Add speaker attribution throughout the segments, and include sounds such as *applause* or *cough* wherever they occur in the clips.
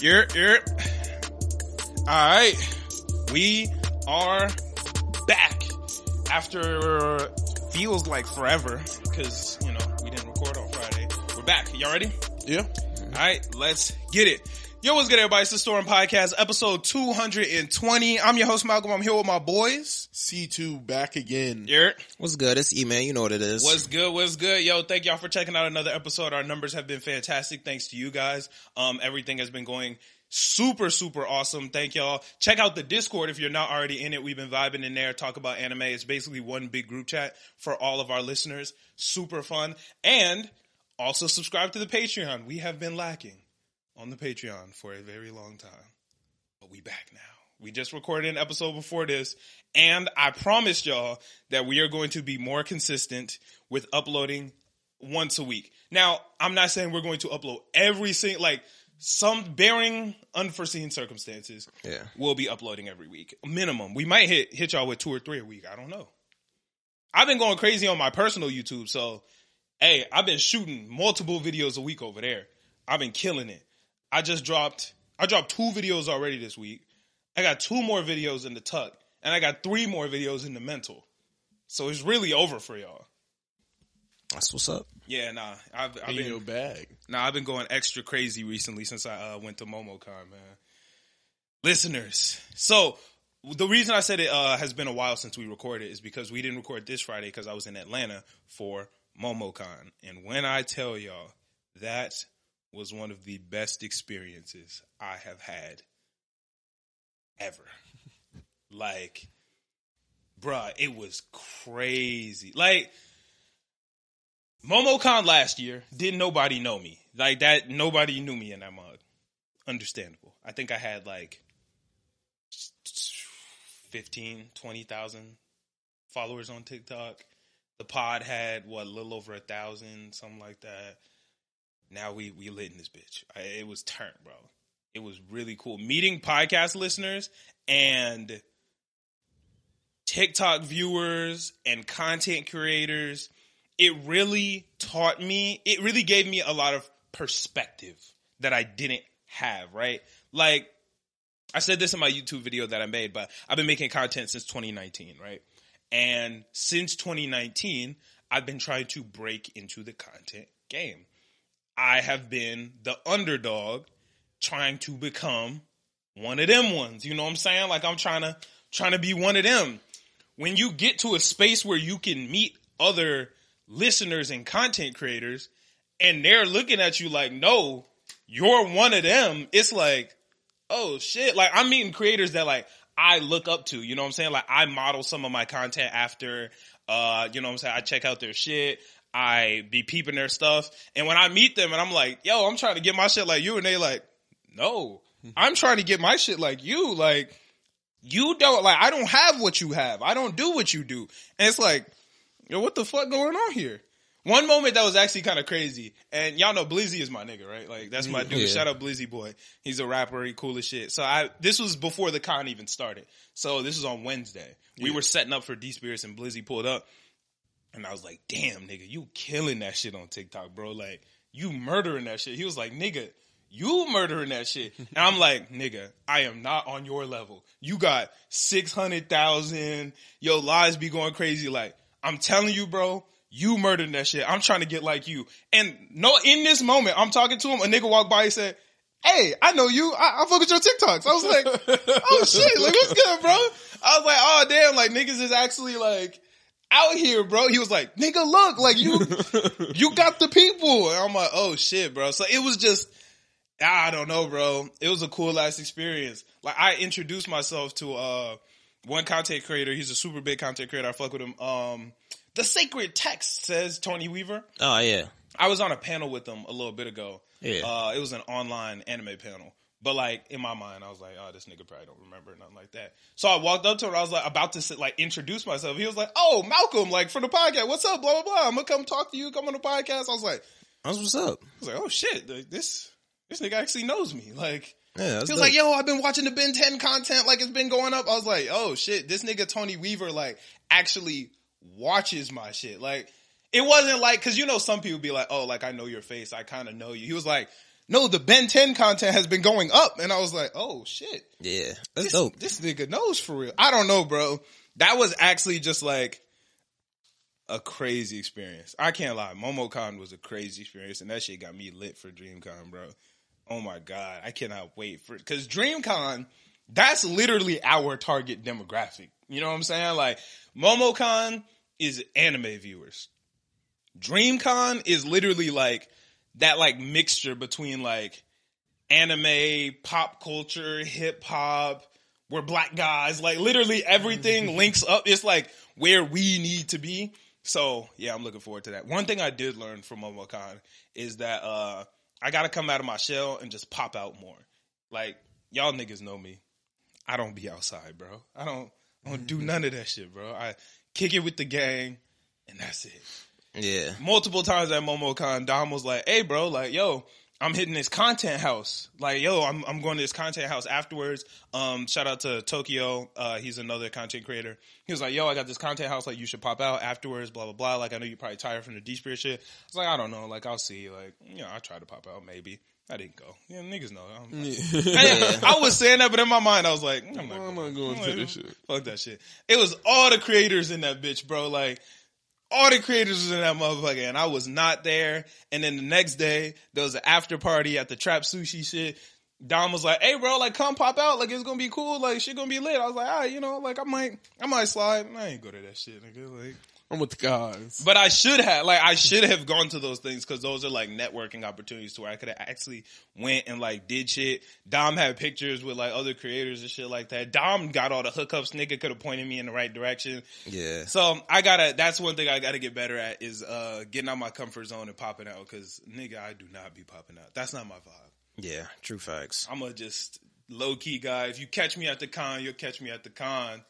Speaker 1: You're, you're. All right. We are back after feels like forever because, you know, we didn't record on Friday. We're back. Y'all ready?
Speaker 2: Yeah.
Speaker 1: All right, let's get it. Yo, what's good, everybody? It's the Storm Podcast, episode 220. I'm your host, Malcolm. I'm here with my boys.
Speaker 2: C2 back again.
Speaker 1: You're.
Speaker 3: What's good? It's E Man. You know what it is.
Speaker 1: What's good? What's good? Yo, thank y'all for checking out another episode. Our numbers have been fantastic. Thanks to you guys. Um, everything has been going super, super awesome. Thank y'all. Check out the Discord if you're not already in it. We've been vibing in there, talk about anime. It's basically one big group chat for all of our listeners. Super fun. And also subscribe to the Patreon. We have been lacking on the Patreon for a very long time but we back now. We just recorded an episode before this, and I promised y'all that we are going to be more consistent with uploading once a week. Now, I'm not saying we're going to upload every single like some bearing unforeseen circumstances.
Speaker 3: Yeah.
Speaker 1: We'll be uploading every week. Minimum. We might hit hit y'all with two or three a week. I don't know. I've been going crazy on my personal YouTube, so hey, I've been shooting multiple videos a week over there. I've been killing it. I just dropped I dropped two videos already this week. I got two more videos in the tuck, and I got three more videos in the mental. So it's really over for y'all.
Speaker 3: That's what's up.
Speaker 1: Yeah, nah. I've, I've
Speaker 2: In
Speaker 1: been
Speaker 2: your bag.
Speaker 1: *laughs* Nah, I've been going extra crazy recently since I uh, went to MomoCon, man. Listeners, so the reason I said it uh, has been a while since we recorded is because we didn't record this Friday because I was in Atlanta for MomoCon, and when I tell y'all that was one of the best experiences I have had ever. *laughs* like, bruh, it was crazy. Like. MomoCon last year, didn't nobody know me. Like that, nobody knew me in that mug. Understandable. I think I had like 15, 20,000 followers on TikTok. The pod had what, a little over a thousand, something like that. Now we we lit in this bitch. I, it was turned, bro. It was really cool meeting podcast listeners and TikTok viewers and content creators it really taught me, it really gave me a lot of perspective that I didn't have, right? Like, I said this in my YouTube video that I made, but I've been making content since 2019, right? And since 2019, I've been trying to break into the content game. I have been the underdog trying to become one of them ones. You know what I'm saying? Like I'm trying to trying to be one of them. When you get to a space where you can meet other listeners and content creators and they're looking at you like, "No, you're one of them." It's like, "Oh shit." Like I'm meeting creators that like I look up to, you know what I'm saying? Like I model some of my content after uh, you know what I'm saying? I check out their shit. I be peeping their stuff. And when I meet them and I'm like, yo, I'm trying to get my shit like you. And they like, no, I'm trying to get my shit like you. Like, you don't, like, I don't have what you have. I don't do what you do. And it's like, yo, what the fuck going on here? One moment that was actually kind of crazy, and y'all know Blizzy is my nigga, right? Like that's my dude.
Speaker 3: Yeah.
Speaker 1: Shout out Blizzy boy. He's a rapper. He cool as shit. So I this was before the con even started. So this was on Wednesday. We were setting up for D Spirits, and Blizzy pulled up, and I was like, "Damn, nigga, you killing that shit on TikTok, bro. Like you murdering that shit." He was like, "Nigga." You murdering that shit. And I'm like, nigga, I am not on your level. You got 600,000. Your lives be going crazy. Like, I'm telling you, bro, you murdered that shit. I'm trying to get like you. And no, in this moment, I'm talking to him. A nigga walked by and said, Hey, I know you. I, I fuck with your TikToks. I was like, Oh shit, like what's good, bro? I was like, Oh damn, like niggas is actually like out here, bro. He was like, Nigga, look, like you, you got the people. And I'm like, Oh shit, bro. So it was just, I don't know, bro. It was a cool ass experience. Like I introduced myself to uh one content creator. He's a super big content creator. I fuck with him. Um, the sacred text says Tony Weaver.
Speaker 3: Oh yeah.
Speaker 1: I was on a panel with him a little bit ago.
Speaker 3: Yeah.
Speaker 1: Uh, it was an online anime panel. But like in my mind, I was like, oh, this nigga probably don't remember nothing like that. So I walked up to him. I was like, about to sit, like introduce myself. He was like, oh, Malcolm, like for the podcast, what's up? Blah blah blah. I'm gonna come talk to you. Come on the podcast. I was like,
Speaker 3: That's what's up.
Speaker 1: I was like, oh shit, like, this this nigga actually knows me. Like
Speaker 3: Yeah. That's
Speaker 1: he was like, yo, I've been watching the Ben 10 content, like it's been going up. I was like, oh shit, this nigga Tony Weaver, like, actually watches my shit. Like, it wasn't like, cause you know, some people be like, oh, like, I know your face, I kinda know you. He was like, no, the Ben 10 content has been going up. And I was like, oh shit.
Speaker 3: Yeah, that's
Speaker 1: This,
Speaker 3: dope.
Speaker 1: this nigga knows for real. I don't know, bro. That was actually just like a crazy experience. I can't lie. MomoCon was a crazy experience, and that shit got me lit for DreamCon, bro. Oh my god, I cannot wait for because DreamCon, that's literally our target demographic. You know what I'm saying? Like MomoCon is anime viewers. DreamCon is literally like that like mixture between like anime, pop culture, hip hop. We're black guys. Like literally everything links up. It's like where we need to be. So yeah, I'm looking forward to that. One thing I did learn from MomoCon is that uh I gotta come out of my shell and just pop out more. Like y'all niggas know me. I don't be outside, bro. I don't I don't do none of that shit, bro. I kick it with the gang and that's it
Speaker 3: Yeah,
Speaker 1: multiple times at MomoCon, Dom was like, "Hey, bro, like, yo, I'm hitting this content house. Like, yo, I'm I'm going to this content house afterwards. Um, shout out to Tokyo. Uh, he's another content creator. He was like, yo, I got this content house. Like, you should pop out afterwards. Blah blah blah. Like, I know you're probably tired from the D Spirit shit. I was like, I don't know. Like, I'll see. Like, you know, I tried to pop out. Maybe I didn't go. Yeah, niggas know. I'm, *laughs* I, *laughs* I was saying that, but in my mind, I was like, "Mm, I'm not
Speaker 2: Well, I'm
Speaker 1: going.
Speaker 2: not going
Speaker 1: I'm
Speaker 2: to
Speaker 1: like,
Speaker 2: this shit.
Speaker 1: Fuck that shit. It was all the creators in that bitch, bro. Like all the creators was in that motherfucker, and I was not there. And then the next day, there was an after party at the Trap Sushi shit. Dom was like, "Hey, bro, like come pop out, like it's gonna be cool, like shit gonna be lit." I was like, "Ah, you know, like I might, I might slide. I ain't go to that shit, nigga." Like,
Speaker 2: I'm with the guys.
Speaker 1: but I should have, like, I should have gone to those things because those are like networking opportunities to where I could have actually went and like did shit. Dom had pictures with like other creators and shit like that. Dom got all the hookups. Nigga could have pointed me in the right direction.
Speaker 3: yeah.
Speaker 1: So um, I gotta. That's one thing I gotta get better at is uh getting out my comfort zone and popping out. Cause nigga, I do not be popping out. That's not my vibe.
Speaker 3: Yeah, true facts.
Speaker 1: I'm a just low key guy. If you catch me at the con, you'll catch me at the con.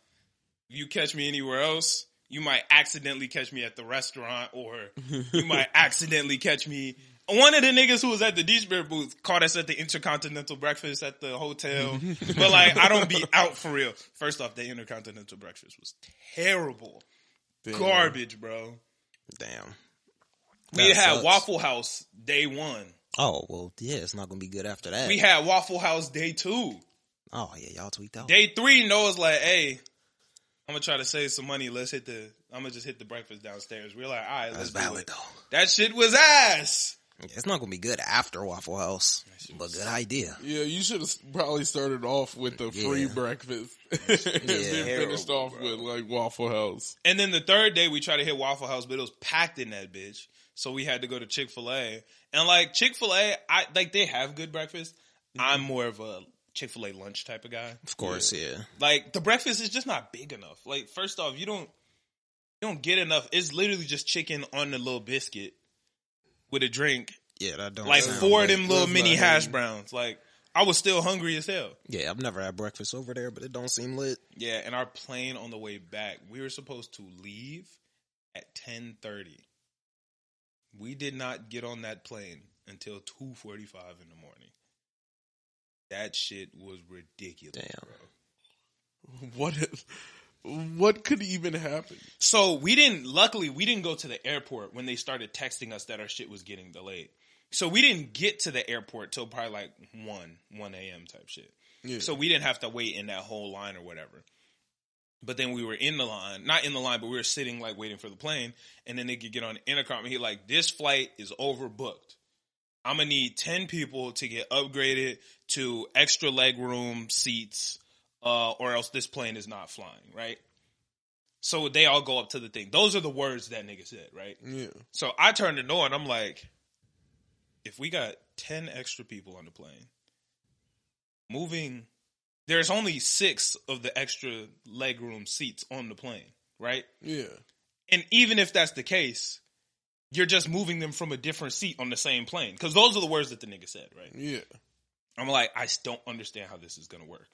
Speaker 1: If you catch me anywhere else, you might accidentally catch me at the restaurant, or
Speaker 3: *laughs*
Speaker 1: you might accidentally catch me. One of the niggas who was at the D Spirit booth caught us at the Intercontinental breakfast at the
Speaker 3: *laughs*
Speaker 1: hotel. but like, I don't be out for real. First off, the Intercontinental breakfast was terrible,
Speaker 2: Damn.
Speaker 1: garbage, bro.
Speaker 3: Damn.
Speaker 1: We
Speaker 3: That
Speaker 1: had
Speaker 3: sucks.
Speaker 1: Waffle House day one.
Speaker 3: Oh well, yeah, it's not gonna be good after that.
Speaker 1: We had Waffle House day two.
Speaker 3: oh yeah, y'all tweaked out.
Speaker 1: Day three, Noah's like, hey, I'm gonna try to save some money. Let's hit the I'm gonna just hit the breakfast downstairs. We're like, all right,
Speaker 3: That's
Speaker 1: let's do
Speaker 3: valid
Speaker 1: it.
Speaker 3: though.
Speaker 1: That shit was ass.
Speaker 3: Yeah, it's not gonna be good after Waffle House, but good idea.
Speaker 2: Yeah, you should have probably started off with the free
Speaker 3: Yeah.
Speaker 2: breakfast. *laughs* and then
Speaker 3: Terrible,
Speaker 2: finished off with like Waffle House.
Speaker 1: And then the third day we tried to hit Waffle House, but it was packed in that bitch. So we had to go to Chick fil A. And like Chick fil A, I like they have good breakfast.
Speaker 3: Mm-hmm.
Speaker 1: I'm more of a Chick fil A lunch type of guy.
Speaker 3: Of course, yeah.
Speaker 1: Like the breakfast is just not big enough. Like first off, you don't you don't get enough. It's literally just chicken on the little biscuit with a drink
Speaker 3: Yeah, that don't
Speaker 1: like
Speaker 3: sound
Speaker 1: four of
Speaker 3: good.
Speaker 1: them little
Speaker 2: that's
Speaker 1: mini
Speaker 2: not
Speaker 1: hash
Speaker 2: heavy.
Speaker 1: browns. Like I was still hungry as hell.
Speaker 3: Yeah, I've never had breakfast over there, but it don't seem lit.
Speaker 1: Yeah, and our plane on the way back, we were supposed to leave at ten thirty. We did not get on that plane until two forty five in the morning. That shit was ridiculous.
Speaker 3: Damn.
Speaker 1: bro.
Speaker 2: What? If, what could even happen?
Speaker 1: So we didn't. Luckily, we didn't go to the airport when they started texting us that our shit was getting delayed. So we didn't get to the airport till probably like one one a.m. type shit.
Speaker 2: Yeah.
Speaker 1: So we didn't have to wait in that whole line or whatever. But then we were in the line, not in the line, but we were sitting like waiting for the plane. And then they could get on the intercom. And he like, this flight is overbooked. I'm gonna need ten people to get upgraded to extra leg room seats, uh, or else this plane is not flying. Right. So they all go up to the thing. Those are the words that nigga said. Right.
Speaker 2: yeah.
Speaker 1: So I turned to Noah and I'm like, if we got 10 extra people on the plane, moving, there's only six of the extra legroom seats on the plane, right?
Speaker 2: Yeah.
Speaker 1: And even if that's the case, you're just moving them from a different seat on the same plane. Because those are the words that the nigga said, right?
Speaker 2: Yeah.
Speaker 1: I'm like, I s- don't understand how this is going to work.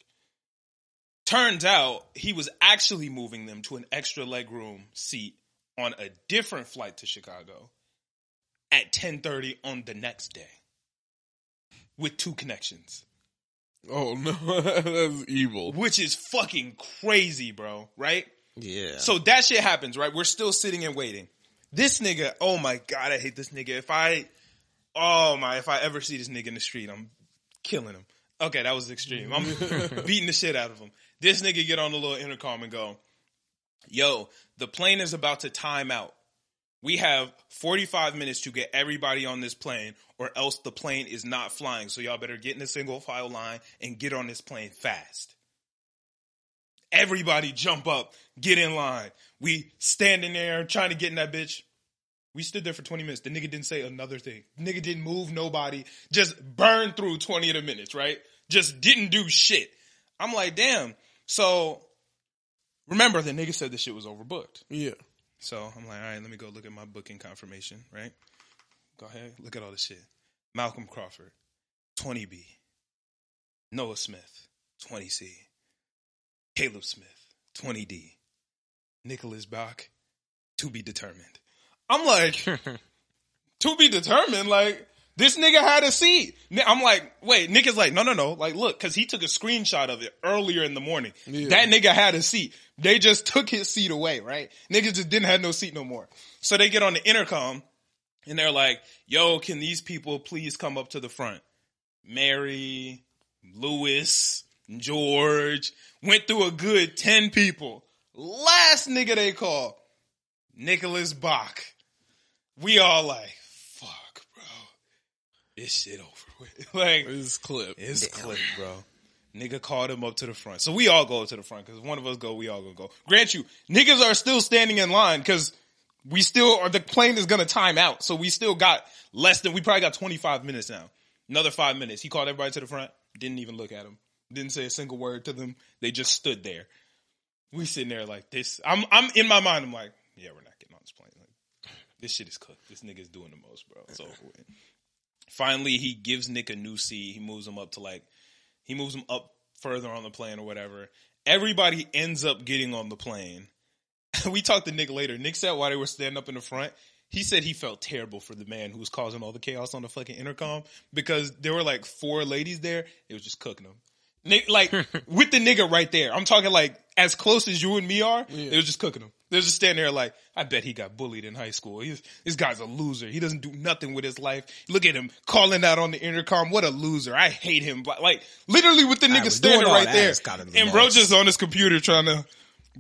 Speaker 1: Turns out he was actually moving them to an extra legroom seat on a different flight to Chicago at 10:30 on the next day with two connections,
Speaker 2: Oh *laughs* no, that's evil.
Speaker 1: which is fucking crazy, bro, right?
Speaker 3: Yeah.
Speaker 1: So that shit happens, right? We're still sitting and waiting. This nigga, oh my god, I hate this nigga. If I Oh my! If I ever see this nigga in the street, I'm killing him. Okay, that was extreme. I'm beating the shit out of him. This nigga get on the little intercom and go, "Yo, the plane is about to time out. We have 45 minutes to get everybody on this plane, or else the plane is not flying. So y'all better get in a single file line and get on this plane fast." Everybody jump up, get in line. We standing there trying to get in that bitch. We stood there for 20 minutes. The nigga didn't say another thing. Nigga didn't move nobody. Just burned through 20 of the minutes, right? Just didn't do shit. I'm like, damn. So remember the nigga said this shit was overbooked.
Speaker 2: Yeah.
Speaker 1: So I'm like, all right, let me go look at my booking confirmation, right? Go ahead, look at all this shit. Malcolm Crawford, 20B. Noah Smith, 20C. Caleb Smith, 20D. Nicholas Bach, to be determined. I'm like, to be determined, like, this nigga had a seat. Ni- I'm like, wait, Nick is like, no, no, no. Like, look, cause he took a screenshot of it earlier in the morning.
Speaker 2: Yeah.
Speaker 1: That nigga had a seat. They just took his seat away, right? Niggas just didn't have no seat no more. So they get on the intercom and they're like, yo, can these people please come up to the front? Mary, Lewis, George went through a good 10 people. Last nigga they call, Nicholas Bach. We all like, fuck, bro. This shit over with. *laughs* Like,
Speaker 2: This clip.
Speaker 1: it's clip, bro. Nigga called him up to the front. So we all go to the front because one of us go, we all gonna go. Grant you, niggas are still standing in line because we still are, the plane is gonna time out. So we still got less than, we probably got 25 minutes now. Another five minutes. He called everybody to the front, didn't even look at him, didn't say a single word to them. They just stood there. We sitting there like this. I'm, I'm in my mind, I'm like, yeah, we're not getting on this plane. Like, this shit is cooked. This nigga's doing the most, bro. It's over with finally he gives Nick a new seat. He moves him up to like he moves him up further on the plane or whatever. Everybody ends up getting on the plane. *laughs* we talked to Nick later. Nick said while they were standing up in the front, he said he felt terrible for the man who was causing all the chaos on the fucking intercom because there were like four ladies there. It was just cooking them.
Speaker 3: *laughs*
Speaker 1: Nick, like with the nigga right there. I'm talking like as close as you and me are. They was just cooking him. They was just standing there like, I bet he got bullied in high school. He's, this guy's a loser. He doesn't do nothing with his life. Look at him calling out on the intercom. What a loser. I hate him. But like literally with the nigga
Speaker 3: but
Speaker 1: standing
Speaker 3: doing all
Speaker 1: right
Speaker 3: that
Speaker 1: there.
Speaker 3: is gotta be
Speaker 1: And bro
Speaker 3: lost.
Speaker 1: just on his computer trying to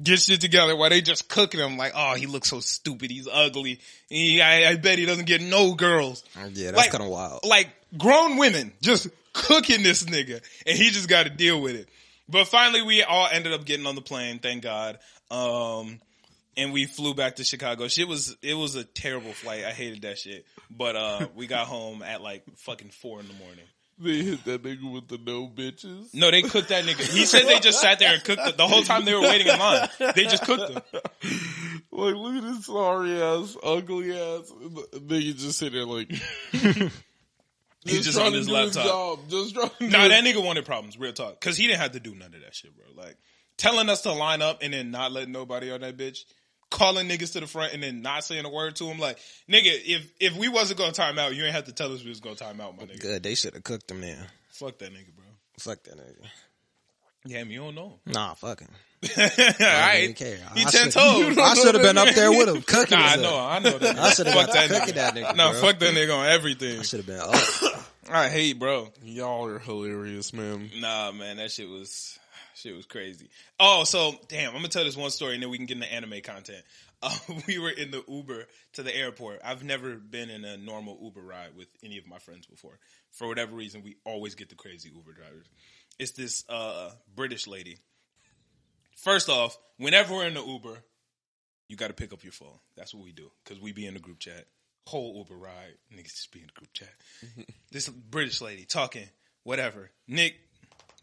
Speaker 1: get shit together while they just cooking him like, oh, he looks so stupid. He's ugly. He, I, I bet he doesn't get no girls
Speaker 3: Uh, Yeah, that's
Speaker 1: Like-
Speaker 3: kind of wild.
Speaker 1: like grown women just cooking this nigga and he just got to deal with it but finally we all ended up getting on the plane thank god um and we flew back to chicago shit was it was a terrible flight i hated that shit but uh we got home at like fucking four in the morning
Speaker 2: They hit that nigga with the no bitches.
Speaker 1: no they cooked that nigga he said they just sat there and cooked it the whole time they were waiting in line they just cooked him
Speaker 2: Like, look at this sorry ass, ugly ass. Nigga just sit
Speaker 1: *laughs*
Speaker 2: there like.
Speaker 1: He's just
Speaker 2: trying
Speaker 1: on
Speaker 2: to
Speaker 1: his
Speaker 2: do
Speaker 1: laptop.
Speaker 2: job, just trying to
Speaker 1: Nah,
Speaker 2: do
Speaker 1: that nigga wanted problems, real talk. Cause he didn't have to do none of that shit, bro. Like telling us to line up and then not letting nobody on that bitch. Calling niggas to the front and then not saying a word to him. Like, nigga, if if we wasn't gonna time out, you ain't have to tell us we was gonna time out, my nigga.
Speaker 3: Good. They should have cooked him then.
Speaker 1: Fuck that nigga, bro.
Speaker 3: Fuck that nigga.
Speaker 1: Damn, you don't know.
Speaker 3: Nah, fuck him.
Speaker 1: *laughs* All right.
Speaker 3: even care.
Speaker 1: He
Speaker 3: I
Speaker 1: ten
Speaker 3: should- *laughs*
Speaker 1: toes.
Speaker 3: I should have been up there with him cooking.
Speaker 1: Nah, I
Speaker 3: his ass.
Speaker 1: know, I know that nigga.
Speaker 3: I should have
Speaker 1: Fuck
Speaker 3: got to cooking that nigga.
Speaker 1: Nah,
Speaker 3: bro.
Speaker 1: fuck that nigga on everything.
Speaker 3: I should have been up.
Speaker 1: I hate, bro.
Speaker 2: Y'all are hilarious, man.
Speaker 1: Nah, man, that shit was shit was crazy. Oh, so damn, I'm gonna tell this one story and then we can get into anime content. *laughs* Uh, we were in the Uber to the airport. I've never been in a normal Uber ride with any of my friends before. For whatever reason, we always get the crazy Uber drivers. It's this uh, British lady. First off, whenever we're in the Uber, you got to pick up your phone. That's what we do because we be in the group chat. Whole Uber ride, niggas just be in the group chat. this British lady talking, whatever. Nick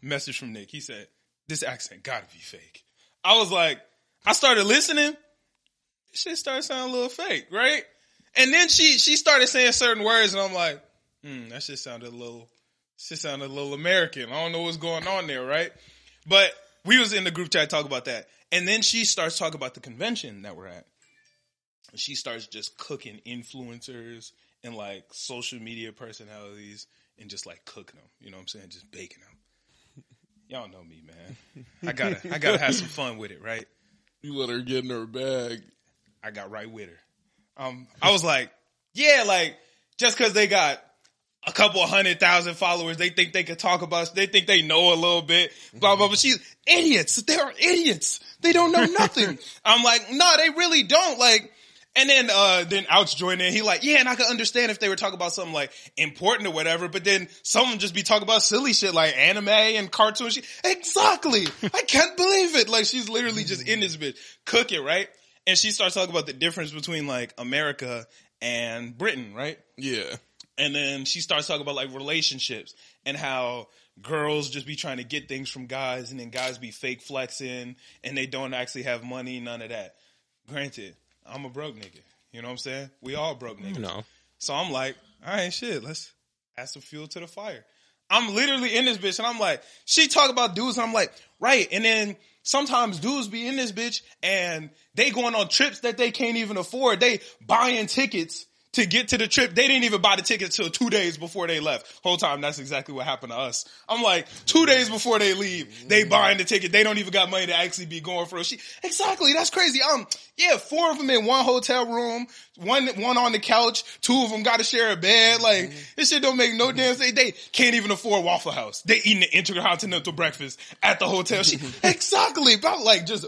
Speaker 1: message from Nick. He said, "This accent gotta be fake." I was like, I started listening. Shit started sounding a little fake, right? And then she she started saying certain words, and I'm like, hmm, that shit sounded a little, shit sounded a little American. I don't know what's going on there, right? But we was in the group chat talk about that, and then she starts talking about the convention that we're at. And she starts just cooking influencers and like social media personalities and just like cooking them. You know what I'm saying? Just baking them. Y'all know me, man. I gotta, I gotta have some fun with it, right?
Speaker 2: You let her get in her bag.
Speaker 1: I got right with her. Um, I was like, yeah, like just because they got a couple hundred thousand followers. They think they can talk about us. They think they know a little bit. Blah blah. But she's idiots. They are idiots. They don't know nothing. I'm like, no, they really don't. Like, and then uh then Ouch joined in. He like, yeah, and I could understand if they were talking about something like important or whatever. But then some would just be talking about silly shit like anime and cartoon shit. Exactly. I can't believe it. Like she's literally just in this bitch cooking right. And she starts talking about the difference between like America and Britain, right?
Speaker 2: Yeah.
Speaker 1: And then she starts talking about like relationships and how girls just be trying to get things from guys and then guys be fake flexing and they don't actually have money, none of that. Granted, I'm a broke nigga. You know what I'm saying? We all broke niggas. *laughs*
Speaker 2: No.
Speaker 1: So I'm like, all right, shit, let's add some fuel to the fire. I'm literally in this bitch and I'm like, she talk about dudes and I'm like, right. And then sometimes dudes be in this bitch and they going on trips that they can't even afford. They buying tickets to get to the trip. They didn't even buy the ticket till two days before they left. Whole time, that's exactly what happened to us. I'm like, two days before they leave, they buying the ticket. They don't even got money to actually be going for a shit. Exactly. That's crazy. Um, yeah, four of them in one hotel room, one, one on the couch, two of them got to share a bed. Like, this shit don't make no damn sense. They can't even afford Waffle House. They eating the intercontinental breakfast at the hotel. She, exactly. About like just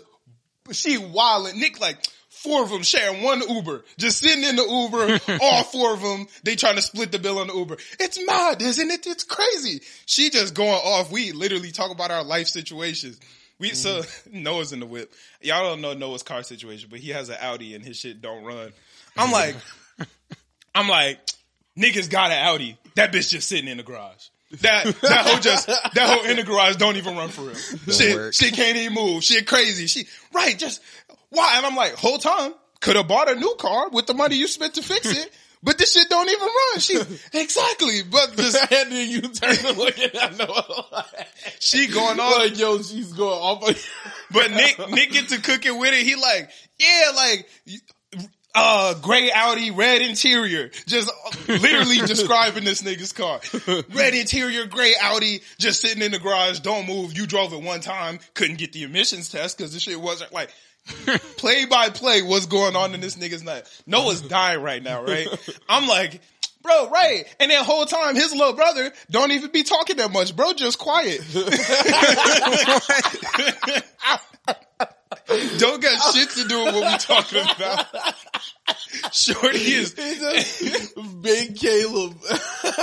Speaker 1: she wilding. Nick like four of them sharing one Uber, just sitting in the Uber. all four of them they trying to split the bill on the Uber. It's mad, isn't it? It's crazy. She just going off. We literally talk about our life situations. We so *laughs* Noah's in the whip. Y'all don't know Noah's car situation, but he has an Audi and his shit don't run. I'm like, I'm like, niggas got an Audi. That bitch just sitting in the garage. That that whole just that whole in the garage don't even run for real. Shit,
Speaker 3: work.
Speaker 1: she can't even move. She crazy. She right. Just why? And I'm like, whole time could have bought a new car with the money you spent to fix it. But this shit don't even run. She exactly, but just
Speaker 2: *laughs* And then you turn to look at I know.
Speaker 1: she going on
Speaker 2: like, yo, she's going off. on you. *laughs*
Speaker 1: But Nick, Nick get to cooking with it. He like, yeah, like, uh, gray Audi, red interior. Just literally describing this nigga's car. Red interior, gray Audi, just sitting in the garage, don't move. You drove it one time, couldn't get the emissions test because the shit wasn't like, play by play, what's going on in this nigga's night. Noah's dying right now, right? I'm like, bro, right. And then whole time, his little brother don't even be talking that much, bro, just quiet.
Speaker 3: Oh.
Speaker 1: don't got shit to do with what
Speaker 3: *laughs*
Speaker 1: we talking about. Shorty is
Speaker 2: Big Caleb.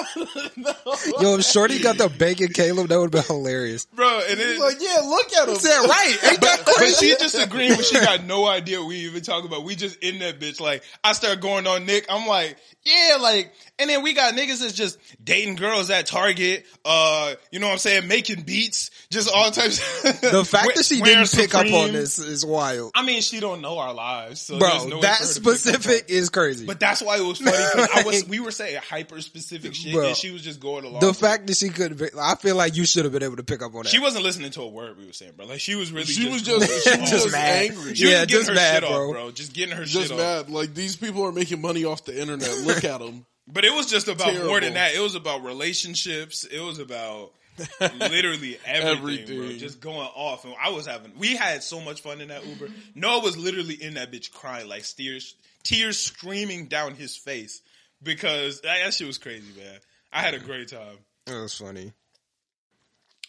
Speaker 3: Yo, if Shorty got the bacon, Caleb, that would have been hilarious.
Speaker 1: *laughs* bro, and
Speaker 2: He's
Speaker 1: then
Speaker 2: like, yeah, look at him.
Speaker 3: Is that right? Ain't that
Speaker 1: but
Speaker 3: crazy?
Speaker 1: she
Speaker 3: *laughs*
Speaker 1: just agreeing when she got no idea what we even talking about. We just in that bitch. Like I start going on Nick. I'm like, yeah, like, and then we got niggas that's just dating girls at Target. Uh, you know what I'm saying? Making beats, just all types.
Speaker 3: The
Speaker 1: *laughs*
Speaker 3: fact that she
Speaker 1: Wearing
Speaker 3: didn't pick up
Speaker 1: Supreme.
Speaker 3: on this is wild.
Speaker 1: I mean, she don't know our lives, so there's
Speaker 3: Bro,
Speaker 1: no way
Speaker 3: that
Speaker 1: for her to pick up on.
Speaker 3: specific is crazy. *laughs*
Speaker 1: But that's why it was funny because I was we were saying hyper specific shit,
Speaker 3: Bro.
Speaker 1: and she was just going along.
Speaker 3: the
Speaker 1: with it.
Speaker 3: fact that she could, be, I feel like you should have been able to pick up on that.
Speaker 1: she wasn't listening to a word we were saying, bro. Like she was really,
Speaker 2: She was
Speaker 1: going
Speaker 2: just, she was
Speaker 1: along.
Speaker 2: just
Speaker 3: Just mad.
Speaker 2: angry.
Speaker 1: She was
Speaker 3: Yeah,
Speaker 1: getting
Speaker 3: just
Speaker 1: her
Speaker 3: mad,
Speaker 1: shit off,
Speaker 3: bro.
Speaker 1: bro. Just getting her
Speaker 2: just
Speaker 1: shit off.
Speaker 2: mad. Like these people are making money off the internet. Look at them.
Speaker 1: But it was just about more than
Speaker 2: Terrible.
Speaker 1: that. It was about relationships. It was about
Speaker 2: *laughs*
Speaker 1: literally everything, bro.
Speaker 2: Everything.
Speaker 1: Just going off. And I was having, we had so much fun in that Uber. Noah was literally in that bitch crying, like tears, tears streaming down his face because that, that shit was crazy, man. I had a great time.
Speaker 3: that was funny.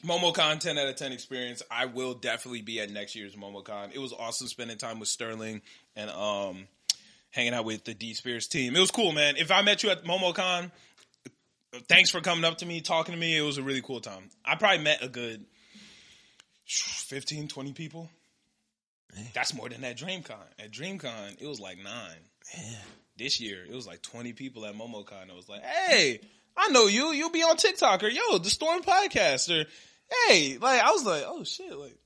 Speaker 1: MomoCon 10 out of 10 experience. I will definitely be at next year's MomoCon. It was awesome spending time with Sterling and um hanging out with the D Spears team. It was cool, man. If I met you at MomoCon, thanks for coming up to me, talking to me. It was a really cool time. I probably met a good 15, 20 people. That's more than at DreamCon. At DreamCon, it was like nine. This year, it was like 20 people at MomoCon. It was like, hey, I know you. You'll be on TikTok or yo, the Storm podcast or hey, like I was like, oh shit, like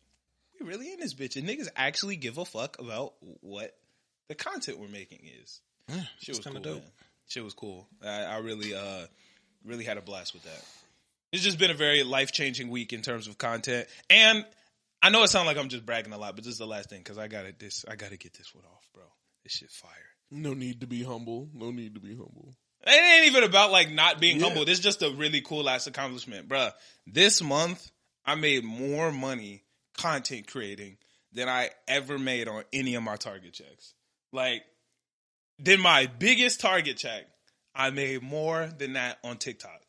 Speaker 1: we really in this bitch and niggas actually give a fuck about what the content we're making is. shit was cool.
Speaker 3: kinda dope.
Speaker 1: Man. Shit was cool. I, I really, uh really had a blast with that. It's just been a very life changing week in terms of content, and I know it sounds like I'm just bragging a lot, but this is the last thing because I got to this. I got to get this one off, bro. This shit fire.
Speaker 2: No need to be humble. No need to be humble.
Speaker 1: It ain't even about like not being
Speaker 2: Yeah.
Speaker 1: humble. This is just a really cool ass accomplishment, bruh. This month, I made more money content creating than I ever made on any of my target checks. Like, than my biggest target check, I made more than that on TikTok.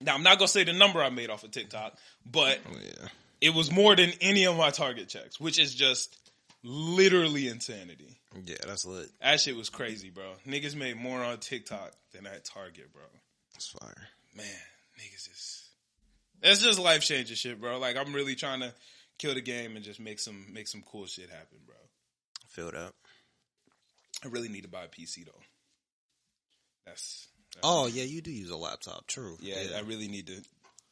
Speaker 1: Now I'm not gonna say the number I made off of TikTok, but
Speaker 2: Yeah.
Speaker 1: it was more than any of my target checks, which is just literally insanity.
Speaker 2: Yeah, that's lit.
Speaker 1: That shit was crazy, bro. Niggas made more on TikTok than at Target, bro.
Speaker 2: That's fire.
Speaker 1: Man, niggas is that's just life changing shit, bro. Like I'm really trying to kill the game and just make some make some cool shit happen, bro.
Speaker 2: Filled up.
Speaker 1: I really need to buy a PC though. That's, that's
Speaker 2: Oh yeah, you do use a laptop. True.
Speaker 1: yeah, I really need to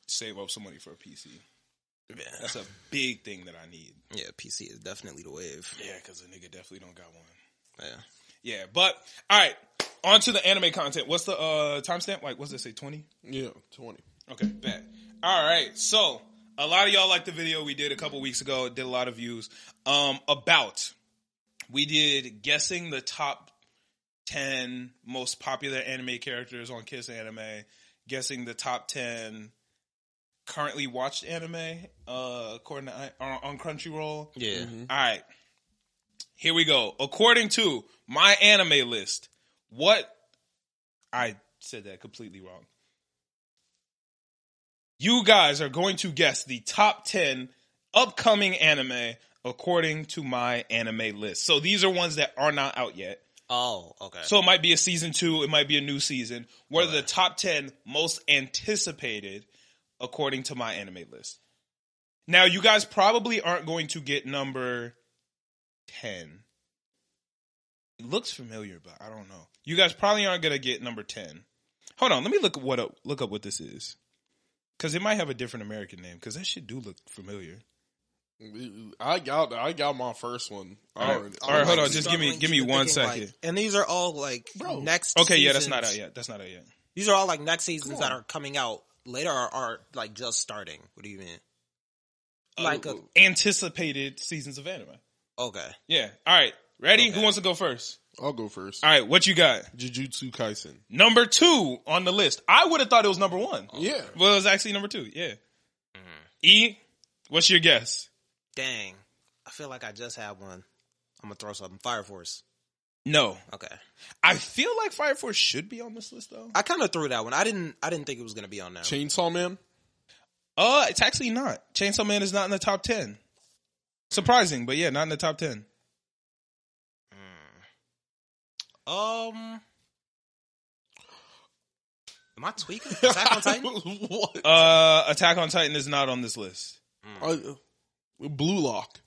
Speaker 1: save up some money for a PC.
Speaker 2: yeah.
Speaker 1: That's *laughs* a big thing that I need.
Speaker 2: Yeah, PC is definitely the wave.
Speaker 1: Yeah, because the nigga definitely don't got one.
Speaker 2: Yeah.
Speaker 1: Yeah, but all right. On to the anime content. What's the uh timestamp? Like, what's it say? Twenty.
Speaker 2: Yeah, twenty.
Speaker 1: Okay, bet. All right. So a lot of y'all liked the video we did a couple weeks ago. It did a lot of views. Um, about we did guessing the top ten most popular anime characters on Kiss Anime, guessing the top ten currently watched anime uh according to I- on on Crunchyroll.
Speaker 2: Yeah.
Speaker 4: Mm-hmm.
Speaker 1: All right. Here we go. According to my anime list, what I said that completely wrong. You guys are going to guess the top 10 upcoming anime according to my anime list. So these are ones that are not out yet.
Speaker 2: Oh, okay.
Speaker 1: So it might be a season 2, it might be a new season. What are the
Speaker 2: Okay.
Speaker 1: top 10 most anticipated according to my anime list? Now you guys probably aren't going to get number 10. It looks familiar, but I don't know. You guys probably aren't gonna get number ten. Hold on, let me look at what up, look up what this is, because it might have a different American name. Because that shit do look familiar.
Speaker 2: I got I got my first one.
Speaker 1: All right. All right, hold on, just give me give me one second.
Speaker 4: and these are all like
Speaker 2: Bro.
Speaker 4: next.
Speaker 1: okay, yeah, that's not out
Speaker 4: seasons-
Speaker 1: yet. That's not out yet.
Speaker 4: These are all like next seasons
Speaker 2: Come
Speaker 4: that
Speaker 2: on.
Speaker 4: are coming out later or are like just starting. What do you mean?
Speaker 1: Uh,
Speaker 4: Like a
Speaker 1: Anticipated seasons of anime.
Speaker 4: okay.
Speaker 1: Yeah. All right. Ready?
Speaker 4: Okay.
Speaker 1: Who wants to go first?
Speaker 2: I'll go first.
Speaker 1: All right. What you got?
Speaker 2: Jujutsu Kaisen.
Speaker 1: Number two on the list. I would have thought it was number one.
Speaker 2: Yeah.
Speaker 1: Well, it was actually number two. Yeah. E, what's your guess?
Speaker 4: Dang, I feel like I just had one. I'm gonna throw something. Fire Force.
Speaker 1: No.
Speaker 4: Okay,
Speaker 1: I feel like Fire Force should be on this list though.
Speaker 4: I kind of threw that one. I didn't. I didn't think it was gonna be on there.
Speaker 2: Chainsaw Man.
Speaker 1: Uh, it's actually not. Chainsaw Man is not in the top ten. Surprising, but yeah, not in the top ten.
Speaker 4: Um, am I tweaking? Attack on
Speaker 2: *laughs*
Speaker 4: Titan.
Speaker 2: what?
Speaker 1: Uh, Attack on Titan is not on this list.
Speaker 2: I- Blue Lock.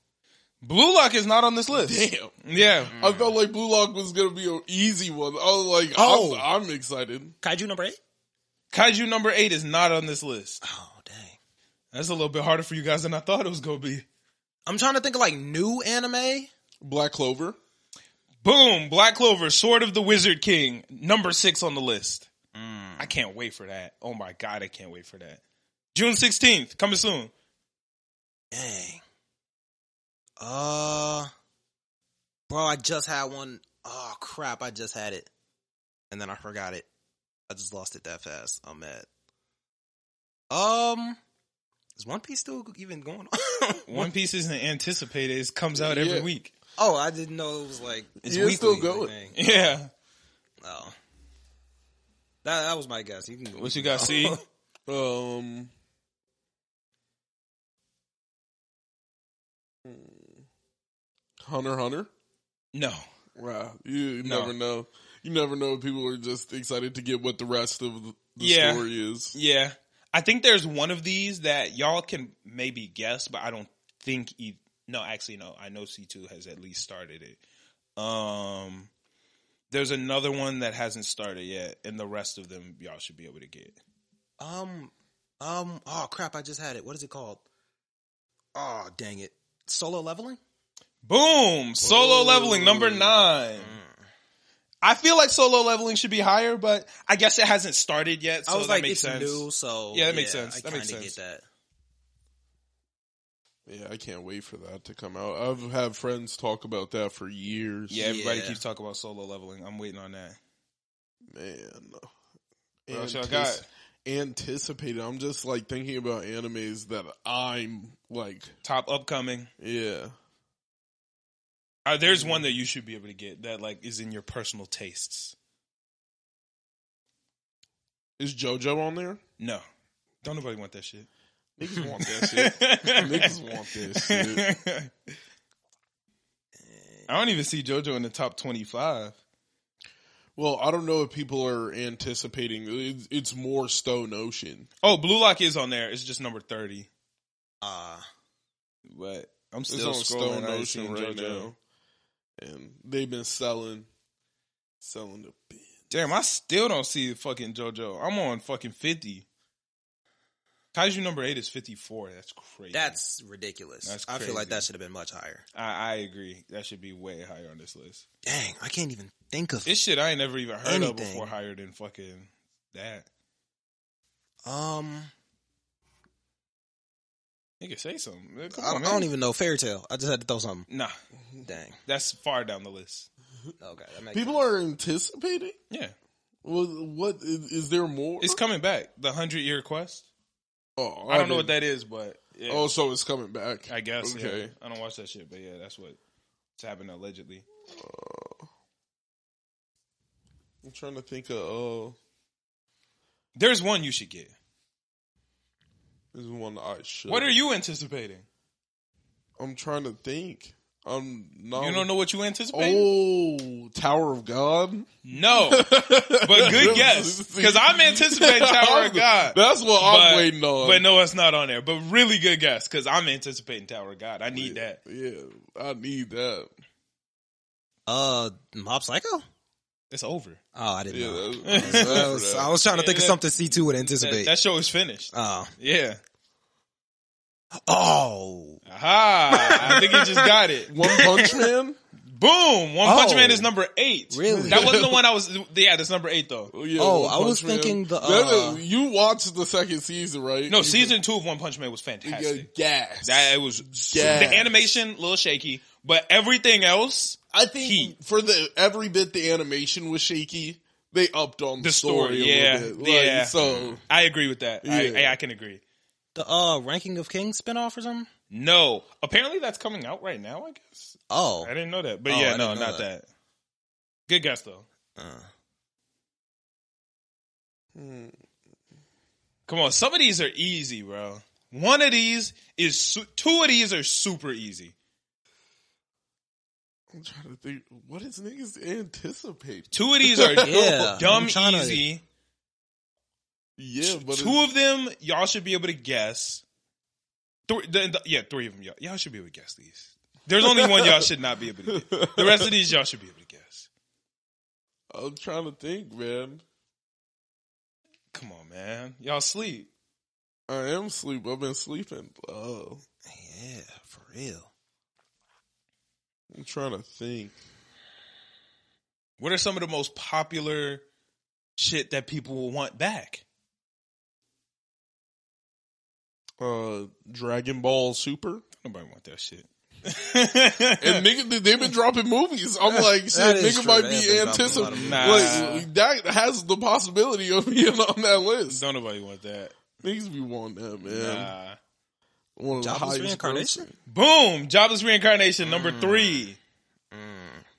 Speaker 1: Blue Lock is not on this list.
Speaker 2: Damn.
Speaker 1: Yeah.
Speaker 2: I felt like Blue Lock was gonna be an easy one. I was like,
Speaker 4: Oh.
Speaker 2: I'm, I'm excited.
Speaker 4: Kaiju number eight.
Speaker 1: Kaiju number eight is not on this list.
Speaker 4: Oh dang.
Speaker 1: That's a little bit harder for you guys than I thought it was gonna be.
Speaker 4: I'm trying to think of like new anime.
Speaker 2: Black Clover.
Speaker 1: Boom! Black Clover, Sword of the Wizard King, number six on the list. I can't wait for that. Oh my god, I can't wait for that. June sixteenth, coming soon.
Speaker 4: Dang. Uh, bro, I just had one. Oh crap, I just had it, and then I forgot it. I just lost it that fast. I'm mad. Um, is One Piece still even going on? *laughs*
Speaker 1: One Piece isn't anticipated. It comes out every
Speaker 2: Yeah.
Speaker 1: week.
Speaker 4: oh, I didn't know it was like it's
Speaker 2: Yeah, it's still
Speaker 4: weekly,
Speaker 2: going.
Speaker 4: like, dang.
Speaker 1: Yeah.
Speaker 4: Oh, that that was my guess. You can go.
Speaker 1: What you guys see?
Speaker 2: Um. Hunter x Hunter.
Speaker 1: *laughs* No.
Speaker 2: Wow, you
Speaker 1: No.
Speaker 2: never know. You never know. People are just excited to get what the rest of the
Speaker 1: Yeah.
Speaker 2: story is.
Speaker 1: Yeah. I think there's one of these that y'all can maybe guess, but I don't think e- no, actually no. I know C2 has at least started it. Um there's another one that hasn't started yet, and the rest of them y'all should be able to get.
Speaker 4: Um, um, oh crap, I just had it. What is it called? Oh, dang it. Solo leveling?
Speaker 1: Boom! Solo
Speaker 2: Ooh.
Speaker 1: leveling number nine. I feel like solo leveling should be higher, but I guess it hasn't started yet. So
Speaker 4: I was
Speaker 1: that
Speaker 4: like,
Speaker 1: makes
Speaker 4: it's
Speaker 1: sense.
Speaker 4: new, so.
Speaker 1: Yeah, that makes sense.
Speaker 4: I
Speaker 1: That makes
Speaker 4: kinda
Speaker 1: sense.
Speaker 4: get that.
Speaker 2: Yeah, I can't wait for that to come out. I've had friends talk about that for years.
Speaker 1: Yeah, everybody
Speaker 4: Yeah.
Speaker 1: keeps talking about solo leveling. I'm waiting on that.
Speaker 2: man.
Speaker 1: What else y'all
Speaker 2: Antici-
Speaker 1: got?
Speaker 2: Anticipated. I'm just like thinking about animes that I'm like,
Speaker 1: Top upcoming.
Speaker 2: yeah.
Speaker 1: Uh, there's one that you should be able to get that like is in your personal tastes.
Speaker 2: Is JoJo on there?
Speaker 1: No, Don't nobody want that shit.
Speaker 2: Niggas want
Speaker 1: *laughs*
Speaker 2: that shit. Niggas want that shit.
Speaker 1: I don't even see JoJo in the top twenty-five.
Speaker 2: Well, I don't know if people are anticipating. It's, it's more Stone Ocean.
Speaker 1: Oh, Blue Lock is on there. It's just number thirty.
Speaker 4: Uh,
Speaker 1: But I'm
Speaker 2: It's
Speaker 1: still
Speaker 2: on Stone Ocean right
Speaker 1: JoJo.
Speaker 2: now, and they've been selling, selling the bin.
Speaker 1: Damn, I still don't see fucking JoJo. I'm on fucking fifty. Kaiju number eight is fifty-four. That's crazy.
Speaker 4: that's ridiculous.
Speaker 1: That's
Speaker 4: I feel like that
Speaker 1: crazy.
Speaker 4: should have been much higher.
Speaker 1: I, I agree. That should be way higher on this list.
Speaker 4: Dang, I can't even think of
Speaker 1: This shit I ain't never even heard of
Speaker 4: Anything.
Speaker 1: before. Higher than fucking that.
Speaker 4: Um,
Speaker 1: Nigga, say something. Man, Come
Speaker 4: I,
Speaker 1: on,
Speaker 4: I don't
Speaker 1: man.
Speaker 4: even know fairy tale. I just had to throw something.
Speaker 1: Nah,
Speaker 4: Dang.
Speaker 1: that's far down the list.
Speaker 4: Okay. That makes
Speaker 2: People
Speaker 4: sense.
Speaker 2: are anticipating.
Speaker 1: Yeah,
Speaker 2: Well, what is, is there more?
Speaker 1: it's coming back. The hundred year quest.
Speaker 2: oh,
Speaker 1: I don't know
Speaker 2: didn't-
Speaker 1: what that is, but yeah,
Speaker 2: Oh, so it's coming back.
Speaker 1: I guess. yeah.
Speaker 2: Okay.
Speaker 1: I don't watch that shit, but yeah, that's what's happened allegedly.
Speaker 2: I'm trying to think of. Uh,
Speaker 1: There's one you should get.
Speaker 2: this is one I should.
Speaker 1: What are you anticipating?
Speaker 2: I'm trying to think. I'm not.
Speaker 1: You don't know what you anticipate?
Speaker 2: Um, Oh, Tower of God.
Speaker 1: No, *laughs*
Speaker 2: *laughs*
Speaker 1: but good guess because I'm anticipating Tower of God.
Speaker 2: That's what I'm
Speaker 1: But-
Speaker 2: waiting on.
Speaker 1: But no, it's not on there. But really good guess because I'm anticipating Tower of God. I need that.
Speaker 2: Yeah, I need that.
Speaker 4: Uh, Mob Psycho.
Speaker 1: It's over.
Speaker 4: Oh, I didn't
Speaker 2: Yeah,
Speaker 4: know. *laughs*
Speaker 2: that's,
Speaker 3: I was, I was trying to
Speaker 1: Yeah,
Speaker 3: think of
Speaker 1: that-
Speaker 3: something C2 would
Speaker 1: That,
Speaker 3: anticipate.
Speaker 1: that show is finished.
Speaker 4: Oh,
Speaker 1: Yeah.
Speaker 4: oh,
Speaker 1: Aha! I think he just
Speaker 2: *laughs*
Speaker 1: got it.
Speaker 2: One
Speaker 1: *laughs*
Speaker 2: Punch Man.
Speaker 1: Boom! One Punch
Speaker 4: Oh.
Speaker 1: Man is number eight.
Speaker 4: Really?
Speaker 1: That wasn't the one I was. Yeah, that's number eight though.
Speaker 2: Oh, yeah,
Speaker 4: Oh,
Speaker 2: One
Speaker 4: I was
Speaker 2: Punch Man.
Speaker 4: thinking the,
Speaker 2: That
Speaker 4: uh,
Speaker 2: is- you watched the second season, right?
Speaker 1: No,
Speaker 2: You-
Speaker 1: season two of One Punch Man was
Speaker 2: Yeah,
Speaker 1: fantastic.
Speaker 2: gas.
Speaker 1: That it was
Speaker 2: Yes.
Speaker 1: the animation a little shaky, but everything else,
Speaker 2: I think
Speaker 1: Heat.
Speaker 2: for the every bit the animation was shaky, they upped on the,
Speaker 1: The
Speaker 2: story.
Speaker 1: story,
Speaker 2: a
Speaker 1: yeah,
Speaker 2: little bit.
Speaker 1: yeah.
Speaker 2: Like, so
Speaker 1: I agree with that. I,
Speaker 2: Yeah.
Speaker 1: I, I can agree.
Speaker 4: the uh ranking of kings spinoff or something.
Speaker 1: No, apparently that's coming out right now. I guess
Speaker 4: Oh,
Speaker 1: I didn't know that, but
Speaker 4: Oh, I
Speaker 1: yeah,
Speaker 4: didn't
Speaker 1: no,
Speaker 4: know
Speaker 1: not that.
Speaker 4: that.
Speaker 1: Good guess though.
Speaker 4: uh,
Speaker 1: Mm-hmm.
Speaker 2: hmm,
Speaker 1: Come on, some of these are easy, bro. One of these is su- two of these are super easy.
Speaker 2: I'm trying to think, what is niggas anticipate?
Speaker 1: Two of these
Speaker 4: *laughs*
Speaker 1: are
Speaker 4: Yeah,
Speaker 1: dumb
Speaker 4: I'm trying to-
Speaker 1: easy.
Speaker 2: Yeah, but
Speaker 1: two of them y'all should be able to guess. Three, the, the- yeah, three of them y'all, y'all should be able to guess these. There's only one y'all should not be able
Speaker 4: *laughs*
Speaker 1: to.
Speaker 2: *laughs*
Speaker 1: Guess. *laughs* The rest of these y'all should be able to guess.
Speaker 2: I'm trying to think, man.
Speaker 1: Come on, man, y'all sleep.
Speaker 2: I am sleep. I've been sleeping. Oh,
Speaker 4: yeah, for real.
Speaker 2: I'm trying to think.
Speaker 1: What are some of the most popular shit that people will want back?
Speaker 2: Uh, Dragon Ball Super.
Speaker 1: Nobody want that shit. *laughs*
Speaker 2: And nigga, they've been dropping movies. I'm like, shit,
Speaker 4: That is
Speaker 2: nigga
Speaker 4: true.
Speaker 2: might
Speaker 4: They have
Speaker 2: be
Speaker 4: been dropping a lot of
Speaker 2: anticipating.
Speaker 1: movies.
Speaker 2: Like, that has the possibility of *laughs* being on that list.
Speaker 1: Don't nobody want that.
Speaker 2: Niggas be wanting that, man.
Speaker 1: Nah.
Speaker 2: One of the
Speaker 4: Jobless
Speaker 2: highest
Speaker 4: reincarnation?
Speaker 2: grossing.
Speaker 1: Boom! Jobless reincarnation number three,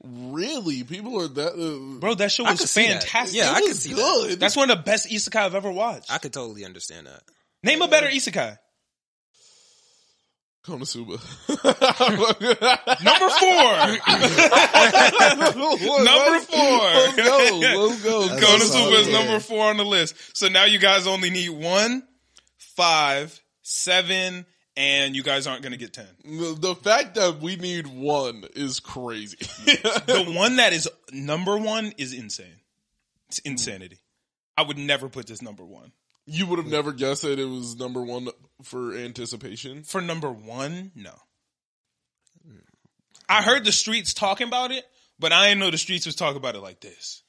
Speaker 2: Really, people are that. Uh,
Speaker 1: bro. That show
Speaker 4: I
Speaker 1: was
Speaker 4: could see that.
Speaker 1: fantastic.
Speaker 4: Yeah, I
Speaker 2: it
Speaker 4: could
Speaker 2: was
Speaker 4: see that.
Speaker 2: good.
Speaker 1: that's one of the best isekai I've ever watched.
Speaker 4: I could totally understand that.
Speaker 1: Name a better isekai.
Speaker 2: *laughs*
Speaker 4: *laughs*
Speaker 2: Konosuba.
Speaker 1: Number *laughs* four.
Speaker 2: Number
Speaker 1: four.
Speaker 2: Let's go. Let's go.
Speaker 4: That's
Speaker 1: Go to
Speaker 4: That's
Speaker 1: Super is
Speaker 4: solid.
Speaker 1: number four on the list. So now you guys only need one, five, seven, and you guys aren't going to get ten.
Speaker 2: The, the fact that we need one is crazy. *laughs*
Speaker 1: The one that is number one is insane. It's insanity. I would never put this number one.
Speaker 2: you would have never guessed that it was number one for anticipation.
Speaker 1: For number one, no. I heard the streets talking about it, but I didn't know the streets was talking about it like this.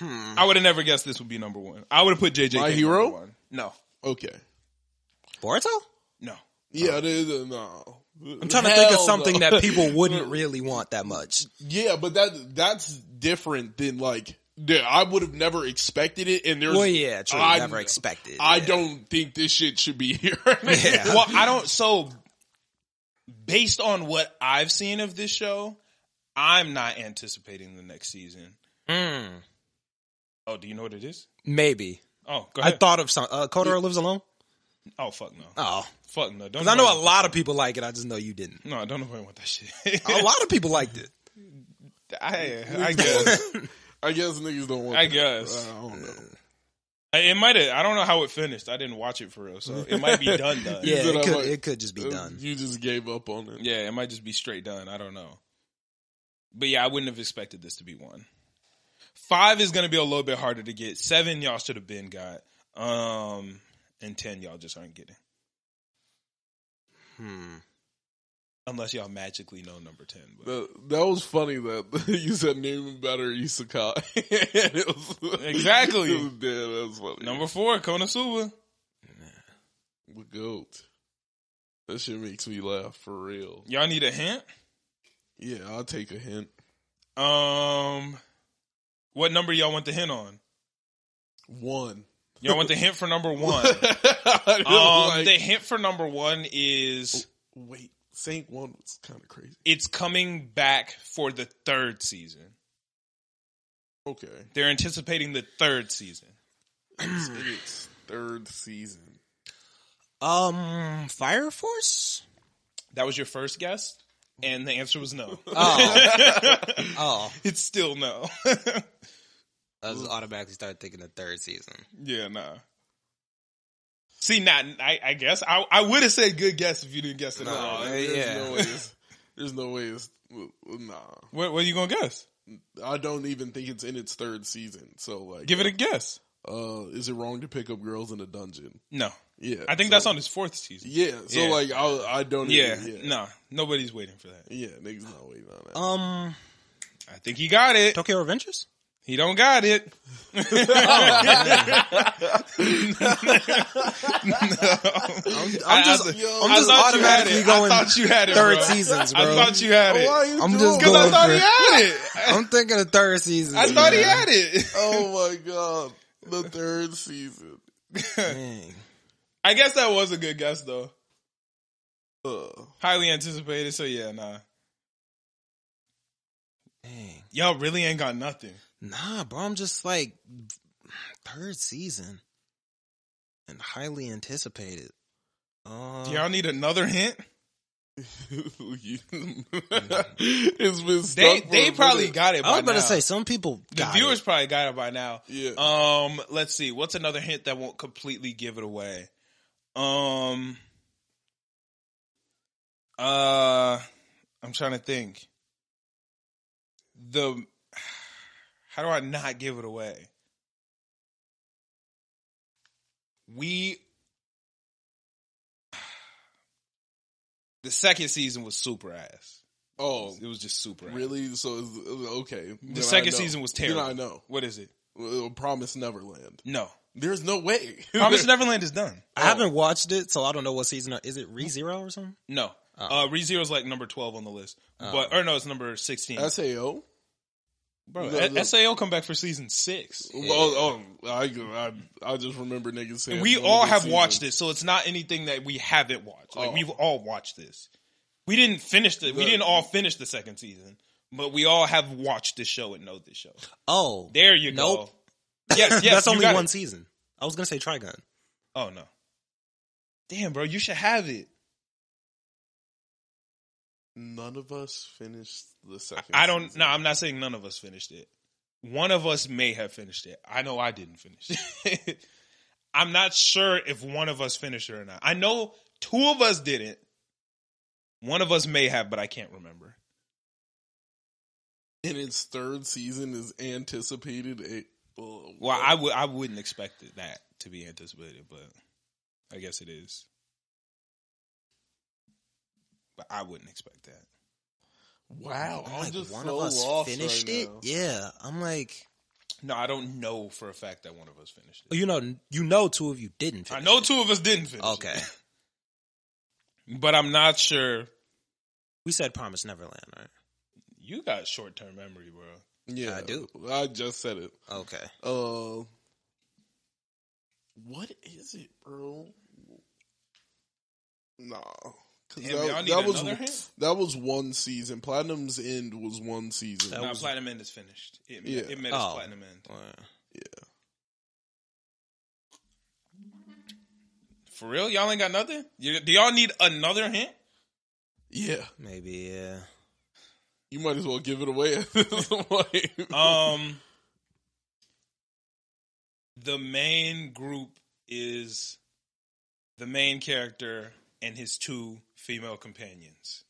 Speaker 1: I would have never guessed this would be number one. I would have put JJ.
Speaker 2: My
Speaker 1: number
Speaker 2: Hero?
Speaker 1: One. No,
Speaker 2: Okay.
Speaker 4: Boruto.
Speaker 1: no.
Speaker 2: Yeah, it is, uh, no.
Speaker 4: I'm trying to think of something that people wouldn't really want that much.
Speaker 2: *laughs* Yeah, but that that's different than like. Yeah, I would have never expected it, and there's.
Speaker 4: Well, yeah, true.
Speaker 2: I-
Speaker 4: never expected.
Speaker 2: I
Speaker 4: yeah.
Speaker 2: don't think this shit should be *laughs* here.
Speaker 4: Yeah.
Speaker 1: well, I don't. So, based on what I've seen of this show, I'm not anticipating the next season.
Speaker 4: Mm,
Speaker 1: Oh, do you know what it is?
Speaker 4: maybe.
Speaker 1: Oh, go
Speaker 4: I
Speaker 1: ahead.
Speaker 4: thought of some. Uh, Kodoro lives alone.
Speaker 1: oh, fuck no.
Speaker 4: Oh,
Speaker 1: Fuck no. Don't.
Speaker 4: because I know a
Speaker 1: nobody-
Speaker 4: lot of people like it. I just know you didn't.
Speaker 1: No, I don't know if I want that shit.
Speaker 4: A lot of people liked it.
Speaker 1: *laughs* I, I guess.
Speaker 2: I guess niggas don't want.
Speaker 1: *laughs* I
Speaker 2: that. Uh,
Speaker 1: guess.
Speaker 4: Uh,
Speaker 2: I don't know.
Speaker 1: I- It might have. I don't know how it finished. I didn't watch it for real, so it might
Speaker 4: *laughs*
Speaker 1: be done. Done.
Speaker 4: Yeah,
Speaker 2: said I
Speaker 4: it could,
Speaker 2: like-
Speaker 4: it could just be done.
Speaker 2: Uh, You just gave up on it.
Speaker 1: Yeah, it might just be straight done. I don't know. But yeah, I wouldn't have expected this to be one. Five is going to be a little bit harder to get. Seven, y'all should have been got. Um, and ten, y'all just aren't getting
Speaker 4: Hmm.
Speaker 1: unless y'all magically know number ten. But.
Speaker 2: That, that was funny that *laughs* you said name better Isekai. *laughs* it was,
Speaker 1: Exactly.
Speaker 2: It was, *laughs* yeah, that was funny.
Speaker 1: Number four, Konosuba.
Speaker 2: The goat. That shit makes me laugh for real.
Speaker 1: Y'all need a hint.
Speaker 2: Yeah, I'll take a hint.
Speaker 1: Um, what number y'all want the hint on?
Speaker 2: One.
Speaker 1: Y'all want the hint for number one?
Speaker 2: *laughs* I know,
Speaker 1: Um,
Speaker 2: like-
Speaker 1: the hint for number one is
Speaker 2: wait, Saint One was kind of crazy.
Speaker 1: it's coming back for the third season.
Speaker 2: Okay, *clears throat*
Speaker 1: They're anticipating the third season.
Speaker 2: it's in its third season.
Speaker 4: Um, Fire Force.
Speaker 1: That was your first guess, and the answer was no.
Speaker 4: Oh, oh.
Speaker 1: *laughs* it's still no. *laughs*
Speaker 4: I just automatically started thinking the third season.
Speaker 1: yeah, nah. See, not I, I guess I, I would have said good guess if you didn't guess it. at
Speaker 4: Nah,
Speaker 1: all.
Speaker 4: uh,
Speaker 2: there's
Speaker 4: yeah.
Speaker 2: no way. It's, *laughs* there's no way. It's nah.
Speaker 1: What, what are you gonna guess?
Speaker 2: I don't even think it's in its third season. So like,
Speaker 1: Give it a guess.
Speaker 2: uh, is it wrong to pick up girls in a dungeon?
Speaker 1: No,
Speaker 2: Yeah,
Speaker 1: I think
Speaker 2: so-
Speaker 1: that's on his fourth season.
Speaker 2: Yeah, so
Speaker 1: Yeah.
Speaker 2: like, I I don't.
Speaker 1: Yeah,
Speaker 2: even, yeah,
Speaker 1: nah, nobody's waiting for that.
Speaker 2: yeah, niggas not waiting on that.
Speaker 4: Um,
Speaker 1: I think he got it.
Speaker 4: Tokyo Revengers.
Speaker 1: He don't got
Speaker 4: *laughs*
Speaker 1: it.
Speaker 4: I'm,
Speaker 1: I- I
Speaker 4: I'm just,
Speaker 1: th-
Speaker 2: yo,
Speaker 4: I'm
Speaker 1: I
Speaker 4: just
Speaker 1: thought you had
Speaker 4: automatically
Speaker 1: it.
Speaker 4: going
Speaker 1: I thought you had it.
Speaker 4: third
Speaker 1: bro.
Speaker 4: seasons, bro.
Speaker 1: I thought you had it.
Speaker 2: Why you
Speaker 4: I'm
Speaker 2: doing
Speaker 4: just
Speaker 2: that?
Speaker 1: Because I *laughs*
Speaker 4: going
Speaker 1: thought
Speaker 4: for-
Speaker 1: he had it.
Speaker 4: *laughs* I'm thinking the third season.
Speaker 1: I thought he
Speaker 4: man.
Speaker 1: had it.
Speaker 2: Oh my god, the third season.
Speaker 4: Dang.
Speaker 1: I guess that was a good guess though.
Speaker 2: *laughs* Ugh.
Speaker 1: Highly anticipated. So yeah, nah.
Speaker 4: Dang.
Speaker 1: Y'all really ain't got nothing.
Speaker 4: Nah, bro. I'm just like third season and highly anticipated. Uh,
Speaker 1: Do y'all need another hint?
Speaker 2: *laughs* it's been stuck
Speaker 1: They
Speaker 2: for
Speaker 1: they
Speaker 2: a
Speaker 1: probably
Speaker 2: minute.
Speaker 1: got it. By
Speaker 4: I was about
Speaker 1: now.
Speaker 4: to say some people.
Speaker 1: the
Speaker 4: got
Speaker 1: viewers
Speaker 4: it.
Speaker 1: probably got it by now.
Speaker 2: Yeah.
Speaker 1: Um, let's see. What's another hint that won't completely give it away? Um, uh, I'm trying to think. The how do I not give it away? We the second season was super ass.
Speaker 2: oh,
Speaker 1: It was just super. Ass.
Speaker 2: really? So it's, it's okay.
Speaker 1: The
Speaker 2: Then I
Speaker 1: second
Speaker 2: know.
Speaker 1: season was
Speaker 2: Then
Speaker 1: terrible.
Speaker 2: I know.
Speaker 1: What
Speaker 2: *laughs*
Speaker 1: is it?
Speaker 2: Well, Promise Neverland.
Speaker 1: No,
Speaker 2: There's no way. *laughs*
Speaker 1: Promise Neverland is done.
Speaker 4: I haven't watched it, so I don't know what season. Is it ReZero or something?
Speaker 1: No. Uh,
Speaker 4: Oh.
Speaker 1: ReZero's like number 12 on the list. But, or no, it's number 16.
Speaker 2: Sao.
Speaker 1: Bro,
Speaker 2: the- the-
Speaker 1: A- SAO come back for season six.
Speaker 2: Well, oh, I, I I just remember niggas saying
Speaker 1: We
Speaker 2: multiple
Speaker 1: all have
Speaker 2: seasons.
Speaker 1: watched this, so it's not anything that we haven't watched. Like,
Speaker 2: Oh.
Speaker 1: we've all watched this. We didn't finish the, we
Speaker 2: The-
Speaker 1: didn't all finish the second season, but we all have watched this show and know this show.
Speaker 4: Oh,
Speaker 1: There you
Speaker 4: Nope.
Speaker 1: go. Yes, yes.
Speaker 4: *laughs* that's
Speaker 1: you
Speaker 4: only
Speaker 1: got
Speaker 4: one
Speaker 1: it.
Speaker 4: season. I was gonna say Trigun.
Speaker 1: Oh, no. Damn, bro, you should have it.
Speaker 2: None of us finished the second.
Speaker 1: I don't,
Speaker 2: season.
Speaker 1: no, I'm not saying none of us finished it. One of us may have finished it. I know I didn't finish it. *laughs* I'm not sure if one of us finished it or not. I know two of us didn't. One of us may have, but I can't remember.
Speaker 2: And its third season is anticipated. A, uh, well,
Speaker 1: Well, I would I wouldn't expect it- that to be anticipated, but I guess it is. But I wouldn't expect that.
Speaker 2: wow,
Speaker 4: I'm
Speaker 2: I'm
Speaker 4: like,
Speaker 2: just
Speaker 4: one
Speaker 2: so
Speaker 4: of us
Speaker 2: lost
Speaker 4: finished
Speaker 2: right
Speaker 4: it.
Speaker 2: now.
Speaker 4: Yeah, I'm like,
Speaker 1: No, I don't know for a fact that one of us finished it.
Speaker 4: you know, you know, two of Oh, you didn't.
Speaker 1: I
Speaker 4: Finish
Speaker 1: know
Speaker 4: it.
Speaker 1: two of us didn't finish. it.
Speaker 4: Okay,
Speaker 1: but I'm not sure.
Speaker 4: we said Promise Neverland, right?
Speaker 1: You got short term memory, bro.
Speaker 2: Yeah,
Speaker 4: I do.
Speaker 2: I just said it.
Speaker 4: Okay,
Speaker 2: Uh, what is it, bro? Nah. 'Cause
Speaker 1: Damn, y'all need another hint?
Speaker 2: was that was one season. Platinum's End was one season.
Speaker 4: That
Speaker 1: Now
Speaker 4: was-
Speaker 1: Platinum End is finished. It,
Speaker 2: Yeah.
Speaker 1: it made us
Speaker 4: Oh.
Speaker 1: Platinum End.
Speaker 4: Alright.
Speaker 1: For real? Y'all ain't got nothing? You, do y'all need another hint?
Speaker 2: Yeah,
Speaker 4: Maybe, yeah.
Speaker 2: you might as well give it away at this point.
Speaker 1: Um, *laughs* the main group is the main character and his two female companions.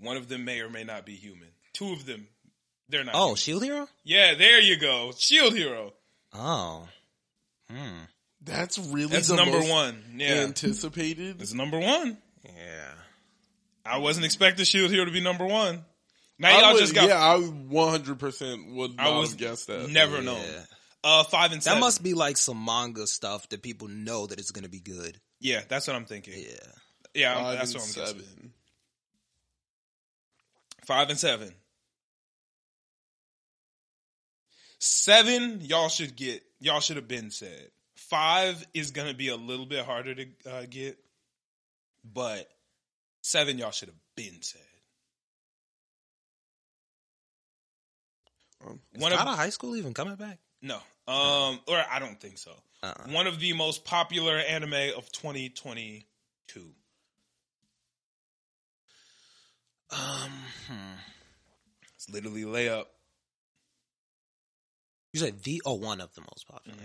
Speaker 1: One of them may or may not be human. Two of them, they're not.
Speaker 4: Oh,
Speaker 1: human.
Speaker 4: Shield Hero?
Speaker 1: yeah, there you go, Shield Hero.
Speaker 4: Oh. Hmm.
Speaker 2: That's really
Speaker 1: That's
Speaker 2: the
Speaker 1: number
Speaker 2: most
Speaker 1: one. Yeah,
Speaker 2: Anticipated.
Speaker 1: that's number one.
Speaker 4: Yeah.
Speaker 1: I wasn't expecting Shield Hero to be number one. Now
Speaker 2: I
Speaker 1: y'all
Speaker 2: would-
Speaker 1: just got
Speaker 2: yeah, I 100 percent would not
Speaker 1: I was
Speaker 2: have guessed that.
Speaker 1: never
Speaker 4: yeah.
Speaker 1: known. Uh, five and
Speaker 4: That
Speaker 1: seven.
Speaker 4: must be like some manga stuff that people know that it's gonna be good.
Speaker 1: Yeah, that's what I'm thinking.
Speaker 4: Yeah.
Speaker 1: Yeah, I'm-
Speaker 2: Five
Speaker 1: that's
Speaker 2: and
Speaker 1: what I'm
Speaker 2: seven.
Speaker 1: guessing. Five and seven. Seven, y'all should get. Y'all should have been said. Five is gonna be a little bit harder to uh, get, but seven, y'all should have been said.
Speaker 2: Um,
Speaker 4: Is
Speaker 1: One of
Speaker 4: God of High School even coming back?
Speaker 1: no, um, or I don't think so.
Speaker 4: Uh-uh.
Speaker 1: One of the most popular anime of 2022.
Speaker 4: Um, hmm.
Speaker 1: It's literally layup.
Speaker 4: You said the oh one of the most popular.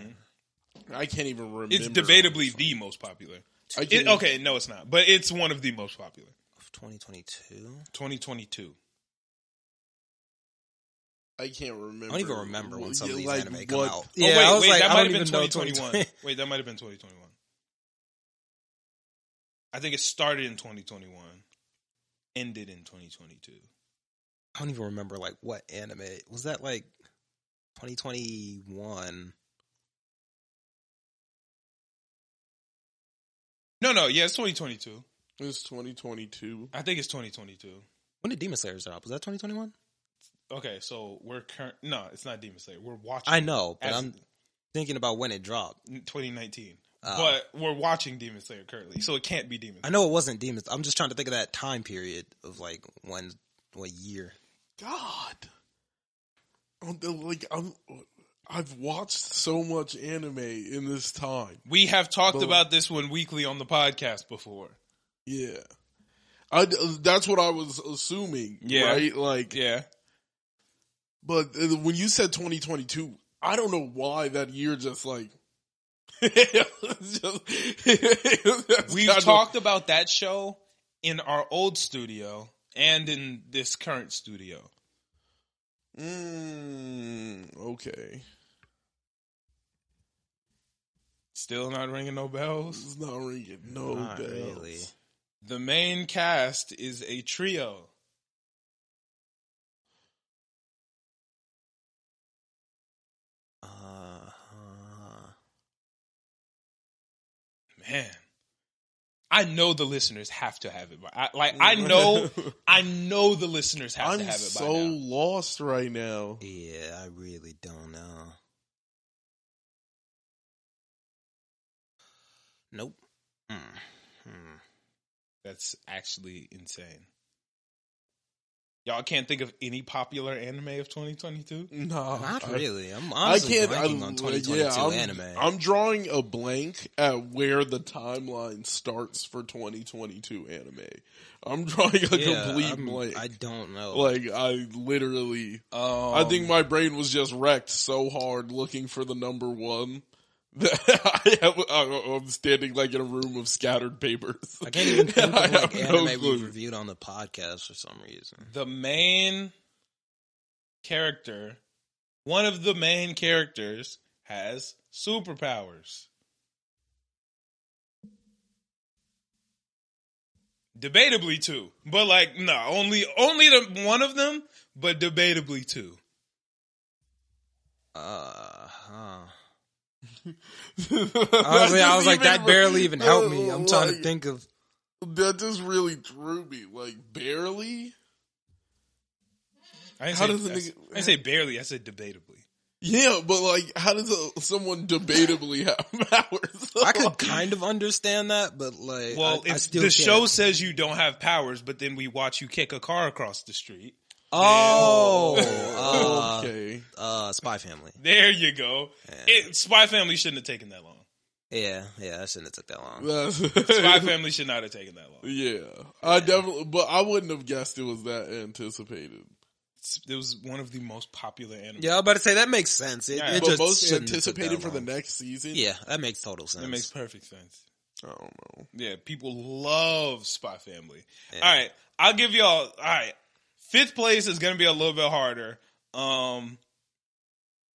Speaker 2: I can't even remember.
Speaker 1: It's debatably the most popular.
Speaker 2: I
Speaker 1: It,
Speaker 2: can't-
Speaker 1: okay, no, it's not, but it's one of the most popular. Oh,
Speaker 4: Of 2022.
Speaker 1: 2022.
Speaker 2: I can't remember.
Speaker 4: I don't even remember when some of
Speaker 2: Yeah,
Speaker 4: these
Speaker 2: like,
Speaker 4: anime come
Speaker 2: what-
Speaker 4: out.
Speaker 3: Yeah,
Speaker 1: oh, wait,
Speaker 3: I was
Speaker 1: wait,
Speaker 3: like,
Speaker 1: that
Speaker 3: I
Speaker 1: might
Speaker 3: don't
Speaker 1: have been
Speaker 3: even know
Speaker 1: 2021.
Speaker 3: 2020.
Speaker 1: *laughs* wait, that might have been 2021. I think it started in 2021, ended in 2022.
Speaker 4: *laughs* I don't even remember like what anime was that like 2021.
Speaker 1: No, no, yeah, it's 2022.
Speaker 2: It's 2022.
Speaker 1: I think it's 2022.
Speaker 4: When did Demon Slayer start? Was that 2021?
Speaker 1: Okay, so we're current. No, it's not Demon Slayer. We're watching.
Speaker 4: I know, but
Speaker 1: as-
Speaker 4: I'm thinking about when it dropped.
Speaker 1: 2019,
Speaker 4: Uh,
Speaker 1: but we're watching Demon Slayer currently, so it can't be Demon.
Speaker 4: I know it wasn't Demon. I'm just trying to think of that time period of like when what year.
Speaker 2: God, I'm, like I'm, I've watched so much anime in this time.
Speaker 1: We have talked
Speaker 2: But-
Speaker 1: about this one weekly on the podcast before.
Speaker 2: Yeah, I that's what I was assuming.
Speaker 1: Yeah.
Speaker 2: right. Like,
Speaker 1: Yeah,
Speaker 2: but uh, when you said 2022, I don't know why that year just like. *laughs* It's just-
Speaker 1: We've
Speaker 2: Kind of-
Speaker 1: talked about that show in our old studio and in this current studio.
Speaker 2: Mm, okay,
Speaker 1: Still not ringing no bells.
Speaker 2: it's not ringing. No,
Speaker 4: Not
Speaker 2: bells. *laughs*
Speaker 4: really.
Speaker 1: The main cast is a trio.
Speaker 4: Uh,
Speaker 1: Man, I know the listeners have to have it. By, I, like
Speaker 2: *laughs*
Speaker 1: I know, I know the listeners have
Speaker 2: I'm
Speaker 1: to have it
Speaker 2: so
Speaker 1: by now.
Speaker 2: lost right now.
Speaker 4: yeah, I really don't know. Nope. Mm. Hmm.
Speaker 1: That's actually insane. Y'all can't think of any popular anime of 2022.
Speaker 2: No,
Speaker 4: Not
Speaker 2: I-
Speaker 4: really. I'm
Speaker 2: I
Speaker 4: honestly
Speaker 2: can't.
Speaker 4: blanking
Speaker 2: I'm,
Speaker 4: on 2022
Speaker 2: yeah, I'm,
Speaker 4: anime.
Speaker 2: I'm drawing a blank at where the timeline starts for 2022 anime. I'm *laughs* drawing a
Speaker 4: Yeah,
Speaker 2: complete
Speaker 4: I'm-
Speaker 2: blank.
Speaker 4: I don't know.
Speaker 2: like I literally,
Speaker 1: Um,
Speaker 2: I think my brain was just wrecked so hard looking for the number one *laughs* that I have, I- I'm standing like in a room of scattered papers.
Speaker 4: I
Speaker 1: *laughs*
Speaker 4: can't even think of
Speaker 2: *laughs* I
Speaker 4: like
Speaker 2: have no
Speaker 4: anime we've
Speaker 2: clue. *laughs*
Speaker 4: reviewed on the podcast for some reason.
Speaker 1: the main character, one of the main characters, has superpowers. Debatably two, but like no, only only the one of them, but debatably two.
Speaker 4: Uh
Speaker 1: *laughs*
Speaker 4: huh.
Speaker 2: That
Speaker 3: I was
Speaker 2: just
Speaker 3: like, that barely even helped me.
Speaker 2: *laughs*
Speaker 3: I'm trying
Speaker 2: like,
Speaker 3: to think of.
Speaker 2: That just really drew me. Like barely.
Speaker 1: I didn't,
Speaker 2: How
Speaker 1: say,
Speaker 2: does the
Speaker 1: I s-
Speaker 2: nigga-
Speaker 1: I didn't say barely. I said debatably.
Speaker 2: Yeah, but like, how does a, someone debatably have *laughs* powers?
Speaker 4: I could
Speaker 2: *laughs*
Speaker 4: kind of understand that, but like,
Speaker 1: Well,
Speaker 4: I, I
Speaker 1: it's,
Speaker 4: still
Speaker 1: the
Speaker 4: can't.
Speaker 1: show says you don't have powers, but then we watch you kick a car across the street.
Speaker 4: Oh, uh,
Speaker 2: okay.
Speaker 4: uh, Spy Family.
Speaker 1: There you go.
Speaker 4: Yeah.
Speaker 1: It, Spy Family shouldn't have taken
Speaker 4: *laughs*
Speaker 1: that long.
Speaker 4: yeah, yeah, that shouldn't have took that long.
Speaker 1: Spy
Speaker 2: That's-
Speaker 1: Family should not have taken that long.
Speaker 2: yeah. I definitely, but I wouldn't have guessed it was that anticipated.
Speaker 1: It's- It was one of the most popular anime.
Speaker 4: Yeah, I was about to say that makes sense. It,
Speaker 1: Yeah. But
Speaker 4: it
Speaker 2: but
Speaker 4: just
Speaker 2: most
Speaker 4: shouldn't have took
Speaker 2: anticipated
Speaker 4: that
Speaker 2: for the
Speaker 4: long.
Speaker 2: next season.
Speaker 4: Yeah, that makes total sense.
Speaker 1: That makes perfect sense.
Speaker 2: I don't know.
Speaker 1: Yeah, people love Spy Family.
Speaker 4: Yeah.
Speaker 1: All right, I'll give y'all. All right, fifth place is gonna be a little bit harder. Um,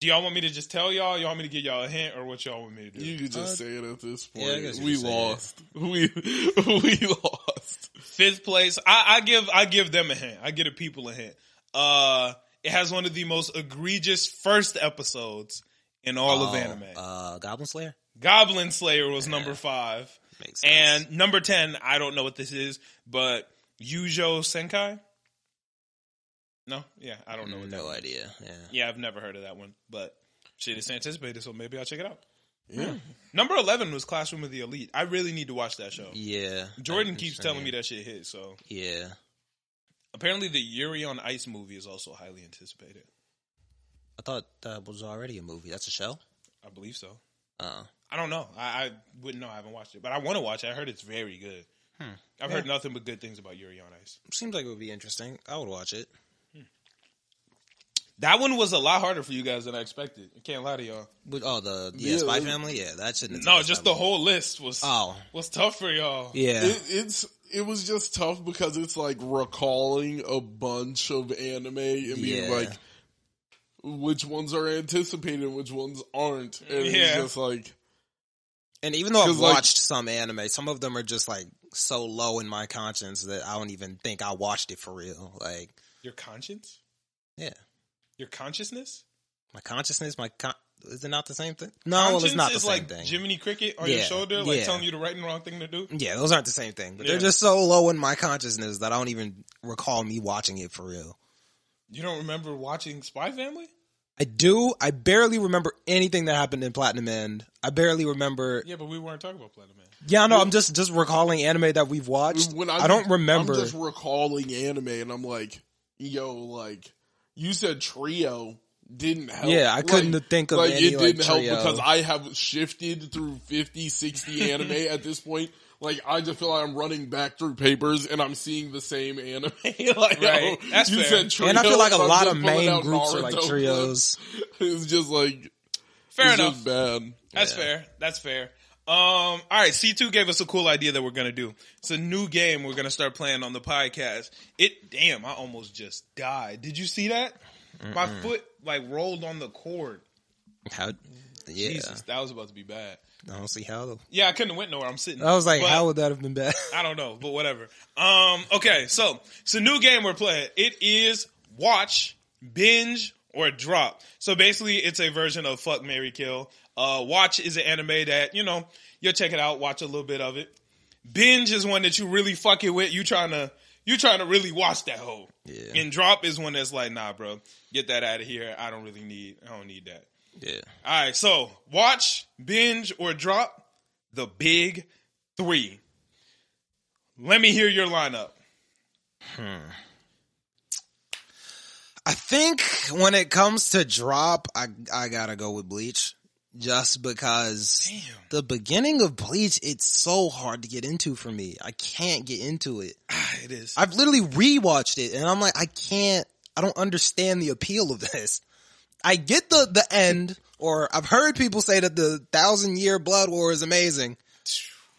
Speaker 1: do y'all want me to just tell y'all? Y'all want me to give y'all a hint, or what y'all want me to do?
Speaker 2: You could just say it at this point.
Speaker 4: Uh, yeah, I guess you
Speaker 2: we
Speaker 4: could say it.
Speaker 2: lost. *laughs* We we lost.
Speaker 1: Fifth place. I, I give I give them a hint. I give the people a hint. Uh, it has one of the most egregious first episodes in all of
Speaker 4: Oh,
Speaker 1: anime.
Speaker 4: Uh, Goblin Slayer
Speaker 1: Goblin Slayer was
Speaker 4: yeah.
Speaker 1: number five,
Speaker 4: makes sense.
Speaker 1: and number ten. I don't know what this is, but Yujo Senkai. No, yeah, I don't know what that
Speaker 4: no
Speaker 1: one is.
Speaker 4: idea. Yeah.
Speaker 1: Yeah, I've never heard of that one, but shit, it's anticipated, so maybe I'll check it out.
Speaker 2: Yeah.
Speaker 1: Number eleven was Classroom of the Elite. I really need to watch that show.
Speaker 4: Yeah.
Speaker 1: Jordan keeps telling me that shit hit, so
Speaker 4: Yeah.
Speaker 1: apparently the Yuri on Ice movie is also highly anticipated.
Speaker 4: I thought that was already a movie. That's a show.
Speaker 1: I believe so.
Speaker 4: Uh,
Speaker 1: I don't know. I, I wouldn't know. I haven't watched it, but I want to watch it. I heard it's very good.
Speaker 4: Hmm.
Speaker 1: I've heard nothing but good things about Yuri on Ice.
Speaker 4: seems like it would be interesting. I would watch it.
Speaker 1: That one was a lot harder for you guys than I expected. I can't lie to y'all.
Speaker 4: But oh, the yeah,
Speaker 2: Yeah,
Speaker 4: Spy
Speaker 2: it-
Speaker 4: Family. Yeah, that shouldn't. have
Speaker 1: No,
Speaker 4: took
Speaker 1: just
Speaker 4: that
Speaker 1: the
Speaker 4: long.
Speaker 1: whole list was
Speaker 4: Oh,
Speaker 1: was tough for y'all.
Speaker 4: yeah.
Speaker 2: It, it's it was just tough because it's like recalling a bunch of anime and being
Speaker 4: Yeah.
Speaker 2: like which ones are anticipated and which ones aren't. And it's
Speaker 1: Yeah.
Speaker 2: just like
Speaker 4: and even though
Speaker 2: 'Cause,
Speaker 4: I've
Speaker 2: like-
Speaker 4: watched some anime, some of them are just like so low in my conscience that I don't even think I watched it for real. Like,
Speaker 1: Your conscience,
Speaker 4: yeah,
Speaker 1: your consciousness.
Speaker 4: my consciousness, my con- is it not the same thing? No, Oh, well, it's
Speaker 1: Conscience
Speaker 4: not the
Speaker 1: is
Speaker 4: same
Speaker 1: like
Speaker 4: thing.
Speaker 1: Jiminy Cricket on your
Speaker 4: Yeah,
Speaker 1: shoulder, like
Speaker 4: yeah.
Speaker 1: telling you the right and wrong thing to do.
Speaker 4: yeah, those aren't the same thing. But
Speaker 1: Yeah.
Speaker 4: they're just so low in my consciousness that I don't even recall me watching it for real.
Speaker 1: You don't remember watching Spy Family?
Speaker 4: I do. I barely remember anything that happened in Platinum End. I barely remember.
Speaker 1: Yeah, but we weren't talking about *laughs* Platinum Man.
Speaker 4: Yeah, no, I'm just just recalling anime that we've watched.
Speaker 2: when
Speaker 4: I don't remember.
Speaker 2: I'm just recalling anime and I'm like, yo, like you said trio didn't help.
Speaker 4: Yeah, I couldn't
Speaker 2: Like-
Speaker 4: think of
Speaker 2: like
Speaker 4: any,
Speaker 2: it
Speaker 4: like,
Speaker 2: didn't help
Speaker 4: trio.
Speaker 2: because I have shifted through 50,
Speaker 4: *laughs*
Speaker 2: 60 anime at this point. Like I just feel like I'm running back through papers and I'm seeing the same anime. *laughs* like
Speaker 1: Right,
Speaker 2: oh,
Speaker 1: that's
Speaker 2: you
Speaker 1: fair.
Speaker 2: said trio,
Speaker 4: and I feel like a
Speaker 2: so I'm
Speaker 4: lot
Speaker 2: just
Speaker 4: of
Speaker 2: pulling
Speaker 4: main
Speaker 2: out
Speaker 4: groups are like
Speaker 2: Naruto clips.
Speaker 4: trios.
Speaker 2: *laughs* It's just like
Speaker 1: Fair
Speaker 2: it's
Speaker 1: enough.
Speaker 2: just bad.
Speaker 1: That's
Speaker 4: Yeah.
Speaker 1: fair. That's fair. Um, all right, C2 gave us a cool idea that we're gonna do. It's a new game we're gonna start playing on the podcast. It damn, I almost just died. Did you see that? My foot like rolled on the cord.
Speaker 4: How? Yeah,
Speaker 1: Jesus, that was about to be bad.
Speaker 4: I don't see how.
Speaker 1: Yeah, I couldn't have went nowhere. I'm sitting.
Speaker 4: I was like,
Speaker 1: But-
Speaker 4: how would that have been
Speaker 2: *laughs*
Speaker 4: bad?
Speaker 1: I don't know, but whatever. Um, okay, so it's a new game we're playing. It is watch, binge, or drop. So basically, it's a version of Fuck Mary Kill. Uh, watch is an anime that you know you'll check it out, watch a little bit of it. Binge is one that you really fuck it with. You trying to you trying to really watch that whole.
Speaker 4: Yeah.
Speaker 1: And drop is one that's like, nah, bro, get that out of here. I don't really need. I don't need that.
Speaker 4: yeah.
Speaker 1: All right, so watch, binge, or drop the big three. Let me hear your lineup.
Speaker 4: I think when it comes to drop, I I gotta go with Bleach just because
Speaker 1: Damn.
Speaker 4: the beginning of Bleach it's so hard to get into for me. I can't get into it.
Speaker 1: Ah, it is.
Speaker 4: I've literally rewatched it and I'm like, I can't, I don't understand the appeal of this. I get the, the end, or I've heard people say that the thousand year blood war is amazing.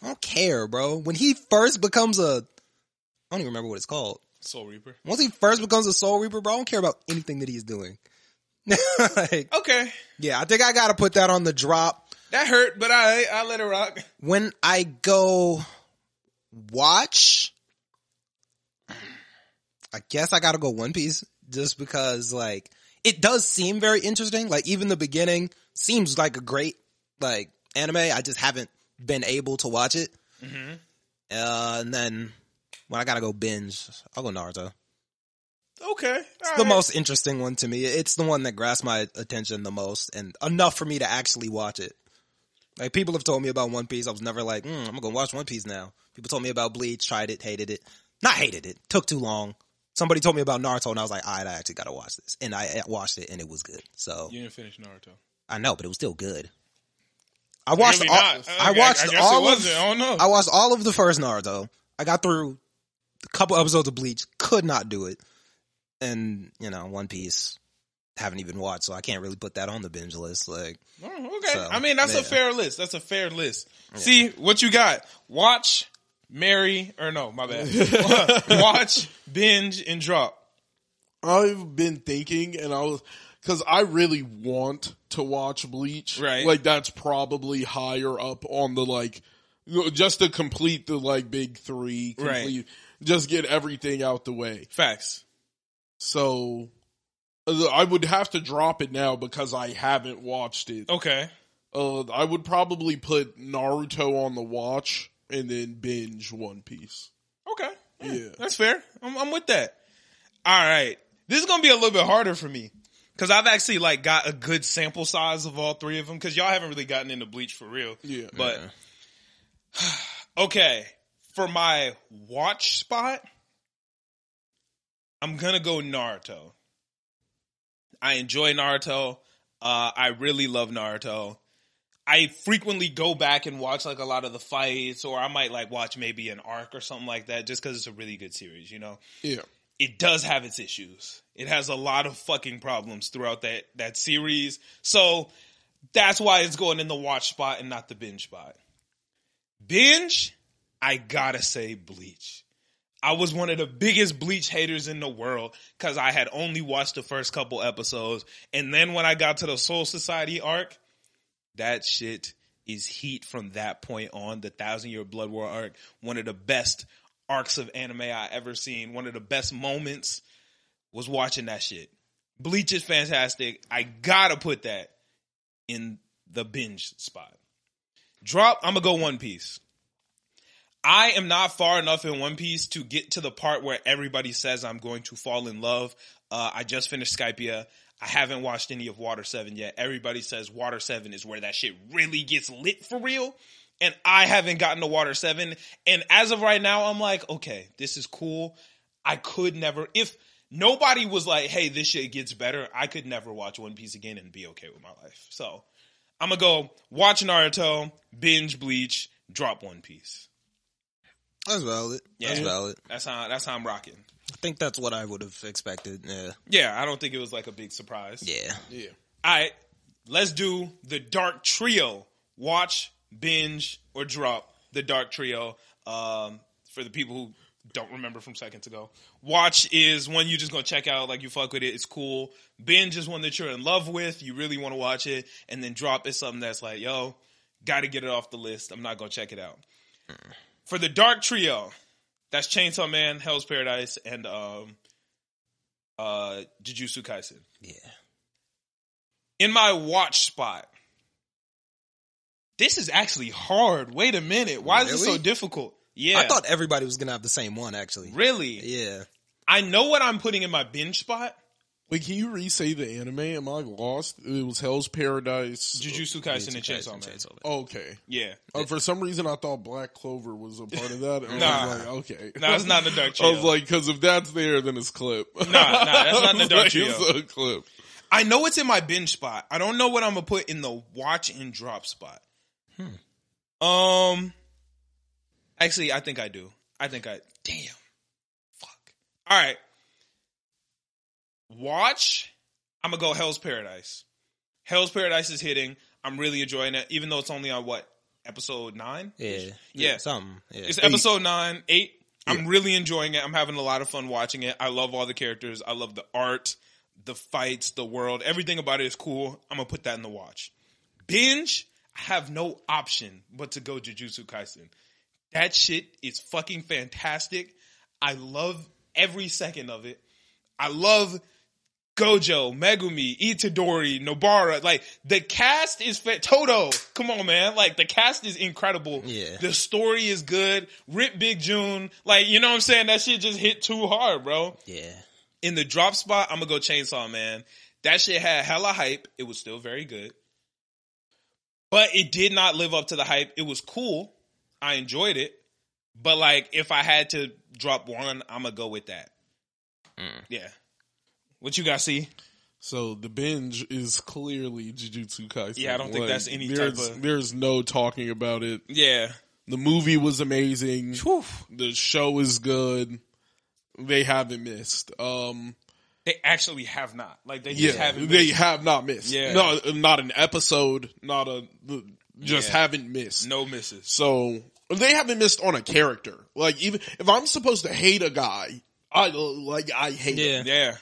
Speaker 4: I don't care, bro. When he first becomes a, I don't even remember what it's called.
Speaker 1: Soul Reaper.
Speaker 4: Once he first becomes a soul reaper, bro, I don't care about anything that he's doing. *laughs* like,
Speaker 1: Okay,
Speaker 4: yeah, I think I gotta put that on the drop.
Speaker 1: that hurt, but I I let it rock.
Speaker 4: when I go watch, I guess I gotta go One Piece just because like it does seem very interesting. Like even the beginning seems like a great like anime. I just haven't been able to watch it. Uh, and then when I gotta go binge, I'll go Naruto.
Speaker 1: Okay,
Speaker 4: It's the most interesting one to me. It's the one that grasped my attention the most and enough for me to actually watch it. Like people have told me about One Piece. I was never like, "Hmm, mm, I'm gonna watch One Piece now. People told me about Bleach, tried it, hated it. Not hated it. Took too long. somebody told me about Naruto, and I was like, all right, I actually got to watch this, and I uh, watched it, and it was good. So
Speaker 1: You didn't finish Naruto.
Speaker 4: I know, but it was still good. I watched
Speaker 1: Really
Speaker 4: all.
Speaker 1: not.
Speaker 4: I watched
Speaker 1: I guess
Speaker 4: all
Speaker 1: it
Speaker 4: of.
Speaker 1: wasn't. I don't know.
Speaker 4: I watched all of the first Naruto. I got through a couple episodes of Bleach. Could not do it, and you know, One Piece haven't even watched, so I can't really put that on the binge list. Like,
Speaker 1: Oh, okay.
Speaker 4: So,
Speaker 1: I mean, that's
Speaker 4: yeah.
Speaker 1: a fair list. That's a fair list. See what you got. Watch, marry, or no, my
Speaker 4: *laughs*
Speaker 1: bad. *laughs* Watch, binge, and drop.
Speaker 2: I've been thinking, and I was because I really want to watch Bleach.
Speaker 1: Right.
Speaker 2: like that's probably higher up on the like you know, just to complete the like big three.
Speaker 1: Right.
Speaker 2: Complete, Just get everything out the way.
Speaker 1: Facts.
Speaker 2: So uh, I would have to drop it now because I haven't watched it.
Speaker 1: Okay.
Speaker 2: Uh, I would probably put Naruto on the watch and then binge One Piece.
Speaker 1: Okay. Yeah.
Speaker 2: Yeah.
Speaker 1: That's fair. I'm, I'm with that. All right. This is gonna be a little bit harder for me because I've actually like got a good sample size of all three of them because y'all haven't really gotten into Bleach for real.
Speaker 2: Yeah.
Speaker 1: But okay, for my watch spot, I'm gonna go Naruto. I enjoy Naruto. Uh, I really love Naruto. I frequently go back and watch like a lot of the fights, or I might like watch maybe an arc or something like that, just because it's a really good series, you know
Speaker 2: Yeah.
Speaker 1: it does have its issues. It has a lot of fucking problems throughout that that series. So that's why it's going in the watch spot and not the binge spot. Binge, I gotta say Bleach. I was one of the biggest Bleach haters in the world because I had only watched the first couple episodes. And then when I got to the Soul Society arc, that shit is heat from that point on. The Thousand Year Blood War arc, one of the best arcs of anime I ever seen. One of the best moments was watching that shit. Bleach is fantastic. I gotta put that in the binge spot. Drop, I'm gonna go One Piece. I am not far enough in One Piece to get to the part where everybody says I'm going to fall in love. Uh, I just finished Skypia. I haven't watched any of Water 7 yet. Everybody says Water 7 is where that shit really gets lit for real. And I haven't gotten to Water 7. And as of right now, I'm like, okay, this is cool. I could never, if nobody was like, hey, this shit gets better, I could never watch One Piece again and be okay with my life. So I'm gonna go watch Naruto, binge Bleach, drop One Piece.
Speaker 4: that's valid. That's
Speaker 1: Yeah.
Speaker 4: valid.
Speaker 1: That's how that's how I'm rocking.
Speaker 4: I think that's what I would have expected. Yeah.
Speaker 1: Yeah, I don't think it was like a big surprise.
Speaker 4: Yeah.
Speaker 2: Yeah.
Speaker 1: All right, let's do the Dark Trio. Watch, binge, or drop the Dark Trio. Um, for the people who don't remember from seconds ago, watch is one you just gonna check out, like you fuck with it, it's cool. Binge is one that you're in love with, you really want to watch it, and then drop is something that's like, yo, gotta get it off the list. I'm not gonna check it out. For the Dark Trio, that's Chainsaw Man, Hell's Paradise, and um, uh, Jujutsu Kaisen
Speaker 4: Yeah.
Speaker 1: in my watch spot. This is actually hard. Wait a minute. Why is it so
Speaker 4: Really?
Speaker 1: difficult? Yeah.
Speaker 4: I thought everybody was gonna have the same one actually.
Speaker 1: really.
Speaker 4: Yeah.
Speaker 1: I know what I'm putting in my binge spot.
Speaker 2: Wait, can you re say the anime? Am I lost? It was Hell's Paradise.
Speaker 1: Jujutsu Kaisen and Chainsaw Man.
Speaker 2: Okay.
Speaker 1: Yeah.
Speaker 2: Uh, for some reason, I thought Black Clover was a part of that. And I
Speaker 1: Nah.
Speaker 2: was like, okay.
Speaker 1: Nah, it's not in the *laughs* dark
Speaker 2: *laughs* I
Speaker 1: trio.
Speaker 2: was like, because if that's there, then it's clip. Nah,
Speaker 1: nah, that's
Speaker 2: *laughs*
Speaker 1: not in the dark trio.
Speaker 2: It's a clip.
Speaker 1: I know it's in my binge spot. I don't know what I'm gonna put in the watch and drop spot. Um, actually, I think I do. I think I. Damn. Fuck. All right. Watch. I'm gonna go Hell's Paradise. Hell's Paradise is hitting. I'm really enjoying it, even though it's only on what episode nine.
Speaker 4: Yeah.
Speaker 1: Yeah.
Speaker 4: Something. Yeah.
Speaker 1: It's episode nine, eight. I'm really enjoying it. I'm having a lot of fun watching it. I love all the characters. I love the art, the fights, the world. Everything about it is cool. I'm gonna put that in the watch. Binge. I have no option but to go Jujutsu Kaisen. That shit is fucking fantastic. I love every second of it. I love Gojo, Megumi, Itadori, Nobara. Like the cast is fa- Toto. Come on, man. Like the cast is incredible.
Speaker 4: Yeah.
Speaker 1: The story is good. Rip Big June. Like you know what I'm saying. That shit just hit too hard, bro.
Speaker 4: Yeah.
Speaker 1: In the drop spot, I'm gonna go Chainsaw Man. That shit had hella hype. It was still very good, but it did not live up to the hype. It was cool. I enjoyed it, but like if I had to drop one, I'm gonna go with that. Yeah. What you got, see?
Speaker 2: So the binge is clearly Jujutsu Kaisen.
Speaker 1: Yeah, I don't think that's any type
Speaker 2: there's,
Speaker 1: of-
Speaker 2: There's no talking about it.
Speaker 1: Yeah.
Speaker 2: The movie was amazing.
Speaker 1: Whew.
Speaker 2: The show is good. They haven't missed. Um,
Speaker 1: They actually have not. Like they
Speaker 2: yeah,
Speaker 1: just haven't.
Speaker 2: they
Speaker 1: been-
Speaker 2: have not missed.
Speaker 1: Yeah.
Speaker 2: no, not an episode. Not a just
Speaker 1: Yeah.
Speaker 2: haven't missed.
Speaker 1: no misses.
Speaker 2: So they haven't missed on a character. Like even if I'm supposed to hate a guy, I like I hate him.
Speaker 4: Yeah.
Speaker 1: Yeah.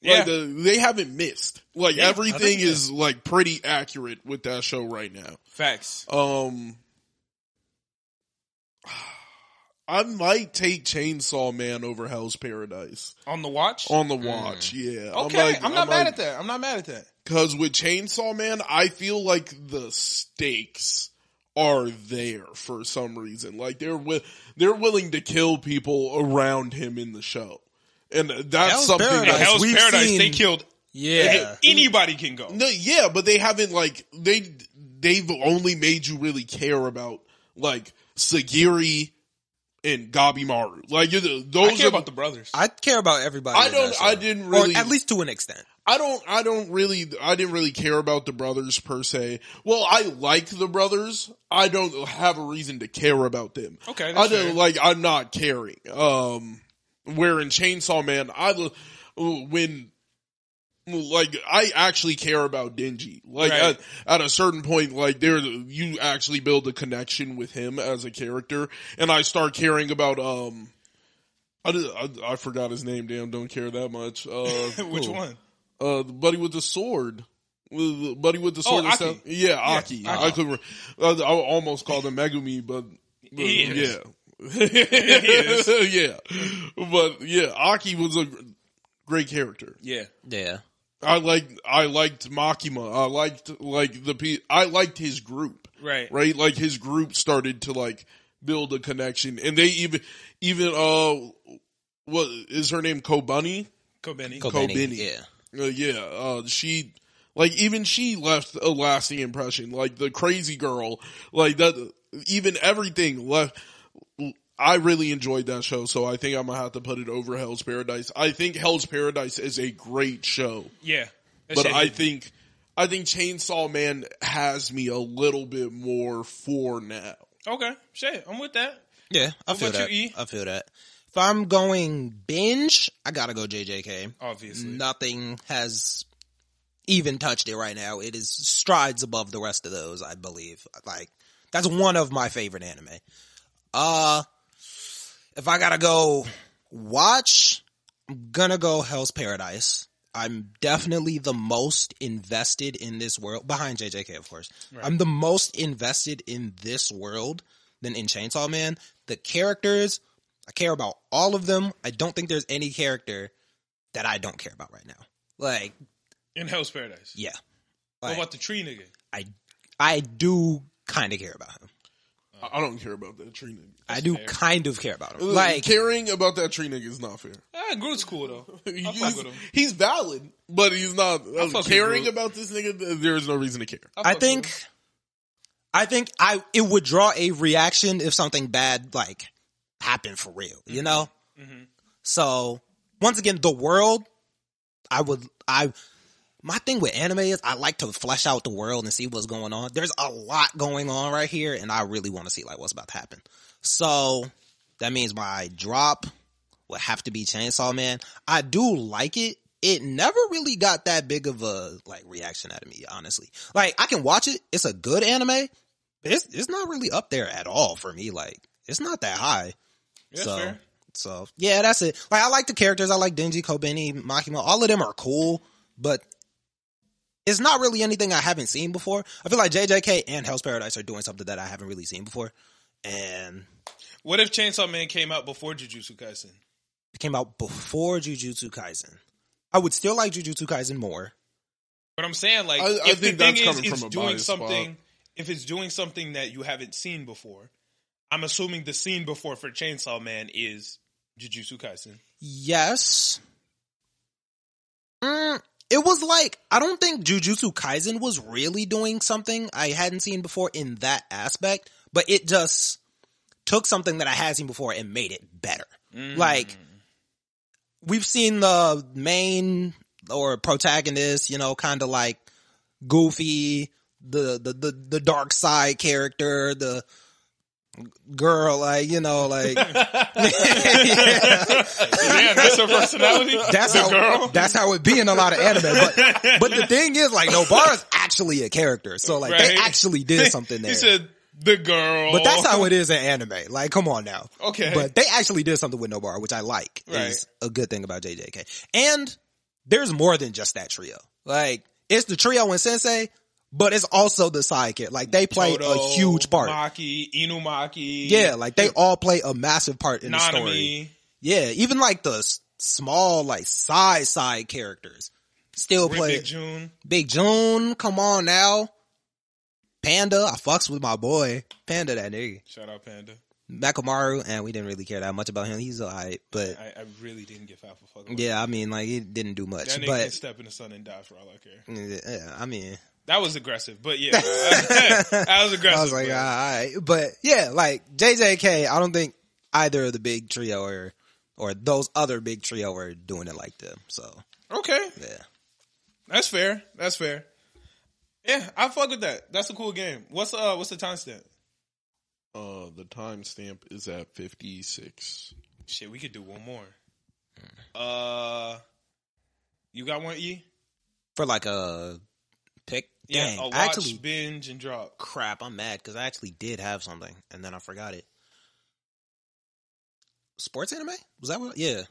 Speaker 1: Yeah.
Speaker 2: Like the, they haven't missed. Like
Speaker 1: Yeah, I
Speaker 2: everything
Speaker 1: think, yeah.
Speaker 2: is like pretty accurate with that show right now.
Speaker 1: Facts.
Speaker 2: Um *sighs* I might take Chainsaw Man over Hell's Paradise
Speaker 1: On the watch.
Speaker 2: on the watch. Yeah.
Speaker 1: Mm. okay. I'm, not mad at that. I'm not mad at that.
Speaker 2: Cause with Chainsaw Man, I feel like the stakes are there for some reason. Like they're wi- they're willing to kill people around him in the show. And that's
Speaker 4: Hell's
Speaker 2: something
Speaker 1: In
Speaker 4: Paradise,
Speaker 2: that
Speaker 1: Hell's
Speaker 4: we've
Speaker 1: Paradise,
Speaker 4: seen-
Speaker 1: they killed.
Speaker 4: Yeah.
Speaker 1: Anybody can go.
Speaker 2: No, yeah, but they haven't like they they've only made you really care about like Sagiri and Gabimaru. Like you're the,
Speaker 1: I
Speaker 2: those
Speaker 1: care
Speaker 2: are
Speaker 1: about the brothers.
Speaker 4: I care about everybody.
Speaker 2: I
Speaker 4: in that
Speaker 2: don't-
Speaker 4: show.
Speaker 2: I didn't really-
Speaker 4: or at least to an extent.
Speaker 2: I don't I don't really I didn't really care about the brothers per se. Well, I like the brothers. I don't have a reason to care about them.
Speaker 1: Okay, that's
Speaker 2: I don't
Speaker 1: fair.
Speaker 2: like I'm not caring. Um where in Chainsaw Man I l- when like I actually care about Denji. Like
Speaker 1: Right.
Speaker 2: at, at a certain point like there you actually build a connection with him as a character and I start caring about um I, did- I, I forgot his name. Damn, don't care that much. Uh,
Speaker 1: *laughs* Which
Speaker 2: cool
Speaker 1: one?
Speaker 2: uh, the buddy with the sword. With the Buddy with the sword.
Speaker 1: Oh,
Speaker 2: and
Speaker 1: Aki.
Speaker 2: stuff. Yeah,
Speaker 1: Aki.
Speaker 2: Aki. I could. I almost called him Megumi, but but
Speaker 1: He is.
Speaker 2: yeah, *laughs* yeah. But yeah, Aki was a gr- great character.
Speaker 1: Yeah.
Speaker 4: Yeah.
Speaker 2: I liked. I liked Makima. I liked like the. pe- I liked his group
Speaker 1: Right.
Speaker 2: right? Like his group started to like build a connection, and they even even uh, what is her name? Kobani.
Speaker 1: Kobeni.
Speaker 2: Kobeni.
Speaker 4: Yeah.
Speaker 2: Uh, yeah, uh, she like even she left a lasting impression. Like the crazy girl, like that. Even everything left. I really enjoyed that show, so I think I'm gonna have to put it over Hell's Paradise. I think Hell's Paradise is a great show
Speaker 1: yeah. That
Speaker 2: but
Speaker 1: shit
Speaker 2: I
Speaker 1: hit.
Speaker 2: think I think Chainsaw Man has me a little bit more for now.
Speaker 1: okay. Shit. I'm with that.
Speaker 4: Yeah. I feel
Speaker 1: about
Speaker 4: that.
Speaker 1: you, E?
Speaker 4: I feel that. If I'm going binge, I gotta go JJK.
Speaker 1: Obviously.
Speaker 2: Mm.
Speaker 4: Nothing has even touched it right now. It is strides above the rest of those, I believe. Like that's one of my favorite anime. Uh if I gotta go watch, I'm gonna go Hell's Paradise. I'm definitely the most invested in this world behind JJK, of course. I'm the most invested in this world than in Chainsaw Man. The characters, I care about all of them. I don't think there's any character that I don't care about right now. Like,
Speaker 1: In Hell's Paradise.
Speaker 4: yeah,
Speaker 1: What
Speaker 4: Like-
Speaker 1: about the tree nigga?
Speaker 4: I I do kind of care about him.
Speaker 2: I- I don't care about that tree nigga.
Speaker 4: I do
Speaker 1: fair.
Speaker 4: kind of care about him.
Speaker 2: Like
Speaker 4: Like,
Speaker 2: caring about that tree nigga is not fair.
Speaker 1: Ah,
Speaker 2: Mm.
Speaker 1: Groot's cool though. I fuck
Speaker 2: He's,
Speaker 1: with him.
Speaker 2: he's valid, but he's not uh,
Speaker 1: fuck with
Speaker 2: caring
Speaker 1: Groot.
Speaker 2: about this nigga. th- There is no reason to care.
Speaker 1: fuck
Speaker 4: I
Speaker 1: with
Speaker 4: think,
Speaker 1: him.
Speaker 4: I think I it would draw a reaction if something bad like happened for real,
Speaker 1: Mm-hmm.
Speaker 4: you know. So once again, the world, I would I. My thing with anime is I like to flesh out the world and see what's going on. There's a lot going on right here, and I really want to see like what's about to happen. So that means my drop would have to be Chainsaw Man. I do like it. It never really got that big of a like reaction out of me, honestly. Like I can watch it. It's a good anime. But it's it's not really up there at all for me. Like it's not that high.
Speaker 1: Yeah,
Speaker 4: so
Speaker 1: fair.
Speaker 4: so yeah, that's it. Like I like the characters. I like Denji, Kobeni, Makima. All of them are cool, but it's not really anything I haven't seen before. I feel like JJK and Hell's Paradise are doing something that I haven't really seen before, and
Speaker 1: What if Chainsaw Man came out before Jujutsu Kaisen?
Speaker 4: it came out before Jujutsu Kaisen. I would still like Jujutsu Kaisen more.
Speaker 1: But I'm saying like
Speaker 2: I- I
Speaker 1: if the thing
Speaker 2: think that's
Speaker 1: is
Speaker 2: coming
Speaker 1: it's
Speaker 2: from a
Speaker 1: doing
Speaker 2: biased spot.
Speaker 1: something if it's doing something that you haven't seen before, I'm assuming the scene before for Chainsaw Man is Jujutsu
Speaker 2: *laughs*
Speaker 1: Kaisen.
Speaker 4: Yes. Mm, it was like I don't think Jujutsu Kaisen was really doing something I hadn't seen before in that aspect, but it just took something that I had seen before and made it better. Like we've seen the main or protagonist, you know, kind of like goofy, the, the the the dark side character, the girl, like you know, like *laughs*
Speaker 1: Damn, that's her personality.
Speaker 4: that's
Speaker 1: the
Speaker 4: how
Speaker 1: girl.
Speaker 4: that's how it be in a lot of anime.
Speaker 1: *laughs*
Speaker 4: But but the thing is, like Nobara's actually a character, so like they
Speaker 1: Right.
Speaker 4: actually did something
Speaker 1: *laughs*
Speaker 4: there.
Speaker 1: He said the girl.
Speaker 4: But that's how it is in anime. Like, come on now.
Speaker 1: *laughs* Okay.
Speaker 4: But they actually did something with Nobara, which I like. Is a good thing about JJK. And there's more than just that trio. Like, it's the trio and Sensei, but it's also the sidekick. Like, they play a
Speaker 1: Toto,
Speaker 4: huge part.
Speaker 1: Maki, Inumaki.
Speaker 4: yeah, like they all play a massive part in the story.
Speaker 1: Nanami.
Speaker 4: Yeah, even like the s- small, like side side characters still play.
Speaker 1: Ripik June.
Speaker 4: Big June, come on now. Panda, I fucks with my boy. Panda, that nigga.
Speaker 1: Shout out Panda.
Speaker 4: Nakamaru, and we didn't really care that much about him. He's alright, but
Speaker 1: I, I really didn't give half a fuck. About
Speaker 4: yeah, I mean, like it didn't do much.
Speaker 1: That nigga can
Speaker 4: But
Speaker 1: step in the sun and die for all I care.
Speaker 4: yeah, I mean,
Speaker 1: That was aggressive, but
Speaker 4: *laughs*
Speaker 1: yeah, I was *laughs* aggressive.
Speaker 4: I was like,
Speaker 1: but-
Speaker 4: all right, but yeah, like JJK, I don't think either of the big trio or or those other big trio are doing it like them. So
Speaker 1: okay,
Speaker 4: yeah,
Speaker 1: that's fair. That's fair. Yeah, I fuck with that. That's a cool game. What's uh, what's the timestamp?
Speaker 2: Uh, the timestamp is at 56.
Speaker 1: Shit, we could do one more. Uh, you got one E?
Speaker 4: for like a pick,
Speaker 1: Yeah,
Speaker 4: dang,
Speaker 1: a
Speaker 4: I
Speaker 1: watch,
Speaker 4: actually
Speaker 1: binge, and drop.
Speaker 4: crap, I'm mad because I actually did have something and then I forgot it. Sports anime? Was that what? Yeah.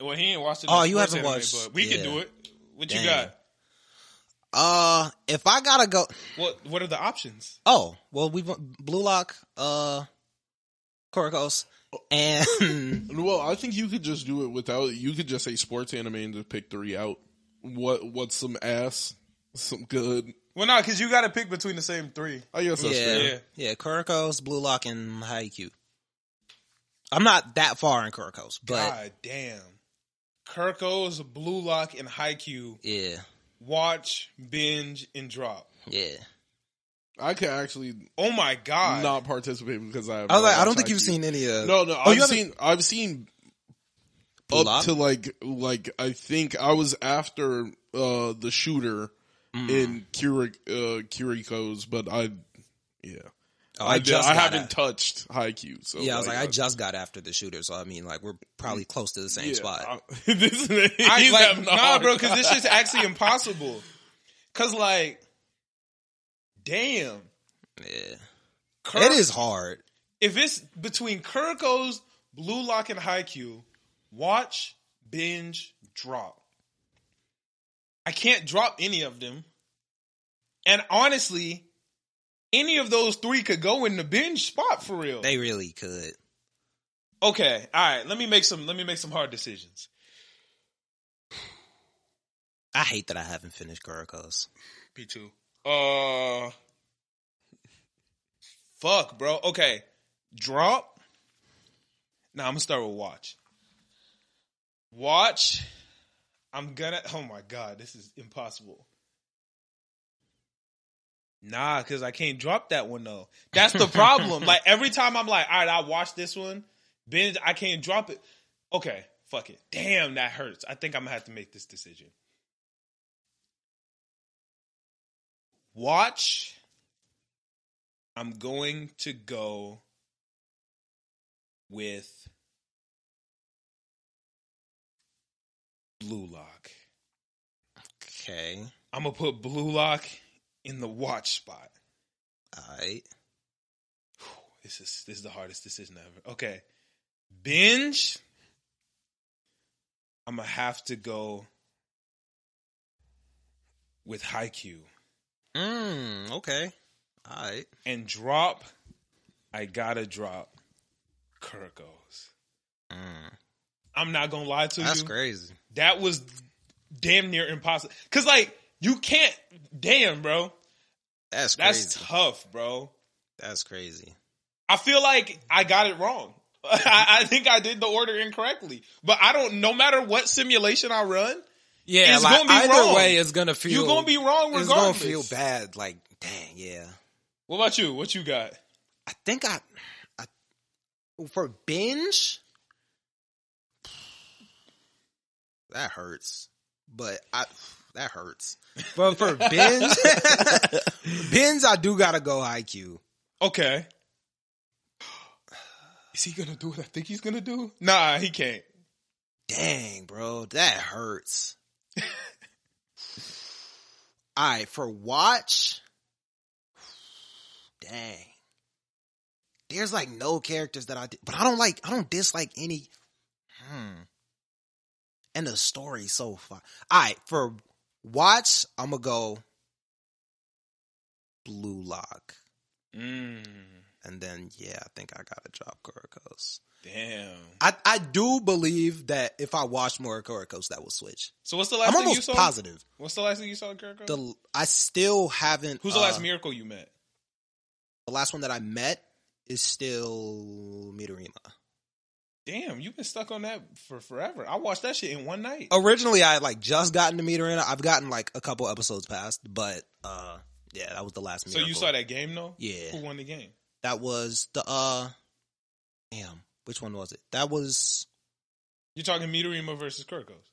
Speaker 1: Well, he ain't watched it.
Speaker 4: Oh,
Speaker 1: on
Speaker 4: you
Speaker 1: sports
Speaker 4: haven't
Speaker 1: anime,
Speaker 4: watched-
Speaker 1: But we could
Speaker 4: yeah.
Speaker 1: do it. What you
Speaker 4: Dang.
Speaker 1: got?
Speaker 4: Uh, if I gotta go,
Speaker 1: What What are the options?
Speaker 4: Oh, well, we want Blue Lock, uh, Coracos,
Speaker 1: *laughs*
Speaker 4: and
Speaker 2: Well, I think you could just do it without. You could just say sports anime and just pick three out. What? What's some ass? Some good.
Speaker 1: Well, no, because you got to pick between the same three.
Speaker 2: I guess that's
Speaker 4: yeah,
Speaker 2: fair.
Speaker 4: yeah, Coracos, Blue Lock, and Haikyuu. I'm not that far in Coracos, but
Speaker 1: God damn. Kirko's Blue Lock and Haikyuu.
Speaker 4: yeah,
Speaker 1: Watch, binge, and drop.
Speaker 4: yeah.
Speaker 2: I could actually
Speaker 1: Oh my god. *laughs*
Speaker 2: not participate because I. Have
Speaker 4: I was like,
Speaker 2: not
Speaker 4: I don't
Speaker 2: watched
Speaker 4: think you've
Speaker 2: IQ.
Speaker 4: seen any of
Speaker 2: No, no.
Speaker 4: Oh, you
Speaker 2: I've
Speaker 4: haven't-
Speaker 2: seen. I've seen
Speaker 4: Blue
Speaker 2: up
Speaker 4: Lock.
Speaker 2: to like like I think I was after uh the shooter
Speaker 4: Mm,
Speaker 2: in
Speaker 4: Mm-hmm.
Speaker 2: Kira, uh, Kiriko's, but I yeah
Speaker 4: Oh,
Speaker 2: I, did-
Speaker 4: just
Speaker 2: I
Speaker 4: got
Speaker 2: haven't
Speaker 4: a-
Speaker 2: touched Haikyuu. So uh,
Speaker 4: yeah, I was like, I
Speaker 1: uh,
Speaker 4: just got after the shooter, so I mean, like, we're probably close to the same
Speaker 2: yeah,
Speaker 4: spot.
Speaker 2: I- *laughs* this, he's
Speaker 1: I, like,
Speaker 2: having a
Speaker 1: nah,
Speaker 2: hard
Speaker 1: bro, because
Speaker 2: time.
Speaker 1: this shit's actually impossible. Because, like, damn.
Speaker 4: yeah,
Speaker 1: Kirk,
Speaker 4: it is hard.
Speaker 1: If it's between Kirko's Blue Lock and Haikyuu, watch, binge, drop. I can't drop any of them. And honestly, any of those three could go in the binge spot for real.
Speaker 4: They really could.
Speaker 1: Okay, all right. Let me make some. Let me make some hard decisions.
Speaker 4: I hate that I haven't finished Coracos.
Speaker 1: P two. Uh, fuck, bro. Okay, drop. Now I'm gonna start with watch. Watch. I'm gonna. Oh my god, this is impossible. Nah, cause I can't drop that one though. That's the problem. like every time I'm like, all right, I watch this one, binge. I can't drop it. Okay, fuck it. Damn, that hurts. I think I'm gonna have to make this decision. Watch. I'm going to go with Blue Lock.
Speaker 4: Okay,
Speaker 1: I'm gonna put Blue Lock in the watch spot.
Speaker 4: all right.
Speaker 1: This is this is the hardest decision ever. Okay, binge. I'm gonna have to go with Haikyuu.
Speaker 4: Mm, okay, all right.
Speaker 1: and drop. I gotta drop Kirkos.
Speaker 4: Mm,
Speaker 1: I'm not gonna lie to
Speaker 4: that's
Speaker 1: you.
Speaker 4: crazy.
Speaker 1: That was damn near impossible. Cause like you can't. Damn, bro.
Speaker 4: That's crazy.
Speaker 1: That's tough, bro.
Speaker 4: That's crazy.
Speaker 1: I feel like I got it wrong. *laughs* I, I think I did the order incorrectly. But I don't. No matter what simulation I run,
Speaker 4: Yeah,
Speaker 1: It's like, gonna be either wrong. way,
Speaker 4: it's gonna feel
Speaker 1: you're gonna be wrong regardless.
Speaker 4: It's gonna feel bad. Like, dang, yeah.
Speaker 1: What about you? What you got?
Speaker 4: I think I, I for binge. That hurts. But I that hurts. But for *laughs* Ben's Ben's I do gotta go IQ.
Speaker 1: Okay. *gasps* Is he gonna do what I think he's gonna do? Nah, he can't.
Speaker 4: Dang, bro, that hurts. Alright, for watch. Dang. There's like no characters that I di- but I don't like I don't dislike any hmm. And the story so far. Alright, for watch, I'ma go Blue Lock.
Speaker 1: Mm,
Speaker 4: And then yeah, I think I gotta drop Kurokos.
Speaker 1: damn.
Speaker 4: I, I do believe that if I watched more Kurokos, that will switch.
Speaker 1: So what's the last
Speaker 4: I'm
Speaker 1: thing you
Speaker 4: almost
Speaker 1: saw?
Speaker 4: positive.
Speaker 1: What's the last thing you saw, Kirko?
Speaker 4: The I still haven't.
Speaker 1: Who's the
Speaker 4: uh,
Speaker 1: last miracle you met?
Speaker 4: The last one that I met is still Midorima.
Speaker 1: Damn, you've been stuck on that for forever. I watched that shit in one night.
Speaker 4: Originally, I had, like just gotten to Midorima. I've gotten like a couple episodes past, but uh, yeah, that was the last.
Speaker 1: so
Speaker 4: Miracle.
Speaker 1: you saw that game though?
Speaker 4: Yeah,
Speaker 1: Who won the game?
Speaker 4: that was the uh, damn. Which one was it? That was
Speaker 1: You're talking Midorima versus Kirkos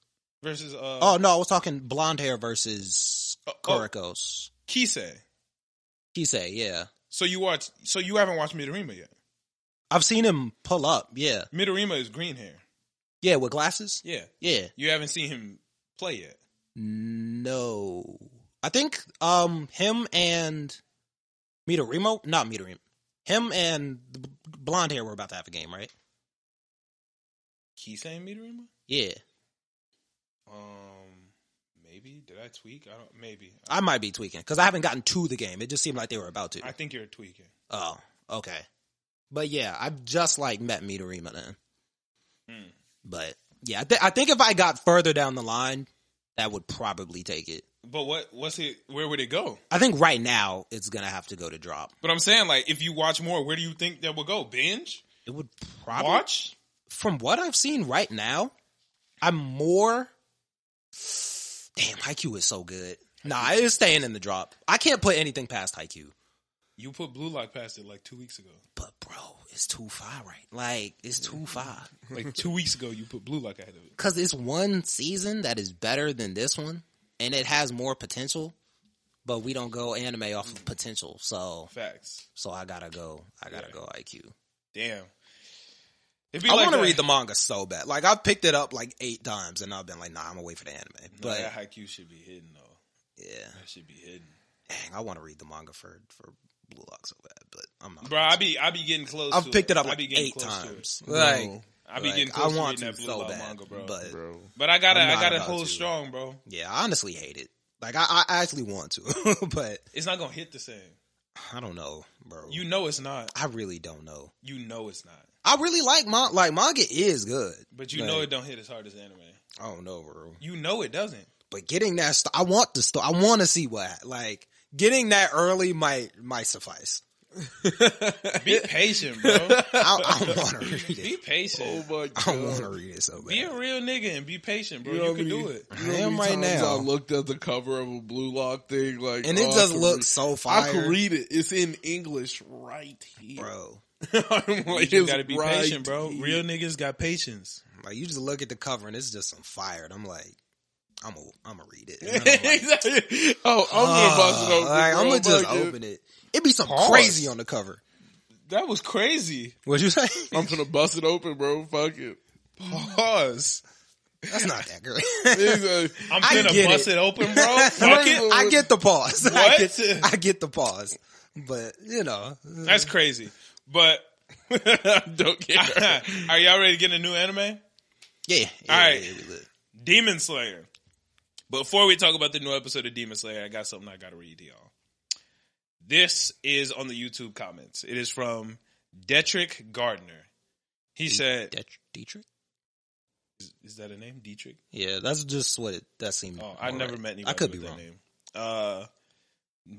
Speaker 1: versus uh
Speaker 4: oh no, I was talking blonde hair versus
Speaker 1: oh, oh,
Speaker 4: Kurikos.
Speaker 1: Kisei.
Speaker 4: Kisei, yeah.
Speaker 1: So you watch so you haven't watched Midorima yet.
Speaker 4: I've seen him pull up, yeah.
Speaker 1: Midorima is green hair.
Speaker 4: Yeah, with glasses?
Speaker 1: Yeah.
Speaker 4: Yeah.
Speaker 1: You haven't seen him play yet.
Speaker 4: No. I think um him and Midorimo, not Midorimo. Him and the b- blonde hair were about to have a game, right?
Speaker 1: Kisei and Midorima?
Speaker 4: Yeah.
Speaker 1: Um maybe. Did I tweak? I don't maybe. I,
Speaker 4: I might be tweaking cuz I haven't gotten to the game. It just seemed like they were about to.
Speaker 1: I think you're tweaking.
Speaker 4: oh, okay. But yeah, I've just like met Midorima then.
Speaker 1: Hmm.
Speaker 4: But yeah, I, th- I think if I got further down the line, that would probably take it.
Speaker 1: But what what's it where would it go?
Speaker 4: I think right now it's going to have to go to drop.
Speaker 1: But I'm saying like if you watch more, where do you think that will go? Binge?
Speaker 4: It would probably
Speaker 1: watch?
Speaker 4: from what I've seen right now, I'm more. Damn, Haikyuu is so good. Nah, it is staying in the drop. I can't put anything past Haikyuu.
Speaker 1: You put Blue Lock past it like two weeks *laughs* ago.
Speaker 4: But bro, it's too far, right? Like it's too far
Speaker 1: Like two weeks ago, you put Blue Lock ahead of it.
Speaker 4: because it's one season that is better than this one, and it has more potential. But we don't go anime off of potential, so
Speaker 1: Facts.
Speaker 4: so I gotta go. I gotta go IQ.
Speaker 1: Damn. It'd be
Speaker 4: I
Speaker 1: like
Speaker 4: want to
Speaker 1: that-
Speaker 4: read the manga so bad. Like I've picked it up like eight times, and I've been like, nah, I'm gonna wait for the anime.
Speaker 1: No,
Speaker 4: But
Speaker 1: that Haikyuu should be hidden though.
Speaker 4: yeah.
Speaker 1: That should be hidden.
Speaker 4: dang, I want to read the manga for for Blue Lock so bad, but I'm not.
Speaker 1: Bro, I be I be getting close.
Speaker 4: I've
Speaker 1: to
Speaker 4: picked it up
Speaker 1: I
Speaker 4: like
Speaker 1: be getting
Speaker 4: eight
Speaker 1: close to it.
Speaker 4: times. Like,
Speaker 2: No.
Speaker 1: I be
Speaker 4: like,
Speaker 1: getting close
Speaker 4: I want
Speaker 1: to reading that Blue
Speaker 4: so
Speaker 1: Lock
Speaker 4: bad,
Speaker 1: manga, bro. But,
Speaker 4: But
Speaker 2: bro.
Speaker 1: I gotta
Speaker 4: I'm
Speaker 1: I
Speaker 4: not
Speaker 1: gotta
Speaker 4: about
Speaker 1: hold
Speaker 4: to.
Speaker 1: strong, bro.
Speaker 4: yeah, I honestly hate it. Like I, I actually want to, *laughs* but
Speaker 1: It's not gonna hit the same.
Speaker 4: I don't know, bro.
Speaker 1: You know it's not.
Speaker 4: I really don't know.
Speaker 1: You know it's not.
Speaker 4: I really like manga. Like manga is good.
Speaker 1: But you
Speaker 4: Like,
Speaker 1: know it don't hit as hard as anime.
Speaker 4: I don't know, bro.
Speaker 1: You know it doesn't.
Speaker 4: But getting that, st- I want the story. I want to see what like getting that early might might suffice.
Speaker 1: *laughs* Be patient, bro.
Speaker 4: I,
Speaker 1: *laughs*
Speaker 4: I want to read
Speaker 1: be
Speaker 4: it.
Speaker 1: patient.
Speaker 2: Oh my god.
Speaker 4: I want to read it so bad.
Speaker 1: be a real nigga and be patient, bro.
Speaker 2: You
Speaker 1: You,
Speaker 2: know what
Speaker 1: can
Speaker 2: I mean?
Speaker 1: do it.
Speaker 2: You know
Speaker 4: I
Speaker 2: how
Speaker 4: am
Speaker 2: many
Speaker 4: right
Speaker 2: times
Speaker 4: now.
Speaker 2: I looked at the cover of a Blue Lock thing, like,
Speaker 4: and it
Speaker 2: oh, I
Speaker 4: just
Speaker 2: could read-
Speaker 4: looks so fire,
Speaker 2: I could read it. It's in English right here,
Speaker 4: bro.
Speaker 2: *laughs* I'm like,
Speaker 1: you
Speaker 2: it's
Speaker 1: gotta be
Speaker 2: right
Speaker 1: patient, bro.
Speaker 2: here.
Speaker 1: Real niggas got patience.
Speaker 4: Like you just look at the cover and it's just some fire, and I'm like, I'm gonna, I'm gonna
Speaker 1: *laughs*
Speaker 4: read it. And then I'm like,
Speaker 2: Exactly. oh, I'm gonna bust it
Speaker 4: "Ah,"
Speaker 2: open.
Speaker 4: like,
Speaker 2: bro.
Speaker 4: I'm gonna just
Speaker 2: Fuck it.
Speaker 4: open it. It'd be some
Speaker 1: Pause.
Speaker 4: crazy on the cover.
Speaker 1: That was crazy.
Speaker 4: What'd
Speaker 1: *laughs*
Speaker 4: you say?
Speaker 2: I'm gonna bust it open, bro.
Speaker 4: *laughs*
Speaker 2: Fuck it.
Speaker 1: Pause.
Speaker 4: That's not that great.
Speaker 2: Exactly.
Speaker 1: I'm
Speaker 4: I
Speaker 1: gonna
Speaker 4: get
Speaker 1: bust it,
Speaker 4: it.
Speaker 1: open, bro. Fuck it.
Speaker 4: *laughs* I get the pause. *laughs* I
Speaker 1: What?
Speaker 4: get, I get the pause. But you know,
Speaker 1: *laughs* That's crazy. But
Speaker 2: Don't care.
Speaker 1: *laughs* are y'all ready to get a new anime?
Speaker 4: yeah. yeah
Speaker 1: All right.
Speaker 4: yeah, we lit.
Speaker 1: Demon Slayer. Before we talk about the new episode of Demon Slayer, I got something I gotta read to y'all. This is on the YouTube comments. It is from Detrick Gardner. He said,
Speaker 4: Det- Dietrich.
Speaker 1: is- "Is that a name, Dietrich?"
Speaker 4: Yeah, that's just what it. That seemed.
Speaker 1: Oh, I
Speaker 4: all
Speaker 1: never
Speaker 4: right.
Speaker 1: met anybody.
Speaker 4: I could
Speaker 1: with
Speaker 4: be
Speaker 1: that
Speaker 4: wrong.
Speaker 1: Name. Uh,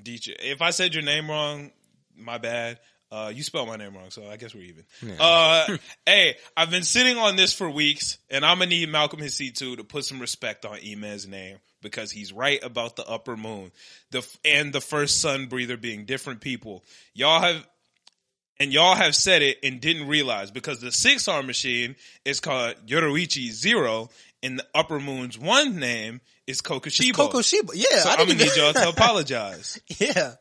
Speaker 1: Dietrich. If I said your name wrong, my bad. Uh, you spelled my name wrong, so I guess we're even. Uh,
Speaker 4: *laughs*
Speaker 1: hey, I've been sitting on this for weeks, and I'm gonna need Malcolm Hasitu to put some respect on Imez's name because he's right about the upper moon, the f- and the first sun breather being different people. Y'all have and y'all have said it and didn't realize because the six arm machine is called Yoruichi Zero, and the upper moon's one name is Kokoshibo.
Speaker 4: Coco Shiba. Yeah,
Speaker 1: so
Speaker 4: I
Speaker 1: I'm
Speaker 4: didn't
Speaker 1: gonna
Speaker 4: even-
Speaker 1: need y'all
Speaker 4: *laughs*
Speaker 1: to apologize.
Speaker 4: yeah,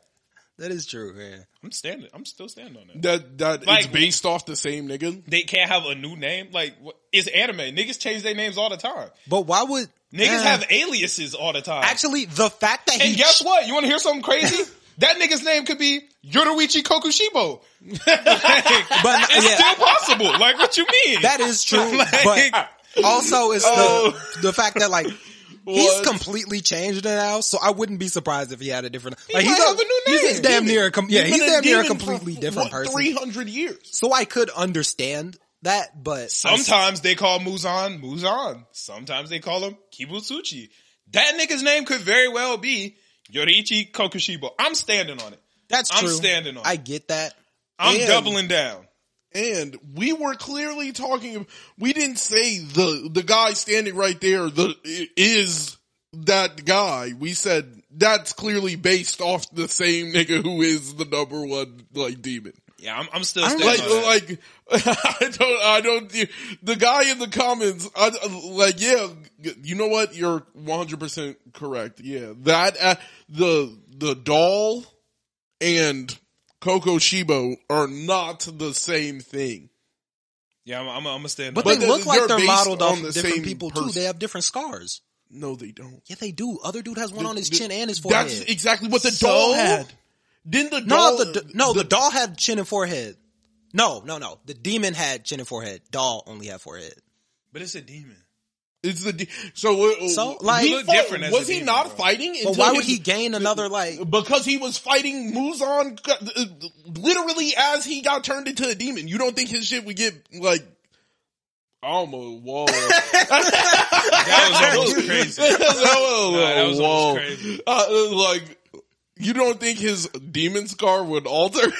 Speaker 4: that is true. Yeah.
Speaker 1: I'm standing. I'm still standing on that.
Speaker 2: That that it's
Speaker 1: Like-
Speaker 2: based off the same nigga.
Speaker 1: They can't have a new name. Like what- it's anime. Niggas change their names all the time.
Speaker 4: But why would
Speaker 1: Niggas
Speaker 4: Uh,
Speaker 1: have aliases all the time.
Speaker 4: actually the fact that he
Speaker 1: and guess what? You want to hear something
Speaker 4: *laughs*
Speaker 1: crazy? that nigga's name could be Yoruichi Kokushibo. *laughs*
Speaker 4: But
Speaker 1: It's
Speaker 4: yeah,
Speaker 1: still possible. Like what you mean? *laughs*
Speaker 4: that is true.
Speaker 1: Like-
Speaker 4: but also, it's
Speaker 1: Oh.
Speaker 4: the the fact that like he's
Speaker 2: What?
Speaker 4: completely changed it now. So I wouldn't be surprised if he had a different. Like
Speaker 1: might
Speaker 4: he's
Speaker 1: have a new
Speaker 4: he's-
Speaker 1: name.
Speaker 4: He's damn near a com- yeah. He's
Speaker 2: Been
Speaker 4: damn near a
Speaker 2: demon for,
Speaker 4: completely different
Speaker 2: what,
Speaker 4: person.
Speaker 2: Three hundred years.
Speaker 4: So I could understand that, but
Speaker 1: Sometimes they call Muzan Muzan. Sometimes they call him Kibutsuchi. That nigga's name could very well be Yorichi Kokushibo. I'm standing on it.
Speaker 4: that's
Speaker 1: I'm
Speaker 4: true.
Speaker 1: standing on
Speaker 4: I
Speaker 1: it.
Speaker 4: get that.
Speaker 1: I'm
Speaker 2: And-
Speaker 1: doubling down.
Speaker 2: And we were clearly talking. We didn't say the the guy standing right there the is that guy. We said that's clearly based off the same nigga who is the number one like demon.
Speaker 1: Yeah, I'm, I'm still
Speaker 4: I'm
Speaker 1: standing
Speaker 2: Like
Speaker 1: on that.
Speaker 2: like *laughs* I don't I don't the guy in the comments I, like yeah you know what you're 100 percent correct yeah that uh, the the doll and Coco Shibo are not the same thing.
Speaker 1: Yeah, I'm, I'm, I'm gonna stand
Speaker 4: But,
Speaker 1: on
Speaker 2: But
Speaker 1: it.
Speaker 4: they
Speaker 2: the-
Speaker 4: look like
Speaker 2: they're
Speaker 4: they're
Speaker 2: based
Speaker 4: modeled off
Speaker 2: on the
Speaker 4: of different
Speaker 2: same
Speaker 4: people too.
Speaker 2: person.
Speaker 4: They have different scars.
Speaker 2: No, they don't.
Speaker 4: Yeah, they do. Other dude has one on his
Speaker 2: The-
Speaker 4: chin and his
Speaker 2: the-
Speaker 4: forehead.
Speaker 2: That's exactly what the
Speaker 4: So-
Speaker 2: doll had. Didn't the
Speaker 4: no,
Speaker 2: doll?
Speaker 4: the, d no, the, doll had chin and forehead. No, no, no. The demon had chin and forehead. Doll only had forehead.
Speaker 1: But it's a demon.
Speaker 2: it's the de- so uh,
Speaker 4: So, like-
Speaker 2: he
Speaker 4: He
Speaker 1: looked
Speaker 2: fought-
Speaker 1: different as
Speaker 2: was
Speaker 1: a
Speaker 2: he
Speaker 1: demon,
Speaker 2: not
Speaker 1: bro.
Speaker 2: fighting?
Speaker 4: But
Speaker 2: until
Speaker 4: why would
Speaker 2: his-
Speaker 4: he gain another like?
Speaker 2: Because he was fighting Muzan uh, literally as he got turned into a demon. You don't think his shit would get like almost
Speaker 1: *laughs*
Speaker 2: whoa? *laughs*
Speaker 1: That was almost crazy.
Speaker 2: Whoa,
Speaker 1: Nah, that was
Speaker 2: whoa.
Speaker 1: almost crazy.
Speaker 2: Uh, uh, like you don't think his demon scar would alter? *laughs*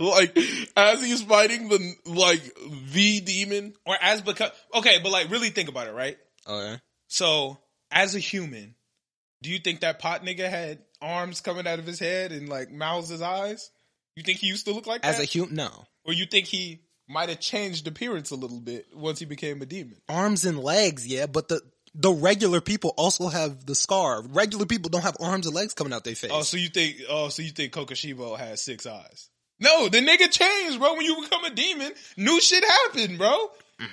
Speaker 2: like as he's fighting the like the demon.
Speaker 1: Or as because okay, but like really think about it, right?
Speaker 4: Okay.
Speaker 1: So as a human, do you think that pot nigga had arms coming out of his head and like mouths his eyes? You think he used to look like that?
Speaker 4: As a human, no.
Speaker 1: or you think he might have changed appearance a little bit once he became a demon.
Speaker 4: Arms and legs, yeah, but the the regular people also have the scar. Regular people don't have arms and legs coming out their face.
Speaker 1: Oh, so you think? Oh, so you think Kokoshibo has six eyes? No, the nigga changed, bro. When you *laughs* become a demon, new shit happened, bro.
Speaker 2: Uh,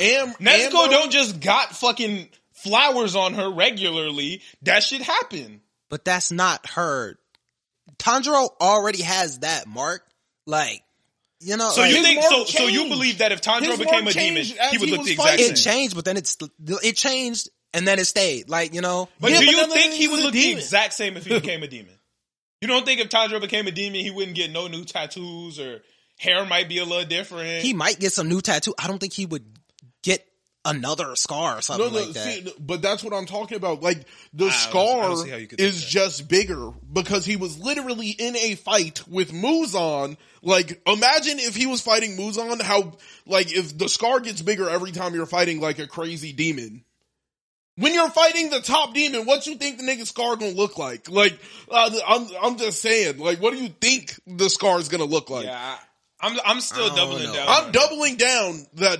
Speaker 2: Am
Speaker 1: Nezuko
Speaker 2: Amber-
Speaker 1: don't just got fucking flowers on her regularly. That shit happened.
Speaker 4: but that's not her. Tanjiro already has that mark. Like, you know,
Speaker 1: So
Speaker 4: like,
Speaker 1: you
Speaker 2: his
Speaker 1: think?
Speaker 2: mark
Speaker 1: So, so you
Speaker 2: changed.
Speaker 1: believe that if Tanjiro
Speaker 2: His
Speaker 1: became a
Speaker 2: mark
Speaker 1: demon,
Speaker 2: changed as
Speaker 1: he would
Speaker 2: he
Speaker 1: look
Speaker 2: was
Speaker 1: the exact
Speaker 2: fighting.
Speaker 1: same?
Speaker 4: it changed, but then it's it changed and then it stayed. Like, you know,
Speaker 1: But
Speaker 2: Yeah,
Speaker 1: do
Speaker 2: but
Speaker 1: you
Speaker 2: then
Speaker 1: think he
Speaker 2: he's
Speaker 1: would
Speaker 2: a
Speaker 1: look
Speaker 2: demon.
Speaker 1: the exact same if *laughs* he became a demon? You don't think if Tanjiro became a demon, he wouldn't get no new tattoos or hair might be a little different?
Speaker 4: he might get some new tattoo. I don't think he would get another scar or something like that.
Speaker 2: see, but that's what I'm talking about. Like the
Speaker 1: don't see- I don't
Speaker 2: scar
Speaker 1: see how you could think
Speaker 2: is
Speaker 1: that.
Speaker 2: just bigger because he was literally in a fight with Muzan. Like, imagine if he was fighting Muzan, how like if the scar gets bigger every time you're fighting like a crazy demon. When you're fighting the top demon, what you think the nigga's scar gonna look like? Like, uh, I'm I'm just saying. Like, what do you think the scar is gonna look like?
Speaker 1: Yeah, I, I'm I'm still
Speaker 4: I don't
Speaker 1: doubling
Speaker 4: know.
Speaker 1: down.
Speaker 2: I'm
Speaker 1: on it.
Speaker 2: doubling down that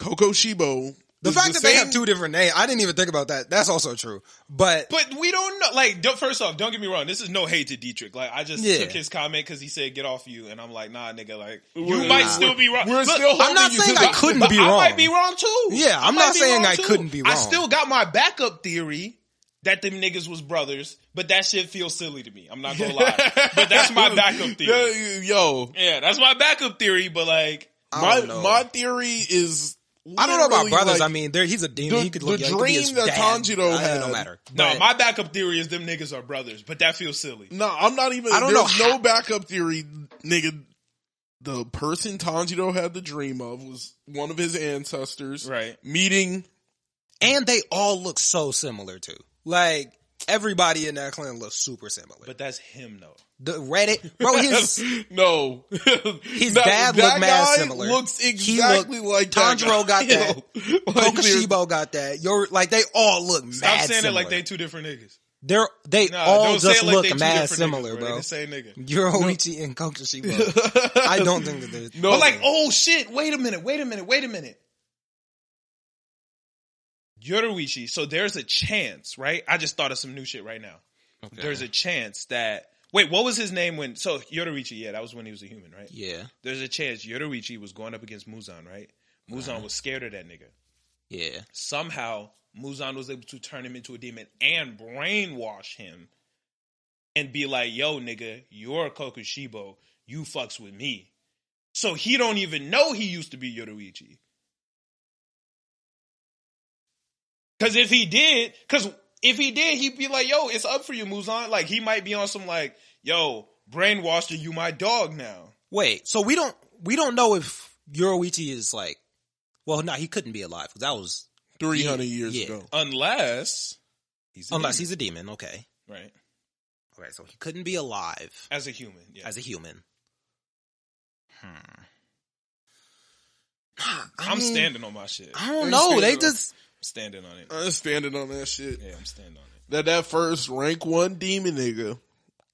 Speaker 2: Coco Shibo.
Speaker 4: the
Speaker 2: is
Speaker 4: fact that they
Speaker 2: same-
Speaker 4: have two different names, I didn't even think about that. That's also true. But,
Speaker 1: But we don't know. Like, don't- first off, don't get me wrong. This is no hate to Dietrich. Like, I just
Speaker 4: Yeah.
Speaker 1: took his comment because he said "get off you," and I'm like, nah, nigga. Like, you
Speaker 2: We're-
Speaker 1: might
Speaker 2: nah.
Speaker 1: still be wrong.
Speaker 2: We're
Speaker 1: Look,
Speaker 2: still
Speaker 4: I'm not
Speaker 2: holding you
Speaker 4: saying
Speaker 2: to
Speaker 4: I
Speaker 2: that.
Speaker 4: couldn't
Speaker 1: but
Speaker 4: be
Speaker 1: I
Speaker 4: wrong.
Speaker 1: might be wrong too.
Speaker 4: Yeah,
Speaker 1: I
Speaker 4: I'm
Speaker 1: might
Speaker 4: not
Speaker 1: be
Speaker 4: saying
Speaker 1: wrong,
Speaker 4: I couldn't be
Speaker 1: I
Speaker 4: wrong.
Speaker 1: still
Speaker 4: *laughs*
Speaker 1: got my backup theory that them niggas was brothers, but that shit feels silly to me. I'm not gonna *laughs* lie. but that's
Speaker 2: *laughs*
Speaker 1: my *laughs* backup theory.
Speaker 2: Yeah, Yo,
Speaker 1: Yeah, that's my backup theory. But like,
Speaker 4: I
Speaker 2: my
Speaker 4: don't know.
Speaker 2: my theory is
Speaker 4: I don't know about
Speaker 2: literally,
Speaker 4: brothers.
Speaker 2: like,
Speaker 4: I mean, there he's a demon.
Speaker 2: the-
Speaker 4: he could look
Speaker 2: the
Speaker 4: young. He could be his
Speaker 2: dream that
Speaker 4: dad.
Speaker 2: Tanjiro
Speaker 4: I- it
Speaker 2: had.
Speaker 4: don't matter.
Speaker 1: no,
Speaker 4: But-
Speaker 1: my backup theory is them niggas are brothers, but that feels silly.
Speaker 2: no, I'm not even.
Speaker 4: I don't
Speaker 2: there's
Speaker 4: know
Speaker 2: No backup theory, nigga. The person Tanjiro had the dream of was one of his ancestors,
Speaker 1: Right.
Speaker 2: Meeting
Speaker 4: and they all look so similar too. Like everybody in that clan looks super similar.
Speaker 1: But that's him
Speaker 4: *laughs*
Speaker 1: though.
Speaker 4: the Reddit, bro, his
Speaker 1: *laughs*
Speaker 2: no,
Speaker 4: his
Speaker 2: That-
Speaker 4: dad
Speaker 2: that
Speaker 4: looked mad
Speaker 2: guy
Speaker 4: similar.
Speaker 2: Looks
Speaker 4: He looked-
Speaker 2: exactly like that
Speaker 1: *laughs*
Speaker 4: Tanjiro
Speaker 2: guy.
Speaker 4: got that.
Speaker 2: Yo, like, there's-
Speaker 4: Kokoshibo got that. You're like they all look
Speaker 1: Stop
Speaker 4: mad
Speaker 1: saying
Speaker 4: similar.
Speaker 1: it like they two different niggas.
Speaker 4: They're they
Speaker 1: Nah,
Speaker 4: all
Speaker 1: don't say
Speaker 4: just
Speaker 1: it like they
Speaker 4: look
Speaker 1: two
Speaker 4: mad
Speaker 1: different
Speaker 4: similar,
Speaker 1: niggas,
Speaker 4: bro. *laughs*
Speaker 1: They the same nigga. *laughs*
Speaker 4: You're Oichi and Kokushi, bro. I don't think that they're
Speaker 2: No.
Speaker 1: But like, oh shit, wait a minute, wait a minute, wait a minute. Yoruichi, so there's a chance, right? I just thought of some new shit right now. oh, There's a chance that wait, what was his name when so Yoruichi, yeah, that was when he was a human, right?
Speaker 4: yeah,
Speaker 1: There's a chance Yoruichi was going up against Muzan, right? Muzan
Speaker 4: Uh-huh.
Speaker 1: was scared of that nigga.
Speaker 4: yeah.
Speaker 1: Somehow Muzan was able to turn him into a demon and brainwash him and be like, yo, nigga, you're a Kokushibo. You fucks with me. So he don't even know he used to be Yoruichi. Cause if he did, cause if he did, he'd be like, yo, it's up for you, Muzan. Like he might be on some like, yo, brainwashed you, you my dog now.
Speaker 4: Wait, so we don't we don't know if Yoruichi is like, well, no, he couldn't be alive because that was
Speaker 2: Three hundred years
Speaker 4: Yeah.
Speaker 2: ago.
Speaker 1: Unless he's a
Speaker 4: unless
Speaker 1: demon,
Speaker 4: he's a demon. Okay,
Speaker 1: right.
Speaker 4: okay, so he couldn't be alive
Speaker 1: As a human. Yeah.
Speaker 4: as a human. I
Speaker 1: I'm
Speaker 4: mean,
Speaker 1: standing on my shit.
Speaker 4: I
Speaker 1: I'm
Speaker 4: don't
Speaker 2: I'm
Speaker 4: know. They
Speaker 2: standing on-
Speaker 4: just
Speaker 1: standing on it.
Speaker 4: Uh,
Speaker 2: I'm standing on that shit.
Speaker 1: Yeah, I'm standing on it.
Speaker 2: That that first rank one demon nigga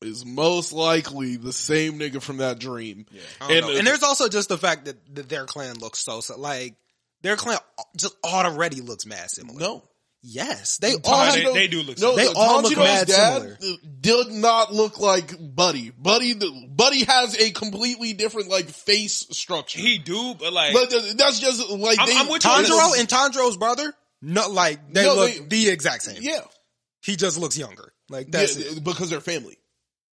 Speaker 2: is most likely the same nigga from that dream.
Speaker 1: Yeah.
Speaker 4: I don't know.
Speaker 2: And,
Speaker 4: and,
Speaker 2: uh,
Speaker 4: there's also just the fact that, that their clan looks so, so like their clan just already looks mad similar.
Speaker 2: No.
Speaker 4: Yes, they all
Speaker 1: Oh,
Speaker 4: have
Speaker 1: they,
Speaker 2: no-
Speaker 1: they do look
Speaker 2: No,
Speaker 1: similar.
Speaker 4: They
Speaker 2: the
Speaker 4: all look
Speaker 2: Tanjiro's
Speaker 4: mad
Speaker 2: dad did not look like Buddy. Buddy, Buddy has a completely different like face structure.
Speaker 1: He do, but like
Speaker 2: but th- that's just like
Speaker 1: I'm-
Speaker 2: they,
Speaker 1: I'm with you on
Speaker 4: Tanjiro and Tanjiro's brother. No, like they
Speaker 2: No,
Speaker 4: look
Speaker 2: they-
Speaker 4: the exact same.
Speaker 2: yeah,
Speaker 4: He just looks younger. Like that's
Speaker 2: Yeah,
Speaker 4: it.
Speaker 2: because they're family.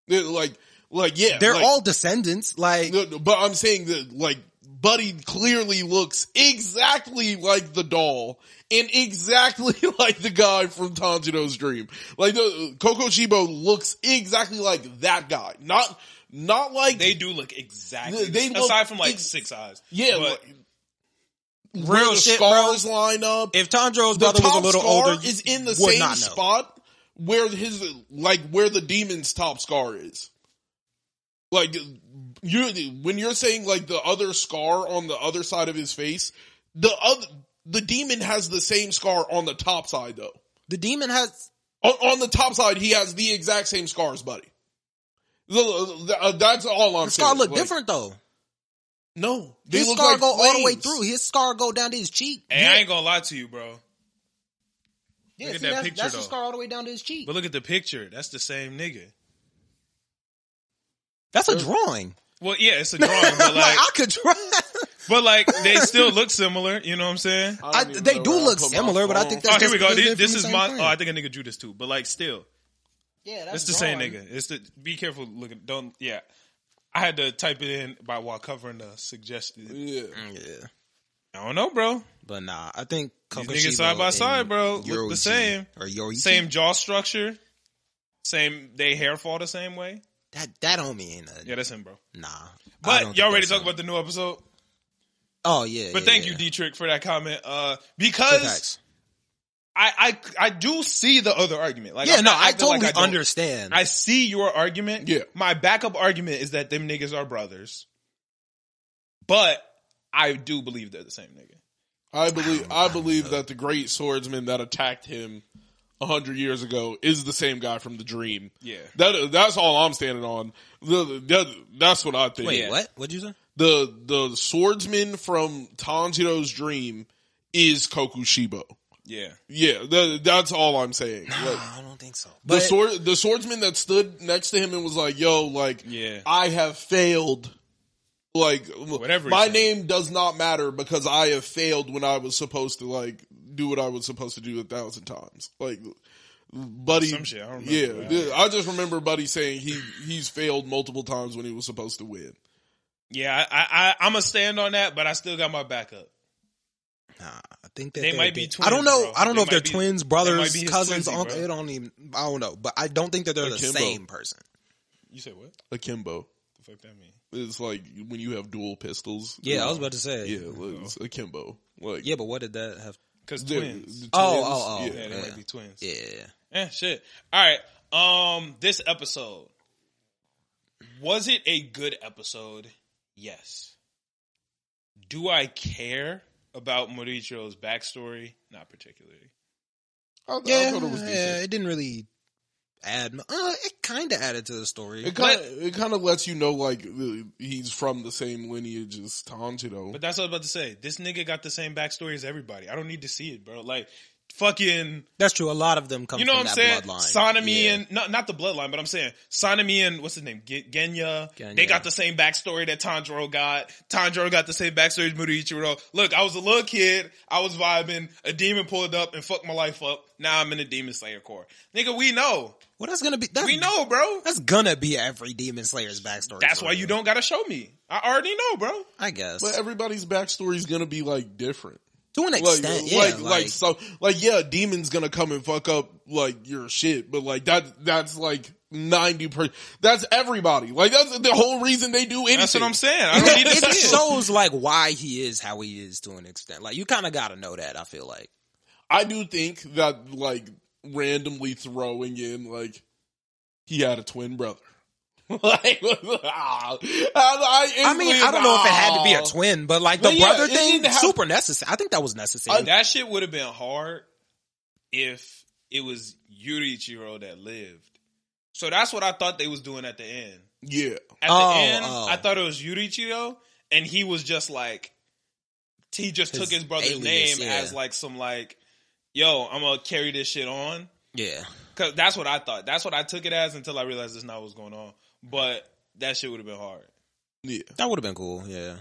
Speaker 2: They're like, like yeah,
Speaker 4: They're
Speaker 2: like-
Speaker 4: all descendants. Like
Speaker 2: No, no, but I'm saying that like Buddy clearly looks exactly like the doll and exactly *laughs* like the guy from Tanjiro's dream. Like the Coco Chibo looks exactly like that guy. Not not like
Speaker 1: they do look exactly.
Speaker 2: They
Speaker 1: the-
Speaker 2: look
Speaker 1: aside from like
Speaker 2: ex-
Speaker 1: six eyes.
Speaker 2: yeah,
Speaker 1: but
Speaker 2: like, where
Speaker 4: Real
Speaker 2: the
Speaker 4: shit, bro.
Speaker 2: scars line up.
Speaker 4: if Tanjiro's
Speaker 2: the
Speaker 4: brother was a
Speaker 2: top
Speaker 4: little
Speaker 2: scar
Speaker 4: older, you
Speaker 2: is in the
Speaker 4: would
Speaker 2: same
Speaker 4: not know.
Speaker 2: spot where his like where the demon's top scar is. Like you when you're saying like the other scar on the other side of his face, the other the demon has the same scar on the top side though.
Speaker 4: The demon has
Speaker 2: On, on the top side, he has the exact same scars, buddy. The- the- uh, that's all I'm
Speaker 4: his
Speaker 2: saying.
Speaker 4: scar look
Speaker 2: Like,
Speaker 4: different though.
Speaker 2: No, they
Speaker 4: His
Speaker 2: look
Speaker 4: scar
Speaker 2: like
Speaker 4: go all the way
Speaker 2: flames.
Speaker 4: through. His scar go down to his cheek.
Speaker 1: and I ain't gonna lie to you, bro.
Speaker 4: Yeah,
Speaker 1: look at
Speaker 4: see,
Speaker 1: that
Speaker 4: that's,
Speaker 1: picture,
Speaker 4: that's his
Speaker 1: though.
Speaker 4: scar all the way down to his cheek.
Speaker 1: But look at the picture. That's the same nigga.
Speaker 4: That's
Speaker 2: uh,
Speaker 4: a drawing.
Speaker 1: Well, yeah, it's
Speaker 4: *laughs*
Speaker 1: a drawing, but
Speaker 4: Like,
Speaker 1: like,
Speaker 4: I could draw.
Speaker 1: but like they still look similar. You know what I'm saying?
Speaker 2: I
Speaker 4: I,
Speaker 2: don't even
Speaker 4: they
Speaker 2: know
Speaker 4: do
Speaker 2: where I
Speaker 4: look
Speaker 2: put my
Speaker 4: similar, but I
Speaker 2: phone.
Speaker 4: think that's
Speaker 1: Oh, here
Speaker 4: just
Speaker 1: we go.
Speaker 4: because
Speaker 1: This,
Speaker 4: they're
Speaker 1: this
Speaker 4: from
Speaker 1: is
Speaker 4: the same
Speaker 1: my.
Speaker 4: clan.
Speaker 1: Oh, I think a nigga drew this too, but like still,
Speaker 4: yeah, that's
Speaker 1: it's the same nigga. It's the. Be careful. Look, at- don't. Yeah, I had to type it in by while covering the suggested.
Speaker 2: Yeah.
Speaker 4: Mm, Yeah,
Speaker 1: I don't know, bro.
Speaker 4: but nah, I think
Speaker 1: These niggas side by side, bro, look the same.
Speaker 4: or Yoichi.
Speaker 1: Same jaw structure. Same. They hair fall the same way.
Speaker 4: That that don't mean nothing.
Speaker 1: Yeah, that's him, bro.
Speaker 4: Nah, I don't
Speaker 1: But y'all
Speaker 4: think
Speaker 1: ready to
Speaker 4: that's
Speaker 1: talk about the new episode?
Speaker 4: Oh yeah,
Speaker 1: But
Speaker 4: yeah,
Speaker 1: thank
Speaker 4: yeah.
Speaker 1: you, Dietrich, for that comment. Uh,
Speaker 4: Good
Speaker 1: because
Speaker 4: facts.
Speaker 1: I, I, I do see the other argument. Like,
Speaker 4: Yeah,
Speaker 1: I'm
Speaker 4: no,
Speaker 1: not
Speaker 4: I
Speaker 1: acting like
Speaker 4: totally
Speaker 1: don't.
Speaker 4: understand.
Speaker 1: I see your argument.
Speaker 2: Yeah.
Speaker 1: My backup argument is that them niggas are brothers. But I do believe they're the same nigga.
Speaker 2: I believe I believe that the great swordsman that attacked him a hundred years ago is the same guy from the dream.
Speaker 1: Yeah.
Speaker 2: That that's all I'm standing on. The- that- that's what I think.
Speaker 4: Wait, what? What'd you say?
Speaker 2: The the swordsman from Tanjiro's dream is Kokushibo.
Speaker 1: Yeah.
Speaker 2: Yeah, that, that's all I'm saying. Like,
Speaker 4: I don't think so.
Speaker 2: the
Speaker 4: But
Speaker 2: sword the swordsman that stood next to him and was like, "Yo, like,
Speaker 1: Yeah.
Speaker 2: I have failed." Like
Speaker 1: Whatever he
Speaker 2: my
Speaker 1: said.
Speaker 2: name does not matter because I have failed when I was supposed to like do what I was supposed to do a thousand times. Like Buddy,
Speaker 1: Some shit, I don't remember.
Speaker 2: yeah, dude, I just remember Buddy saying he he's failed multiple times when he was supposed to win.
Speaker 1: Yeah, I, I, I, I'm going to stand on that, but I still got my backup.
Speaker 4: nah, I think that
Speaker 1: They
Speaker 4: they're-
Speaker 1: might be
Speaker 4: I don't
Speaker 1: twins,
Speaker 4: know.
Speaker 1: bro.
Speaker 4: I don't
Speaker 1: They
Speaker 4: know if they're
Speaker 1: might be-
Speaker 4: twins,
Speaker 1: they
Speaker 4: brothers,
Speaker 1: might be his
Speaker 4: cousins,
Speaker 1: twinsy,
Speaker 4: uncle.
Speaker 1: bro.
Speaker 4: It don't even. I don't know. But I don't think that they're the
Speaker 2: Akimbo.
Speaker 4: same person.
Speaker 1: You said what?
Speaker 2: Akimbo,
Speaker 1: The fuck that mean?
Speaker 2: it's like when you have dual pistols.
Speaker 4: Yeah, I was about to say.
Speaker 2: yeah, look, it's Akimbo. Like
Speaker 4: Yeah, but what did that have?
Speaker 1: Because
Speaker 2: they're-
Speaker 1: Oh. twins.
Speaker 2: the
Speaker 4: Oh,
Speaker 2: twins,
Speaker 4: oh, oh.
Speaker 2: yeah.
Speaker 1: Yeah, they
Speaker 4: yeah.
Speaker 1: might be twins.
Speaker 4: Yeah.
Speaker 1: Eh, shit. All right. Um, this episode was it a good episode? Yes. Do I care about Mauriccio's backstory? Not particularly.
Speaker 2: I, I
Speaker 4: Yeah,
Speaker 2: thought it was decent.
Speaker 4: yeah, it didn't really add. Uh, it kind of added to the story.
Speaker 2: It kind of it kind of lets you know like the- he's from the same lineage as Tanjiro.
Speaker 1: But that's what I was about to say. This nigga got the same backstory as everybody. I don't need to see it, bro. Like, fucking,
Speaker 4: That's true. A lot of them come
Speaker 1: you know
Speaker 4: from
Speaker 1: what I'm saying?
Speaker 4: that bloodline.
Speaker 1: Sonami
Speaker 4: Yeah.
Speaker 1: and, not, not the bloodline, but I'm saying Sonami and, what's his name? Ge- Genya.
Speaker 4: Genya.
Speaker 1: They got the same backstory that Tanjiro got. Tanjiro got the same backstory as Muroichiro. Look, I was a little kid. I was vibing. A demon pulled up and fucked my life up. Now I'm in the Demon Slayer Corps. Nigga, we know.
Speaker 4: Well, that's gonna be. That's,
Speaker 1: We know, bro.
Speaker 4: That's gonna be every Demon Slayer's backstory.
Speaker 1: That's
Speaker 4: for
Speaker 1: why
Speaker 4: real.
Speaker 1: you don't gotta show me. I already know, bro.
Speaker 4: I guess
Speaker 2: But everybody's backstory is gonna be like different.
Speaker 4: to an
Speaker 2: Like,
Speaker 4: extent. yeah,
Speaker 2: like,
Speaker 4: like,
Speaker 2: like, so, like, yeah, demon's gonna come and fuck up, like, your shit, but, like, that, that's, like, 90 percent. That's everybody. Like, that's the whole reason they do anything.
Speaker 1: That's what I'm saying. I don't need
Speaker 4: *laughs*
Speaker 1: to *laughs*
Speaker 4: it
Speaker 1: see it.
Speaker 4: shows like why he is how he is to an extent. Like you kind of gotta know that. I feel like.
Speaker 2: I do think that, like, randomly throwing in, like, he had a twin brother. *laughs* like, ah, I,
Speaker 4: I mean, I don't know if it had to be a
Speaker 2: ah.
Speaker 4: twin, but like the
Speaker 2: But yeah,
Speaker 4: brother
Speaker 2: it
Speaker 4: thing,
Speaker 2: didn't have-
Speaker 4: super necessary. I think that was necessary.
Speaker 1: That shit would have been hard if it was Yuriichiro that lived. So that's what I thought they was doing at the end.
Speaker 2: ah. Yeah.
Speaker 1: At
Speaker 4: Oh,
Speaker 1: the end,
Speaker 4: oh.
Speaker 1: I thought it was Yuriichiro, and he was just like, he just
Speaker 4: His
Speaker 1: took his brother's
Speaker 4: alias,
Speaker 1: name
Speaker 4: yeah.
Speaker 1: as like some like, yo, I'm gonna carry this shit on.
Speaker 4: yeah,
Speaker 1: Cause that's what I thought. That's what I took it as until I realized that's not what was going on. But that shit would have been hard.
Speaker 2: Yeah.
Speaker 4: that would have been cool. Yeah,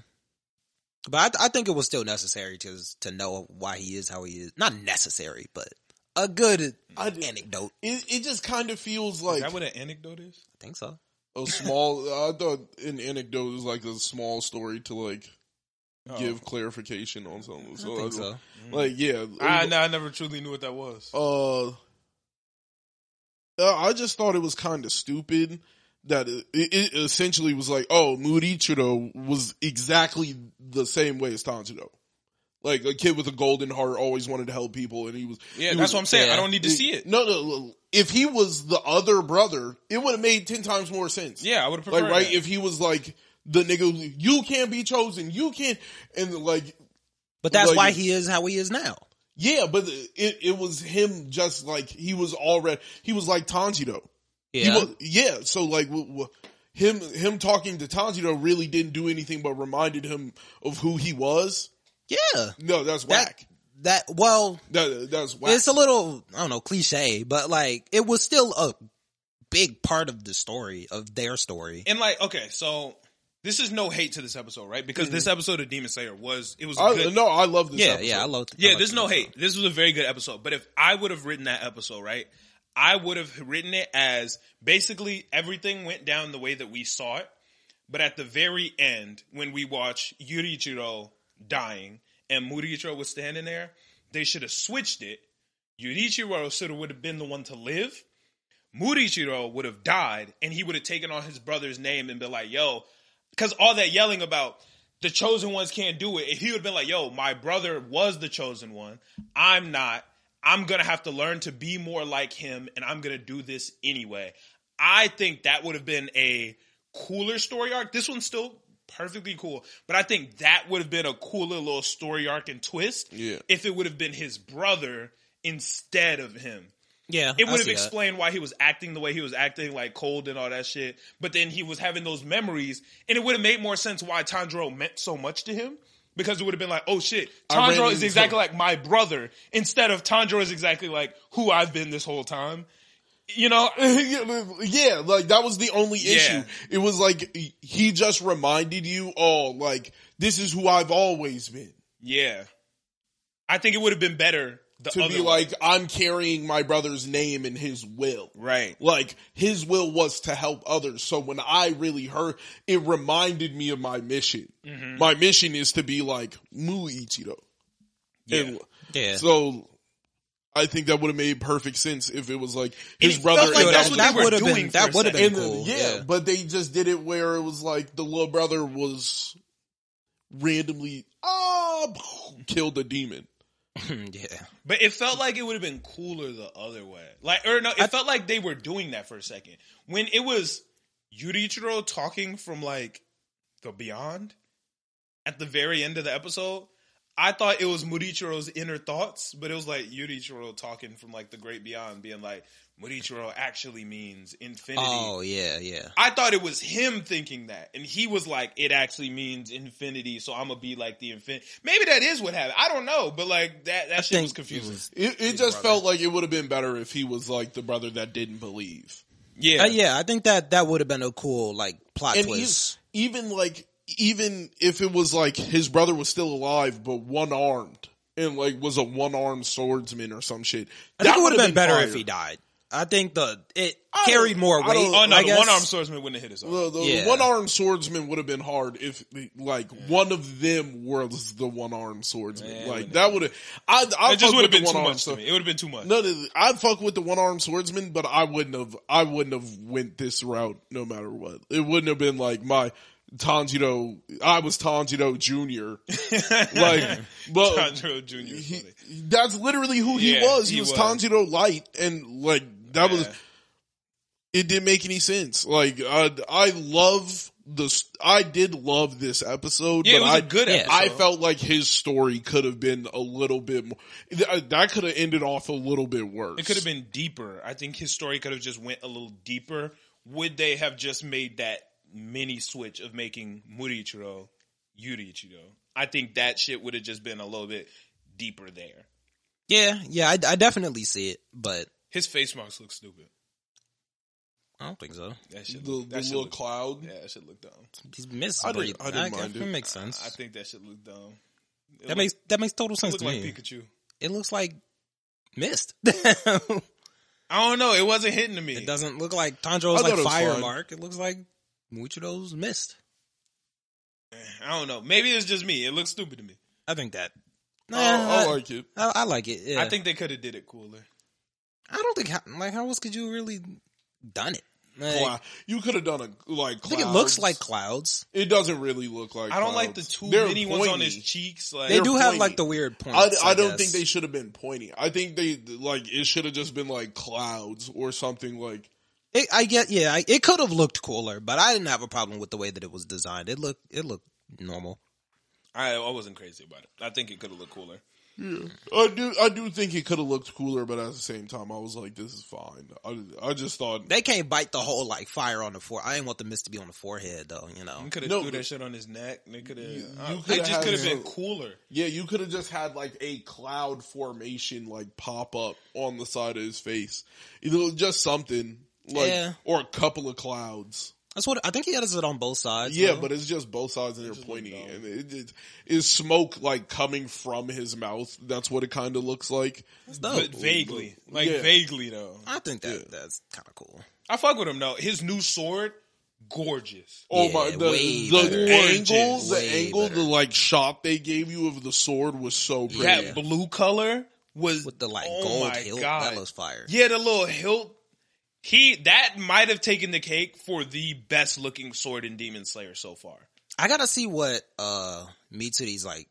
Speaker 4: but I, th- I think it was still necessary to to know why he is how he is. Not necessary, but a good
Speaker 2: I-
Speaker 4: anecdote.
Speaker 2: It, it just kind of feels
Speaker 1: Is
Speaker 2: like
Speaker 1: that what an anecdote is?
Speaker 4: I think so.
Speaker 2: a small. I thought an anecdote is like a small story to like
Speaker 1: Oh.
Speaker 2: give clarification on something. So
Speaker 4: I think
Speaker 2: that's-
Speaker 4: so.
Speaker 2: Like yeah,
Speaker 1: Hmm. I, no, I never truly knew what that was.
Speaker 2: uh, uh, I just thought it was kind of stupid that it, it essentially was like, oh, Murichiro was exactly the same way as Tanjiro. Like a kid with a golden heart always wanted to help people, and he was
Speaker 1: Yeah,
Speaker 2: he
Speaker 1: that's
Speaker 2: was-
Speaker 1: what I'm saying. I
Speaker 4: yeah.
Speaker 1: don't need to see it.
Speaker 2: No, no, no. If he was the other brother, it would have made ten times more sense.
Speaker 1: Yeah, I would have
Speaker 4: *laughs*
Speaker 1: preferred
Speaker 2: like right
Speaker 1: that.
Speaker 2: if he was like the nigga who, you can't be chosen you can't and like
Speaker 4: But that's
Speaker 2: Like-
Speaker 4: why he is how he is now.
Speaker 2: yeah but it, it was him just like he was already he was like tanjiro He
Speaker 4: Yeah,
Speaker 2: wa- yeah so like w- w- him him talking to tanjiro really didn't do anything but reminded him of who he was
Speaker 4: yeah.
Speaker 2: no that's
Speaker 4: That
Speaker 2: whack
Speaker 4: that well,
Speaker 2: that, that's whack
Speaker 4: it's a little I don't know cliche, but like it was still a big part of the story of their story.
Speaker 1: And like, okay, so this is no hate to this episode, right? Because this episode of Demon Slayer was it was a
Speaker 2: Mm-hmm. I,
Speaker 1: good.
Speaker 2: no i love this
Speaker 4: yeah,
Speaker 2: episode. *laughs*
Speaker 4: yeah, I love. I
Speaker 1: yeah,
Speaker 4: love
Speaker 1: there's
Speaker 4: that
Speaker 1: no
Speaker 4: episode.
Speaker 1: hate. This was a very good episode. But if I would have written that episode, right, I would have written it as basically everything went down the way that we saw it. But at the very end, when we watch Yuriichiro dying and Muriichiro was standing there, they should have switched it. Yuriichiro should have would have been the one to live. Muriichiro would have died, and he would have taken on his brother's name and been like, "Yo," because all that yelling about the chosen ones can't do it. If he would have been like, "Yo, my brother was the chosen one. I'm not. I'm gonna have to learn to be more like him, and I'm gonna do this anyway." I think that would have been a cooler story arc. This one's still perfectly cool, but I think that would have been a cooler little story arc and twist
Speaker 2: Yeah.
Speaker 1: if it would have been his brother instead of him
Speaker 4: Yeah,
Speaker 1: it
Speaker 4: I
Speaker 1: would have
Speaker 4: see that.
Speaker 1: explained why he was acting the way he was acting, like cold and all that shit. But then he was having those memories, and it would have made more sense why Tanjiro meant so much to him because it would have been like, oh shit,
Speaker 2: I ran
Speaker 1: Tanjiro is
Speaker 2: into-
Speaker 1: exactly like my brother instead of Tanjiro is exactly like who I've been this whole time. You know,
Speaker 2: yeah, like that was the only issue.
Speaker 1: Yeah.
Speaker 2: It was like he just reminded you, oh, like this is who I've always been.
Speaker 1: yeah. I think it would have been better the
Speaker 2: To
Speaker 1: other
Speaker 2: be
Speaker 1: way.
Speaker 2: like, I'm carrying my brother's name and his will.
Speaker 1: right.
Speaker 2: Like his will was to help others. So when I really hurt, it reminded me of my mission.
Speaker 1: Mm-hmm.
Speaker 2: My mission is to be like Mu Ichido. And
Speaker 4: Yeah,
Speaker 2: so I think that would have made perfect sense if it was like
Speaker 1: And
Speaker 2: his
Speaker 1: it
Speaker 2: brother
Speaker 1: felt like
Speaker 2: and
Speaker 1: that's
Speaker 2: that
Speaker 1: what
Speaker 2: was
Speaker 1: they were
Speaker 4: would've been-
Speaker 1: doing
Speaker 4: that
Speaker 1: for a
Speaker 4: would've been
Speaker 1: second.
Speaker 2: And the-
Speaker 4: cool,
Speaker 2: yeah,
Speaker 4: yeah.
Speaker 2: but they just did it where it was like the little brother was randomly ah killed a demon.
Speaker 1: *laughs*
Speaker 4: yeah.
Speaker 1: But it felt like it would have been cooler the other way. Like, or no, it felt like they were doing that for a second. When it was Yuriichiro talking from like the beyond at the very end of the episode, I thought it was Murichiro's inner thoughts, but it was like Yurichiro talking from like the great beyond, being like, Murichiro actually means infinity.
Speaker 4: Oh yeah, yeah.
Speaker 1: I thought it was him thinking that, and he was like, "It actually means infinity." So I'm gonna be like the infinity. Maybe that is what happened. I don't know, but like that that shit
Speaker 4: think
Speaker 1: was confusing.
Speaker 4: it was-
Speaker 2: It, it just felt like it would have been better if he was like the brother that didn't believe.
Speaker 1: yeah,
Speaker 4: Yeah, uh, yeah I think that that would have been a cool like plot
Speaker 2: and
Speaker 4: twist.
Speaker 2: e- even like even if it was like his brother was still alive but one armed and like was a one armed swordsman or some shit,
Speaker 4: I think it would
Speaker 2: would've
Speaker 4: have been better
Speaker 2: fire.
Speaker 4: if he died. I think the it
Speaker 2: don't-
Speaker 4: carried more
Speaker 2: I
Speaker 4: weight.
Speaker 2: don't-
Speaker 1: Oh no,
Speaker 4: I
Speaker 1: the
Speaker 4: guess.
Speaker 1: one armed swordsman wouldn't have hit us. all.
Speaker 2: The, the
Speaker 4: Yeah.
Speaker 2: one armed swordsman would have been hard if like one of them was the one armed swordsman.
Speaker 1: Yeah, it
Speaker 2: like
Speaker 1: wouldn't
Speaker 2: that would have. I I
Speaker 1: It just would have been too
Speaker 2: one
Speaker 1: much to me. It would have been too much. *laughs*
Speaker 2: No, no, I'd fuck with the one armed swordsman, but I wouldn't have. I wouldn't have went this route no matter what. It wouldn't have been like my Tanjiro. I was Tanjiro
Speaker 1: *laughs*
Speaker 2: Junior. like, but
Speaker 1: Tanjiro Jr. is
Speaker 2: he,
Speaker 1: funny.
Speaker 2: that's literally who he
Speaker 1: Yeah,
Speaker 2: was. He,
Speaker 1: he
Speaker 2: was,
Speaker 1: was.
Speaker 2: Tanjiro Light, and like that was
Speaker 1: Yeah.
Speaker 2: it didn't make any sense. Like I, I love this. I did love this episode.
Speaker 1: Yeah, it
Speaker 2: but
Speaker 1: was
Speaker 2: I,
Speaker 1: a good
Speaker 4: yeah,
Speaker 1: episode.
Speaker 2: I felt like his story could have been a little bit more. th- That could have ended off a little bit worse.
Speaker 1: It could have been deeper. I think his story could have just went a little deeper. Would they have just made that mini switch of making Murichiro Yurichiro? I think that shit would have just been a little bit deeper there.
Speaker 4: Yeah, yeah. I, I definitely see it, but
Speaker 1: His face marks look stupid.
Speaker 4: I don't think so.
Speaker 1: That
Speaker 2: the,
Speaker 1: shit.
Speaker 2: the
Speaker 1: look, that shit
Speaker 2: little
Speaker 1: look-
Speaker 2: cloud.
Speaker 4: Uh,
Speaker 1: Yeah, that shit look dumb.
Speaker 4: He's missed.
Speaker 2: I didn't- I didn't mind it.
Speaker 4: That makes sense.
Speaker 1: I think that shit look dumb. It
Speaker 4: that
Speaker 1: look-
Speaker 4: makes that makes total
Speaker 1: it
Speaker 4: sense
Speaker 1: look
Speaker 4: to
Speaker 1: like
Speaker 4: me.
Speaker 1: Pikachu.
Speaker 4: It looks like *laughs* mist.
Speaker 1: I don't know. It wasn't hitting to me.
Speaker 4: It doesn't look like Tanjiro's
Speaker 2: I thought it
Speaker 4: like
Speaker 2: was
Speaker 4: fire
Speaker 2: fine.
Speaker 4: mark. It looks like Muichiro's mist.
Speaker 1: I don't know. Maybe it's just me. It looks stupid to me.
Speaker 4: I think that. Nah,
Speaker 2: I, Oh,
Speaker 4: I,
Speaker 2: I like it.
Speaker 4: I, I like it. Yeah.
Speaker 1: I think they could have did it cooler.
Speaker 4: I don't think how, like how else could you really done it? Like,
Speaker 2: Cloud. You could have done a like.
Speaker 4: I think it
Speaker 2: clouds.
Speaker 4: looks like clouds.
Speaker 2: It doesn't really look like.
Speaker 1: I don't like the
Speaker 2: clouds.
Speaker 1: two
Speaker 2: They're
Speaker 1: mini ones on
Speaker 2: pointy.
Speaker 1: his cheeks. Like
Speaker 4: They
Speaker 2: They're
Speaker 4: do have like
Speaker 2: pointy.
Speaker 4: the weird points.
Speaker 2: I, I don't
Speaker 4: guess.
Speaker 2: think they should have been pointy. I think they like it should have just been like clouds or something like
Speaker 4: It, I get yeah. I, it could have looked cooler, but I didn't have a problem with the way that it was designed. It looked it looked normal.
Speaker 1: I, I wasn't crazy about it. I think it could have looked cooler.
Speaker 2: I do I do think it could have looked cooler, but at the same time I was like this is fine. I, I just thought
Speaker 4: They can't bite the whole like fire on the fore. I didn't want the mist to be on the forehead though. You know.
Speaker 1: You could have
Speaker 2: No,
Speaker 1: threw
Speaker 2: but-
Speaker 1: that shit on his neck. They could have.
Speaker 2: you
Speaker 1: It
Speaker 2: coulda
Speaker 1: just
Speaker 2: had
Speaker 1: could have
Speaker 2: him-
Speaker 1: been cooler.
Speaker 2: yeah, you could have just had like a cloud formation like pop up on the side of his face. You know, just something like
Speaker 4: Yeah.
Speaker 2: or a couple of clouds.
Speaker 4: That's what I think he has it on both sides.
Speaker 2: Yeah,
Speaker 4: though.
Speaker 2: but it's just both sides and they're pointy,
Speaker 1: dumb.
Speaker 2: and it, it is smoke like coming from his mouth. That's what it kind of looks like.
Speaker 4: It's dope.
Speaker 1: But vaguely, like
Speaker 2: Yeah.
Speaker 1: vaguely though.
Speaker 4: I think that that's kind of cool.
Speaker 1: I fuck with him though. His new sword, gorgeous.
Speaker 2: Oh
Speaker 4: Yeah,
Speaker 2: my! The,
Speaker 4: way
Speaker 2: the
Speaker 4: better.
Speaker 2: angle,
Speaker 1: Gorgeous.
Speaker 2: the
Speaker 4: Way
Speaker 2: angle,
Speaker 4: better.
Speaker 2: the like shot they gave you of the sword was so pretty.
Speaker 1: That blue color was
Speaker 4: With the like
Speaker 1: oh
Speaker 4: gold
Speaker 1: my
Speaker 4: hilt,
Speaker 1: God.
Speaker 4: that was fire.
Speaker 1: Yeah, the little hilt. He that might have taken the cake for the best looking sword in Demon Slayer so far.
Speaker 4: I gotta see what uh Mitsuru's like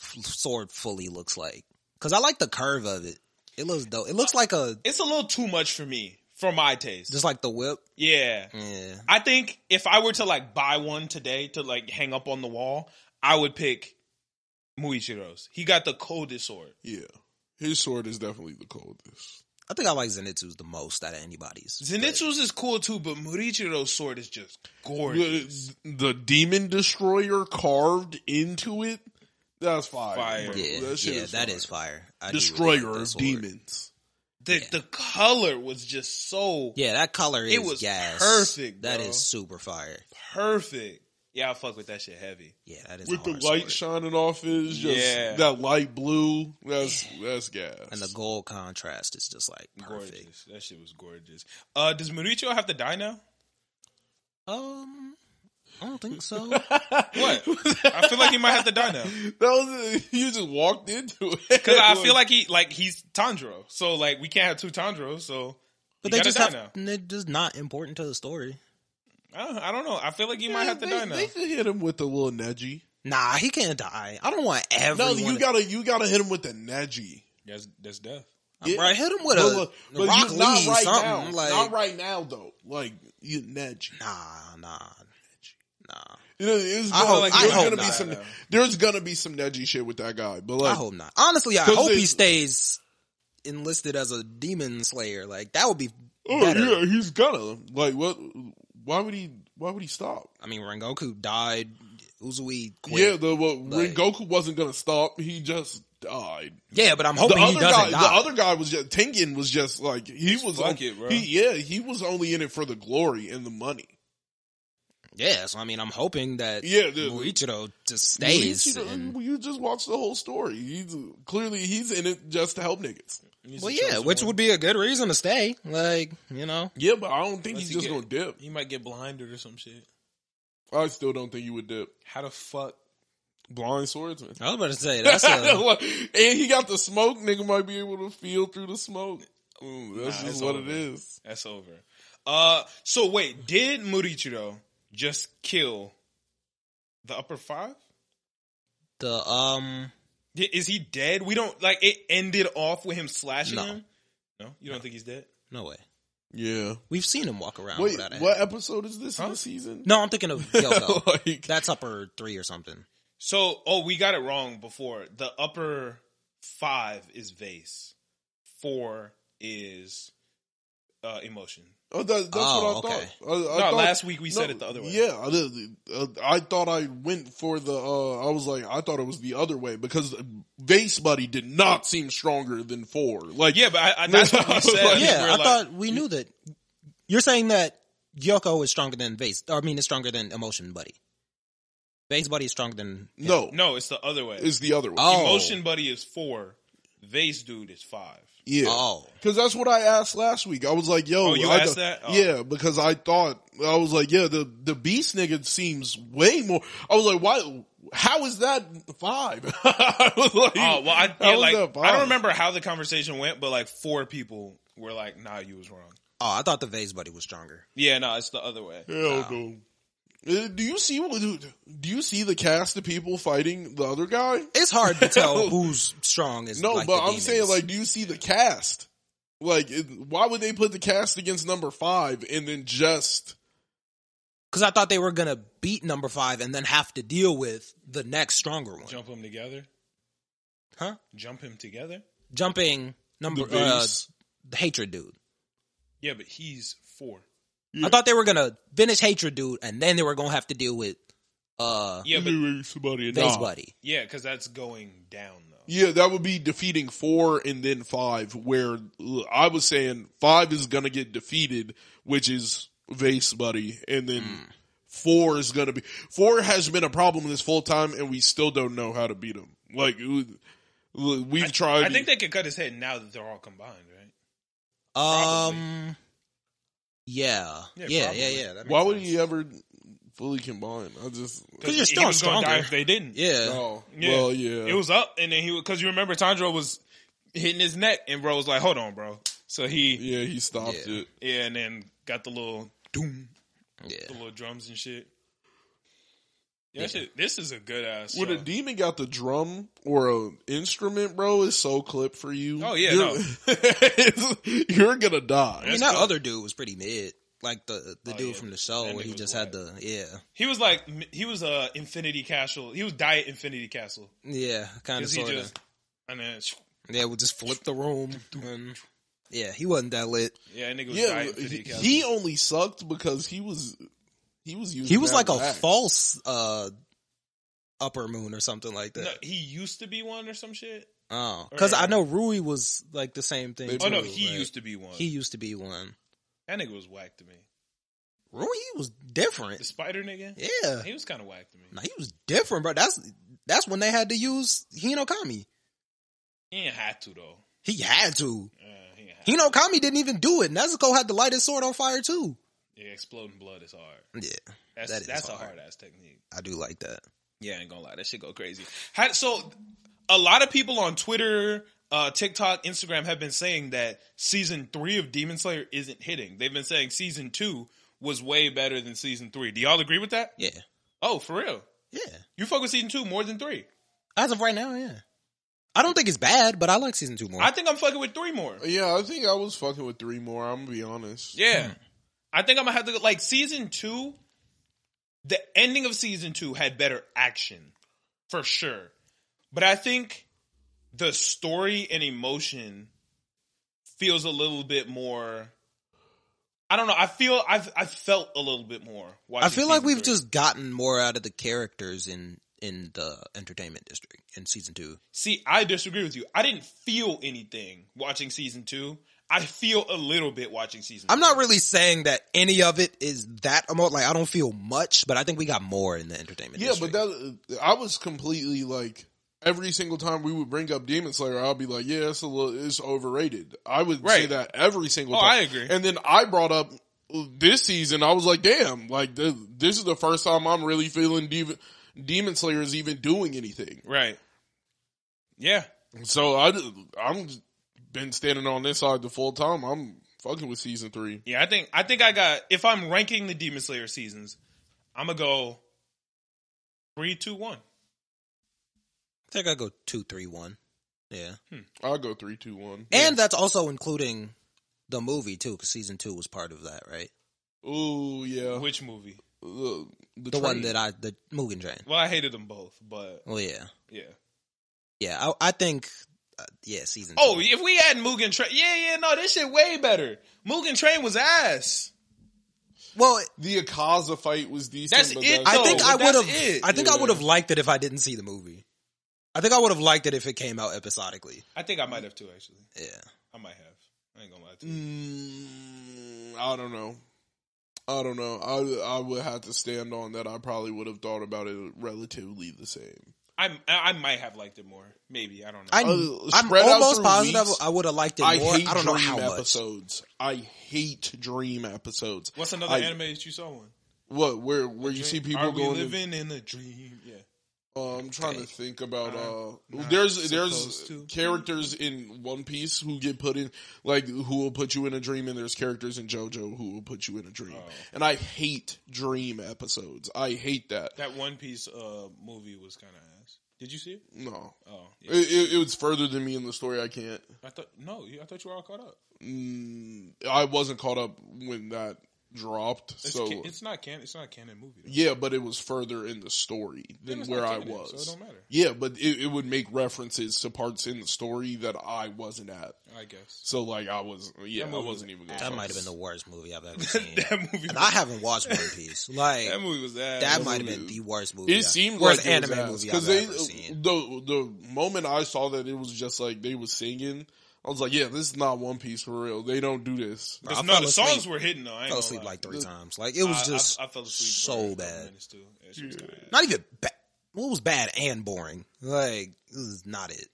Speaker 4: f- sword fully looks like because I like the curve of it. It looks dope. It looks like a
Speaker 1: It's a little too much for me, for my taste.
Speaker 4: just like the whip.
Speaker 1: Yeah,
Speaker 4: Yeah,
Speaker 1: I think if I were to like buy one today to like hang up on the wall, I would pick Muichiro's. He got the coldest sword.
Speaker 2: Yeah, his sword is definitely the coldest.
Speaker 4: I think I like Zenitsu's the most out of anybody's.
Speaker 1: Zenitsu's is cool too, but Muichiro's sword is just gorgeous.
Speaker 2: The, the demon destroyer carved into it. That's fire.
Speaker 1: Fire.
Speaker 2: bro.
Speaker 4: yeah,
Speaker 2: that shit
Speaker 4: yeah,
Speaker 2: is
Speaker 4: that
Speaker 2: fire.
Speaker 4: is fire. I do really
Speaker 2: Destroyer
Speaker 4: like that
Speaker 2: of
Speaker 4: sword.
Speaker 2: demons.
Speaker 1: The the color was just so
Speaker 4: Yeah, that color is
Speaker 1: It was
Speaker 4: gas.
Speaker 1: perfect,
Speaker 4: That
Speaker 1: bro.
Speaker 4: is super fire.
Speaker 1: perfect. Yeah, I fuck with that shit heavy.
Speaker 4: Yeah, that is a
Speaker 2: With the
Speaker 4: hard
Speaker 2: light
Speaker 4: sword.
Speaker 2: shining off it, it's just
Speaker 1: Yeah.
Speaker 2: that light blue. That's that's gas.
Speaker 4: and the gold contrast is just like perfect.
Speaker 1: Gorgeous. That shit was gorgeous. Uh, does Murichiro have to die
Speaker 4: *laughs*
Speaker 1: now?
Speaker 4: Um, I don't think
Speaker 2: *laughs*
Speaker 4: so.
Speaker 1: What? I feel like he might have to die now
Speaker 2: that was *laughs* you just walked into it
Speaker 1: because
Speaker 2: *laughs*
Speaker 1: I feel like he like he's Tanjiro, so like we can't have two Tanjiros. So he
Speaker 4: But they
Speaker 1: gotta
Speaker 4: just
Speaker 1: die
Speaker 4: have
Speaker 1: now.
Speaker 4: they're just not important to the story.
Speaker 1: I don't, I don't know. I feel like he might have to
Speaker 2: they,
Speaker 1: die now.
Speaker 2: They could hit him with a little nedgy.
Speaker 4: Nah, he can't die. I don't want
Speaker 2: No,
Speaker 4: everyone.
Speaker 2: you gotta you gotta hit him with the nedgy.
Speaker 1: That's that's death.
Speaker 2: Yeah.
Speaker 4: right. Hit him with
Speaker 2: But
Speaker 4: a
Speaker 2: look- but
Speaker 4: rock
Speaker 2: you-
Speaker 4: lead,
Speaker 2: not right
Speaker 4: something
Speaker 2: now.
Speaker 4: like.
Speaker 2: not right now though. Like you nedgy.
Speaker 4: Nah, nah, nah.
Speaker 2: You know, it's
Speaker 4: I
Speaker 2: gonna,
Speaker 4: hope-
Speaker 2: like,
Speaker 4: Oh, I
Speaker 2: there's
Speaker 4: hope
Speaker 2: gonna be
Speaker 1: not,
Speaker 2: some.
Speaker 1: though.
Speaker 2: There's gonna be some edgy shit with that guy, but
Speaker 4: I
Speaker 2: like,
Speaker 4: hope not. Honestly, I
Speaker 2: 'Cause
Speaker 4: hope
Speaker 2: they-
Speaker 4: he stays enlisted as a demon slayer. Like that would be
Speaker 2: oh
Speaker 4: better.
Speaker 2: yeah, he's gonna like what? Why would he? Why would he stop?
Speaker 4: I mean, Rengoku died. Uzui
Speaker 2: Yeah,
Speaker 4: quit.
Speaker 2: the well,
Speaker 4: Like-
Speaker 2: Rengoku wasn't gonna stop. He just died.
Speaker 4: Yeah, but I'm
Speaker 2: The
Speaker 4: hoping Oh, he
Speaker 2: other guy,
Speaker 4: doesn't die.
Speaker 2: the other guy was just Tengen was just like he was.
Speaker 1: fuck
Speaker 2: on-
Speaker 1: it, bro.
Speaker 2: He, yeah, he was only in it for the glory and the money.
Speaker 4: yeah, so I mean, I'm hoping that
Speaker 2: Yeah, the-
Speaker 4: Muichiro just stays.
Speaker 2: Well, you-
Speaker 4: and-
Speaker 2: you just watch the whole story. He's clearly he's in it just to help niggas.
Speaker 1: He's
Speaker 4: well,
Speaker 1: the
Speaker 4: yeah,
Speaker 1: chosen
Speaker 4: which
Speaker 1: one.
Speaker 4: would be a good reason to stay. Like you know,
Speaker 2: Yeah, but I don't think
Speaker 1: Unless
Speaker 2: he's just
Speaker 1: he
Speaker 2: gonna
Speaker 1: get-
Speaker 2: dip.
Speaker 1: He might get blinded or some shit.
Speaker 2: I still don't think you would dip.
Speaker 1: How the fuck?
Speaker 2: Blind swordsman.
Speaker 4: I was about to say that's a.
Speaker 2: *laughs* Like, and he got the smoke. Nigga might be able to feel through the smoke. Ooh, that's
Speaker 1: Nah, it's
Speaker 2: just what
Speaker 1: over.
Speaker 2: it is.
Speaker 1: That's over. Uh, so wait, did Murichiro just kill the upper five?
Speaker 4: the um.
Speaker 1: Di- Is he dead? We don't like it. Ended off with him slashing
Speaker 4: No.
Speaker 1: him. No, you don't think he's dead?
Speaker 4: No way.
Speaker 2: Yeah.
Speaker 4: We've seen him walk around
Speaker 2: Wait,
Speaker 4: without a
Speaker 2: what
Speaker 4: hat.
Speaker 2: episode is this in the season?
Speaker 4: No, I'm thinking of
Speaker 2: *laughs*
Speaker 1: *laughs*
Speaker 4: Yoko.
Speaker 2: like,
Speaker 4: That's upper three or something.
Speaker 1: So, oh, we got it wrong before. The upper five is vase. Four is uh, emotion.
Speaker 2: oh, that, that's
Speaker 4: Oh,
Speaker 2: what I
Speaker 4: okay.
Speaker 2: thought. I, I
Speaker 1: no,
Speaker 2: thought-
Speaker 1: last week we said
Speaker 2: no,
Speaker 1: it the other way.
Speaker 2: Yeah, I, did- uh, I thought I went for the. uh I was like, I thought it was the other way because Vase Buddy did not seem stronger than four. Like,
Speaker 1: yeah, but I, I, that's what we said.
Speaker 2: Like,
Speaker 4: yeah,
Speaker 1: We're
Speaker 4: I
Speaker 1: like-
Speaker 4: thought we knew that. You're saying that Yoko is stronger than Vase. I mean, is stronger than Emotion Buddy. Vase Buddy is stronger than.
Speaker 2: no, no,
Speaker 1: no, it's the other way.
Speaker 2: it's the other way.
Speaker 4: Oh.
Speaker 1: Emotion buddy is four. Vase dude is five.
Speaker 2: yeah.
Speaker 4: Oh.
Speaker 2: Cause that's what I asked last week. I was like, "Yo,
Speaker 1: Oh, you
Speaker 2: I
Speaker 1: asked
Speaker 2: thought-
Speaker 1: that? Oh.
Speaker 2: Yeah, because I thought I was like, "Yeah, the the beast nigga seems way more." I was like, "Why? How is that five? *laughs* I was like,
Speaker 1: Oh well, I
Speaker 2: how
Speaker 1: yeah,
Speaker 2: is
Speaker 1: like
Speaker 2: that
Speaker 1: I
Speaker 2: five?
Speaker 1: don't remember how the conversation went, but like four people were like, "Nah, you was wrong."
Speaker 4: Oh, I thought the Vase Buddy was stronger.
Speaker 1: Yeah, no, it's the other way.
Speaker 2: Hell no. Uh, Do you see? what- Do you see the cast of people fighting the other guy?
Speaker 4: It's hard to
Speaker 2: *laughs*
Speaker 4: tell who's strong is.
Speaker 2: No,
Speaker 4: like
Speaker 2: but
Speaker 4: the
Speaker 2: I'm
Speaker 4: demons.
Speaker 2: saying, like, do you see the cast? Like, it, why would they put the cast against number five and then just?
Speaker 4: Because I thought they were going to beat number five and then have to deal with the next stronger one.
Speaker 1: Jump them together.
Speaker 4: Huh?
Speaker 1: Jump him together.
Speaker 4: Jumping number.
Speaker 2: The
Speaker 4: uh,
Speaker 2: base.
Speaker 4: the Hatred Dude.
Speaker 1: Yeah, but he's four.
Speaker 2: Yeah.
Speaker 4: I thought they were gonna finish Hatred Dude, and then they were gonna have to deal with uh
Speaker 1: Yeah, but
Speaker 2: somebody
Speaker 4: Face Buddy.
Speaker 1: yeah, because that's going down though.
Speaker 2: Yeah, that would be defeating four and then five. Where l- I was saying five is gonna get defeated, which is Vase Buddy, and then
Speaker 1: Hmm.
Speaker 2: four is gonna be four has been a problem this full time, and we still don't know how to beat him. Like it was- l- we've tried.
Speaker 1: I think they could cut his head now that they're all combined, right?
Speaker 4: Um, yeah, yeah,
Speaker 1: Yeah,
Speaker 4: yeah,
Speaker 1: probably.
Speaker 4: yeah, that
Speaker 2: why
Speaker 4: makes
Speaker 2: would
Speaker 4: sense.
Speaker 2: he ever fully combine? I just
Speaker 4: 'Cause you're
Speaker 1: he
Speaker 4: still
Speaker 1: was gonna die
Speaker 4: stronger.
Speaker 1: if they didn't.
Speaker 4: Yeah,
Speaker 2: oh
Speaker 1: Yeah.
Speaker 2: well yeah.
Speaker 1: It was up, and then he because you remember Tandro was hitting his neck, and bro was like, "Hold on, bro." So he
Speaker 2: yeah, he stopped
Speaker 4: Yeah.
Speaker 2: it.
Speaker 1: yeah, and then got the little doom, the
Speaker 4: yeah.
Speaker 1: little drums and shit. Yeah, that shit- this is a good ass.
Speaker 2: When
Speaker 1: show.
Speaker 2: a demon got the drum or a instrument, bro, it's so clip for you.
Speaker 1: Oh, yeah,
Speaker 2: you're, *laughs* you're gonna
Speaker 4: I
Speaker 2: die.
Speaker 4: mean,
Speaker 1: That's
Speaker 4: that
Speaker 1: good.
Speaker 4: other dude was pretty mid, like the the
Speaker 1: Oh, yeah.
Speaker 4: dude from the show
Speaker 1: That
Speaker 4: where he
Speaker 1: nigga
Speaker 4: just
Speaker 1: was
Speaker 4: had the yeah,
Speaker 1: He was like he was uh, Infinity Castle. He was Diet Infinity Castle
Speaker 4: yeah, kind of
Speaker 1: because he
Speaker 4: sort of
Speaker 1: just and then
Speaker 4: yeah, would just flip the room. and- yeah, he wasn't that lit.
Speaker 1: yeah, that nigga was
Speaker 2: Yeah,
Speaker 1: Diet Infinity
Speaker 2: he,
Speaker 1: Castle.
Speaker 2: he only sucked because he was he was using
Speaker 4: He was
Speaker 2: that
Speaker 4: like a
Speaker 2: rack.
Speaker 4: false uh upper moon or something like
Speaker 1: no,
Speaker 4: that.
Speaker 1: he used to be one or some shit.
Speaker 4: Oh, because I
Speaker 1: Alright.
Speaker 4: know Rui was like the same thing.
Speaker 2: Maybe.
Speaker 1: Oh no,
Speaker 4: too,
Speaker 1: he
Speaker 4: like,
Speaker 1: used to be one.
Speaker 4: He used to be one.
Speaker 1: that nigga was whack to me.
Speaker 4: Rui was
Speaker 1: The
Speaker 4: different.
Speaker 1: spider nigga,
Speaker 4: Yeah.
Speaker 1: he was kind of whack to me.
Speaker 4: No, he was different, bro. That's that's when they had to use Hinokami.
Speaker 1: He ain't had to though.
Speaker 4: He had to.
Speaker 1: Uh, he ain't had to.
Speaker 4: Hinokami didn't even do it. Nezuko had to light his sword on fire too.
Speaker 1: Yeah, exploding blood is hard.
Speaker 4: Yeah,
Speaker 1: That's
Speaker 4: That is
Speaker 1: that's a
Speaker 4: hard.
Speaker 1: hard ass technique.
Speaker 4: I do like that.
Speaker 1: Yeah, I ain't gonna lie, that shit go crazy. How, so, a lot of people on Twitter, uh, TikTok, Instagram have been saying that season three of Demon Slayer isn't hitting. They've been saying season two was way better than season three. Do y'all agree with that?
Speaker 4: Yeah,
Speaker 1: Oh, for real?
Speaker 4: yeah.
Speaker 1: You fuck with season two more than three?
Speaker 4: As of right now, yeah. I don't think it's bad, but I like season two more.
Speaker 1: I think I'm fucking with three more.
Speaker 2: Yeah, I think I was fucking with
Speaker 4: Hmm.
Speaker 2: three more. I'm gonna be honest.
Speaker 1: Yeah, I think I'm gonna have to go, like season two. the ending of season two had better action for sure. But I think the story and emotion feels a little bit more. I don't know. I feel I've I felt a little bit more.
Speaker 4: I feel like we've
Speaker 1: just.
Speaker 4: just gotten more out of the characters in in the entertainment district in season two.
Speaker 1: See, I disagree with you. I didn't feel anything watching season two. I feel a little bit watching season.
Speaker 4: I'm
Speaker 1: three.
Speaker 4: not really saying that any of it is that emo- like I don't feel much, but I think we got more in the entertainment.
Speaker 2: Yeah,
Speaker 4: district.
Speaker 2: but that I was completely like every single time we would bring up Demon Slayer, I'll be like, yeah, it's a little, it's overrated. I would say
Speaker 1: Right.
Speaker 2: that every single
Speaker 1: Oh,
Speaker 2: time.
Speaker 1: I agree.
Speaker 2: And then I brought up this season. I was like, damn, like th- this is the first time I'm really feeling Demon, Demon Slayer is even doing anything.
Speaker 1: right. Yeah,
Speaker 2: So I I'm been standing on this side the full time. I'm fucking with season three.
Speaker 1: yeah. I think I think I got. If I'm ranking the Demon Slayer seasons, I'm gonna go three, two, one.
Speaker 4: I think I go two, three, one. Yeah,
Speaker 2: I'll go three, two, one.
Speaker 4: and that's also including the movie too, because season two was part of that, right?
Speaker 2: Ooh, yeah.
Speaker 1: Which movie?
Speaker 2: the the,
Speaker 4: The one
Speaker 2: train.
Speaker 4: that I the Mugen Train.
Speaker 1: Well, I hated them both, but
Speaker 4: Well, yeah,
Speaker 1: yeah.
Speaker 4: yeah. I, I think uh, yeah, season.
Speaker 1: Oh,
Speaker 4: two.
Speaker 1: if we had Mugen Train, yeah, yeah. No, this shit way better. Mugen Train was ass.
Speaker 4: well,
Speaker 2: The Akaza fight was decent.
Speaker 1: That's
Speaker 2: but
Speaker 1: it,
Speaker 4: I
Speaker 1: No,
Speaker 4: think I
Speaker 1: but
Speaker 4: would
Speaker 1: that's
Speaker 4: have.
Speaker 1: it.
Speaker 4: I think I
Speaker 2: Yeah.
Speaker 4: would have liked it if I didn't see the movie. I think I would have liked it if it came out episodically.
Speaker 1: I think I might have too. Actually,
Speaker 4: Yeah,
Speaker 1: I might have. I ain't gonna lie to you.
Speaker 2: Mm, I don't know. I don't know. I I would have to stand on that. I probably would have thought about it relatively the same.
Speaker 1: I'm- I I might have liked it more. Maybe I don't know.
Speaker 4: I,
Speaker 2: Uh,
Speaker 4: I'm
Speaker 2: spread out
Speaker 4: almost
Speaker 2: through
Speaker 4: positive
Speaker 2: weeks.
Speaker 4: I would have liked it
Speaker 2: I
Speaker 4: more. I,
Speaker 2: hate
Speaker 4: don't know
Speaker 2: dream
Speaker 4: how much.
Speaker 2: episodes. I hate dream episodes.
Speaker 1: Oh, What's another
Speaker 2: I-
Speaker 1: anime that you saw one?
Speaker 2: What? Where where you see people
Speaker 1: Are we
Speaker 2: going?
Speaker 1: living in a dream? Yeah.
Speaker 2: uh, I'm trying to think about. Uh,
Speaker 1: not
Speaker 2: there's
Speaker 1: supposed
Speaker 2: there's
Speaker 1: to.
Speaker 2: characters in One Piece who get put in like who will put you in a dream, and there's characters in JoJo who will put you in a dream.
Speaker 1: Oh.
Speaker 2: And I hate dream episodes. I hate that.
Speaker 1: That One Piece uh movie was kind of ass. Did you see it?
Speaker 2: No,
Speaker 1: Oh, yeah.
Speaker 2: It, it, it was further than me in the story. I can't.
Speaker 1: I thought no. you- I thought you were all caught up.
Speaker 2: Mm, I wasn't caught up when that dropped.
Speaker 1: It's,
Speaker 2: so
Speaker 1: ca- it's not can. It's not a canon movie. Though.
Speaker 2: yeah, but it was further in the story
Speaker 1: Then
Speaker 2: than
Speaker 1: it's
Speaker 2: where
Speaker 1: not
Speaker 2: I
Speaker 1: canon,
Speaker 2: was.
Speaker 1: so it don't matter.
Speaker 2: Yeah, but it, it would make references to parts in the story that I wasn't at.
Speaker 1: I
Speaker 4: *laughs*
Speaker 1: guess
Speaker 2: So like I was, yeah,
Speaker 1: That
Speaker 2: I
Speaker 1: movie
Speaker 2: wasn't
Speaker 1: was
Speaker 2: even. Gonna
Speaker 4: That
Speaker 2: talk.
Speaker 4: might have been the worst movie
Speaker 2: *laughs*
Speaker 4: I've ever seen.
Speaker 1: that movie. was-
Speaker 4: and I haven't watched One Piece. Like
Speaker 1: that movie was ass.
Speaker 4: that might have
Speaker 2: movie-
Speaker 4: been the worst movie.
Speaker 2: It
Speaker 4: I-
Speaker 2: seemed
Speaker 4: worst
Speaker 2: like
Speaker 4: anime
Speaker 2: anime it was
Speaker 4: movie
Speaker 2: because
Speaker 4: I've
Speaker 2: they
Speaker 4: ever seen.
Speaker 2: the the moment I saw that it was just like they was singing. I was like, yeah, this is not One Piece for real. They don't do this.
Speaker 1: no,
Speaker 4: I fell
Speaker 1: the
Speaker 4: asleep-
Speaker 1: songs were hitting though. I ain't
Speaker 4: fell
Speaker 1: gonna
Speaker 4: asleep
Speaker 1: lie.
Speaker 4: like three times. Like it was
Speaker 1: I-
Speaker 4: just
Speaker 1: I, I fell asleep
Speaker 4: so
Speaker 1: for a couple
Speaker 4: bad.
Speaker 1: minutes, too. Yeah, she was kinda ass.
Speaker 4: not even bad. Well, it was bad and boring. Like this is not it.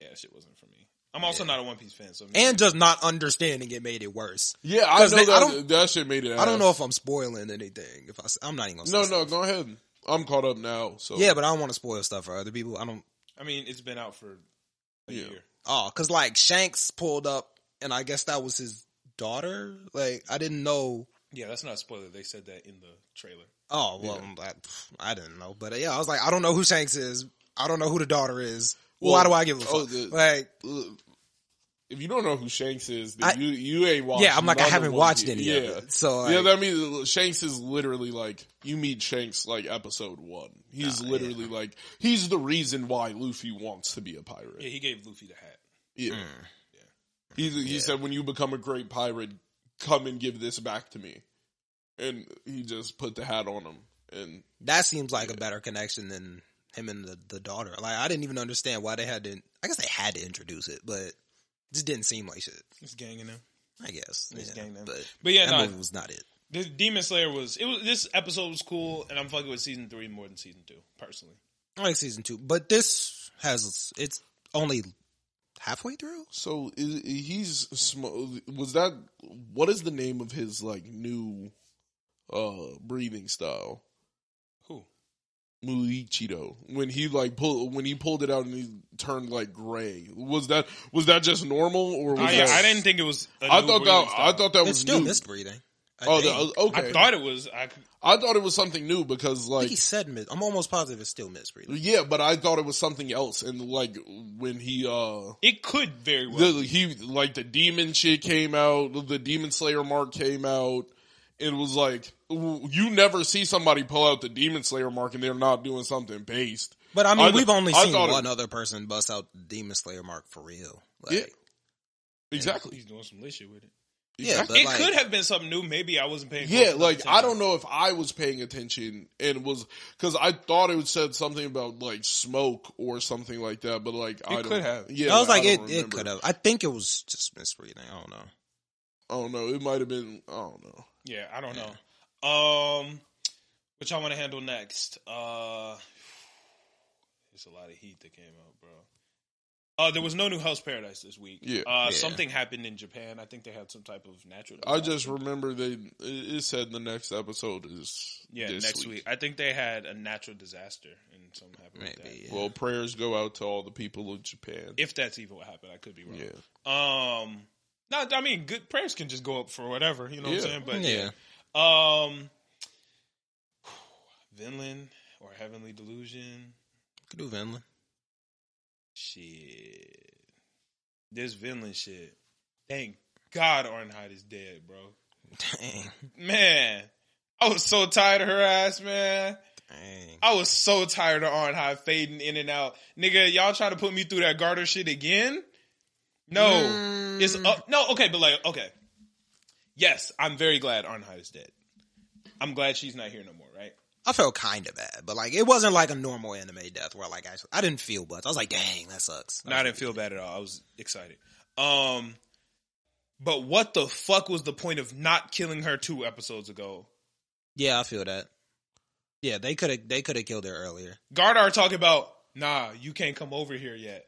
Speaker 1: Yeah, that shit wasn't for me. I'm also not a One Piece fan, so
Speaker 4: And just not understanding it made it worse.
Speaker 2: Yeah, I know
Speaker 4: 'Cause they-
Speaker 2: that,
Speaker 4: I don't-
Speaker 2: that shit made it.
Speaker 4: I don't know if I'm spoiling anything. If I, am not even gonna.
Speaker 2: No,
Speaker 4: say
Speaker 2: no,
Speaker 4: stuff.
Speaker 2: go ahead. I'm caught up now. So
Speaker 4: Yeah, but I don't want to spoil stuff for other people. I don't.
Speaker 1: I mean, it's been out for a
Speaker 2: Yeah.
Speaker 1: year.
Speaker 4: Oh, cause like Shanks pulled up, and I guess that was his daughter. Like I didn't know.
Speaker 1: Yeah, that's not a spoiler. They said that in the trailer.
Speaker 4: Oh well, I'm like, pff, I didn't know. But uh, yeah, I was like, I don't know who Shanks is. I don't know who the daughter is.
Speaker 2: Well,
Speaker 4: Why do I give a fuck?
Speaker 2: oh, the-
Speaker 4: like
Speaker 2: if you don't know who Shanks is, then
Speaker 4: I-
Speaker 2: you you ain't watched.
Speaker 4: yeah, I'm like I
Speaker 2: none of
Speaker 4: haven't
Speaker 2: One
Speaker 4: watched
Speaker 2: Piece.
Speaker 4: any
Speaker 2: Yeah,
Speaker 4: of it. So like,
Speaker 2: yeah. That means uh, Shanks is literally like you meet Shanks like episode one. He's literally like he's the reason why Luffy wants to be a pirate.
Speaker 1: Yeah, he gave Luffy the hat.
Speaker 2: Yeah. He he said, "When you become a great pirate, come and give this back to me." And he just put the hat on him. And
Speaker 4: that seems like a better connection than him and the, the daughter. Like I didn't even understand why they had to. I guess they had to introduce it, but it just didn't seem like shit.
Speaker 1: It's ganging them.
Speaker 4: I guess.
Speaker 1: It's
Speaker 4: yeah,
Speaker 1: gang them.
Speaker 4: But
Speaker 1: But yeah,
Speaker 4: that
Speaker 1: no,
Speaker 4: movie was not it.
Speaker 1: this Demon Slayer was it was this episode was cool, and I'm fucking with season three more than season two personally.
Speaker 4: I like season two, but this has it's only halfway through.
Speaker 2: so is, he's sm- was that what is the name of his like new uh breathing style?
Speaker 1: Who?
Speaker 2: Mulichido when he like pull when he pulled it out and he turned like gray. Was that was that just normal or was
Speaker 1: I,
Speaker 2: that,
Speaker 1: I didn't think it was. I
Speaker 2: I thought that I thought that
Speaker 4: It's
Speaker 2: was
Speaker 4: still
Speaker 2: new.
Speaker 4: misbreathing. I
Speaker 2: Oh,
Speaker 4: think.
Speaker 2: that, okay.
Speaker 1: I thought it was. I,
Speaker 2: I thought it was something new because
Speaker 4: I
Speaker 2: like
Speaker 4: think he said mis- I'm almost positive it's still misbreathing.
Speaker 2: Yeah, but I thought it was something else, and like when he uh.
Speaker 1: it could very well.
Speaker 2: The, he like the demon shit came out, the demon slayer mark came out, it was like w- you never see somebody pull out the Demon Slayer mark and they're not doing something based.
Speaker 4: But I mean,
Speaker 2: I th-
Speaker 4: we've only
Speaker 2: I
Speaker 4: seen
Speaker 2: thought it-
Speaker 4: one other person bust out the Demon Slayer mark for real. Like,
Speaker 2: Yeah. Exactly.
Speaker 1: He's doing some lit shit with it.
Speaker 4: yeah, but
Speaker 1: it
Speaker 4: like,
Speaker 1: could have been something new. Maybe I wasn't paying.
Speaker 2: Yeah,
Speaker 1: close
Speaker 2: like
Speaker 1: enough
Speaker 2: I
Speaker 1: attention.
Speaker 2: don't know if I was paying attention and was because I thought it said something about like smoke or something like that, but like I
Speaker 1: It could
Speaker 2: don't,
Speaker 1: have.
Speaker 2: Yeah,
Speaker 4: I was like,
Speaker 2: don't
Speaker 4: it, it
Speaker 2: remember.
Speaker 4: could have. I think it was just misreading. I don't know.
Speaker 2: I don't know. It might have been. I don't know.
Speaker 1: Yeah, I don't know. Um, which I want to handle next. Uh, there's a lot of heat that came out, bro. Uh, there was no new House Paradise this week.
Speaker 2: Yeah.
Speaker 1: Uh,
Speaker 4: Yeah.
Speaker 1: Something happened in Japan. I think they had some type of natural.
Speaker 2: I just
Speaker 1: disaster.
Speaker 2: remember they. It it said the next episode is
Speaker 1: yeah
Speaker 2: this
Speaker 1: next week. I think they had a natural disaster and something happened. Maybe.
Speaker 4: Maybe. yeah.
Speaker 2: Well, prayers go out to all the people of Japan.
Speaker 1: If that's even what happened, I could be wrong.
Speaker 2: yeah,
Speaker 1: Um, no, I mean, good prayers can just go up for whatever. You know what I'm saying?
Speaker 2: Yeah.
Speaker 1: But
Speaker 4: yeah.
Speaker 1: Um, *sighs* Vinland or Heavenly Delusion.
Speaker 4: Could do Vinland.
Speaker 1: Shit. This Vinland shit. Thank God Arnheit is dead, bro.
Speaker 4: *laughs* Dang.
Speaker 1: Man. I was so tired of her ass, man.
Speaker 4: Dang.
Speaker 1: I was so tired of Arnheit fading in and out. Nigga, y'all trying to put me through that garter shit again? No.
Speaker 4: Mm.
Speaker 1: It's up. No, okay, but like, okay. Yes, I'm very glad Arnheit is dead. I'm glad she's not here no more, right?
Speaker 4: I felt kind of bad, but like it wasn't like a normal anime death where like actually I didn't feel much. I was like, dang, that sucks.
Speaker 1: No, I didn't feel bad at all. I was excited. Um, but what the fuck was the point of not killing her two episodes ago?
Speaker 4: Yeah, I feel that. Yeah, they could have they could have killed her earlier.
Speaker 1: Gardar talk about, nah, you can't come over here yet.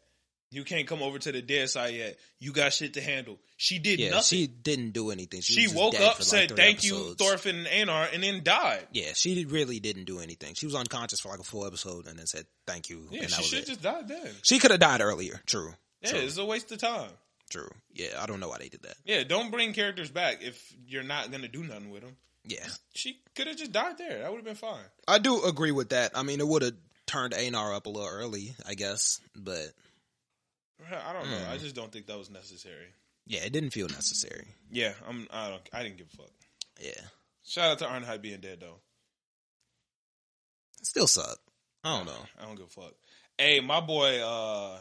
Speaker 1: You can't come over to the dead side yet. You got shit to handle. She did
Speaker 4: Yeah,
Speaker 1: nothing.
Speaker 4: she didn't do anything. She,
Speaker 1: She,
Speaker 4: was just
Speaker 1: woke
Speaker 4: dead
Speaker 1: up,
Speaker 4: for, like,
Speaker 1: said
Speaker 4: three
Speaker 1: thank
Speaker 4: episodes.
Speaker 1: you, Thorfinn and Anar, and then died.
Speaker 4: Yeah, she really didn't do anything. She was unconscious for like a full episode and then said thank you.
Speaker 1: Yeah,
Speaker 4: and that
Speaker 1: she
Speaker 4: was
Speaker 1: should
Speaker 4: it.
Speaker 1: just died then.
Speaker 4: She could have died earlier. True.
Speaker 1: Yeah,
Speaker 4: True.
Speaker 1: it's a waste of time.
Speaker 4: True. Yeah, I don't know why they did that.
Speaker 1: Yeah, don't bring characters back if you're not gonna do nothing with them.
Speaker 4: Yeah.
Speaker 1: She could have just died there. That would have been fine.
Speaker 4: I do agree with that. I mean, it would have turned Anar up a little early, I guess, but
Speaker 1: I don't know.
Speaker 4: Mm.
Speaker 1: I just don't think that was necessary.
Speaker 4: yeah, it didn't feel necessary.
Speaker 1: Yeah, I'm. I don't. I didn't give a fuck.
Speaker 4: Yeah.
Speaker 1: Shout out to Arnheit being dead though.
Speaker 4: It still sucked. I don't know.
Speaker 1: I don't give a fuck. Hey, my boy uh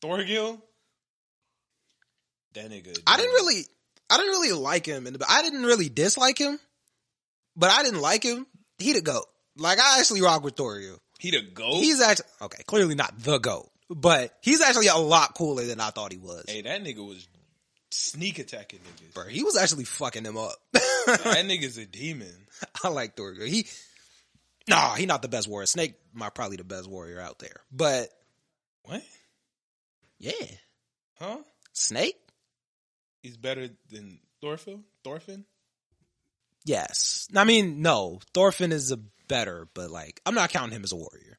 Speaker 1: Thorgil. That nigga.
Speaker 4: I didn't really, I didn't really like him, and I didn't really dislike him, but I didn't like him. He the goat. Like I actually rock with Thorio.
Speaker 1: He the goat.
Speaker 4: He's actually okay. Clearly not the goat, but he's actually a lot cooler than I thought he was.
Speaker 1: hey, that nigga was sneak attacking niggas.
Speaker 4: Bro, he was actually fucking them up.
Speaker 1: that nigga's a demon.
Speaker 4: *laughs* I like Thorio. He, nah, he not the best warrior. Snake, my probably the best warrior out there. But
Speaker 1: What?
Speaker 4: yeah,
Speaker 1: Huh?
Speaker 4: Snake,
Speaker 1: He's better than Thorfinn. Thorfinn.
Speaker 4: yes. I mean, no, Thorfinn is a better, but like I'm not counting him as a warrior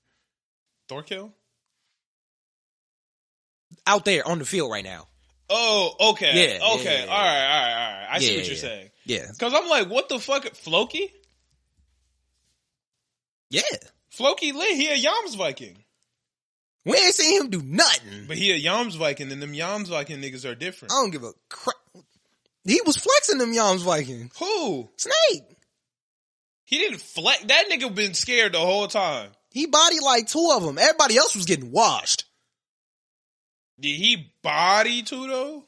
Speaker 1: Thorkill.
Speaker 4: out there on the field right now.
Speaker 1: Oh, okay.
Speaker 4: Yeah, yeah,
Speaker 1: okay.
Speaker 4: yeah, yeah.
Speaker 1: All right. All right. All right. I see
Speaker 4: Yeah,
Speaker 1: what you're
Speaker 4: yeah.
Speaker 1: saying.
Speaker 4: Yeah,
Speaker 1: Because I'm like, what the fuck, Floki?
Speaker 4: yeah.
Speaker 1: Floki lit. He a Yams Viking.
Speaker 4: We ain't seen him do nothing.
Speaker 1: But he a Yams Viking, and them Yams Viking niggas are different.
Speaker 4: I don't give a crap. He was flexing them Yams Vikings.
Speaker 1: Who?
Speaker 4: Snake.
Speaker 1: He didn't flex. That nigga been scared the whole time.
Speaker 4: He bodied like two of them. Everybody else was getting washed.
Speaker 1: Did he body too though?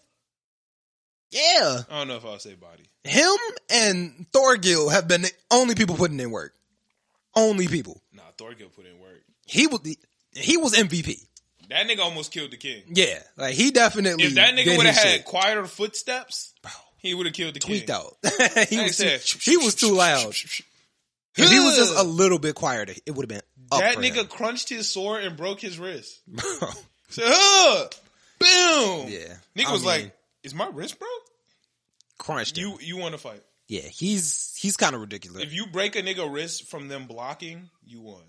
Speaker 4: Yeah.
Speaker 1: I don't know if I'll say body.
Speaker 4: Him and Thorgil have been the only people putting in work. Only people.
Speaker 1: Nah, Thorgill put in work.
Speaker 4: He was he was MVP.
Speaker 1: That nigga almost killed the king.
Speaker 4: Yeah. Like he definitely
Speaker 1: If that
Speaker 4: did
Speaker 1: nigga would have
Speaker 4: his
Speaker 1: had
Speaker 4: shit.
Speaker 1: quieter footsteps, he would have killed the
Speaker 4: tweaked
Speaker 1: king.
Speaker 4: out. *laughs* he,
Speaker 1: Like I
Speaker 4: was too,
Speaker 1: said,
Speaker 4: he
Speaker 1: *laughs*
Speaker 4: was too loud. If he was just a little bit quieter, it would have been up
Speaker 1: That
Speaker 4: for
Speaker 1: nigga
Speaker 4: *laughs* him.
Speaker 1: crunched his sword and broke his wrist. Said, huh, boom.
Speaker 4: Yeah.
Speaker 1: Nigga
Speaker 4: I
Speaker 1: was
Speaker 4: mean-
Speaker 1: like, "Is my wrist broke?
Speaker 4: crunched him.
Speaker 1: You you want to fight?
Speaker 4: Yeah, he's he's kind of ridiculous.
Speaker 1: If you break a nigga wrist from them blocking, you won."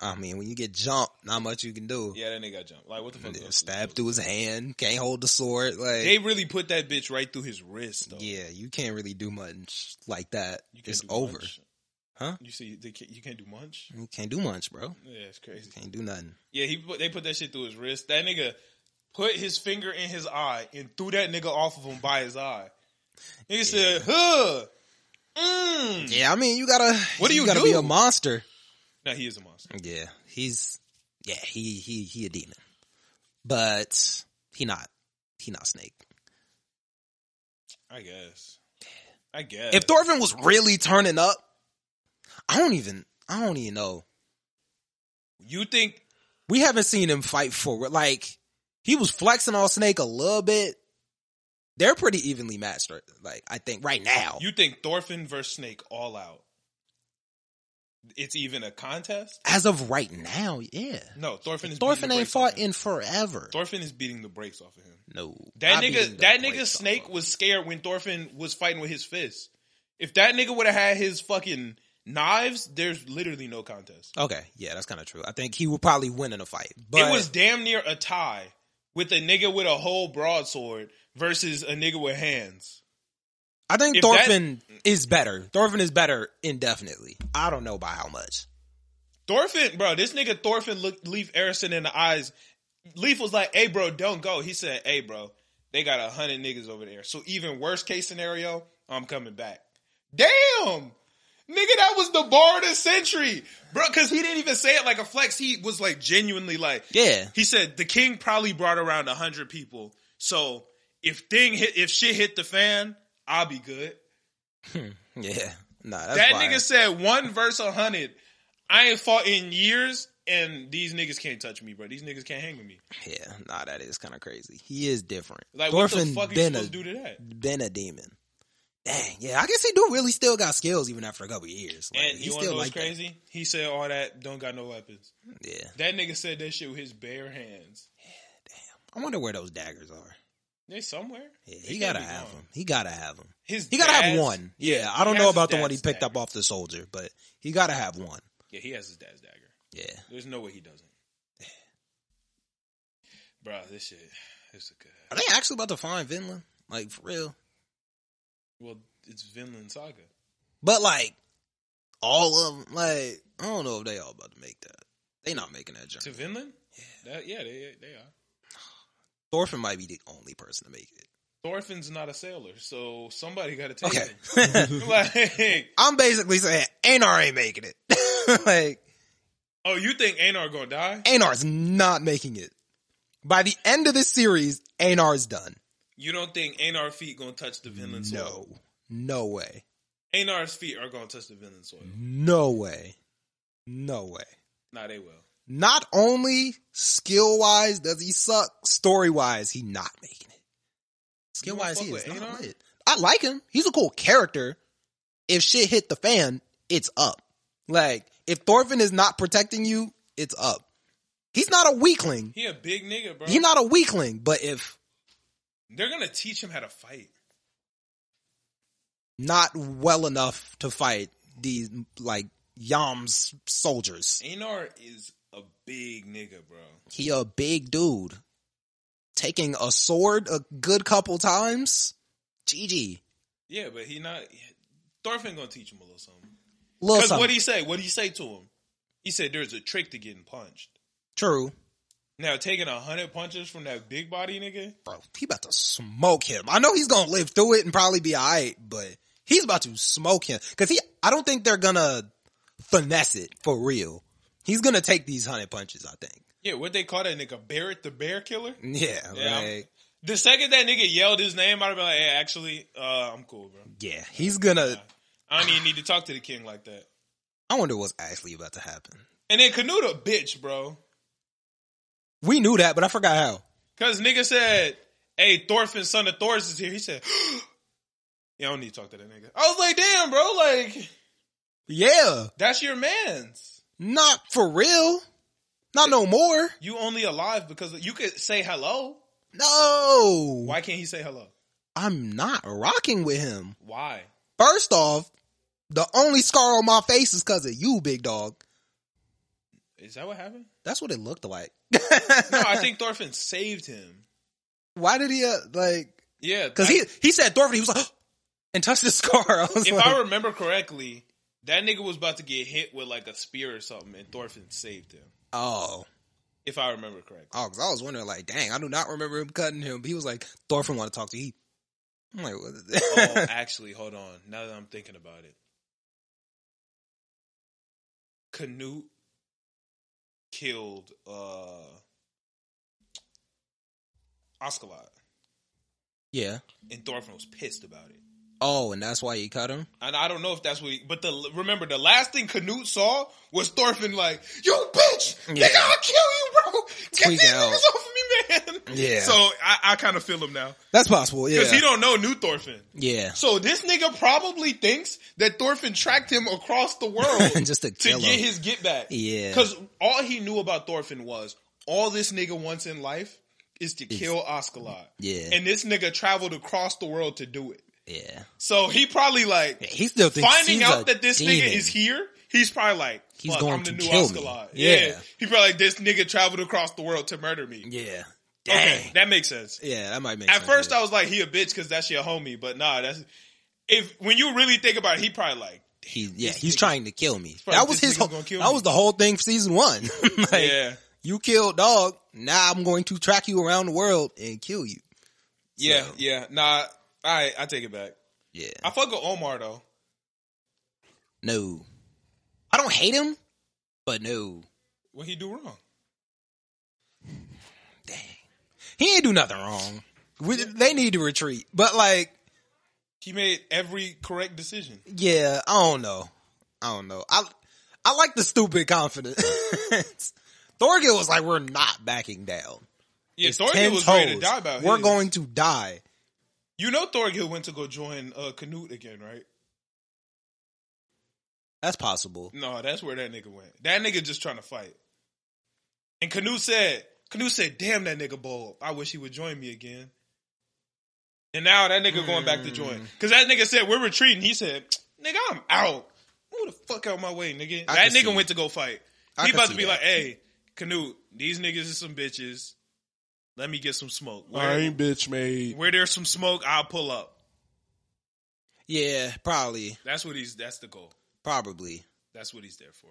Speaker 4: I mean, when you get jumped, not much you can do.
Speaker 1: Yeah, that nigga got jumped. Like what the fuck?
Speaker 4: Yeah,
Speaker 1: else?
Speaker 4: stabbed through his hand, can't hold the sword. Like,
Speaker 1: They really put that bitch right through his wrist. Though.
Speaker 4: yeah, you can't really do much like that.
Speaker 1: You can't
Speaker 4: It's
Speaker 1: do
Speaker 4: over.
Speaker 1: munch.
Speaker 4: Huh?
Speaker 1: You see, they can't, you can't do munch.
Speaker 4: You can't do much, bro.
Speaker 1: Yeah, it's crazy.
Speaker 4: Can't do nothing.
Speaker 1: Yeah, he put, they put that shit through his wrist. That nigga put his finger in his eye and threw that nigga off of him by his eye. He said, "Huh, Mm.
Speaker 4: Yeah, I mean, you gotta.
Speaker 1: What do you
Speaker 4: gotta
Speaker 1: do?
Speaker 4: be a monster.
Speaker 1: No, he is a monster.
Speaker 4: Yeah, he's yeah he he he a demon, but he not he not Snake.
Speaker 1: I guess. I guess.
Speaker 4: If Thorfinn was really turning up, I don't even I don't even know.
Speaker 1: you think
Speaker 4: We haven't seen him fight forward. Like he was flexing on Snake a little bit. They're pretty evenly matched, right- like I think right now.
Speaker 1: you think Thorfinn versus Snake all out? It's even a contest?
Speaker 4: As of right now, yeah.
Speaker 1: No, Thorfinn is beating
Speaker 4: Thorfinn
Speaker 1: the
Speaker 4: ain't
Speaker 1: brakes off
Speaker 4: fought
Speaker 1: him.
Speaker 4: in forever.
Speaker 1: Thorfinn is beating the brakes off of him.
Speaker 4: No,
Speaker 1: That
Speaker 4: I beat him
Speaker 1: nigga,
Speaker 4: to
Speaker 1: that nigga
Speaker 4: break
Speaker 1: Snake
Speaker 4: something.
Speaker 1: was scared when Thorfinn was fighting with his fists. If that nigga would have had his fucking knives, there's literally no contest.
Speaker 4: Okay, yeah, that's kind of true. I think he would probably win in a fight, but
Speaker 1: it was damn near a tie with a nigga with a whole broadsword versus a nigga with hands.
Speaker 4: I think
Speaker 1: If that-
Speaker 4: Thorfinn is better. Thorfinn is better indefinitely. I don't know by how much.
Speaker 1: Thorfinn, bro, this nigga Thorfinn looked Leaf Arison in the eyes. Leaf was like, "Hey, bro, don't go." He said, "Hey, bro, they got a hundred niggas over there. So even worst case scenario, I'm coming back." Damn, nigga, that was the bar of the century, bro. Because he didn't even say it like a flex. He was like genuinely like,
Speaker 4: Yeah.
Speaker 1: he said the king probably brought around a hundred people. So if thing hit, if shit hit the fan, I'll be good.
Speaker 4: Yeah. Nah, that's
Speaker 1: that
Speaker 4: fire.
Speaker 1: nigga said one verse a hundred. I ain't fought in years, and these niggas can't touch me, bro. These niggas can't hang with me.
Speaker 4: Yeah, nah, that is kind of crazy. He is different.
Speaker 1: Like,
Speaker 4: Thorfinn
Speaker 1: what the fuck you
Speaker 4: been a
Speaker 1: supposed to do to that?
Speaker 4: been a demon. Dang, yeah, I guess he do really still got skills even after a couple years. Like,
Speaker 1: And
Speaker 4: he
Speaker 1: you want to
Speaker 4: still
Speaker 1: know what's
Speaker 4: like that.
Speaker 1: crazy? He said all that. Don't got no weapons.
Speaker 4: Yeah,
Speaker 1: That nigga said that shit with his bare hands.
Speaker 4: I wonder where those daggers are.
Speaker 1: They somewhere.
Speaker 4: Yeah,
Speaker 1: They
Speaker 4: he
Speaker 1: can't
Speaker 4: gotta
Speaker 1: be
Speaker 4: have
Speaker 1: gone.
Speaker 4: them. He gotta have them.
Speaker 1: His
Speaker 4: He gotta have
Speaker 1: dad's-
Speaker 4: one. Yeah,
Speaker 1: he
Speaker 4: I don't
Speaker 1: has
Speaker 4: know
Speaker 1: his
Speaker 4: about the one he
Speaker 1: dad's
Speaker 4: picked up
Speaker 1: dagger.
Speaker 4: off the soldier, but he gotta have one.
Speaker 1: Yeah, he has his dad's dagger.
Speaker 4: Yeah,
Speaker 1: There's no way he doesn't. *sighs* Bro, this shit. This is good.
Speaker 4: are they actually about to find Vinland? Like for real?
Speaker 1: Well, it's Vinland Saga.
Speaker 4: But like all of them, like I don't know if they all about to make that. They not making that
Speaker 1: To
Speaker 4: journey.
Speaker 1: Vinland? Yeah. That, yeah, they they are.
Speaker 4: Thorfinn might be the only person to make it.
Speaker 1: Thorfinn's not a sailor, so somebody got to take him. *laughs*
Speaker 4: Okay,
Speaker 1: like,
Speaker 4: *laughs* I'm basically saying Anar ain't making it. *laughs* like
Speaker 1: oh, you think Anar gonna die?
Speaker 4: Anar's not making it. By the end of this series, Anar's done.
Speaker 1: You don't think Anar's feet gonna touch the Vinland
Speaker 4: No,
Speaker 1: soil?
Speaker 4: no way,
Speaker 1: Anar's feet are gonna touch the Vinland soil.
Speaker 4: no way, no way.
Speaker 1: Nah, they will.
Speaker 4: Not only skill wise does he suck, story wise he not making it.
Speaker 1: You
Speaker 4: Skill
Speaker 1: don't
Speaker 4: wise
Speaker 1: fuck
Speaker 4: he is
Speaker 1: with
Speaker 4: not
Speaker 1: Anar?
Speaker 4: lit. I like him. He's a cool character. If shit hit the fan, it's up. Like if Thorfinn is not protecting you, it's up. He's not a weakling.
Speaker 1: He a big nigga, bro.
Speaker 4: He's not a weakling. But if
Speaker 1: They're gonna teach him how to fight.
Speaker 4: not well enough to fight these like Yam's soldiers,
Speaker 1: Anar is a big nigga, bro.
Speaker 4: he a big dude taking a sword a good couple times. GG.
Speaker 1: Yeah, but he not. Thorfinn gonna teach him a little something.
Speaker 4: Little
Speaker 1: Because
Speaker 4: something.
Speaker 1: what he say? What he say to him? He said, "There's a trick to getting punched."
Speaker 4: True.
Speaker 1: Now taking a hundred punches from that big body nigga,
Speaker 4: Bro, he about to smoke him. I know he's gonna live through it and probably be alright, but he's about to smoke him. Cause he, I don't think they're gonna finesse it for real. He's gonna take these hundred punches, I think. *laughs*
Speaker 1: yeah, what they call that nigga Barrett the Bear Killer?
Speaker 4: Yeah,
Speaker 1: Yeah.
Speaker 4: like,
Speaker 1: The second that nigga yelled his name, I'd be like, "Hey, actually, uh, I'm cool, bro.
Speaker 4: yeah, he's gonna,
Speaker 1: I don't even need to talk to the king like that."
Speaker 4: I wonder what's actually about to happen.
Speaker 1: And then Canute a bitch, bro,
Speaker 4: We knew that, but I forgot how.
Speaker 1: because nigga said, "Hey, Thorfinn, son of Thor's is here." He said, *gasps* "Yeah, I don't need to talk to that nigga." I was like, "Damn, bro, like
Speaker 4: Yeah,
Speaker 1: that's your man's."
Speaker 4: not for real. Not no more.
Speaker 1: You only alive because you could say hello.
Speaker 4: No.
Speaker 1: Why can't he say hello?
Speaker 4: I'm not rocking with him.
Speaker 1: Why?
Speaker 4: First off, the only scar on my face is cause of you, big dog.
Speaker 1: Is that what happened?
Speaker 4: That's what it looked like.
Speaker 1: No, I
Speaker 4: *laughs*
Speaker 1: think Thorfinn saved him.
Speaker 4: Why did he uh, like?
Speaker 1: Yeah,
Speaker 4: Because
Speaker 1: I-
Speaker 4: he he said Thorfinn. He was like, *gasps* and touched the scar. *laughs* I was
Speaker 1: if
Speaker 4: like,
Speaker 1: I remember correctly, that nigga was about to get hit with like a spear or something, and Thorfinn saved him.
Speaker 4: oh,
Speaker 1: If I remember
Speaker 4: *laughs*
Speaker 1: correctly,
Speaker 4: oh, because I was wondering like, dang, I do not remember him cutting him. But he was like, Thorfinn want to talk to you. He, I'm like, what?
Speaker 1: Oh, actually, hold on. Now that I'm thinking about it, Canute killed uh Oscalot,
Speaker 4: *laughs* yeah.
Speaker 1: and Thorfinn was pissed about it.
Speaker 4: Oh, and that's why he cut him.
Speaker 1: And I don't know if that's what. He, but the remember the last thing Canute saw was Thorfinn like, "You bitch,
Speaker 4: Yeah.
Speaker 1: nigga, I'll kill you, bro. Get
Speaker 4: Tweak
Speaker 1: these
Speaker 4: out.
Speaker 1: niggas off of me, man."
Speaker 4: Yeah.
Speaker 1: So I, I kind of feel him now
Speaker 4: That's possible. Yeah.
Speaker 1: because he don't know new Thorfinn.
Speaker 4: *laughs* yeah.
Speaker 1: So this nigga probably thinks that Thorfinn tracked him across the world
Speaker 4: *laughs* Just to
Speaker 1: to
Speaker 4: kill
Speaker 1: get
Speaker 4: him.
Speaker 1: his get back. *laughs*
Speaker 4: Yeah.
Speaker 1: Because all he knew about Thorfinn was all this nigga wants in life is to kill Oscalot.
Speaker 4: Yeah.
Speaker 1: And this nigga traveled across the world to do it.
Speaker 4: yeah.
Speaker 1: So he probably like
Speaker 4: He still thinks
Speaker 1: finding
Speaker 4: he's a
Speaker 1: out that this
Speaker 4: demon.
Speaker 1: nigga is here. He's probably like,
Speaker 4: He's
Speaker 1: "Fuck,
Speaker 4: going
Speaker 1: I'm the
Speaker 4: to
Speaker 1: new
Speaker 4: kill me."
Speaker 1: Oscalot.
Speaker 4: Yeah.
Speaker 1: He probably like, this nigga traveled across the world to murder me.
Speaker 4: Yeah. Dang.
Speaker 1: Okay, that makes sense.
Speaker 4: Yeah, that might make
Speaker 1: At
Speaker 4: sense.
Speaker 1: first, I was like, he a bitch because that's your homie. But nah, that's if when you really think about it, he probably like,
Speaker 4: he yeah, he's trying to kill me.
Speaker 1: probably
Speaker 4: That was
Speaker 1: this
Speaker 4: his.
Speaker 1: nigga's
Speaker 4: Whole,
Speaker 1: gonna kill
Speaker 4: that
Speaker 1: me.
Speaker 4: was the whole thing for season one. *laughs* like,
Speaker 1: yeah,
Speaker 4: you killed dog. Now I'm going to track you around the world and kill you.
Speaker 1: yeah, yeah. Nah, I I take it back.
Speaker 4: Yeah.
Speaker 1: I fuck with Omar though.
Speaker 4: no. I don't hate him, but no.
Speaker 1: What he do wrong?
Speaker 4: Dang. He ain't do nothing wrong. We, they need to retreat. But like,
Speaker 1: He made every correct decision.
Speaker 4: yeah, I don't know. I don't know. I I like the stupid confidence. *laughs* Thorgil was like, we're not backing down.
Speaker 1: Yeah,
Speaker 4: It's
Speaker 1: Thorgil
Speaker 4: ten
Speaker 1: was
Speaker 4: toes.
Speaker 1: ready to die about.
Speaker 4: We're
Speaker 1: his.
Speaker 4: going to die.
Speaker 1: You know, Thorgil went to go join uh, Canute again, right?
Speaker 4: That's possible.
Speaker 1: No, that's where that nigga went. That nigga just trying to fight. And Canoe said, Canoe said, damn that nigga Bulb. I wish he would join me again. And now that nigga going back to join.
Speaker 4: Mm.
Speaker 1: Cause that nigga said, we're retreating. He said, nigga, I'm out. Who the fuck out my way, nigga?
Speaker 4: I
Speaker 1: that
Speaker 4: can
Speaker 1: nigga
Speaker 4: see
Speaker 1: went to go fight.
Speaker 4: I
Speaker 1: he
Speaker 4: can
Speaker 1: about
Speaker 4: see
Speaker 1: to be
Speaker 4: that.
Speaker 1: like, hey, Canoe, these niggas is some bitches. Let me get some smoke.
Speaker 2: I
Speaker 1: Where,
Speaker 2: ain't bitch made.
Speaker 1: where there's some smoke, I'll pull up.
Speaker 4: Yeah, probably.
Speaker 1: That's what he's, that's the goal.
Speaker 4: Probably.
Speaker 1: That's what he's there for.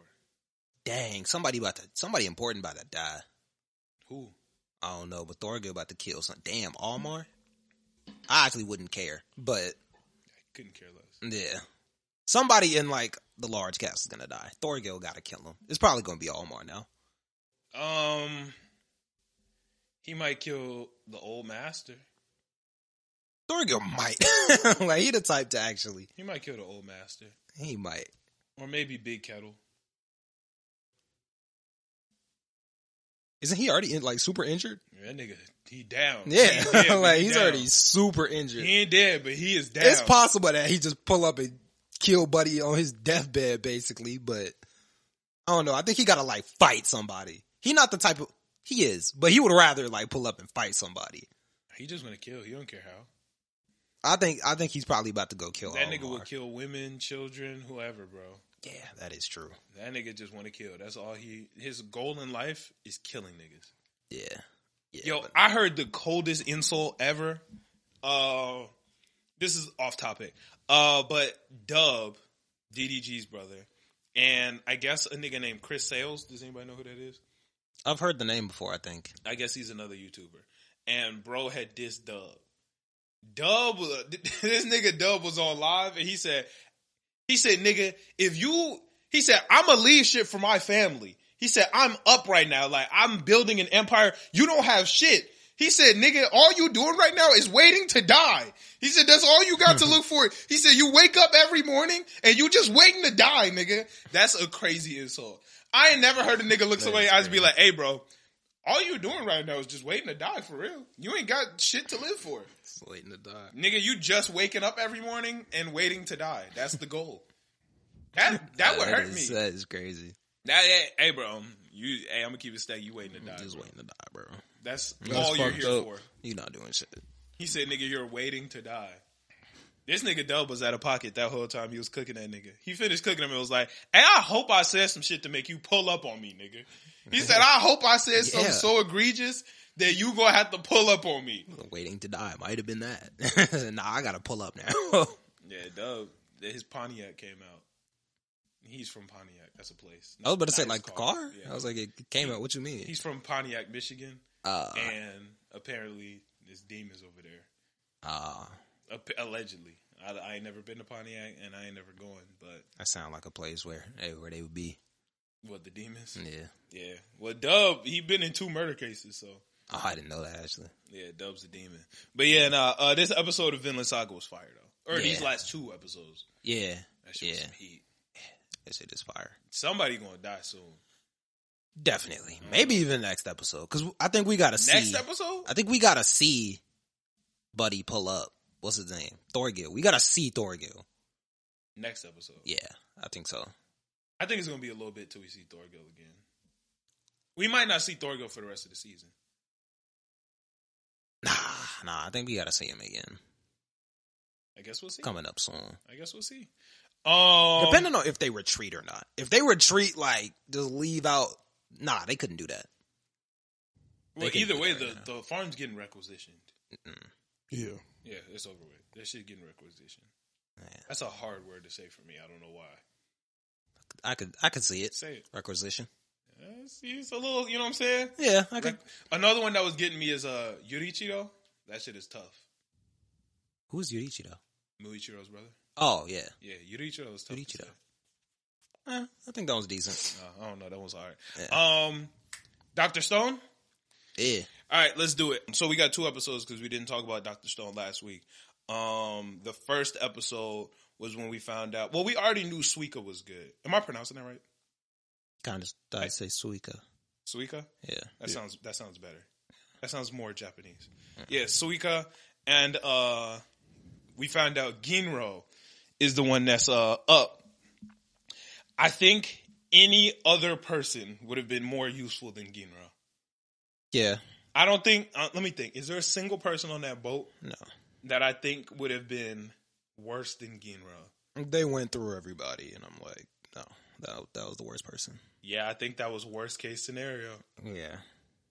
Speaker 4: Dang, somebody about to somebody important about to die.
Speaker 1: Who?
Speaker 4: I don't know, but Thorgil about to kill some damn Almar. I actually wouldn't care, but
Speaker 1: Couldn't care less.
Speaker 4: yeah, somebody in like the large castle's gonna die. Thorgil gotta kill him. It's probably gonna be Almar now.
Speaker 1: Um, he might kill the old master.
Speaker 4: Thorgil might *laughs* like he the type to actually
Speaker 1: He might kill the old master,
Speaker 4: he might.
Speaker 1: or maybe Big Kettle.
Speaker 4: Isn't he already in, like super injured?
Speaker 1: Yeah, that nigga, he down.
Speaker 4: Yeah, *laughs*
Speaker 1: He ain't dead, but
Speaker 4: like
Speaker 1: he
Speaker 4: he's
Speaker 1: down.
Speaker 4: already super injured.
Speaker 1: He ain't dead, but he is down.
Speaker 4: It's possible that he just pull up and kill Buddy on his deathbed, basically. But I don't know. I think he gotta like fight somebody. He not the type of he is, but he would rather like pull up and fight somebody.
Speaker 1: he just want to kill. He don't care how.
Speaker 4: I think I think he's probably about to go kill
Speaker 1: That nigga
Speaker 4: Omar.
Speaker 1: will kill women, children, whoever, bro.
Speaker 4: Yeah, that is true.
Speaker 1: That nigga just want to kill. That's all he. His goal in life is killing niggas.
Speaker 4: Yeah, yeah.
Speaker 1: Yo,
Speaker 4: but-
Speaker 1: I heard the coldest insult ever. Uh, this is off topic. Uh, but Dub, DDG's brother, and I guess a nigga named Chris Sales. Does anybody know who that is?
Speaker 4: I've heard the name before. I think.
Speaker 1: I guess he's another YouTuber. And bro had dissed Dub. Dub, *laughs* was- this nigga Dub was on live and he said, he said, nigga, if you, he said, I'm going to leave shit for my family. He said, I'm up right now. Like, I'm building an empire. You don't have shit. He said, nigga, all you doing right now is waiting to die. He said, that's all you got to look for. He said, you wake up every morning and you just waiting to die, nigga. That's a crazy insult. I ain't never heard a nigga look somebody in the eyes and be like, hey, bro, all you're doing right now is just waiting to die for real. You ain't got shit to live for.
Speaker 4: It's late in the dark.
Speaker 1: Nigga, you just waking up every morning and waiting to die. That's the goal. That that would hurt me.
Speaker 4: That is crazy.
Speaker 1: That, hey, hey, bro, um, you hey, I'm gonna keep it stack. You waiting to die.
Speaker 4: Just
Speaker 1: bro.
Speaker 4: waiting to die, bro.
Speaker 1: That's, all you're
Speaker 2: fucked
Speaker 1: here
Speaker 2: up.
Speaker 1: for.
Speaker 4: You're not doing shit.
Speaker 1: He said, "Nigga, you're waiting to die." This nigga Dub was out of pocket that whole time he was cooking that nigga. He finished cooking him and was like, "Hey, I hope I said some shit to make you pull up on me, nigga." He said, "I hope I said something
Speaker 4: Yeah.
Speaker 1: so egregious that you gonna have to pull up on me."
Speaker 4: Waiting to die might have been that. *laughs* nah, I gotta pull up now. *laughs*
Speaker 1: Yeah, Dub, his Pontiac came out. He's from Pontiac. That's a place.
Speaker 4: I was about to say
Speaker 1: Not
Speaker 4: like
Speaker 1: his
Speaker 4: the car.
Speaker 1: Yeah.
Speaker 4: I was like, it came out. What you mean?
Speaker 1: he's from Pontiac, Michigan,
Speaker 4: Uh,
Speaker 1: and apparently there's demons over there.
Speaker 4: uh,
Speaker 1: Ap- Allegedly, I, I ain't never been to Pontiac, and I ain't never going. But
Speaker 4: That sound like a place where hey, where they would be.
Speaker 1: what the demons?
Speaker 4: Yeah.
Speaker 1: Yeah. Well, Dub, he been in two murder cases, so
Speaker 4: Oh, I didn't know that actually.
Speaker 1: yeah, Dub's a demon. But yeah, nah, uh, this episode of Vinland Saga was fire though, or these
Speaker 4: Yeah.
Speaker 1: last two episodes.
Speaker 4: Yeah.
Speaker 1: That shit was
Speaker 4: Yeah.
Speaker 1: some heat.
Speaker 4: That shit is fire.
Speaker 1: Somebody gonna die soon.
Speaker 4: Definitely. Maybe even next episode because I think we gotta see.
Speaker 1: Mm-hmm. Next episode?
Speaker 4: I think we gotta see Buddy pull up. What's his name? Thorgil. We gotta see Thorgil.
Speaker 1: Next episode.
Speaker 4: Yeah, I think so.
Speaker 1: I think it's gonna be a little bit till we see Thorgill again. We might not see Thorgill for the rest of the season.
Speaker 4: Nah, nah. I think we gotta see him again
Speaker 1: I guess we'll see.
Speaker 4: coming up soon.
Speaker 1: I guess we'll see. Um,
Speaker 4: Depending on if they retreat or not. If they retreat, like just leave out. Nah, they couldn't do that.
Speaker 1: well,
Speaker 4: they can
Speaker 1: either
Speaker 4: do
Speaker 1: way,
Speaker 4: that
Speaker 1: the,
Speaker 4: right
Speaker 1: the farm's getting requisitioned.
Speaker 2: Yeah.
Speaker 1: Yeah, it's over with. That shit getting requisitioned.
Speaker 4: Yeah.
Speaker 1: That's a hard word to say for me. I don't know why.
Speaker 4: I could, I could see it.
Speaker 1: Say it.
Speaker 4: Requisition.
Speaker 1: Uh, see, it's a little. You know what I'm saying?
Speaker 4: Yeah, I could.
Speaker 1: Like, another one that was getting me is uh Yurichi though. That shit is tough.
Speaker 4: Who's Yurichi though?
Speaker 1: Muichiro's brother.
Speaker 4: Oh yeah,
Speaker 1: Yeah, Yurichiro was tough. to
Speaker 4: Yurichiro.
Speaker 1: say.
Speaker 4: Eh, I think that was decent.
Speaker 1: Uh, I don't know. That one's alright. Um, Doctor Stone.
Speaker 4: Yeah,
Speaker 1: All right, let's do it. So we got two episodes because we didn't talk about Doctor Stone last week. Um, the first episode was when we found out. Well, we already knew Suika was good. Am I pronouncing that right?
Speaker 4: kind of. I'd say Suika.
Speaker 1: Suika.
Speaker 4: Yeah,
Speaker 1: That sounds that sounds better. That sounds more Japanese. Yeah, Suika and uh we found out Ginro is the one that's uh up. I think any other person would have been more useful than Ginro.
Speaker 4: yeah.
Speaker 1: I don't think uh, let me think. Is there a single person on that boat
Speaker 4: No,
Speaker 1: that I think would have been worse than Ginro?
Speaker 4: they went through everybody, and I'm like, no, that that was the worst person.
Speaker 1: Yeah, I think that was worst case scenario.
Speaker 4: Yeah,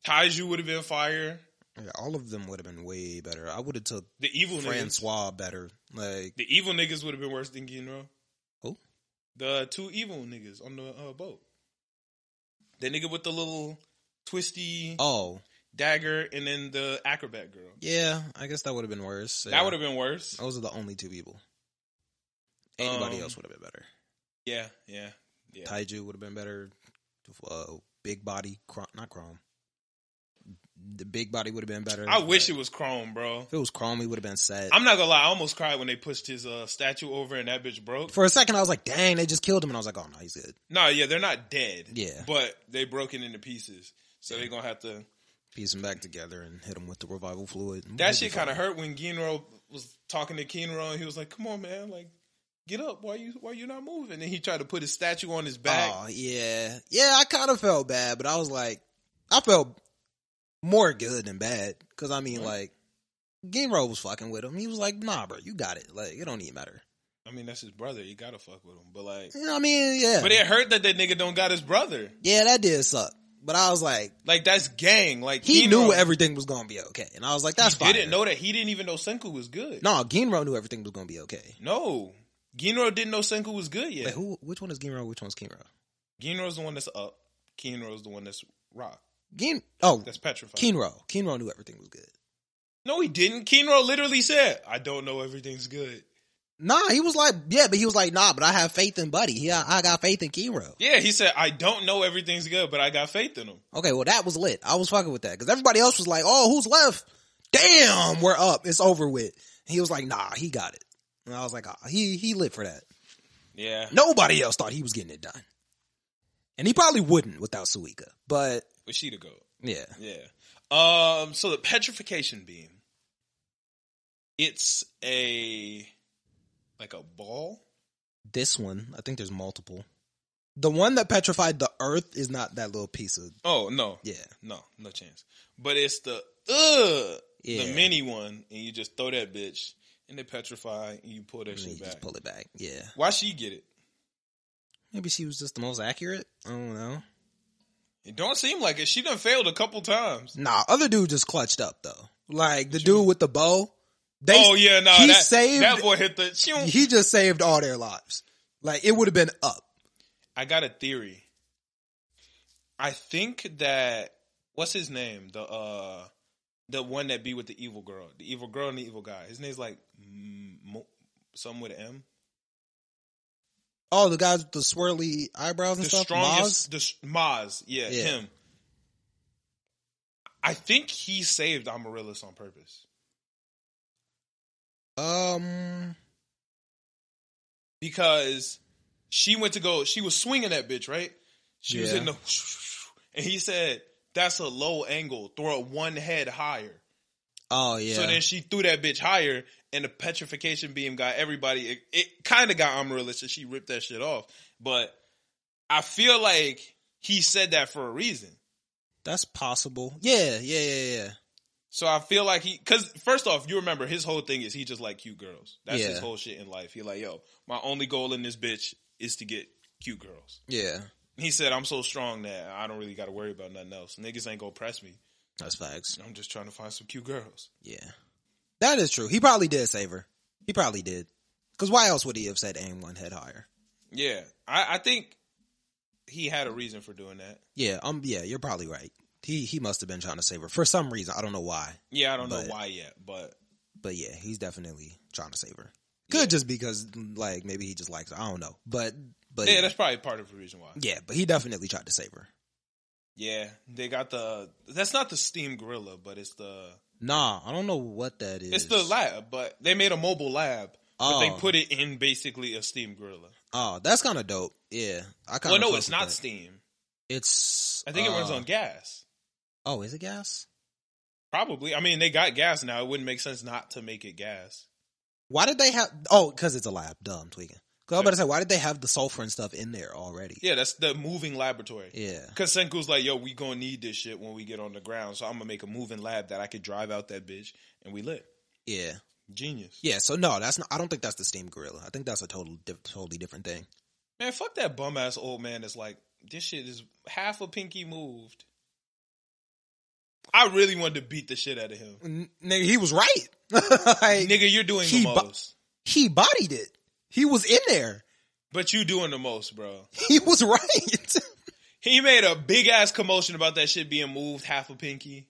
Speaker 1: Taiju would have been fire.
Speaker 4: yeah. All of them would have been way better. I would have took
Speaker 1: The evil niggas.
Speaker 4: Francois better. Like,
Speaker 1: The evil niggas would have been worse than Ginro.
Speaker 4: Who?
Speaker 1: The two evil niggas on the uh, boat. The nigga with the little twisty
Speaker 4: oh
Speaker 1: dagger, and then the acrobat girl.
Speaker 4: yeah, I guess that would have been worse.
Speaker 1: That would have been worse.
Speaker 4: Those are the only two people. Anybody
Speaker 1: Um,
Speaker 4: else would have been better.
Speaker 1: Yeah, yeah, yeah.
Speaker 4: Taiju would have been better. Uh, big body, Crom, not Chrome. The big body would have been better.
Speaker 1: I wish
Speaker 4: but
Speaker 1: it was Chrome, bro.
Speaker 4: if it was Chrome, he would have been set.
Speaker 1: I'm not gonna lie. I almost cried when they pushed his uh, statue over and that bitch broke.
Speaker 4: For a second, I was like, "Dang, they just killed him," and I was like, "Oh no, he's good.
Speaker 1: No, yeah, they're not dead.
Speaker 4: Yeah.
Speaker 1: But they broken into pieces. So they're gonna have to
Speaker 4: Piece him back together and hit him with the revival fluid."
Speaker 1: That shit kinda hurt when Ginro was talking to Kinro and he was like, Come on, man, like get up. Why you why you not moving? And he tried to put his statue on his back.
Speaker 4: Oh yeah, yeah. I kind of felt bad, but I was like, I felt more good than bad because I mean, like, Game Roll was fucking with him. He was like, "Nah, bro, you got it. Like, it don't even matter."
Speaker 1: I mean, that's his brother. You gotta fuck with him. But like
Speaker 4: You know what I mean? Yeah,
Speaker 1: But it hurt that that nigga don't got his brother.
Speaker 4: yeah, that did suck. But I was like,
Speaker 1: Like that's gang. Like
Speaker 4: he
Speaker 1: Ginro-
Speaker 4: knew everything was gonna be okay, and I was like, "That's
Speaker 1: he
Speaker 4: fine."
Speaker 1: didn't know that he didn't even know Senku was good.
Speaker 4: No, Ginro knew everything was gonna be okay.
Speaker 1: No. Ginro didn't know Senku was good yet.
Speaker 4: Wait, who? Which one is Ginro? Which one's Kinro?
Speaker 1: Ginro's the one that's up. Kinro's the one that's rock.
Speaker 4: Gin. Oh,
Speaker 1: That's petrified.
Speaker 4: Kinro. Kinro knew everything was good.
Speaker 1: No, he didn't. Kinro literally said, I don't know everything's good.
Speaker 4: Nah, he was like, yeah, but he was like, nah, but I have faith in Buddy. Yeah, I got faith in Kinro.
Speaker 1: Yeah, he said, I don't know everything's good, but I got faith in him.
Speaker 4: Okay, well that was lit. I was fucking with that because everybody else was like, oh, who's left? Damn, we're up. It's over with. He was like, nah, he got it. And I was like, ah, he he lit for that.
Speaker 1: Yeah.
Speaker 4: Nobody else thought he was getting it done, and he probably wouldn't without Suika. But
Speaker 1: Was she the goat?
Speaker 4: yeah,
Speaker 1: Yeah. Um, so the petrification beam. It's a like a ball.
Speaker 4: this one, I think there's multiple. The one that petrified the earth is not that little piece of
Speaker 1: Oh no.
Speaker 4: yeah.
Speaker 1: No, no chance. But it's the uh
Speaker 4: Yeah.
Speaker 1: the mini one, and you just throw that bitch and they petrify and you pull that
Speaker 4: And then
Speaker 1: shit
Speaker 4: you
Speaker 1: back.
Speaker 4: just pull it back. Yeah.
Speaker 1: Why she get it?
Speaker 4: Maybe she was just the most accurate. I don't know.
Speaker 1: It don't seem like it. She done failed a couple times.
Speaker 4: Nah, other dude just clutched up though. Like the dude with the bow. They,
Speaker 1: oh yeah, no,
Speaker 4: he
Speaker 1: that,
Speaker 4: saved.
Speaker 1: that boy hit the she don't-
Speaker 4: he just saved all their lives. Like it would have been up.
Speaker 1: I got a theory. I think that what's his name? The uh the one that be with the evil girl, the evil girl and the evil guy. His name's like M- Mo- something with an M.
Speaker 4: Oh, the guys with the swirly eyebrows and
Speaker 1: the
Speaker 4: stuff.
Speaker 1: strongest,
Speaker 4: Maz?
Speaker 1: the s- Maz, yeah,
Speaker 4: Yeah.
Speaker 1: him. I think he saved Amaryllis on purpose
Speaker 4: Um,
Speaker 1: because she went to go. She was swinging that bitch, right? She was
Speaker 4: Yeah.
Speaker 1: in the, *laughs* and he said, "That's a low angle. Throw it one head higher."
Speaker 4: oh yeah.
Speaker 1: So then she threw that bitch higher, and the petrification beam got everybody. It, it kind of got Amaryllis, and she ripped that shit off. But I feel like he said that for a reason.
Speaker 4: That's possible. Yeah, yeah, yeah, yeah.
Speaker 1: So I feel like he, because first off, you remember his whole thing is he just like cute girls. That's his
Speaker 4: Yeah.
Speaker 1: whole shit in life. He like, yo, my only goal in this bitch is to get cute girls.
Speaker 4: Yeah.
Speaker 1: He said, I'm so strong that I don't really got to worry about nothing else. Niggas ain't gonna press me.
Speaker 4: That's facts.
Speaker 1: I'm just trying to find some cute girls.
Speaker 4: Yeah. That is true. He probably did save her. He probably did. Cause why else would he have said aim one head higher?
Speaker 1: Yeah, I, I think he had a reason for doing that.
Speaker 4: Yeah, um yeah, you're probably right. He he must have been trying to save her for some reason. I don't know why.
Speaker 1: Yeah, I don't
Speaker 4: But-
Speaker 1: know why yet, but
Speaker 4: But yeah, he's definitely trying to save her. Could just because like maybe he just likes her. I don't know. But but
Speaker 1: yeah,
Speaker 4: yeah,
Speaker 1: that's probably part of the reason why.
Speaker 4: yeah, but he definitely tried to save her.
Speaker 1: Yeah, they got the. That's not the steam gorilla, but it's the.
Speaker 4: Nah, I don't know what that is.
Speaker 1: It's the lab, but they made a mobile lab. But they
Speaker 4: Oh.
Speaker 1: put it in basically a steam gorilla.
Speaker 4: Oh, that's kind of dope. Yeah, I kind
Speaker 1: Well,
Speaker 4: of.
Speaker 1: no, it's not steam.
Speaker 4: It's.
Speaker 1: I think it runs
Speaker 4: uh,
Speaker 1: on gas.
Speaker 4: Oh, is it gas?
Speaker 1: Probably. I mean, they got gas now. It wouldn't make sense not to make it gas.
Speaker 4: Why did they have? Oh, because it's a lab. Dumb tweaking. 'Cause I was about to say, why did they have the sulfur and stuff in there already?
Speaker 1: Yeah, that's the moving laboratory.
Speaker 4: Yeah.
Speaker 1: Because Senku's like, yo, we gonna need this shit when we get on the ground. So I'm gonna make a moving lab that I could drive out that bitch and we lit.
Speaker 4: Yeah.
Speaker 1: Genius.
Speaker 4: Yeah. So no, that's not. I don't think that's the steam gorilla. I think that's a total, diff, totally different thing.
Speaker 1: Man, fuck that bum ass old man that's like, this shit is half a pinky moved. I really wanted to beat the shit out of him.
Speaker 4: N- nigga, he was right. *laughs* Like,
Speaker 1: Nigga, you're doing
Speaker 4: he
Speaker 1: the
Speaker 4: bu-
Speaker 1: most.
Speaker 4: he bodied it. He was in there.
Speaker 1: But you doing the most, bro.
Speaker 4: He was *laughs* right.
Speaker 1: He made a big ass commotion about that shit being moved half a pinky.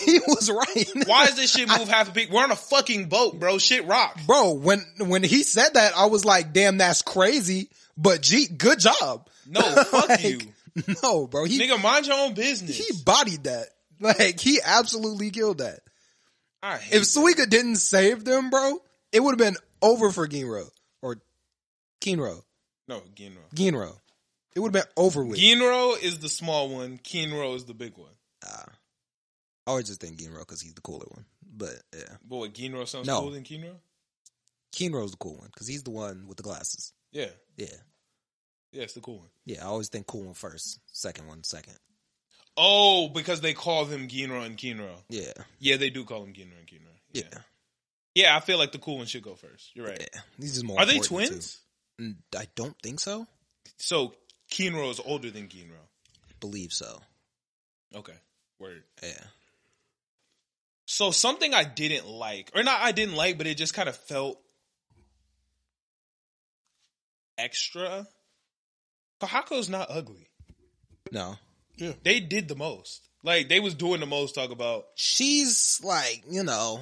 Speaker 4: he was right.
Speaker 1: Why is this
Speaker 4: *laughs*
Speaker 1: shit move half a pinky? We're on a fucking boat, bro. Shit rock.
Speaker 4: bro? When when he said that, I was like, damn, that's crazy. But G, good job. *laughs*
Speaker 1: No, fuck
Speaker 4: Like,
Speaker 1: you.
Speaker 4: No, bro. He
Speaker 1: Nigga, mind your own business.
Speaker 4: he bodied that. Like he absolutely killed that.
Speaker 1: I hate
Speaker 4: If Suika didn't save them, bro, it would have been over for Ginro or Kinro.
Speaker 1: No, Ginro.
Speaker 4: Ginro. It would have been over with.
Speaker 1: Ginro is the small one. Kinro is the big one.
Speaker 4: Ah. I always just think Ginro because he's the cooler one. But yeah,
Speaker 1: Boy, Ginro sounds
Speaker 4: No.
Speaker 1: cooler than Kinro?
Speaker 4: Kinro's the cool one because he's the one with the glasses.
Speaker 1: Yeah.
Speaker 4: Yeah,
Speaker 1: Yeah, it's the cool one.
Speaker 4: yeah. I always think cool one first, second one second.
Speaker 1: Oh, because they call them Ginro and Kinro.
Speaker 4: Yeah,
Speaker 1: Yeah, they do call them Ginro and Kinro.
Speaker 4: yeah,
Speaker 1: Yeah, I feel like the cool one should go first. You're
Speaker 4: yeah.
Speaker 1: right.
Speaker 4: He's just more.
Speaker 1: Are they
Speaker 4: important,
Speaker 1: twins?
Speaker 4: too. Mm, I don't think so.
Speaker 1: So Kinro is older than Ginro.
Speaker 4: Believe so.
Speaker 1: Okay. Word.
Speaker 4: Yeah.
Speaker 1: So something I didn't like, or not I didn't like, but it just kind of felt extra. Kahako's not ugly.
Speaker 4: No.
Speaker 1: They did the most. Like they was doing the most talk about
Speaker 4: she's like you know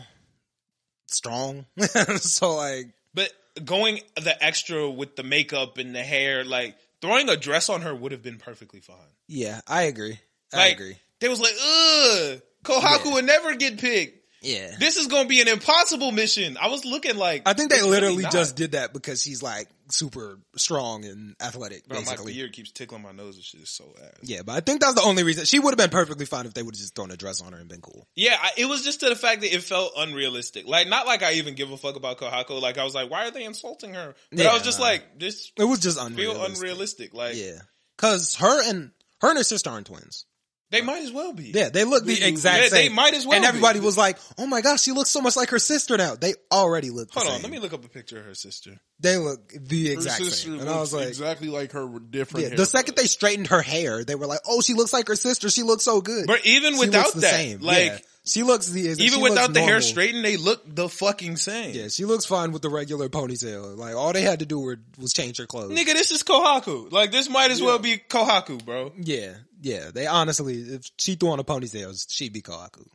Speaker 4: strong *laughs* so like
Speaker 1: but going the extra with the makeup and the hair, like throwing a dress on her would have been perfectly fine.
Speaker 4: yeah i agree i
Speaker 1: Like,
Speaker 4: agree
Speaker 1: They was like, ugh, Kohaku
Speaker 4: Yeah.
Speaker 1: would never get picked.
Speaker 4: yeah
Speaker 1: This is gonna be an impossible mission. I was looking like
Speaker 4: i think they
Speaker 1: it's really
Speaker 4: literally
Speaker 1: not.
Speaker 4: just did that because she's like super strong and athletic
Speaker 1: Bro, my
Speaker 4: basically
Speaker 1: beard keeps tickling my nose and shit is so ass.
Speaker 4: yeah but i think that's the only reason she would have been perfectly fine if they would have just thrown a dress on her and been cool
Speaker 1: Yeah, I, it was just to the fact that it felt unrealistic. Like, not like I even give a fuck about Kohako. Like, I was like, why are they insulting her? But I was
Speaker 4: Yeah,
Speaker 1: just
Speaker 4: nah.
Speaker 1: like, this
Speaker 4: it was just
Speaker 1: feel
Speaker 4: unreal
Speaker 1: unrealistic. Like,
Speaker 4: yeah because her and her and her sister aren't twins
Speaker 1: they might as well be.
Speaker 4: yeah they look the exact
Speaker 1: Yeah, they
Speaker 4: same
Speaker 1: might as well
Speaker 4: and
Speaker 1: be.
Speaker 4: everybody was like oh my gosh she looks so much like her sister now they already look the
Speaker 1: Hold on,
Speaker 4: same.
Speaker 1: let me look up a picture of her sister.
Speaker 4: they look the
Speaker 2: Her
Speaker 4: exact
Speaker 2: sister
Speaker 4: same and i
Speaker 2: looks
Speaker 4: was like
Speaker 2: exactly like her with different.
Speaker 4: Yeah,
Speaker 2: hair
Speaker 4: the second
Speaker 2: color.
Speaker 4: they straightened her hair, they were like, "Oh, she looks like her sister. She looks so good."
Speaker 1: But even
Speaker 4: She
Speaker 1: without
Speaker 4: looks the
Speaker 1: that,
Speaker 4: same.
Speaker 1: like,
Speaker 4: Yeah. she looks the she
Speaker 1: even
Speaker 4: looks
Speaker 1: without the hair
Speaker 4: normal.
Speaker 1: straightened, they look the fucking same.
Speaker 4: Yeah, she looks fine with the regular ponytail. Like all they had to do were, was change her clothes.
Speaker 1: Nigga, this is Kohaku. Like, this might as well be Kohaku, bro.
Speaker 4: Yeah, yeah. They honestly, if she threw on a ponytail, she'd be Kawaku.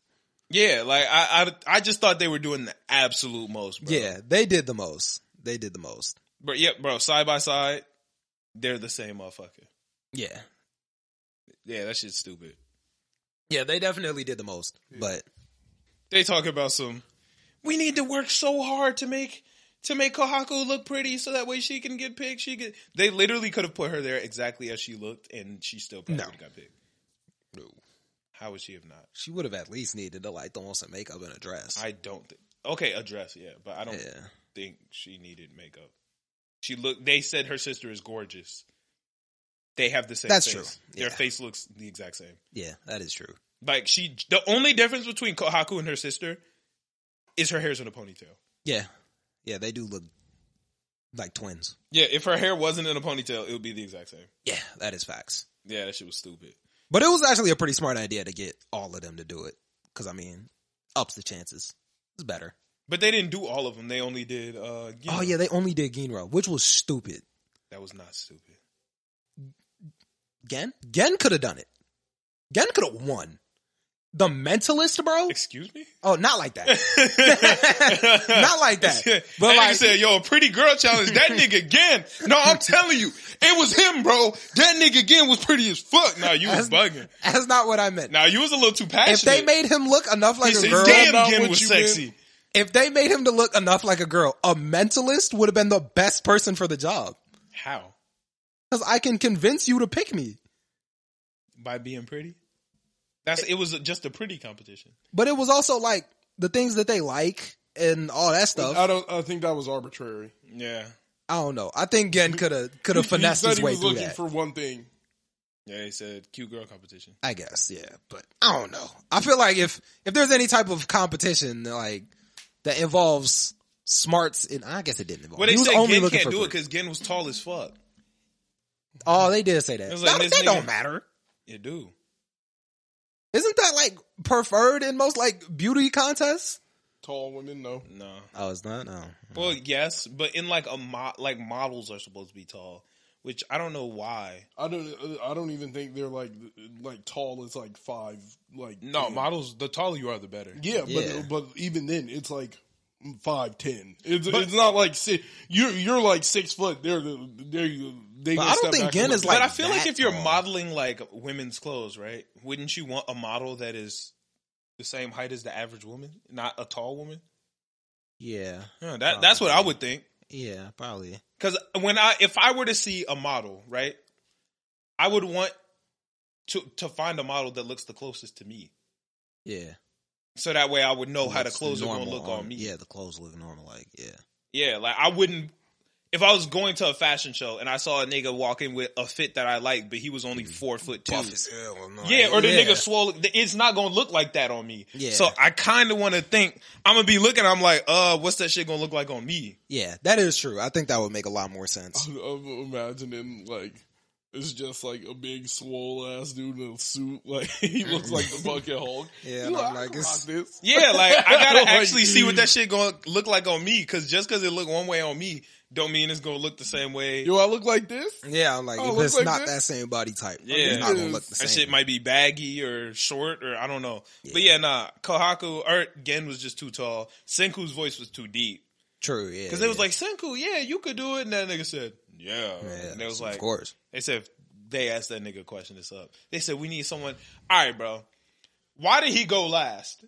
Speaker 1: Yeah, like I, I, I just thought they were doing the absolute most. Bro.
Speaker 4: Yeah, they did the most. They did the most.
Speaker 1: but yeah, bro. Side by side, they're the same motherfucker.
Speaker 4: Yeah.
Speaker 1: Yeah, that shit's stupid.
Speaker 4: Yeah, they definitely did the most. But
Speaker 1: They talk about some. We need to work so hard to make to make Kohaku look pretty, so that way she can get picked. She could. They literally could have put her there exactly as she looked, and she still probably
Speaker 4: No.
Speaker 1: would've got picked. No. How would she have not?
Speaker 4: she would have at least needed to like throw on some makeup and a dress.
Speaker 1: I don't think. Okay, a dress, yeah, but I don't
Speaker 4: yeah.
Speaker 1: think she needed makeup. She looked. They said her sister is gorgeous. They have the same.
Speaker 4: That's
Speaker 1: face.
Speaker 4: true,
Speaker 1: Their
Speaker 4: yeah.
Speaker 1: face looks the exact same.
Speaker 4: Yeah, that is true.
Speaker 1: Like she, the only difference between Kohaku and her sister is her hair's in a ponytail.
Speaker 4: Yeah. Yeah, they do look like twins.
Speaker 1: Yeah, if her hair wasn't in a ponytail, it would be the exact same.
Speaker 4: Yeah, that is facts.
Speaker 1: Yeah, that shit was stupid.
Speaker 4: But it was actually a pretty smart idea to get all of them to do it. Cause I mean, ups the chances. It's better.
Speaker 1: But they didn't do all of them. They only did. uh you
Speaker 4: Oh
Speaker 1: know,
Speaker 4: yeah, they only did Ginro, which was stupid.
Speaker 1: that was not stupid.
Speaker 4: Gen? Gen could have done it. Gen could have won. The mentalist, bro?
Speaker 1: Excuse me.
Speaker 4: Oh, not like
Speaker 1: *laughs*
Speaker 4: that.
Speaker 1: not
Speaker 4: Not like that. But
Speaker 1: that
Speaker 4: like-
Speaker 1: nigga said, "Yo, a pretty girl challenge." *laughs* That nigga again. No, I'm telling you, it was him, bro. That nigga again was pretty as fuck. Nah, you was bugging.
Speaker 4: That's not what I meant.
Speaker 1: Nah, you was a little too
Speaker 4: if
Speaker 1: passionate.
Speaker 4: they made him look enough
Speaker 1: he
Speaker 4: like a
Speaker 1: said,
Speaker 4: girl,
Speaker 1: "Damn,
Speaker 2: about
Speaker 1: again
Speaker 2: what
Speaker 1: was
Speaker 2: you did.
Speaker 1: sexy."
Speaker 4: if they made him to look enough like a girl, a mentalist would have been the best person for the job.
Speaker 1: How?
Speaker 4: Cause I can convince you to pick me.
Speaker 1: By being pretty. That's it was just a pretty competition.
Speaker 4: But it was also like the things that they like and all that stuff.
Speaker 2: I don't. I think that was arbitrary.
Speaker 1: Yeah,
Speaker 4: I don't know. I think Gen could have could have
Speaker 2: He- he
Speaker 4: finessed
Speaker 2: said
Speaker 4: his
Speaker 2: he
Speaker 4: way
Speaker 2: was
Speaker 4: through
Speaker 2: looking
Speaker 4: that.
Speaker 2: for one thing.
Speaker 1: yeah. He said, "Cute girl competition."
Speaker 4: I guess, yeah. But I don't know. I feel like if if there's any type of competition like that involves smarts, and I guess it didn't involve.
Speaker 1: Well, they
Speaker 4: he was
Speaker 1: say
Speaker 4: only
Speaker 1: Gen
Speaker 4: looking
Speaker 1: can't
Speaker 4: for
Speaker 1: do it
Speaker 4: three.
Speaker 1: because Gen was tall as fuck.
Speaker 4: Oh, they did say that.
Speaker 1: It was like,
Speaker 4: No,
Speaker 1: this
Speaker 4: that
Speaker 1: nigga-
Speaker 4: don't matter.
Speaker 1: It do.
Speaker 4: Isn't that like preferred in most like beauty contests?
Speaker 2: Tall women, no.
Speaker 1: No.
Speaker 4: Oh, it's not. No.
Speaker 1: Well, yes, but in like a mo- like models are supposed to be tall, which I don't know why.
Speaker 2: I don't. I don't even think they're like like tall. It's like five. Like
Speaker 1: No,
Speaker 2: ten.
Speaker 1: models. The taller you are, the better.
Speaker 2: Yeah,
Speaker 4: Yeah.
Speaker 2: but but even then, it's like five ten. It's it's not like six. You're you're like six foot. They're the- they're you. They.
Speaker 4: But
Speaker 2: gonna
Speaker 4: I don't
Speaker 2: step
Speaker 4: think
Speaker 2: back
Speaker 4: Gen
Speaker 2: and
Speaker 4: is
Speaker 2: look.
Speaker 4: like-
Speaker 1: but I feel like
Speaker 4: that
Speaker 1: if you're
Speaker 4: tall.
Speaker 1: modeling like women's clothes, right? Wouldn't you want a model that is the same height as the average woman, not a tall woman?
Speaker 4: Yeah.
Speaker 1: Yeah, that that's what I would think.
Speaker 4: Yeah. Probably.
Speaker 1: Because when I, if I were to see a model, right, I would want to to find a model that looks the closest to me,
Speaker 4: Yeah.
Speaker 1: so that way I would know Oh, how the
Speaker 4: It's
Speaker 1: clothes are going to
Speaker 4: normal
Speaker 1: look on me.
Speaker 4: Yeah, the clothes look normal. Like, yeah.
Speaker 1: Yeah, like I wouldn't. If I was going to a fashion show and I saw a nigga walking with a fit that I like, but he was only
Speaker 4: Mm-hmm.
Speaker 1: four foot two,
Speaker 4: hell. I'm like,
Speaker 1: yeah, or the nigga swollen, th- it's not gonna look like that on me.
Speaker 4: Yeah.
Speaker 1: So I kind of want to think I'm gonna be looking. I'm like, uh, what's that shit gonna look like on me?
Speaker 4: Yeah, that is true. I think that would make a lot more sense.
Speaker 1: Oh,
Speaker 2: I'm, I'm imagining like it's just like a big swole ass dude in a suit. *laughs* Like he looks like the bucket Hulk.
Speaker 4: Yeah,
Speaker 2: You
Speaker 4: and
Speaker 2: know,
Speaker 4: I'm
Speaker 2: I
Speaker 4: like,
Speaker 2: can
Speaker 4: it's-
Speaker 2: rock this.
Speaker 1: Yeah, like I gotta
Speaker 4: *laughs*
Speaker 2: Like-
Speaker 1: actually see what that shit gonna look like on me. Because just because it look one way on me, don't mean it's gonna look the same way.
Speaker 2: Do I look like this?
Speaker 4: Yeah, I'm like,
Speaker 2: Oh, it
Speaker 4: if
Speaker 2: looks
Speaker 4: it's
Speaker 2: like
Speaker 4: not
Speaker 2: this?
Speaker 4: that same body type,
Speaker 1: Yeah.
Speaker 4: it's not gonna look the
Speaker 1: That
Speaker 4: same.
Speaker 1: shit might be baggy or short or I don't know. But
Speaker 4: Yeah.
Speaker 1: yeah, nah. Kohaku or Gen was just too tall. Senku's voice was too deep.
Speaker 4: true, yeah.
Speaker 1: Because it was like, Senku, yeah, you could do it. And that nigga said, yeah.
Speaker 4: yeah,
Speaker 1: and it was
Speaker 4: of
Speaker 1: like,
Speaker 4: course,
Speaker 1: they said, they asked that nigga a question this up. They said, we need someone. All right, bro. Why did he go last?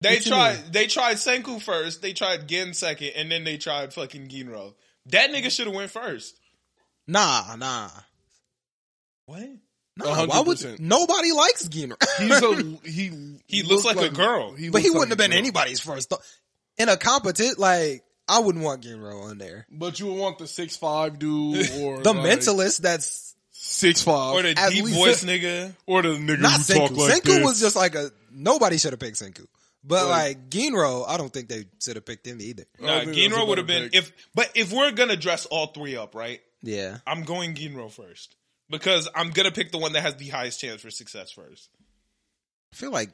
Speaker 1: They
Speaker 4: What you
Speaker 1: tried, they tried Senku first, they tried Gen second, and then they tried fucking Ginro. That nigga should have went first.
Speaker 4: nah, nah,
Speaker 1: What?
Speaker 4: nah. Why would
Speaker 2: 100%.
Speaker 4: nobody
Speaker 1: *laughs*
Speaker 4: likes Gina?
Speaker 2: He's a *laughs* he.
Speaker 1: He looks like a girl.
Speaker 4: but he
Speaker 2: looks
Speaker 4: wouldn't have
Speaker 2: like a
Speaker 4: been
Speaker 2: girl.
Speaker 4: anybody's first thought. in a competent. Like I wouldn't want Ginro on there.
Speaker 2: But you would want the six five dude or
Speaker 4: *laughs* The
Speaker 2: like,
Speaker 4: mentalist that's
Speaker 2: six five
Speaker 1: Or the
Speaker 4: At
Speaker 1: deep
Speaker 4: least-
Speaker 1: voice nigga.
Speaker 2: or the nigga
Speaker 4: not
Speaker 2: who talk
Speaker 4: Senku.
Speaker 2: like
Speaker 4: Senku
Speaker 2: this.
Speaker 4: was just like a nobody should have picked Senku, but
Speaker 2: Like-
Speaker 4: like Ginro, I don't think they should have picked him either.
Speaker 1: Nah,
Speaker 2: I think that was
Speaker 1: Ginro
Speaker 2: a
Speaker 1: would have
Speaker 2: better
Speaker 1: been,
Speaker 2: pick.
Speaker 1: if, but if we're gonna dress all three up, right?
Speaker 4: Yeah,
Speaker 1: I'm going Ginro first because I'm gonna pick the one that has the highest chance for success first.
Speaker 4: I feel like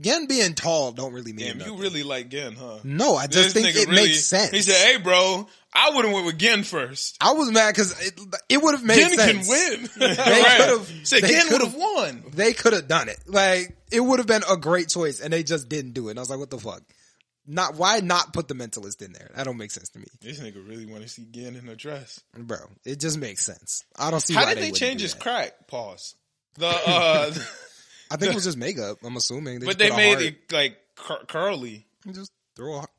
Speaker 4: Gen being tall don't really mean
Speaker 1: Damn, you
Speaker 4: nothing.
Speaker 1: really like Gen, huh?
Speaker 4: No, I just think
Speaker 1: nigga
Speaker 4: it makes sense.
Speaker 1: He said, "Hey, bro, I would have went with Gen first.
Speaker 4: I was mad because it, it would have made
Speaker 1: Gen
Speaker 4: sense.
Speaker 1: can
Speaker 4: *laughs*
Speaker 1: win.
Speaker 4: could've-
Speaker 1: Said
Speaker 4: they
Speaker 1: Gen would
Speaker 4: could've-
Speaker 1: have won.
Speaker 4: They could have done it. Like it would have been a great choice, and they just didn't do it. And I was like, what the fuck? Not why not put the mentalist in there? That don't make sense to me,
Speaker 1: This nigga really want to see Gen in a dress.
Speaker 4: bro. It just makes sense. I don't see
Speaker 1: How
Speaker 4: why
Speaker 1: did they
Speaker 4: wouldn't
Speaker 1: change
Speaker 4: do
Speaker 1: his
Speaker 4: that.
Speaker 1: crack? Pause.
Speaker 4: *laughs*
Speaker 1: The uh,
Speaker 4: I think it was just makeup. I'm assuming,
Speaker 1: but they made
Speaker 4: it
Speaker 1: it like cur- curly
Speaker 4: just throw. A, heart-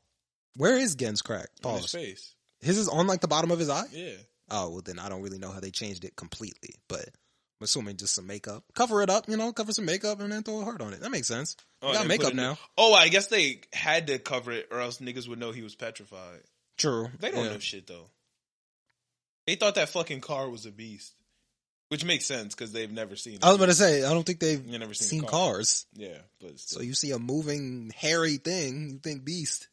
Speaker 4: Where is Gen's crack?
Speaker 1: on his
Speaker 4: Pause.
Speaker 1: face.
Speaker 4: His is on like the bottom of his eye.
Speaker 1: Yeah,
Speaker 4: Oh well, then I don't really know how they changed it completely, but I'm assuming just some makeup, cover it up, you know, cover some makeup, and then throw a heart on it. That makes sense.
Speaker 1: Oh,
Speaker 4: we got
Speaker 1: they put
Speaker 4: makeup
Speaker 1: it-
Speaker 4: now.
Speaker 1: Oh, I guess they had to cover it, or else niggas would know he was petrified.
Speaker 4: True.
Speaker 1: They don't
Speaker 4: Yeah.
Speaker 1: know shit though. They thought that fucking car was a beast, which makes sense because they've never seen. it.
Speaker 4: I was about to say, I don't think they've
Speaker 1: You never seen
Speaker 4: seen,
Speaker 1: a car.
Speaker 4: cars.
Speaker 1: yeah, but
Speaker 4: So
Speaker 1: still.
Speaker 4: you see a moving, hairy thing, you think beast.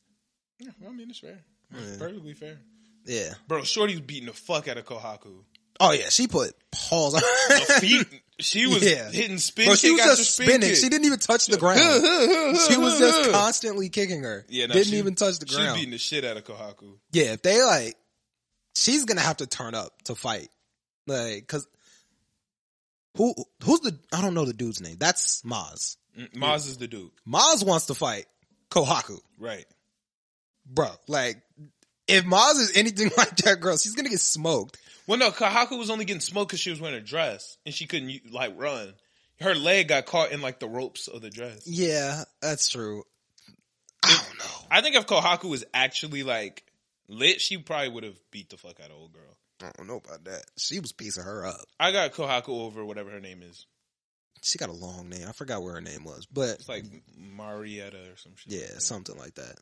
Speaker 1: Yeah, I mean it's fair,
Speaker 4: Yeah.
Speaker 1: perfectly fair.
Speaker 4: Yeah.
Speaker 1: Bro, Shorty was beating the fuck out of Kohaku.
Speaker 4: Oh yeah, she put paws on
Speaker 1: The feet, she was
Speaker 4: Yeah.
Speaker 1: hitting
Speaker 4: *laughs*
Speaker 1: spin.
Speaker 4: But she
Speaker 1: kick
Speaker 4: was
Speaker 1: after
Speaker 4: just
Speaker 1: spin
Speaker 4: spinning.
Speaker 1: kick.
Speaker 4: She didn't even
Speaker 1: *laughs*
Speaker 4: touch the ground. she was just constantly kicking her.
Speaker 1: Yeah, no,
Speaker 4: didn't
Speaker 1: she-
Speaker 4: even touch the
Speaker 1: She was
Speaker 4: ground.
Speaker 1: beating the shit out of Kohaku.
Speaker 4: Yeah, if they like, she's gonna have to turn up to fight, like, cause who who's the I don't know the dude's name. That's Maz.
Speaker 1: Mm, Maz is the dude,
Speaker 4: Maz wants to fight Kohaku,
Speaker 1: right?
Speaker 4: bro. Like, if Maz is anything *laughs* like that girl, she's gonna get smoked.
Speaker 1: Well, no, Kohaku was only getting smoked because she was wearing a dress and she couldn't like run. Her leg got caught in like the ropes of the dress.
Speaker 4: Yeah, that's true. I don't know.
Speaker 1: I think if Kohaku was actually like lit, she probably would have beat the fuck out of old girl.
Speaker 4: I don't know about that. She was piecing her up.
Speaker 1: I got Kohaku over whatever her name is.
Speaker 4: She got a long name. I forgot what her name was, but
Speaker 1: It's like Marietta or some shit. like
Speaker 4: Yeah,
Speaker 1: that.
Speaker 4: something like that.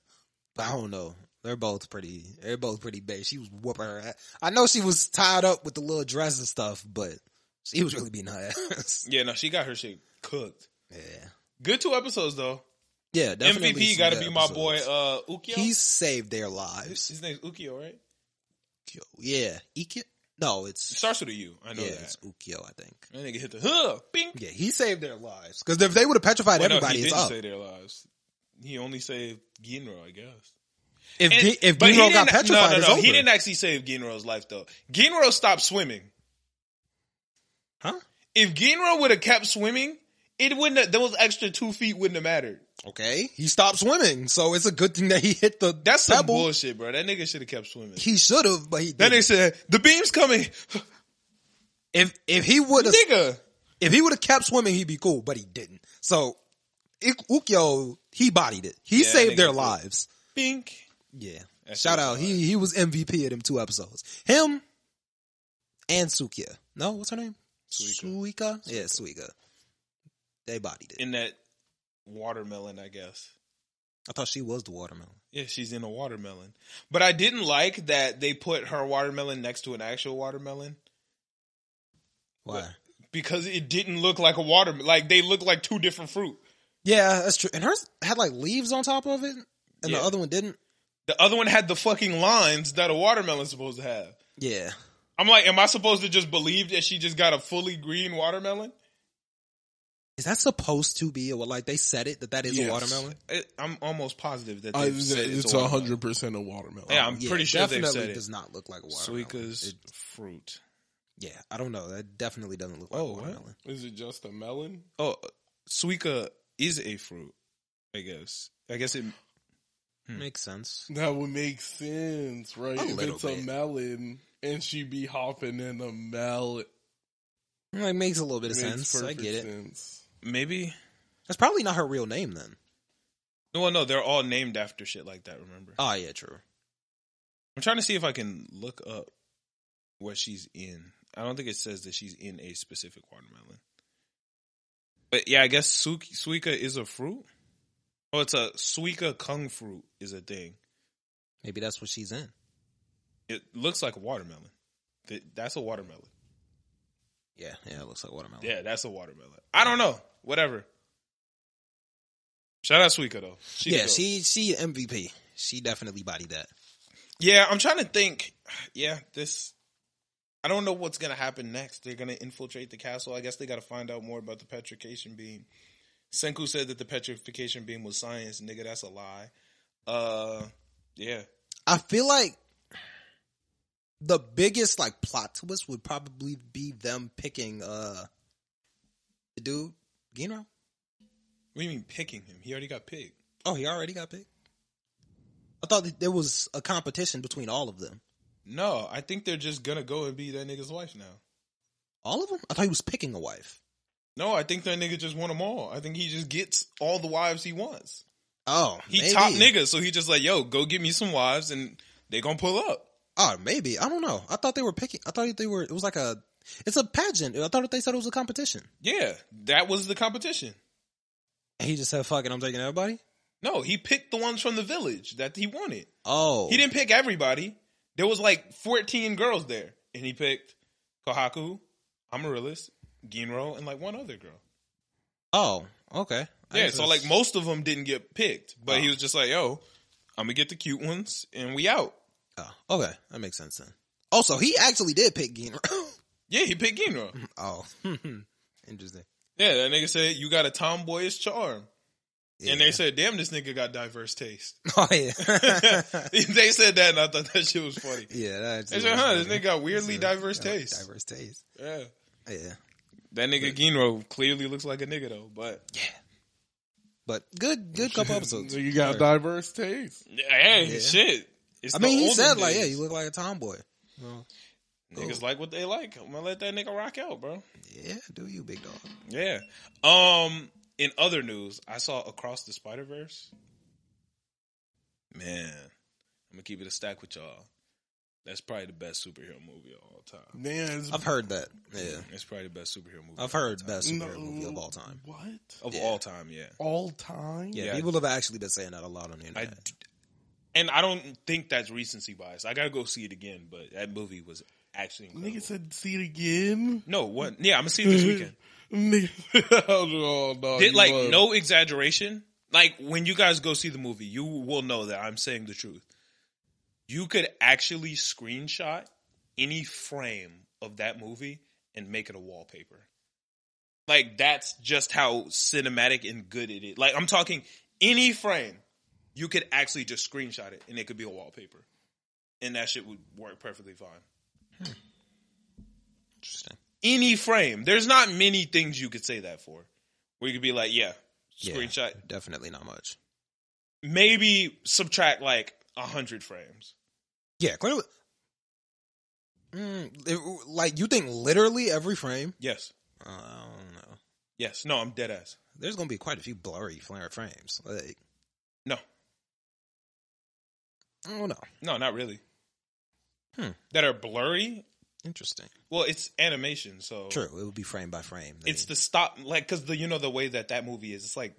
Speaker 4: But I don't know. They're both pretty. They're both pretty big. She was whooping her. ass. I know she was tied up with the little dress and stuff, but she was really beating her
Speaker 1: *laughs*
Speaker 4: ass.
Speaker 1: yeah. No, she got her shit cooked.
Speaker 4: yeah,
Speaker 1: Good two episodes though.
Speaker 4: yeah. Definitely
Speaker 1: MVP
Speaker 4: some
Speaker 1: got to
Speaker 4: good
Speaker 1: be my boy
Speaker 4: episodes.
Speaker 1: uh, Ukyo.
Speaker 4: he saved their lives.
Speaker 1: his name's Ukyo, right?
Speaker 4: Ukyo. Yeah, Ikyo. No,
Speaker 1: It
Speaker 4: it's
Speaker 1: starts with a U. I know
Speaker 4: yeah,
Speaker 1: that.
Speaker 4: it's Ukyo. I think.
Speaker 1: That nigga hit the huh, bing.
Speaker 4: Yeah, he saved their lives because if they would have petrified
Speaker 1: Well, no,
Speaker 4: everybody,
Speaker 1: he
Speaker 4: it's
Speaker 1: didn't
Speaker 4: up.
Speaker 1: save their lives. He only saved Ginro, I guess.
Speaker 4: If
Speaker 1: And-
Speaker 4: Gi- if
Speaker 1: but he
Speaker 4: Gino got
Speaker 1: didn't-
Speaker 4: petrified,
Speaker 1: no, no,
Speaker 4: it's
Speaker 1: no.
Speaker 4: over.
Speaker 1: He didn't actually save Ginro's life though. Ginro stopped swimming.
Speaker 4: huh?
Speaker 1: If Ginro would have kept swimming, it wouldn't. Have, those extra two feet wouldn't have mattered.
Speaker 4: Okay, he stopped swimming, so it's a good thing that he hit the
Speaker 1: That's some
Speaker 4: pebble.
Speaker 1: bullshit, bro. That nigga should have kept swimming.
Speaker 4: He should have, but he
Speaker 1: That
Speaker 4: didn't.
Speaker 1: nigga said the beam's coming,
Speaker 4: If if he would have
Speaker 1: nigga.
Speaker 4: if he would have kept swimming, he'd be cool, but he didn't. So Ik- Ukyo, he bodied it. He
Speaker 1: Yeah,
Speaker 4: saved
Speaker 1: nigga
Speaker 4: their
Speaker 1: was cool.
Speaker 4: lives.
Speaker 1: Bink.
Speaker 4: Yeah.
Speaker 1: That's
Speaker 4: Shout
Speaker 1: what
Speaker 4: out.
Speaker 1: it was.
Speaker 4: He he was MVP of them two episodes. Him and Sukia. No, what's her name?
Speaker 1: Suika.
Speaker 4: Suika? Yeah, Suika. They bodied it.
Speaker 1: in that watermelon, I guess.
Speaker 4: I thought she was the watermelon.
Speaker 1: Yeah, she's in a watermelon. But I didn't like that they put her watermelon next to an actual watermelon
Speaker 4: Why?
Speaker 1: because it didn't look like a watermelon. Like they look like two different fruit.
Speaker 4: Yeah, that's true. And hers had like leaves on top of it, and
Speaker 1: Yeah.
Speaker 4: the other one didn't.
Speaker 1: The other one had the fucking lines that a watermelon's supposed to have.
Speaker 4: Yeah.
Speaker 1: I'm like, am I supposed to just believe that she just got a fully green watermelon?
Speaker 4: Is that supposed to be a, like they said it that that is
Speaker 2: Yes.
Speaker 4: a watermelon?
Speaker 1: It, I'm almost positive that
Speaker 2: I,
Speaker 1: they said it's,
Speaker 2: it's
Speaker 1: a
Speaker 2: a
Speaker 1: watermelon.
Speaker 2: hundred percent a watermelon.
Speaker 1: Yeah, I'm
Speaker 4: Yeah,
Speaker 1: pretty sure they
Speaker 4: definitely
Speaker 1: said it.
Speaker 4: does not look like a watermelon.
Speaker 1: Suika's
Speaker 4: It-
Speaker 1: fruit.
Speaker 4: Yeah, I don't know. That definitely doesn't look like
Speaker 1: Oh,
Speaker 4: a
Speaker 1: what?
Speaker 4: watermelon.
Speaker 2: Is it just a melon?
Speaker 1: Oh, Suika is a fruit. I guess. I guess it. Hmm.
Speaker 4: Makes sense.
Speaker 2: That would make sense, right?
Speaker 4: A
Speaker 2: if
Speaker 4: little
Speaker 2: it's a
Speaker 4: bit.
Speaker 2: melon and she be hopping in a melon.
Speaker 4: It makes a little bit of sense. I get it.
Speaker 2: Sense.
Speaker 1: Maybe.
Speaker 4: That's probably not her real name then.
Speaker 1: No, no, they're all named after shit like that. Remember.
Speaker 4: Oh yeah, true.
Speaker 1: I'm trying to see if I can look up what she's in. I don't think it says that she's in a specific watermelon. But yeah, I guess su- suika is a fruit. Oh, it's a suika kung fruit is a thing.
Speaker 4: Maybe that's what she's in.
Speaker 1: It looks like a watermelon. Th- That's a watermelon.
Speaker 4: Yeah, yeah, it looks like watermelon.
Speaker 1: Yeah, that's a watermelon. I don't know. Whatever. Shout out Suika though. She the
Speaker 4: yeah,
Speaker 1: goat.
Speaker 4: she she MVP. She definitely bodied that.
Speaker 1: Yeah, I'm trying to think. *sighs* Yeah, this. I don't know what's gonna happen next. They're gonna infiltrate the castle. I guess they got to find out more about the petrification beam. Senku said that the petrification beam was science. Nigga, that's a lie. Uh, yeah.
Speaker 4: I feel like the biggest like plot twist would probably be them picking uh the dude Gino.
Speaker 1: What do you mean picking him? He already got picked.
Speaker 4: Oh, he already got picked. I thought that there was a competition between all of them.
Speaker 1: No, I think they're just gonna go and be that nigga's wife now.
Speaker 4: All of them? I thought he was picking a wife.
Speaker 1: No, I think that nigga just won them all. I think he just gets all the wives he wants.
Speaker 4: Oh,
Speaker 1: He
Speaker 4: maybe.
Speaker 1: top nigga, so he just like, yo, go get me some wives, and they gonna pull up.
Speaker 4: Oh, maybe I don't know. I thought they were picking. I thought they were. It was like a. It's a pageant. I thought they said it was a competition.
Speaker 1: Yeah, that was the competition.
Speaker 4: And he just said, "Fuck it, I'm taking everybody."
Speaker 1: No, he picked the ones from the village that he wanted.
Speaker 4: Oh,
Speaker 1: He didn't pick everybody. There was like 14 girls there, and he picked Kohaku, Amaryllis, Ginro, and like one other girl.
Speaker 4: Oh, okay. I
Speaker 1: Yeah,
Speaker 4: guess
Speaker 1: so
Speaker 4: it's-
Speaker 1: like most of them didn't get picked, but he was just like, "Yo, I'm gonna get the cute ones, and we out."
Speaker 4: Oh, okay, that makes sense then. Also, he actually did pick Gino.
Speaker 1: Yeah, he picked Ginro.
Speaker 4: *laughs*
Speaker 1: *laughs*
Speaker 4: oh, *laughs* interesting.
Speaker 1: Yeah, that nigga said you got a tomboyish charm, and
Speaker 4: Yeah.
Speaker 1: they said, "Damn, this nigga got diverse *laughs* taste."
Speaker 4: *laughs* oh yeah, *laughs*
Speaker 1: they said that, and I thought that shit was funny.
Speaker 4: yeah. That's
Speaker 1: They said, "Huh, this nigga got weirdly diverse
Speaker 4: Yeah,
Speaker 1: taste."
Speaker 4: Diverse taste.
Speaker 1: Yeah,
Speaker 4: Yeah,
Speaker 1: that nigga Ginro clearly looks like a nigga though, but
Speaker 4: yeah. But good, good
Speaker 2: *laughs*
Speaker 4: couple episodes.
Speaker 2: So you got
Speaker 4: Sure.
Speaker 2: diverse taste.
Speaker 1: hey,
Speaker 4: Yeah.
Speaker 1: shit. It's
Speaker 4: I
Speaker 1: the
Speaker 4: mean, he
Speaker 1: olden
Speaker 4: said like, yeah,
Speaker 1: days.
Speaker 4: you look like a tomboy.
Speaker 1: niggas like what they like. I'm gonna let that nigga rock out, bro.
Speaker 4: Yeah, do you, big dog?
Speaker 1: Yeah. Um. In other news, I saw Across the Spider Verse. Man, I'm gonna keep it a stack with y'all. That's probably the best superhero movie of all time.
Speaker 2: Man, it's-
Speaker 4: I've heard that. Yeah,
Speaker 1: It's probably the best superhero movie.
Speaker 4: I've
Speaker 1: of all
Speaker 4: heard
Speaker 1: time.
Speaker 4: best superhero
Speaker 2: no-
Speaker 4: movie of all time.
Speaker 2: What?
Speaker 1: of
Speaker 4: yeah.
Speaker 1: all time. Yeah.
Speaker 2: All time?
Speaker 4: Yeah,
Speaker 1: Yeah.
Speaker 4: people have actually been saying that a lot on the
Speaker 1: I
Speaker 4: internet.
Speaker 1: d and I don't think that's recency bias. I gotta go see it again, but that movie was actually incredible.
Speaker 2: Nigga said, see it again? *laughs*
Speaker 1: no, what?
Speaker 2: Mm.
Speaker 1: Yeah, I'm gonna see it this weekend.
Speaker 2: Nigga. *laughs* oh, no,
Speaker 1: Did
Speaker 2: you
Speaker 1: like
Speaker 2: was.
Speaker 1: no exaggeration. Like when you guys go see the movie, you will know that I'm saying the truth. You could actually screenshot any frame of that movie and make it a wallpaper. Like that's just how cinematic and good it is. Like I'm talking any frame, you could actually just screenshot it and it could be a wallpaper. And that shit would work perfectly fine.
Speaker 4: Interesting.
Speaker 1: Any frame. There's not many things you could say that for. Where you could be like, yeah, screenshot
Speaker 4: Yeah, definitely not much.
Speaker 1: maybe subtract like a hundred frames.
Speaker 4: Yeah, quite a- Mm, it- like you think literally every frame?
Speaker 1: Yes,
Speaker 4: Uh, I don't know.
Speaker 1: yes. No, I'm dead ass.
Speaker 4: There's gonna be quite a few blurry flare frames. Like
Speaker 1: No,
Speaker 4: I don't know.
Speaker 1: no, not really.
Speaker 4: Hmm.
Speaker 1: That are blurry.
Speaker 4: Interesting.
Speaker 1: Well, it's animation, so
Speaker 4: True, it would be frame by frame. They-
Speaker 1: Oh. It's the stop, like, because the you know the way that that movie is, it's like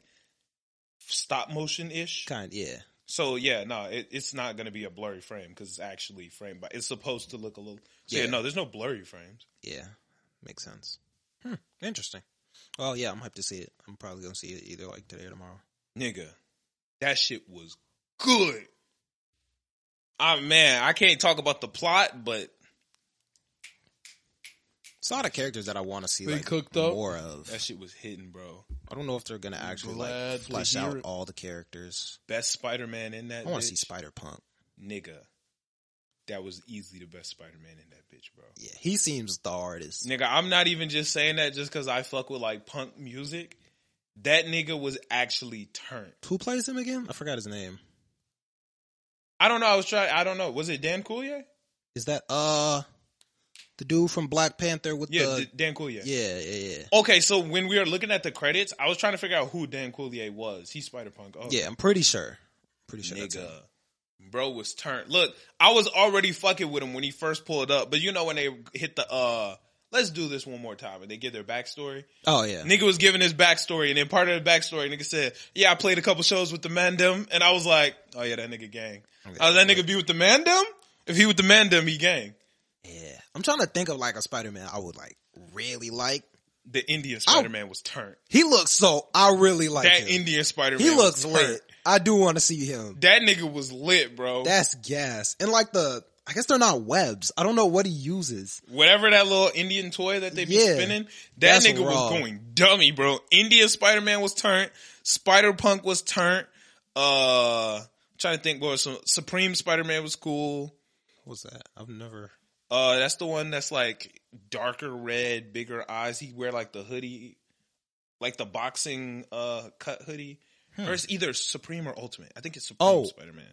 Speaker 1: stop motion ish.
Speaker 4: kind. Yeah,
Speaker 1: So yeah, no, it, it's not gonna be a blurry frame because it's actually frame by. It's supposed to look a little. So yeah.
Speaker 4: Yeah.
Speaker 1: no, there's no blurry frames.
Speaker 4: yeah, makes sense. Hmm, interesting. Well, yeah, I'm hyped to see it. I'm probably gonna see it either like today or tomorrow.
Speaker 1: Nigga, that shit was good. Ah man, I can't talk about the plot, but
Speaker 4: It's a lot of characters that I want to see
Speaker 2: They
Speaker 4: like
Speaker 2: cooked up?
Speaker 4: more of.
Speaker 1: that shit was hitting, bro.
Speaker 4: I don't know if they're gonna actually
Speaker 2: glad
Speaker 4: like
Speaker 2: to
Speaker 4: flesh
Speaker 2: hear
Speaker 4: out
Speaker 2: it.
Speaker 4: all the characters.
Speaker 1: best Spider Man in that.
Speaker 4: I want
Speaker 1: bitch,
Speaker 4: to see Spider Punk.
Speaker 1: nigga. That was easily the best Spider Man in that bitch, bro.
Speaker 4: Yeah, he seems the hardest.
Speaker 1: Nigga, I'm not even just saying that just because I fuck with like punk music. That nigga was actually turned.
Speaker 4: Who plays him again? I forgot his name.
Speaker 1: I don't know. I was trying. I don't know. Was it Dan Coulier?
Speaker 4: Is that uh the dude from Black Panther with
Speaker 1: Yeah,
Speaker 4: the
Speaker 1: D- Dan Coulier.
Speaker 4: yeah yeah yeah
Speaker 1: Okay, so when we were looking at the credits, I was trying to figure out who Dan Coulier was. He's Spider Punk. Oh,
Speaker 4: yeah? I'm pretty sure. Pretty sure. That's him.
Speaker 1: nigga. Bro was turned. Look, I was already fucking with him when he first pulled up, but you know when they hit the uh, let's do this one more time and they get their backstory.
Speaker 4: Oh yeah.
Speaker 1: Nigga was giving his backstory, and then part of the backstory, nigga said, "Yeah, I played a couple shows with the Mandem," and I was like, "Oh yeah, that nigga gang." Oh, that nigga be with the Mandem? If he with the Mandem, he gang.
Speaker 4: Yeah. I'm trying to think of like a Spider Man I would like really like.
Speaker 1: The Indian Spider Man was turned.
Speaker 4: He looks so I really like
Speaker 1: That
Speaker 4: him.
Speaker 1: Indian Spider Man,
Speaker 4: he looks
Speaker 1: was turned.
Speaker 4: lit. I do want to see him.
Speaker 1: That nigga was lit, bro.
Speaker 4: That's gas. And like the I guess they're not webs. I don't know what he uses.
Speaker 1: Whatever that little Indian toy that they be
Speaker 4: Yeah.
Speaker 1: spinning, that
Speaker 4: That's
Speaker 1: nigga
Speaker 4: raw.
Speaker 1: was going dummy, bro. India Spider Man was turned, Spider Punk was turned. Uh, I'm trying to think what was some Supreme Spider Man was cool.
Speaker 4: What's that? I've never.
Speaker 1: Uh, that's the one that's like darker red, bigger eyes. He wear like the hoodie, like the boxing uh cut hoodie,
Speaker 4: Hmm.
Speaker 1: or it's either Supreme or Ultimate. I think it's Supreme
Speaker 4: Oh.
Speaker 1: Spider Man.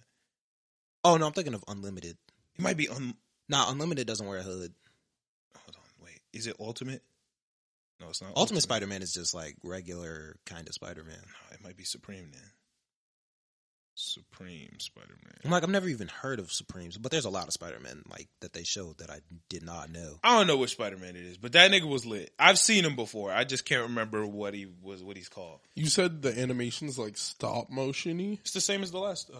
Speaker 4: Oh no, I'm thinking of Unlimited.
Speaker 1: It might be un.
Speaker 4: Nah, Unlimited doesn't wear a hood.
Speaker 1: Hold on, wait. Is it Ultimate? No, it's not.
Speaker 4: Ultimate Spider-Man is just like regular kind of Spider-Man.
Speaker 1: No, it might be Supreme then. Supreme Spider
Speaker 4: I'm
Speaker 1: Man.
Speaker 4: like, I've never even heard of Supremes, but there's a lot of Spider-Man like that they showed that I did not know.
Speaker 1: I don't know which Spider Man it is, but that nigga was lit. I've seen him before. I just can't remember what he was, what he's called.
Speaker 2: You said the animation's like stop motiony.
Speaker 1: It's the same as the last. Uh,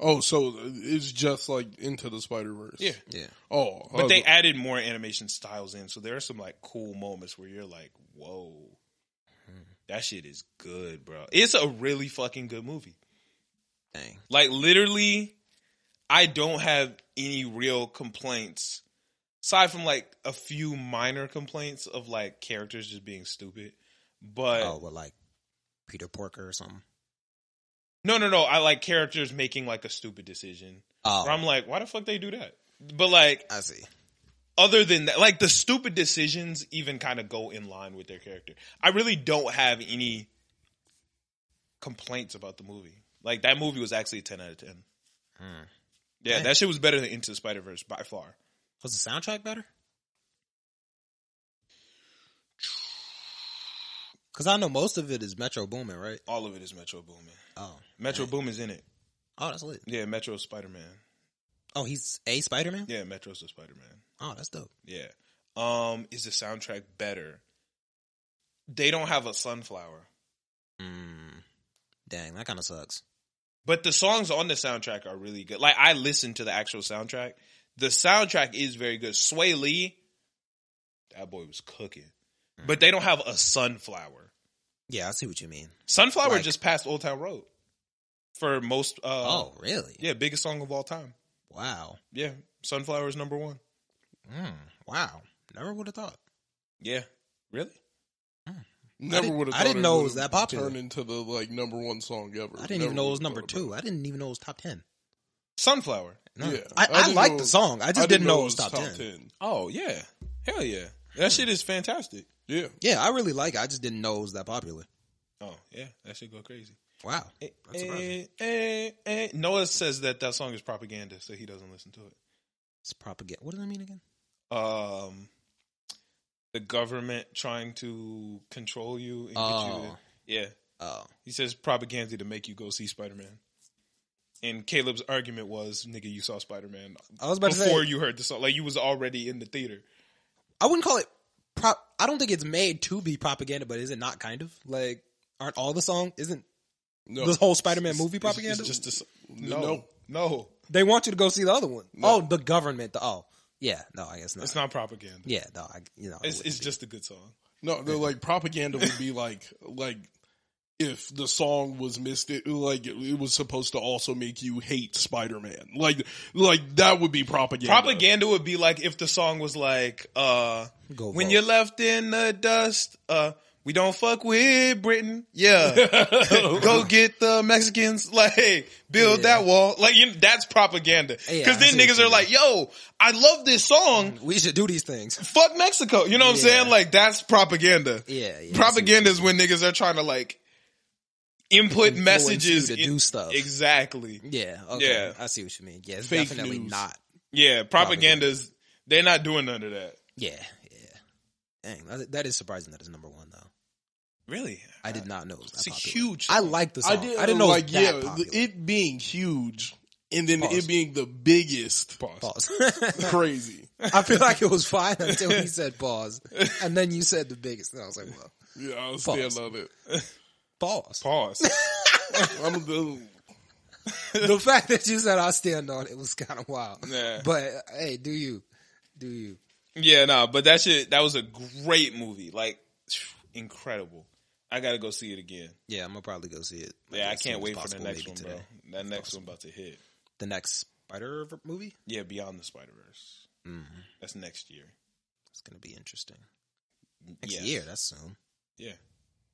Speaker 2: Oh, so it's just like into the Spider Verse.
Speaker 1: yeah,
Speaker 4: Yeah.
Speaker 2: Oh,
Speaker 1: but they
Speaker 2: okay.
Speaker 1: added more animation styles in, so there are some like cool moments where you're like, "Whoa, that shit is good, bro." It's a really fucking good movie.
Speaker 4: Dang.
Speaker 1: Like literally, I don't have any real complaints aside from like a few minor complaints of like characters just being stupid. But
Speaker 4: Oh, but like Peter Porker or something.
Speaker 1: no, no, no. I like characters making like a stupid decision.
Speaker 4: Oh,
Speaker 1: Where I'm like, why the fuck they do that? But like,
Speaker 4: I see.
Speaker 1: other than that, like the stupid decisions even kind of go in line with their character. I really don't have any complaints about the movie. Like that movie was actually a ten out of ten.
Speaker 4: Hmm.
Speaker 1: Yeah,
Speaker 4: Nice.
Speaker 1: that shit was better than Into the Spider Verse by far.
Speaker 4: Was the soundtrack better? Because I know most of it is Metro Boomin, right?
Speaker 1: All of it is Metro Boomin.
Speaker 4: Oh,
Speaker 1: Metro Boom is in it.
Speaker 4: oh, that's lit.
Speaker 1: Yeah, Metro's Spider Man.
Speaker 4: Oh, he's a Spider Man.
Speaker 1: Yeah, Metro's the Spider Man.
Speaker 4: Oh, that's dope.
Speaker 1: Yeah. Um, is the soundtrack better? They don't have a sunflower.
Speaker 4: Mm. Dang, that kind of sucks.
Speaker 1: But the songs on the soundtrack are really good. Like I listened to the actual soundtrack. The soundtrack is very good. Sway Lee, that boy was cooking. But they don't have a sunflower.
Speaker 4: Yeah, I see what you mean.
Speaker 1: Sunflower
Speaker 4: Like-
Speaker 1: just passed Old Town Road for most. Uh,
Speaker 4: Oh, really?
Speaker 1: yeah, biggest song of all time.
Speaker 4: Wow.
Speaker 1: Yeah, Sunflower is number one.
Speaker 4: Mm. Wow. Never would have thought.
Speaker 1: Yeah, really.
Speaker 4: I
Speaker 2: Never
Speaker 4: didn't-
Speaker 2: would have.
Speaker 4: I didn't know it was that popular.
Speaker 2: Turned into the like number one song ever.
Speaker 4: I didn't
Speaker 2: Never
Speaker 4: even know it was
Speaker 2: would've
Speaker 4: number
Speaker 2: thought
Speaker 4: two. I didn't even know it was top ten.
Speaker 1: Sunflower.
Speaker 4: No.
Speaker 2: Yeah.
Speaker 4: I,
Speaker 2: I
Speaker 4: I,
Speaker 2: didn't
Speaker 4: like
Speaker 2: know
Speaker 4: the
Speaker 2: it-
Speaker 4: song. I
Speaker 2: about
Speaker 4: just didn't, know it was top, 10.
Speaker 1: Oh yeah, hell yeah. That shit is fantastic.
Speaker 2: Yeah,
Speaker 4: Yeah, I really like it. I just didn't know it was that popular.
Speaker 1: Oh yeah, that should go crazy.
Speaker 4: Wow.
Speaker 1: Eh,
Speaker 4: That's surprising.
Speaker 1: eh, eh. Noah says that that song is propaganda, so he doesn't listen to it.
Speaker 4: It's propaganda. What does that mean again?
Speaker 1: Um, the government trying to control you and get you.
Speaker 4: Oh.
Speaker 1: To, yeah,
Speaker 4: Oh.
Speaker 1: he says propaganda to make you go see Spider Man. And Caleb's argument was, "Nigga, you saw Spider Man
Speaker 4: I was about to
Speaker 1: before
Speaker 4: say,
Speaker 1: you heard the song. Like you was already in the theater."
Speaker 4: I wouldn't call it prop. I don't think it's made to be propaganda, but is it not kind of? Like, aren't all the song, isn't
Speaker 2: no,
Speaker 4: this whole Spider-Man movie
Speaker 1: It's-
Speaker 4: propaganda?
Speaker 1: It's just a, no,
Speaker 2: No.
Speaker 1: no,
Speaker 4: they want you to go see the other one. Oh, the government. The, oh, yeah. No, I guess not.
Speaker 1: It's not propaganda.
Speaker 4: yeah, no, I, you know. it
Speaker 1: It's,
Speaker 4: wouldn't
Speaker 1: it's
Speaker 4: be.
Speaker 1: just a good song.
Speaker 2: no. The like propaganda would be like like if the song was missed, it like it, it was supposed to also make you hate Spider Man. Like like that would be propaganda.
Speaker 1: Propaganda would be like if the song was like, uh,
Speaker 4: Go
Speaker 1: when
Speaker 4: vote.
Speaker 1: you're left in the dust, uh, we don't fuck with Britain.
Speaker 4: *laughs*
Speaker 1: Yeah. Go get the Mexicans. *laughs* Like, hey, build
Speaker 4: Yeah.
Speaker 1: that wall. Like, you, that's propaganda.
Speaker 4: Yeah,
Speaker 1: Cause
Speaker 4: I
Speaker 1: then
Speaker 4: see what
Speaker 1: niggas
Speaker 4: you
Speaker 1: are like, yo, I love this song.
Speaker 4: we should do these things.
Speaker 1: Fuck Mexico. You know what I'm
Speaker 4: Yeah.
Speaker 1: saying? Like, that's propaganda.
Speaker 4: Yeah, yeah.
Speaker 1: Propaganda is when niggas are trying to like input
Speaker 4: Influence
Speaker 1: messages
Speaker 4: you to do stuff.
Speaker 1: Exactly.
Speaker 4: Yeah. Okay.
Speaker 1: Yeah.
Speaker 4: I see what you mean. Yeah, it's
Speaker 2: Fake
Speaker 4: definitely
Speaker 2: news.
Speaker 4: not.
Speaker 1: Yeah. Propaganda's, they're not doing none of that.
Speaker 4: Yeah, yeah. Dang, that- that is surprising that it's number one though.
Speaker 1: Really?
Speaker 4: I did not know it was that
Speaker 1: It's a
Speaker 4: popular.
Speaker 1: huge
Speaker 4: I
Speaker 1: song.
Speaker 4: like the
Speaker 2: I
Speaker 4: song. I,
Speaker 2: did.
Speaker 4: didn't know it
Speaker 2: like
Speaker 4: was
Speaker 2: yeah,
Speaker 4: that popular.
Speaker 2: it being huge and then
Speaker 4: Pause.
Speaker 2: it being the biggest.
Speaker 4: pause.
Speaker 2: *laughs* Crazy.
Speaker 4: I feel like it was fine until he said pause, and then you said the biggest, and I was like, well,
Speaker 2: Yeah, I still
Speaker 4: Pause.
Speaker 2: love it.
Speaker 4: pause.
Speaker 1: Pause.
Speaker 2: I'm the,
Speaker 4: The fact that you said I stand on it was kind of wild.
Speaker 1: Yeah.
Speaker 4: But hey, do you? Do you?
Speaker 1: Yeah, no, but that shit that was a great movie. Like incredible. I gotta go see it again.
Speaker 4: Yeah, I'm gonna probably go see it.
Speaker 1: Yeah, I can't wait for the next one, bro. That next one about to hit.
Speaker 4: The next Spider movie.
Speaker 1: Yeah, Beyond the Spider Verse. That's next year.
Speaker 4: It's gonna be interesting. Next
Speaker 1: yeah.
Speaker 4: year, that's soon.
Speaker 1: Yeah.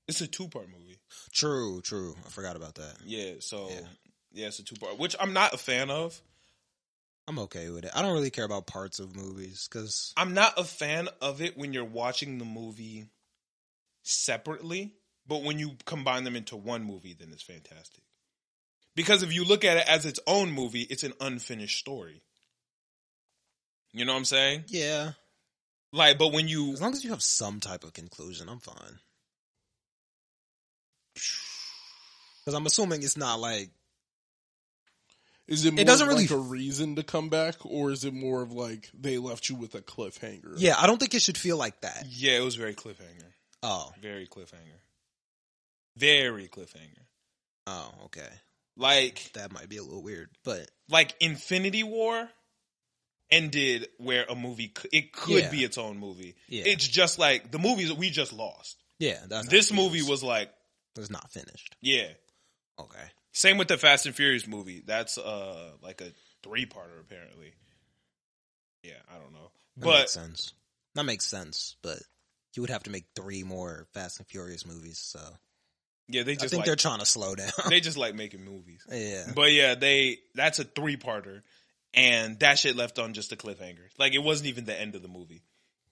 Speaker 1: It's a two part movie.
Speaker 4: True, true. I forgot about that.
Speaker 1: Yeah, so yeah,
Speaker 4: Yeah.
Speaker 1: it's a two part which I'm not a fan of.
Speaker 4: I'm okay with it. I don't really care about parts of movies because
Speaker 1: I'm not a fan of it when you're watching the movie separately, but when you combine them into one movie, then it's fantastic. Because if you look at it as its own movie, it's an unfinished story. You know what I'm saying?
Speaker 4: yeah,
Speaker 1: Like, but when you
Speaker 4: as long as you have some type of conclusion, I'm fine. Because I'm assuming it's not like
Speaker 2: Is it more
Speaker 4: doesn't
Speaker 2: of,
Speaker 4: really
Speaker 2: like
Speaker 4: f-
Speaker 2: a reason to come back, or is it more of like they left you with a cliffhanger?
Speaker 4: yeah. I don't think it should feel like that.
Speaker 1: Yeah, it was very cliffhanger.
Speaker 4: Oh,
Speaker 1: Very cliffhanger. Very cliffhanger.
Speaker 4: oh, okay.
Speaker 1: Like
Speaker 4: That might be a little weird, but
Speaker 1: like Infinity War ended where a movie c- it could
Speaker 4: Yeah.
Speaker 1: be its own movie.
Speaker 4: Yeah.
Speaker 1: It's just like the movies that we just lost.
Speaker 4: yeah, that's
Speaker 1: this movie was like
Speaker 4: was not finished.
Speaker 1: yeah.
Speaker 4: Okay,
Speaker 1: Same with the Fast and Furious movie. That's uh like a three parter apparently. Yeah, I don't know.
Speaker 4: that
Speaker 1: but
Speaker 4: makes sense. That makes sense, but you would have to make three more Fast and Furious movies. So
Speaker 1: yeah, they
Speaker 4: I
Speaker 1: just
Speaker 4: think they're
Speaker 1: like
Speaker 4: trying to slow
Speaker 1: *laughs*
Speaker 4: down. *laughs*
Speaker 1: they just like making movies.
Speaker 4: yeah,
Speaker 1: But yeah, they that's a three parter, and that shit left on just a cliffhanger. Like it wasn't even the end of the movie.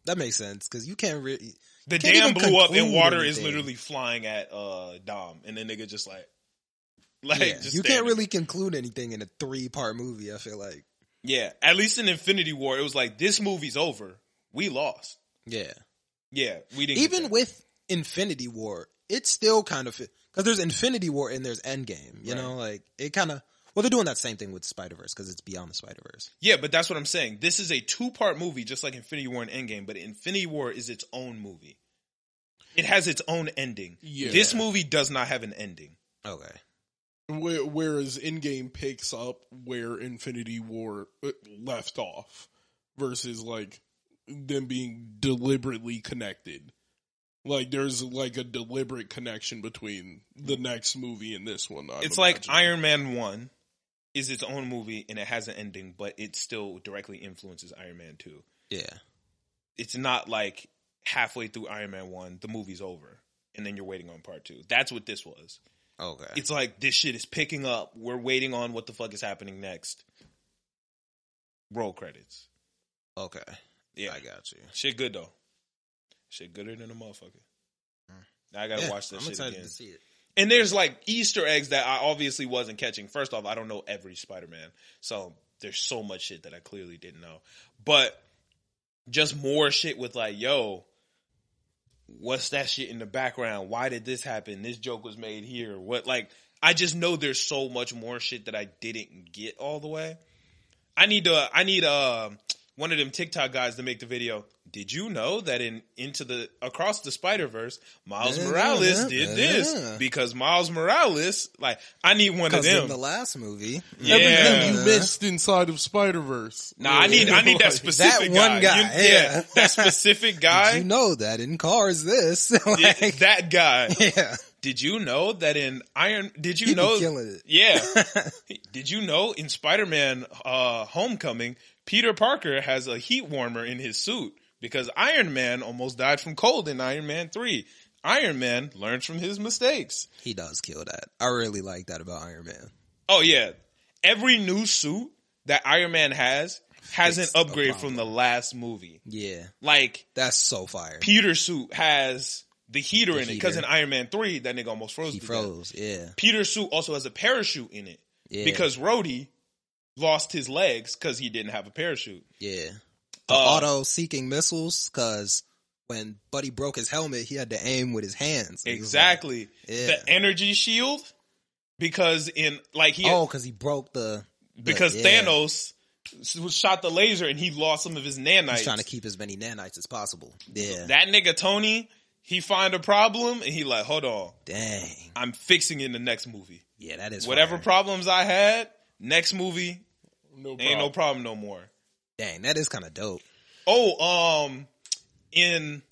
Speaker 4: that makes sense because you can't really.
Speaker 1: The
Speaker 4: Can't
Speaker 1: dam
Speaker 4: even
Speaker 1: blew up, and
Speaker 4: conclude
Speaker 1: water is
Speaker 4: anything.
Speaker 1: literally flying at uh Dom, and the nigga just like, *laughs* like
Speaker 4: yeah,
Speaker 1: just
Speaker 4: you
Speaker 1: standing.
Speaker 4: can't really conclude anything in a three part movie. I feel like
Speaker 1: Yeah, at least in Infinity War, it was like this movie's over. We lost.
Speaker 4: yeah,
Speaker 1: Yeah, we didn't. get
Speaker 4: even
Speaker 1: that.
Speaker 4: with Infinity War, it's still kind of because there's Infinity War and there's Endgame. You know, like it kind of. Well, they're doing that same thing with Spider Verse because it's beyond the Spider Verse.
Speaker 1: yeah, but that's what I'm saying. This is a two part movie, just like Infinity War and Endgame. But Infinity War is its own movie. It has its own ending.
Speaker 2: Yeah.
Speaker 1: This movie does not have an ending.
Speaker 4: Okay.
Speaker 2: Where, whereas Endgame picks up where Infinity War uh, left off, versus like them being deliberately connected. Like there's like a deliberate connection between the next movie and this one. I
Speaker 1: it's
Speaker 2: would
Speaker 1: like
Speaker 2: imagine.
Speaker 1: Iron Man One is its own movie and it has an ending, but it still directly influences Iron Man Two.
Speaker 4: Yeah.
Speaker 1: It's not like halfway through Iron Man One, the movie's over, and then you're waiting on part two. That's what this was.
Speaker 4: Okay.
Speaker 1: It's like this shit is picking up. We're waiting on what the fuck is happening next. Roll credits.
Speaker 4: okay.
Speaker 1: Yeah,
Speaker 4: I got you.
Speaker 1: shit good though. Shit gooder than a motherfucker. Now I gotta
Speaker 4: Mm. Yeah,
Speaker 1: watch that
Speaker 4: I'm
Speaker 1: shit
Speaker 4: excited
Speaker 1: again.
Speaker 4: to see it.
Speaker 1: And there's like Easter eggs that I obviously wasn't catching. First off, I don't know every Spider Man. So there's so much shit that I clearly didn't know. But just more shit with like, yo, what's that shit in the background? Why did this happen? This joke was made here. What like I just know there's so much more shit that I didn't get all the way. I need to I need um one of them TikTok guys to make the video. Did you know that in into the across the Spider Verse, Miles
Speaker 4: Yeah,
Speaker 1: Morales
Speaker 4: yeah,
Speaker 1: did
Speaker 4: yeah.
Speaker 1: this because Miles Morales, like, I need one of
Speaker 4: Because in
Speaker 1: them.
Speaker 4: the last movie,
Speaker 1: Yeah.
Speaker 2: everything
Speaker 4: Yeah.
Speaker 2: you missed inside of Spider Verse.
Speaker 1: Nah, I need I need that specific
Speaker 4: *laughs* That
Speaker 1: guy.
Speaker 4: one guy,
Speaker 1: You-
Speaker 4: yeah.
Speaker 1: that
Speaker 4: *laughs*
Speaker 1: specific guy.
Speaker 4: you know that in cars, this *laughs* like,
Speaker 1: Yeah, *laughs* that
Speaker 4: *laughs*
Speaker 1: guy.
Speaker 4: yeah,
Speaker 1: Did you know that in Iron? Did you
Speaker 4: He be
Speaker 1: know?
Speaker 4: killing it. *laughs*
Speaker 1: Yeah. did you know in Spider Man uh, Homecoming, Peter Parker has a heat warmer in his suit because Iron Man almost died from cold in Iron Man Three. Iron Man learns from his mistakes.
Speaker 4: he does kill that. I really like that about Iron Man.
Speaker 1: Oh yeah, every new suit that Iron Man has has an
Speaker 4: Fixed a
Speaker 1: upgrade from the last movie.
Speaker 4: Yeah,
Speaker 1: Like
Speaker 4: that's so fire.
Speaker 1: Peter's suit has the heater in it because in
Speaker 4: heater.
Speaker 1: Iron Man Three, that nigga almost froze.
Speaker 4: He
Speaker 1: to death.
Speaker 4: froze. Yeah,
Speaker 1: Peter's suit also has a parachute in it
Speaker 4: yeah,
Speaker 1: because Rhodey lost his legs because he didn't have a parachute.
Speaker 4: yeah, the
Speaker 1: Uh,
Speaker 4: auto seeking missiles. Because when Buddy broke his helmet, he had to aim with his hands. He was like-
Speaker 1: Exactly.
Speaker 4: Yeah.
Speaker 1: The energy shield because in like he
Speaker 4: Oh, because he broke the, the-
Speaker 1: because
Speaker 4: yeah.
Speaker 1: Thanos s- shot the laser and he lost some of his nanites.
Speaker 4: He's trying to keep as many nanites as possible. Yeah,
Speaker 1: that nigga Tony, he find a problem and he like, hold on,
Speaker 4: dang.
Speaker 1: I'm fixing it in the next movie.
Speaker 4: Yeah, that is
Speaker 1: Whatever
Speaker 4: fire.
Speaker 1: problems I had, next movie
Speaker 2: No
Speaker 1: ain't no
Speaker 2: problem.
Speaker 1: problem no more.
Speaker 4: Dang, that is kind of dope.
Speaker 1: Oh, um, in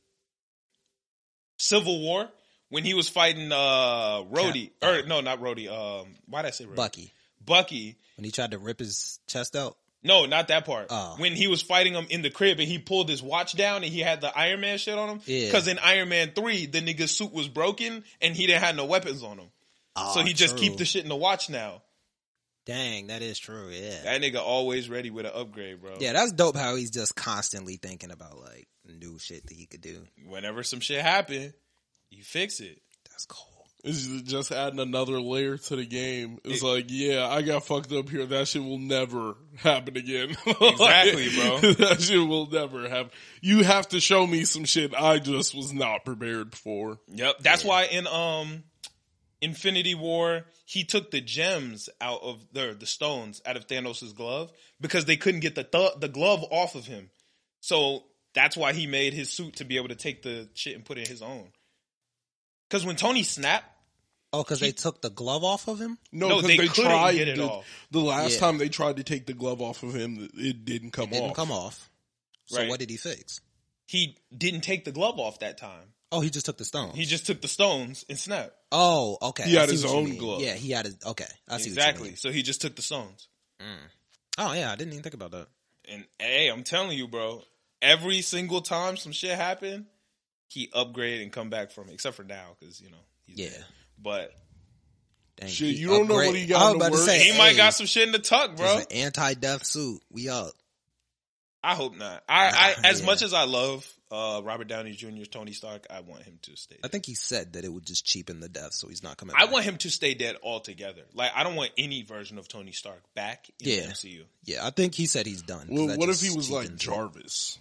Speaker 1: Civil War when he was fighting uh Rhodey,
Speaker 4: Cap-
Speaker 1: or no, not Rhodey. Um, why did I say Rhodey?
Speaker 4: Bucky.
Speaker 1: Bucky.
Speaker 4: When he tried to rip his chest out.
Speaker 1: No, not that part.
Speaker 4: Oh.
Speaker 1: When he was fighting him in the crib and he pulled his watch down and he had the Iron Man shit on him.
Speaker 4: Yeah.
Speaker 1: Because in Iron Man 3, the nigga's suit was broken and he didn't have no weapons on him. so
Speaker 4: Ah,
Speaker 1: he just
Speaker 4: true.
Speaker 1: keep the shit in the watch now.
Speaker 4: Dang, that is true. Yeah.
Speaker 1: That nigga always ready with an upgrade, bro.
Speaker 4: yeah, that's dope how he's just constantly thinking about like new shit that he could do.
Speaker 1: Whenever some shit happen, you fix it.
Speaker 4: That's cool.
Speaker 2: It's just adding another layer to the game. It's like, yeah, I got fucked up here. That shit will never *laughs* happen again. *laughs*
Speaker 1: Exactly,
Speaker 2: Like,
Speaker 1: bro.
Speaker 2: *laughs* that shit will never happen. You have to show me some shit I just was not prepared for.
Speaker 1: Yep. That's why in um Infinity War, he took the gems out of the the stones out of Thanos' glove because they couldn't get the th- the glove off of him. So that's why he made his suit to be able to take the shit and put in his own. Cause when Tony snapped,
Speaker 4: Oh, because they took the glove off of him.
Speaker 1: No,
Speaker 2: 'cause
Speaker 1: they couldn't get it
Speaker 2: the,
Speaker 1: off.
Speaker 2: The last
Speaker 4: Yeah.
Speaker 2: time they tried to take the glove off of him, it didn't come
Speaker 4: Didn't
Speaker 2: off.
Speaker 4: come off. So
Speaker 1: Right.
Speaker 4: what did he fix?
Speaker 1: he didn't take the glove off that time.
Speaker 4: Oh, he just took the stone.
Speaker 1: He just took the stones and snapped.
Speaker 4: oh, okay.
Speaker 2: He
Speaker 4: I
Speaker 2: had
Speaker 4: see
Speaker 2: his
Speaker 4: what you
Speaker 2: own
Speaker 4: mean.
Speaker 2: glove.
Speaker 4: Yeah, he had his. Okay, I see What you
Speaker 1: Exactly.
Speaker 4: mean.
Speaker 1: So he just took the stones.
Speaker 4: Oh yeah, I didn't even think about that.
Speaker 1: And hey, I'm telling you, bro, every single time some shit happened, he upgrade and come back from it. Except for now, because you know he's
Speaker 4: Yeah.
Speaker 1: dead. But
Speaker 4: Dang,
Speaker 2: Shit, you don't know what
Speaker 4: upgrade-
Speaker 2: he got
Speaker 4: I was
Speaker 2: to
Speaker 4: about to
Speaker 2: work.
Speaker 4: say,
Speaker 1: he might
Speaker 4: hey,
Speaker 1: got some shit in the tuck,
Speaker 4: this is
Speaker 1: bro.
Speaker 4: an anti-death suit. We up.
Speaker 1: I hope not. I, I
Speaker 4: Yeah.
Speaker 1: as much as I love uh, Robert Downey Jr.'s Tony Stark, I want him to stay.
Speaker 4: I
Speaker 1: Dead.
Speaker 4: think he said that it would just cheapen the death, so he's not coming.
Speaker 1: I
Speaker 4: back.
Speaker 1: want him to stay dead altogether. Like I don't want any version of Tony Stark back in
Speaker 4: Yeah.
Speaker 1: the MCU.
Speaker 4: Yeah, I think he said he's done. 'cause
Speaker 2: Well,
Speaker 4: that
Speaker 2: what if
Speaker 4: just
Speaker 2: he was like
Speaker 4: cheapens it.
Speaker 2: Jarvis?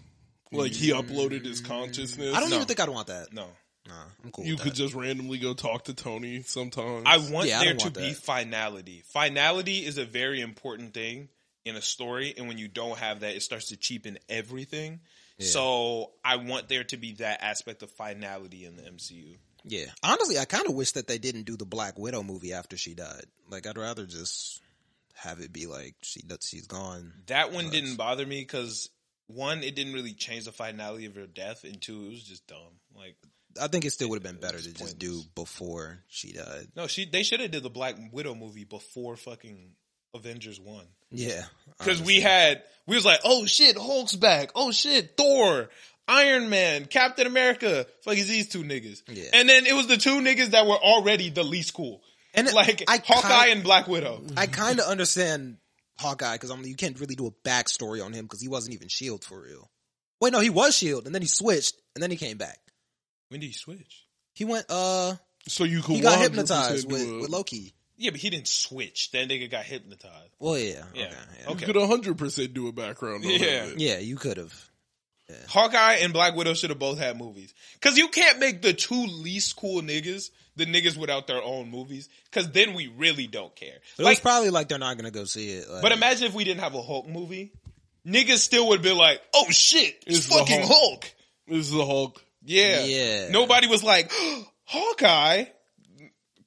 Speaker 2: Like he uploaded his consciousness.
Speaker 4: I don't
Speaker 1: No.
Speaker 4: even think I'd want that.
Speaker 1: No,
Speaker 4: Nah, I'm cool.
Speaker 2: You
Speaker 4: with
Speaker 2: could
Speaker 4: that.
Speaker 2: just randomly go talk to Tony sometimes.
Speaker 1: I want
Speaker 4: Yeah, I
Speaker 1: there
Speaker 4: don't
Speaker 1: to
Speaker 4: want
Speaker 1: be
Speaker 4: that.
Speaker 1: finality. Finality is a very important thing in a story, and when you don't have that, it starts to cheapen everything. So I want there to be that aspect of finality in the MCU.
Speaker 4: Yeah, honestly, I kind of wish that they didn't do the Black Widow movie after she died. Like, I'd rather just have it be like she that she's gone.
Speaker 1: That one
Speaker 4: Nice.
Speaker 1: didn't bother me because one, it didn't really change the finality of her death, and two, it was just dumb. Like
Speaker 4: I think it still would have been better to
Speaker 1: It's
Speaker 4: just do before she died.
Speaker 1: no, she they should have did the Black Widow movie before fucking Avengers one.
Speaker 4: Yeah,
Speaker 1: Because we
Speaker 4: honestly.
Speaker 1: had, we was like, oh shit, Hulk's back. Oh shit, Thor, Iron Man, Captain America. Fuck is these two niggas.
Speaker 4: Yeah.
Speaker 1: And then it was the two niggas that were already the least
Speaker 4: *laughs*
Speaker 1: cool.
Speaker 4: And it-
Speaker 1: like
Speaker 4: I
Speaker 1: Hawkeye
Speaker 4: kinda-
Speaker 1: and Black Widow.
Speaker 4: I kind of understand Hawkeye because I'm you can't really do a backstory on him because he wasn't even Shield E for real. Wait, no, he was Shield, E and then he switched, and then he came back.
Speaker 1: When did he switch?
Speaker 4: He went. uh
Speaker 2: so you could
Speaker 4: He got
Speaker 2: 100%
Speaker 4: hypnotized
Speaker 2: do
Speaker 1: uh,
Speaker 4: with,
Speaker 2: a-
Speaker 4: with Loki.
Speaker 1: Yeah, but he didn't switch. That nigga got hypnotized.
Speaker 4: Well, yeah,
Speaker 1: Yeah.
Speaker 4: okay, yeah.
Speaker 1: Okay.
Speaker 2: You could 100 percent do a background. on
Speaker 1: Yeah.
Speaker 2: it.
Speaker 4: Yeah, you could have.
Speaker 1: Hawkeye and Black Widow should have both had movies. Cause you can't make the two least cool niggas the niggas without their own movies. Cause then we really don't care.
Speaker 4: But it was
Speaker 1: Like,
Speaker 4: probably like they're not gonna go see it. Like,
Speaker 1: But imagine if we didn't have a Hulk movie. Niggas still would be like, oh shit, it's,
Speaker 2: It's the
Speaker 1: fucking
Speaker 2: Hulk.
Speaker 1: Hulk.
Speaker 2: This is the Hulk.
Speaker 1: Yeah.
Speaker 4: Yeah.
Speaker 1: Nobody was like, *gasps* Hawkeye?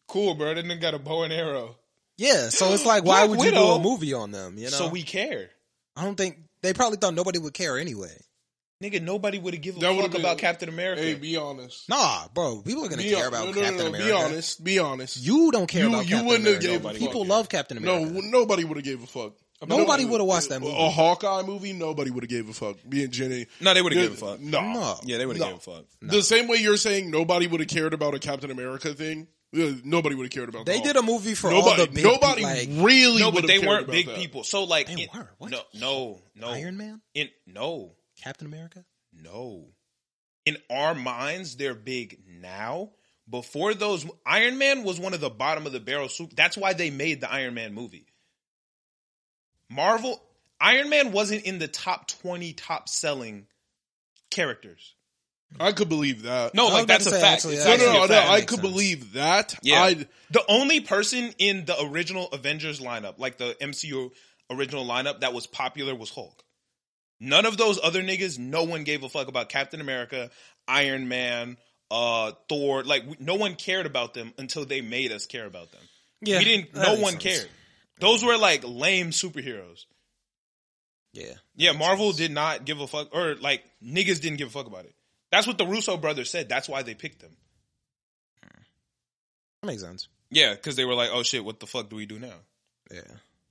Speaker 1: Cool, bro. That nigga got a bow and arrow.
Speaker 4: yeah, so it's like, why
Speaker 1: Black
Speaker 4: would
Speaker 1: Widow.
Speaker 4: you do a movie on them? You know,
Speaker 1: So we care.
Speaker 4: I don't think they probably thought nobody would care anyway.
Speaker 1: Nigga, nobody would have given a
Speaker 2: That would've
Speaker 1: fuck
Speaker 2: been-
Speaker 1: about Captain America.
Speaker 2: Hey, be honest.
Speaker 4: Nah, bro, people are gonna
Speaker 2: Be
Speaker 4: care
Speaker 2: hon-
Speaker 4: about
Speaker 2: no, no, no,
Speaker 4: Captain
Speaker 2: no,
Speaker 4: America.
Speaker 2: Be honest. Be honest.
Speaker 4: You don't care
Speaker 2: You-
Speaker 4: about
Speaker 2: you
Speaker 4: Captain
Speaker 2: wouldn't have
Speaker 4: America.
Speaker 2: gave a
Speaker 4: people
Speaker 2: fuck.
Speaker 4: love Captain
Speaker 2: No,
Speaker 4: America.
Speaker 2: w- nobody would have gave a fuck.
Speaker 4: Nobody would've watched that movie.
Speaker 2: A Hawkeye movie, nobody would have gave a fuck. Being Jenny,
Speaker 1: No, they would've
Speaker 2: Yeah,
Speaker 1: gave a fuck.
Speaker 2: No,
Speaker 4: No.
Speaker 1: yeah, they would have
Speaker 2: No.
Speaker 1: gave a fuck.
Speaker 2: the same way you're saying nobody would have cared about a Captain America thing. yeah, Nobody would have cared about.
Speaker 4: they
Speaker 2: the
Speaker 4: did
Speaker 2: Hulk.
Speaker 4: a movie for all the
Speaker 2: nobody.
Speaker 4: big,
Speaker 2: nobody
Speaker 4: like
Speaker 2: really.
Speaker 1: No, but
Speaker 2: would've
Speaker 1: they
Speaker 2: cared
Speaker 1: weren't
Speaker 2: about
Speaker 1: big
Speaker 2: that.
Speaker 1: people. So like
Speaker 4: They
Speaker 1: in-
Speaker 4: were? What?
Speaker 1: No, no, no.
Speaker 4: Iron Man,
Speaker 1: In no.
Speaker 4: Captain America.
Speaker 1: No. In our minds, they're big now. Before those, Iron Man was one of the bottom of the barrel soup. That's why they made the Iron Man movie. Marvel, Iron Man wasn't in the top 20 top selling characters.
Speaker 2: I could believe that.
Speaker 1: No,
Speaker 4: I
Speaker 1: like
Speaker 4: was about
Speaker 1: that's
Speaker 4: to
Speaker 1: a
Speaker 4: say,
Speaker 1: fact.
Speaker 4: actually,
Speaker 1: It's
Speaker 2: no,
Speaker 1: actually
Speaker 2: no,
Speaker 1: a
Speaker 2: no. no,
Speaker 1: fact.
Speaker 2: I
Speaker 4: makes
Speaker 2: could
Speaker 4: sense.
Speaker 2: believe that.
Speaker 1: Yeah.
Speaker 2: I'd,
Speaker 1: the only person in the original Avengers lineup, like the MCU original lineup that was popular was Hulk. None of those other niggas, no one gave a fuck about Captain America, Iron Man, uh, Thor. Like, we, no one cared about them until they made us care about them.
Speaker 4: Yeah,
Speaker 1: we didn't,
Speaker 4: that
Speaker 1: no
Speaker 4: makes
Speaker 1: one
Speaker 4: sense.
Speaker 1: cared. Those were like lame superheroes.
Speaker 4: Yeah,
Speaker 1: Yeah, Marvel did not give a fuck, or like niggas didn't give a fuck about it. That's what the Russo brothers said. That's why they picked them.
Speaker 4: that makes sense.
Speaker 1: Yeah, because they were like, oh shit, what the fuck do we do now?
Speaker 4: Yeah.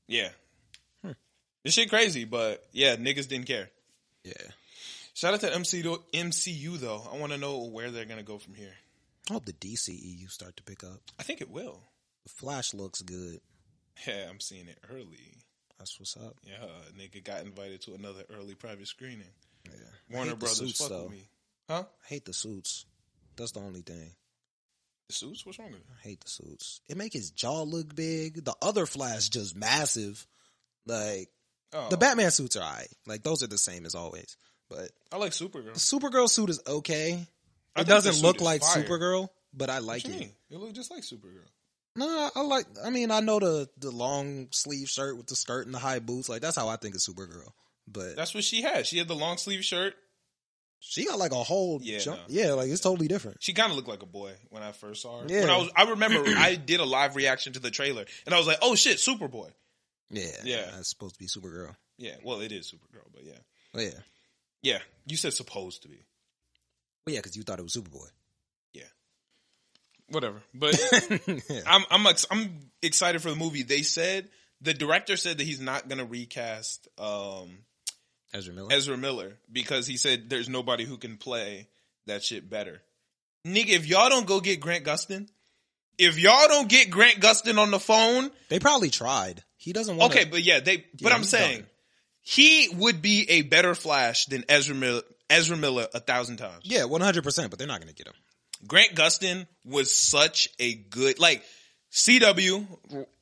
Speaker 1: Yeah.
Speaker 4: Hmm.
Speaker 1: This shit crazy, but yeah, niggas didn't care.
Speaker 4: Yeah.
Speaker 1: Shout out to MC though- MCU though. I want to know where they're gonna go from here.
Speaker 4: I hope the DCEU start to pick up.
Speaker 1: I think it will.
Speaker 4: The Flash looks good.
Speaker 1: Yeah, I'm seeing it early.
Speaker 4: That's what's up.
Speaker 1: Yeah, nigga got invited to another early private screening.
Speaker 4: Yeah.
Speaker 1: Warner
Speaker 4: hate the
Speaker 1: Brothers,
Speaker 4: suits,
Speaker 1: fuck
Speaker 4: though.
Speaker 1: with me, huh?
Speaker 4: I hate the suits. That's the only thing.
Speaker 1: The suits? What's wrong with it?
Speaker 4: I hate the suits. It make his jaw look big. The other Flash just massive. Like
Speaker 1: Oh,
Speaker 4: the Batman suits are alright. Like those are the same as always. But
Speaker 1: I like Supergirl.
Speaker 4: the Supergirl suit is okay.
Speaker 1: I
Speaker 4: It
Speaker 1: think the
Speaker 4: doesn't
Speaker 1: suit
Speaker 4: look
Speaker 1: is
Speaker 4: like
Speaker 1: fire.
Speaker 4: Supergirl, but I
Speaker 1: What
Speaker 4: like
Speaker 1: you
Speaker 4: it.
Speaker 1: mean? It looked just like Supergirl.
Speaker 4: No, I- I like. I mean, I know the the long sleeve shirt with the skirt and the high boots. Like that's how I think of Supergirl. But
Speaker 1: That's what she had. She had the long sleeve shirt.
Speaker 4: she got like a whole
Speaker 1: Yeah,
Speaker 4: jump.
Speaker 1: no.
Speaker 4: Yeah, like it's totally different.
Speaker 1: She kind of looked like a boy when I first saw her.
Speaker 4: Yeah.
Speaker 1: When I was, I remember I did a live reaction to the trailer, and I was like, "Oh shit, Superboy."
Speaker 4: Yeah,
Speaker 1: Yeah.
Speaker 4: That's supposed to be Supergirl.
Speaker 1: Yeah, well, it is Supergirl, but yeah,
Speaker 4: Oh yeah,
Speaker 1: yeah. You said supposed to be.
Speaker 4: well, yeah, because you thought it
Speaker 1: *laughs*
Speaker 4: was Superboy. *laughs*
Speaker 1: Whatever, *laughs* but
Speaker 4: yeah.
Speaker 1: I'm I'm ex- I'm excited for the movie. They said the director said that he's not gonna recast um,
Speaker 4: Ezra Miller.
Speaker 1: Ezra Miller because he said there's nobody who can play that shit better. Nigga, if y'all don't go get Grant Gustin, if y'all don't get Grant Gustin on the phone,
Speaker 4: they probably tried. He doesn't want.
Speaker 1: okay, but yeah, they. but
Speaker 4: Yeah,
Speaker 1: I'm
Speaker 4: he's
Speaker 1: saying
Speaker 4: done.
Speaker 1: he would be a better Flash than Ezra Miller. Ezra Miller a thousand times.
Speaker 4: yeah, one hundred percent. But they're not gonna get him.
Speaker 1: Grant Gustin was such a good like CW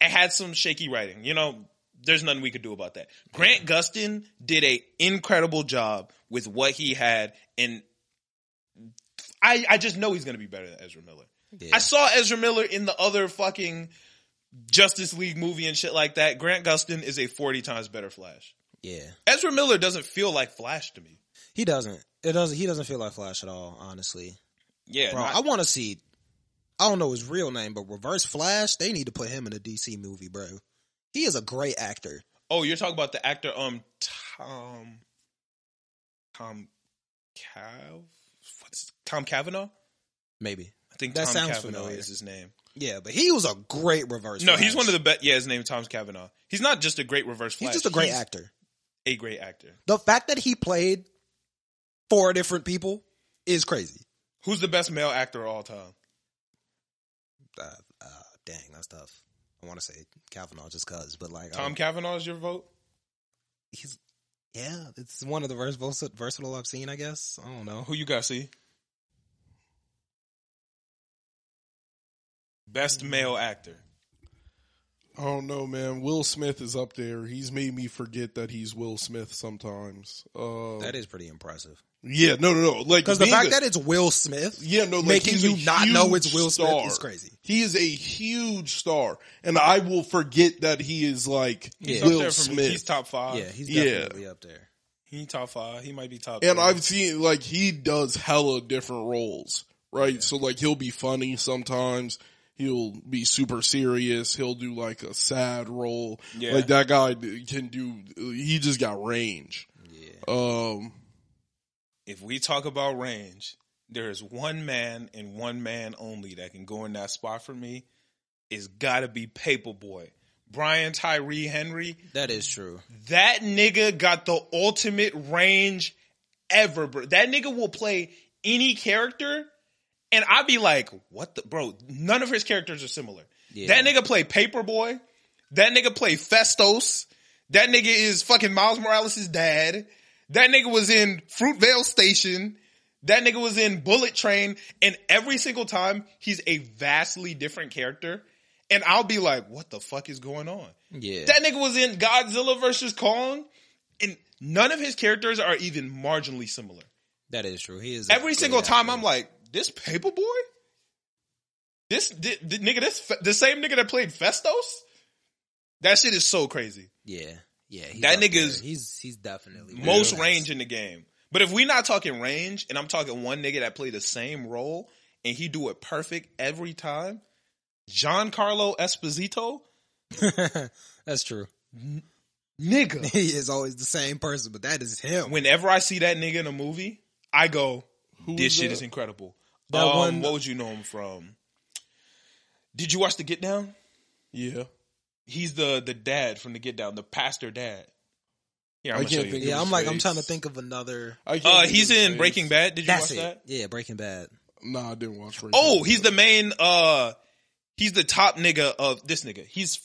Speaker 1: had some shaky writing. You know, there's nothing we could do about that. Grant Gustin did a incredible job with what he had and I I just know he's going to be better than Ezra Miller.
Speaker 4: Yeah.
Speaker 1: I saw Ezra Miller in the other fucking Justice League movie and shit like that. Grant Gustin is a 40 times better Flash.
Speaker 4: yeah,
Speaker 1: Ezra Miller doesn't feel like Flash to me.
Speaker 4: he doesn't. It doesn't. He doesn't feel like Flash at all. Honestly,
Speaker 1: Yeah,
Speaker 4: bro,
Speaker 1: not-
Speaker 4: I want to see. I don't know his real name, but Reverse Flash. They need to put him in a DC movie, bro. He is a great actor.
Speaker 1: Oh, you're talking about the actor um Tom Tom Cav what's Tom Cavanaugh?
Speaker 4: Maybe.
Speaker 1: I think
Speaker 4: That
Speaker 1: Tom
Speaker 4: sounds
Speaker 1: Cavanaugh
Speaker 4: familiar.
Speaker 1: is his name.
Speaker 4: Yeah, but he was a great reverse.
Speaker 1: No, he's one of the best. Yeah, his name is Tom Cavanaugh. He's not just a great reverse
Speaker 4: He's
Speaker 1: flash.
Speaker 4: just a great actor.
Speaker 1: A great actor.
Speaker 4: The fact that he played four different people is crazy.
Speaker 1: Who's the best male actor of all time?
Speaker 4: Uh, uh, dang, that's tough. I want to say Kavanaugh just cause, but like
Speaker 1: Tom
Speaker 4: um,
Speaker 1: Cavanaugh is your vote.
Speaker 4: he's yeah, it's one of the most vers- versatile I've seen. I guess I don't know.
Speaker 1: Who you got? See, best male actor.
Speaker 2: I don't know, oh, man. Will Smith is up there. He's made me forget that he's Will Smith sometimes. Uh,
Speaker 4: That is pretty impressive
Speaker 2: yeah, no, no, no. Like
Speaker 4: because the
Speaker 2: being
Speaker 4: fact
Speaker 2: a-
Speaker 4: that it's Will Smith,
Speaker 2: yeah, no, like,
Speaker 4: making
Speaker 2: he's
Speaker 4: you
Speaker 2: a
Speaker 4: not know
Speaker 2: huge
Speaker 4: it's Will Smith
Speaker 2: star.
Speaker 4: is crazy.
Speaker 2: He is a huge star, and I will forget that he is like
Speaker 4: He's
Speaker 1: He's up
Speaker 2: Will
Speaker 1: there for me. He's
Speaker 2: Smith.
Speaker 1: top five.
Speaker 4: yeah, he's
Speaker 2: yeah.
Speaker 4: definitely up there.
Speaker 1: he top five. He might be top.
Speaker 2: and
Speaker 1: three.
Speaker 2: I've seen like he does hella different roles, right? So like he'll be funny sometimes. He'll be super serious. He'll do like a sad role.
Speaker 1: Yeah.
Speaker 2: Like that guy d- can do. He just got range.
Speaker 4: Yeah,
Speaker 2: Um,
Speaker 1: if we talk about range, there is one man and one man only that can go in that spot for me. It's got to be Paperboy. Brian Tyree Henry.
Speaker 4: that is true.
Speaker 1: That nigga got the ultimate range ever, bro. That nigga will play any character, and I'd be like, what the, bro? None of his characters are similar.
Speaker 4: Yeah.
Speaker 1: That nigga play Paperboy. That nigga play Festos. That nigga is fucking Miles Morales' dad. That nigga was in Fruitvale Station. That nigga was in Bullet Train. And every single time, he's a vastly different character. And I'll be like, what the fuck is going on?
Speaker 4: Yeah,
Speaker 1: That nigga was in Godzilla versus Kong, and none of his characters are even marginally similar.
Speaker 4: that is true. He is a
Speaker 1: Every
Speaker 4: great
Speaker 1: single time,
Speaker 4: actor.
Speaker 1: I'm like, this paper boy, this thi- thi- nigga, this fe- the same nigga that played Festos. That shit is so crazy.
Speaker 4: Yeah, yeah. he's
Speaker 1: That
Speaker 4: up
Speaker 1: nigga
Speaker 4: there.
Speaker 1: is
Speaker 4: he's he's definitely one
Speaker 1: Most
Speaker 4: of the best.
Speaker 1: range in the game. But if we not talking range, and I'm talking one nigga that played the same role and he do it perfect every time, Giancarlo Esposito,
Speaker 4: *laughs* That's true.
Speaker 1: nigga.
Speaker 4: He is always the same person, but that is him.
Speaker 1: whenever I see that nigga in a movie, I go, this
Speaker 2: is
Speaker 1: shit
Speaker 2: that?
Speaker 1: is incredible.
Speaker 4: That
Speaker 1: um,
Speaker 4: one-
Speaker 1: what would you know him from? Did you watch The Get Down?
Speaker 2: yeah.
Speaker 1: He's the the dad from the Get Down, the pastor dad. Yeah, I'm
Speaker 2: I
Speaker 1: gonna show
Speaker 2: can't
Speaker 1: you.
Speaker 2: think
Speaker 4: Yeah,
Speaker 2: of
Speaker 4: I'm
Speaker 2: his
Speaker 4: like, I'm
Speaker 2: face.
Speaker 4: trying to think of another.
Speaker 2: I can't
Speaker 1: Uh,
Speaker 2: think of
Speaker 1: he's
Speaker 2: his
Speaker 1: in
Speaker 2: face.
Speaker 1: Breaking Bad. Did you watch
Speaker 4: That's it.
Speaker 1: that?
Speaker 4: Yeah, Breaking Bad.
Speaker 2: Nah, I didn't watch Breaking
Speaker 1: Oh,
Speaker 2: Bad.
Speaker 1: he's the main. uh He's the top nigga of this nigga. He's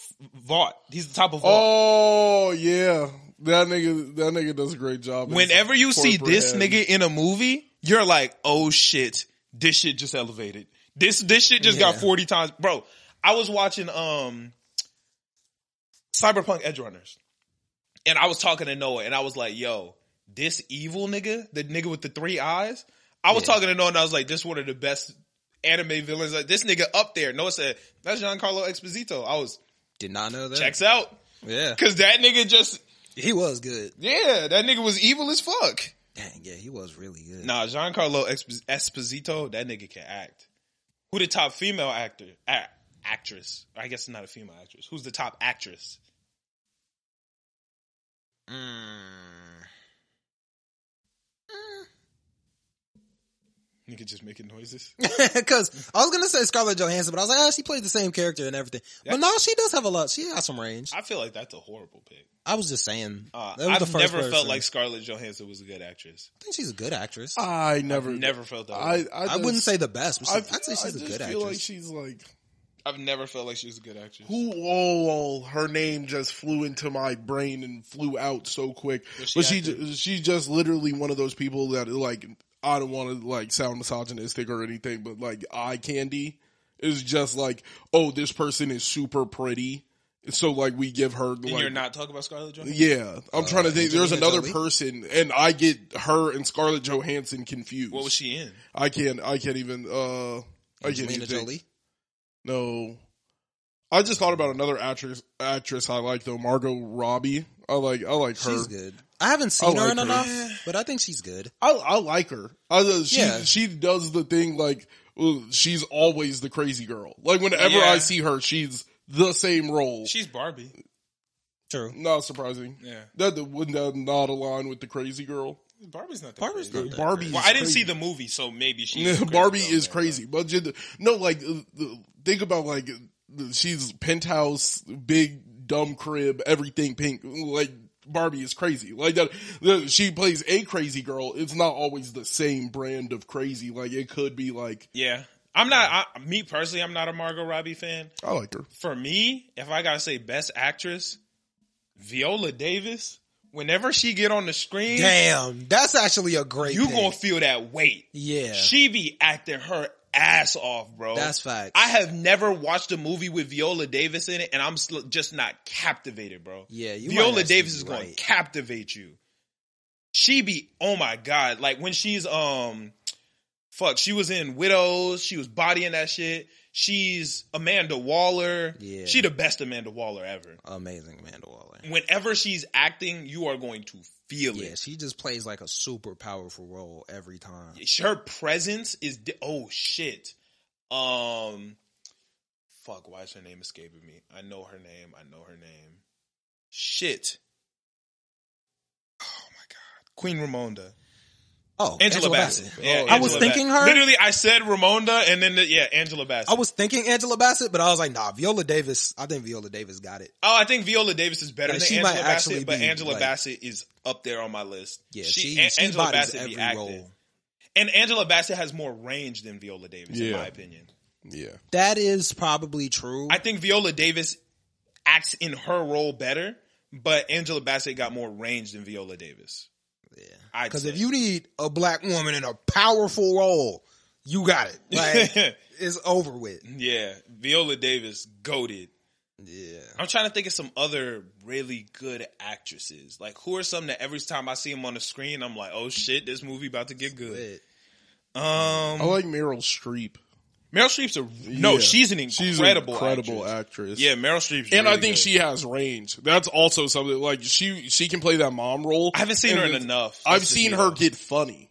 Speaker 1: Vaught. He's the top of Vaught.
Speaker 2: Oh yeah, that nigga. That nigga does a great job. as
Speaker 1: Whenever you see
Speaker 2: corporate
Speaker 1: this
Speaker 2: head.
Speaker 1: nigga in a movie, you're like, oh shit, this shit just elevated. This this shit just got
Speaker 4: Yeah.
Speaker 1: 40 times. Bro, I was watching um Cyberpunk Edge Runners. And I was talking to Noah and I was like, yo, this evil nigga, the nigga with the three eyes. I was talking to Noah and I was like, this one of the best anime villains. Like this nigga up there. Noah said, that's Giancarlo Esposito. I was
Speaker 4: Did not know that.
Speaker 1: checks out.
Speaker 4: Yeah,
Speaker 1: Cause that nigga just
Speaker 4: he was good.
Speaker 1: yeah, that nigga was evil as fuck.
Speaker 4: Dang, yeah, he was really good.
Speaker 1: Nah, Giancarlo Esp- Esposito, that nigga can act. Who the top female actor? A- actress? I guess not a female actress. Who's the top actress?
Speaker 4: Mm.
Speaker 1: Nigga just making
Speaker 4: *laughs*
Speaker 1: noises.
Speaker 4: Because I was gonna say Scarlett Johansson, but I was like, oh, she played the same character and everything.
Speaker 1: Yeah.
Speaker 4: But no, she does have a lot. She got some range.
Speaker 1: I feel like that's a horrible pick.
Speaker 4: I was just saying.
Speaker 1: Uh,
Speaker 4: that was the
Speaker 1: I've
Speaker 4: first
Speaker 1: never felt
Speaker 4: person.
Speaker 1: like Uh, Scarlett Johansson was a good actress.
Speaker 4: I think she's a good actress. I,
Speaker 2: I never,
Speaker 1: Never felt that.
Speaker 2: I,
Speaker 1: way.
Speaker 2: I,
Speaker 4: wouldn't
Speaker 2: just-
Speaker 4: say the best. But
Speaker 2: I,
Speaker 4: I'd say she's
Speaker 2: a
Speaker 4: a good
Speaker 2: feel
Speaker 4: actress.
Speaker 2: like she's like
Speaker 1: I've never felt like she was a good actress.
Speaker 2: who. Oh, her name just flew into my brain and flew out so quick.
Speaker 1: Was she
Speaker 2: but she,
Speaker 1: active?
Speaker 2: ju- she's just literally one of those people that like. I don't want to like sound misogynistic or anything, but like eye candy is just like, oh, this person is super pretty, so like we give her
Speaker 1: And
Speaker 2: like
Speaker 1: you're not talking about Scarlett Johansson.
Speaker 2: Yeah, I'm trying to think. There's
Speaker 4: Angelina
Speaker 2: another
Speaker 4: Jolie?
Speaker 2: person, and I get her and Scarlett Johansson confused.
Speaker 1: What was she in?
Speaker 2: I can't. I can't even. Uh, I can't even
Speaker 4: Angelina
Speaker 2: think.
Speaker 4: Jolie.
Speaker 2: No, I just thought about another actress. Actress I like though, Margot Robbie. I like. I like her.
Speaker 4: She's good. I haven't
Speaker 1: Oh,
Speaker 4: seen her
Speaker 2: I like
Speaker 4: in
Speaker 2: her.
Speaker 4: enough, but I think she's good.
Speaker 2: I, I like her. I, uh, she
Speaker 4: Yeah.
Speaker 2: she does the thing like well, she's always the crazy girl. Like whenever
Speaker 1: Yeah.
Speaker 2: I see her, she's the same role.
Speaker 1: She's Barbie.
Speaker 4: True.
Speaker 2: not surprising.
Speaker 1: Yeah,
Speaker 2: That wouldn't that not align with the crazy girl?
Speaker 1: Barbie's not. That
Speaker 4: Barbie's
Speaker 1: crazy.
Speaker 4: not that
Speaker 2: Barbie.
Speaker 1: Well,
Speaker 2: is
Speaker 1: I didn't
Speaker 2: crazy.
Speaker 1: see the movie, so maybe she.
Speaker 4: *laughs*
Speaker 2: Yeah,
Speaker 1: is
Speaker 2: Barbie
Speaker 1: though,
Speaker 2: is
Speaker 1: man.
Speaker 2: crazy, but just, no, like uh, the- think about like the- she's penthouse, big dumb crib, everything pink. Like Barbie is crazy. Like that, the- she plays a crazy girl. It's not always the same brand of crazy. Like it could be like
Speaker 1: Yeah, I'm not. I, me personally, I'm not a Margot Robbie fan.
Speaker 2: I like her.
Speaker 1: for me, if I gotta say best actress, Viola Davis, whenever she get on the screen,
Speaker 4: Damn, that's actually a great.
Speaker 1: you
Speaker 4: pick.
Speaker 1: gonna feel that weight.
Speaker 4: yeah.
Speaker 1: She be acting her ass off, bro.
Speaker 4: That's facts.
Speaker 1: I have never watched a movie with Viola Davis in it, and I'm sl- just not captivated, bro.
Speaker 4: Yeah, you might
Speaker 1: Viola
Speaker 4: actually
Speaker 1: Davis
Speaker 4: be
Speaker 1: is going to
Speaker 4: right.
Speaker 1: captivate you. She be oh my god, like when she's um, fuck, she was in Widows, she was bodying that shit. She's Amanda Waller.
Speaker 4: Yeah.
Speaker 1: she the best Amanda Waller ever.
Speaker 4: Amazing Amanda Waller.
Speaker 1: Whenever she's acting, you are going to feel
Speaker 4: Yeah,
Speaker 1: it.
Speaker 4: she just plays like a super powerful role every time.
Speaker 1: her presence is di- oh shit um fuck why is her name escaping me i know her name i know her name shit oh my god queen ramonda
Speaker 4: Oh,
Speaker 1: angela, bassett, Yeah,
Speaker 2: Oh,
Speaker 1: Angela
Speaker 2: I was
Speaker 4: thinking
Speaker 1: Bassett.
Speaker 4: her-
Speaker 1: literally i said ramonda and then the, yeah angela bassett
Speaker 4: I was thinking Angela Bassett, but I was like, nah, Viola Davis. I think Viola Davis got it.
Speaker 1: oh i think viola davis is better
Speaker 4: Like,
Speaker 1: than
Speaker 4: she
Speaker 1: angela
Speaker 4: might
Speaker 1: bassett
Speaker 4: actually
Speaker 1: but
Speaker 4: be,
Speaker 1: angela
Speaker 4: like-
Speaker 1: bassett is up there on my list
Speaker 4: Yeah,
Speaker 1: she,
Speaker 4: she,
Speaker 1: An-
Speaker 4: she
Speaker 1: angela
Speaker 4: bodies
Speaker 1: bassett
Speaker 4: every
Speaker 1: be acting
Speaker 4: role.
Speaker 1: and angela bassett has more range than viola davis in
Speaker 2: Yeah.
Speaker 1: my opinion
Speaker 2: Yeah,
Speaker 4: That is probably true.
Speaker 1: I think Viola Davis acts in her role better, but Angela Bassett got more range than Viola Davis.
Speaker 4: yeah,
Speaker 1: I'd
Speaker 4: because
Speaker 1: say.
Speaker 4: if you need a black woman in a powerful role, you got it.
Speaker 1: *laughs*
Speaker 4: Like, it's over with.
Speaker 1: yeah, Viola Davis goaded.
Speaker 4: Yeah.
Speaker 1: I'm trying to think of some other really good actresses. Like who are some that every time I see them on the screen, I'm like, oh shit, this movie about to get good.
Speaker 4: But
Speaker 1: Um,
Speaker 2: I like Meryl Streep.
Speaker 1: Meryl Streep's a no,
Speaker 2: Oh. Yeah.
Speaker 1: she's an incredible,
Speaker 2: She's an incredible
Speaker 1: actress.
Speaker 2: actress.
Speaker 1: Yeah, Meryl Streep's
Speaker 2: and I
Speaker 1: really
Speaker 2: think
Speaker 1: good.
Speaker 2: she has range. That's also something like she she can play that mom role.
Speaker 1: I haven't seen her in
Speaker 2: then-
Speaker 1: enough.
Speaker 2: I've
Speaker 1: Just to
Speaker 2: seen
Speaker 1: see
Speaker 2: her
Speaker 1: her.
Speaker 2: get funny,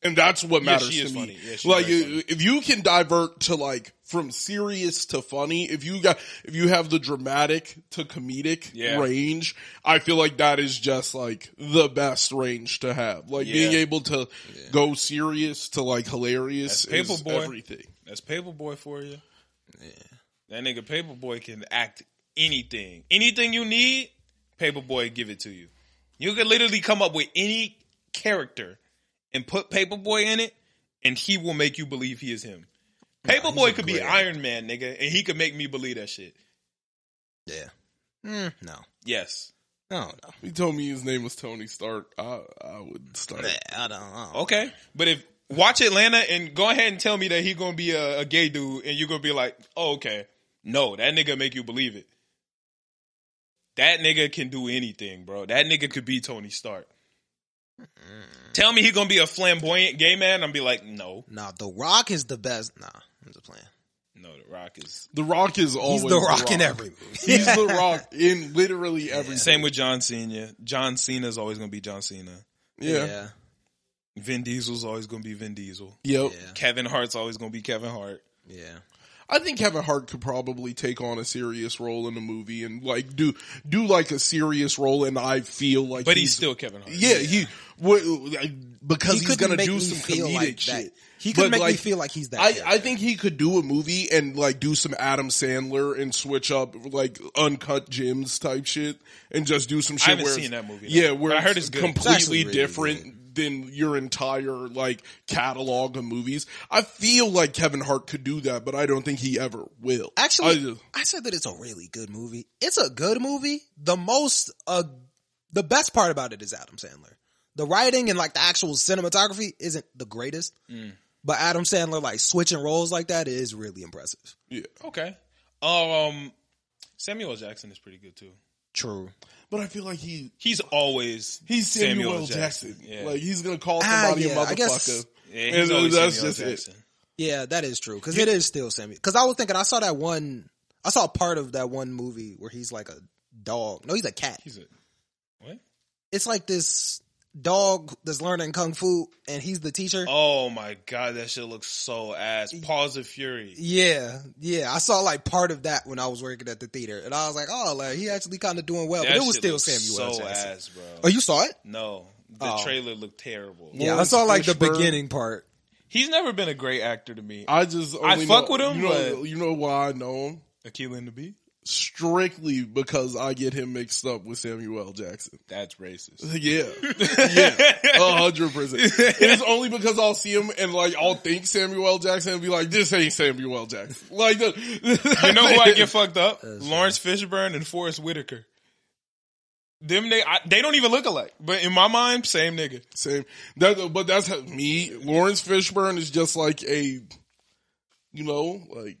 Speaker 2: and that's what
Speaker 1: Yeah,
Speaker 2: matters
Speaker 1: she
Speaker 2: to
Speaker 1: is
Speaker 2: me.
Speaker 1: funny. Yeah, she's
Speaker 2: like
Speaker 1: very
Speaker 2: you-
Speaker 1: funny.
Speaker 2: if you can divert to like from serious to funny, if you got if you have the dramatic to comedic
Speaker 1: Yeah.
Speaker 2: range, I feel like that is just like the best range to have. Like being
Speaker 1: Yeah.
Speaker 2: able to go serious to like hilarious
Speaker 1: That's
Speaker 2: is
Speaker 1: Paperboy.
Speaker 2: everything.
Speaker 1: That's Paperboy for you. Yeah. That nigga Paperboy can act anything. Anything you need, Paperboy give it to you. You could literally come up with any character and put Paperboy in it, and he will make you believe he is him. Paperboy could be
Speaker 4: great
Speaker 1: Iron Man, nigga, and he could make me believe that shit.
Speaker 4: Yeah. Mm, no.
Speaker 1: Yes.
Speaker 4: No, no.
Speaker 2: He told me his name was Tony Stark. I, I would start.
Speaker 4: Nah, I don't know.
Speaker 1: Okay. But if watch Atlanta and go ahead and tell me that he gonna be a, a gay dude, and you're gonna be like, oh, okay, no, that nigga make you believe it. That nigga can do anything, bro. That nigga could be Tony Stark. Tell me he gonna be a flamboyant gay man. I'm be like, no,
Speaker 4: Nah, The Rock is the best. Nah, I'm just playing.
Speaker 1: no, The Rock is.
Speaker 2: The Rock is always
Speaker 4: He's The Rock in every movie.
Speaker 2: He's the Rock in literally every.
Speaker 1: Same with John Cena. John Cena is always gonna be John Cena.
Speaker 2: *laughs* Yeah.
Speaker 4: yeah.
Speaker 1: Vin Diesel's always gonna be Vin Diesel.
Speaker 2: Yep.
Speaker 4: Yeah.
Speaker 1: Kevin Hart's always gonna be Kevin Hart.
Speaker 4: Yeah.
Speaker 2: I think Kevin Hart could probably take on a serious role in a movie and like do do like a serious role, and I feel like,
Speaker 1: But he's still Kevin Hart.
Speaker 2: yeah, he w- like, because he's
Speaker 4: couldn't
Speaker 2: gonna
Speaker 4: make
Speaker 2: do
Speaker 4: me
Speaker 2: some
Speaker 4: feel
Speaker 2: comedic
Speaker 4: like that.
Speaker 2: shit.
Speaker 4: He could
Speaker 2: But,
Speaker 4: make me
Speaker 2: like,
Speaker 4: feel like he's that.
Speaker 2: I,
Speaker 4: character.
Speaker 2: I think he could do a movie and like do some Adam Sandler and switch up like uncut gems type shit and just do some shit.
Speaker 1: haven't
Speaker 2: where
Speaker 1: seen
Speaker 2: it's-
Speaker 1: that movie, though.
Speaker 2: Yeah, where
Speaker 1: But I heard
Speaker 2: it's
Speaker 1: it's good.
Speaker 4: It's actually
Speaker 2: completely
Speaker 4: really
Speaker 2: different than your entire like catalog of movies. I feel like Kevin Hart could do that, but I don't think he ever will.
Speaker 4: Actually,
Speaker 2: I-
Speaker 4: I, said that it's a really good movie. It's a good movie. The most, uh, the best part about it is Adam Sandler. The writing and like the actual cinematography isn't the greatest, but Adam Sandler like switching roles like that is really impressive.
Speaker 2: yeah.
Speaker 1: Okay. Um, Samuel Jackson is pretty good too.
Speaker 4: True.
Speaker 2: but I feel like he
Speaker 1: He's always
Speaker 2: he's Samuel,
Speaker 1: L.
Speaker 2: Jackson.
Speaker 1: Yeah.
Speaker 2: Like he's gonna call
Speaker 4: Ah,
Speaker 2: somebody
Speaker 4: yeah,
Speaker 2: a
Speaker 4: I guess-
Speaker 2: motherfucker.
Speaker 1: yeah,
Speaker 2: And
Speaker 1: he's always
Speaker 2: that's
Speaker 1: Samuel
Speaker 2: just
Speaker 1: L.
Speaker 2: it.
Speaker 1: Jackson.
Speaker 4: Yeah, that is true. Because it is still Samuel. Because I was thinking, I saw that one. I saw a part of that one movie where he's like a dog. No, he's a cat.
Speaker 1: He's a what?
Speaker 4: It's like this dog that's learning kung fu, and he's the teacher.
Speaker 1: Oh my god, that shit looks so ass. Paws of Fury.
Speaker 4: Yeah, yeah. I saw like part of that when I was working at the theater, and I was like, "Oh, like he actually kind of doing well."
Speaker 1: That
Speaker 4: but it was
Speaker 1: shit
Speaker 4: still
Speaker 1: looks
Speaker 4: Samuel L.
Speaker 1: so
Speaker 4: Jackson.
Speaker 1: ass, bro.
Speaker 4: Oh, you saw it?
Speaker 1: no, the
Speaker 4: Oh.
Speaker 1: trailer looked terrible.
Speaker 4: Yeah, I
Speaker 2: Lawrence
Speaker 4: saw like the
Speaker 2: Fishburne.
Speaker 4: beginning part.
Speaker 1: He's never been a great actor to me.
Speaker 2: I just
Speaker 1: I
Speaker 2: only
Speaker 1: fuck
Speaker 2: know-
Speaker 1: with him,
Speaker 2: You know,
Speaker 1: but-
Speaker 2: you know why I know him
Speaker 1: Akilah and the Bee.
Speaker 2: strictly because I get him mixed up with Samuel L. Jackson. *laughs*
Speaker 1: That's *laughs* racist.
Speaker 2: Yeah, yeah, a hundred percent. It's only because I'll see him and like I'll think Samuel L. Jackson and be like, "This ain't Samuel L. Jackson." *laughs* Like, the,
Speaker 1: You know
Speaker 2: *laughs*
Speaker 1: who I get fucked up? Lawrence Fishburne and Forrest Whitaker. Them they I, they don't even look alike, but in my mind, same nigga.
Speaker 2: Same. That, but that's how, me. Lawrence Fishburne is just like a, you know, like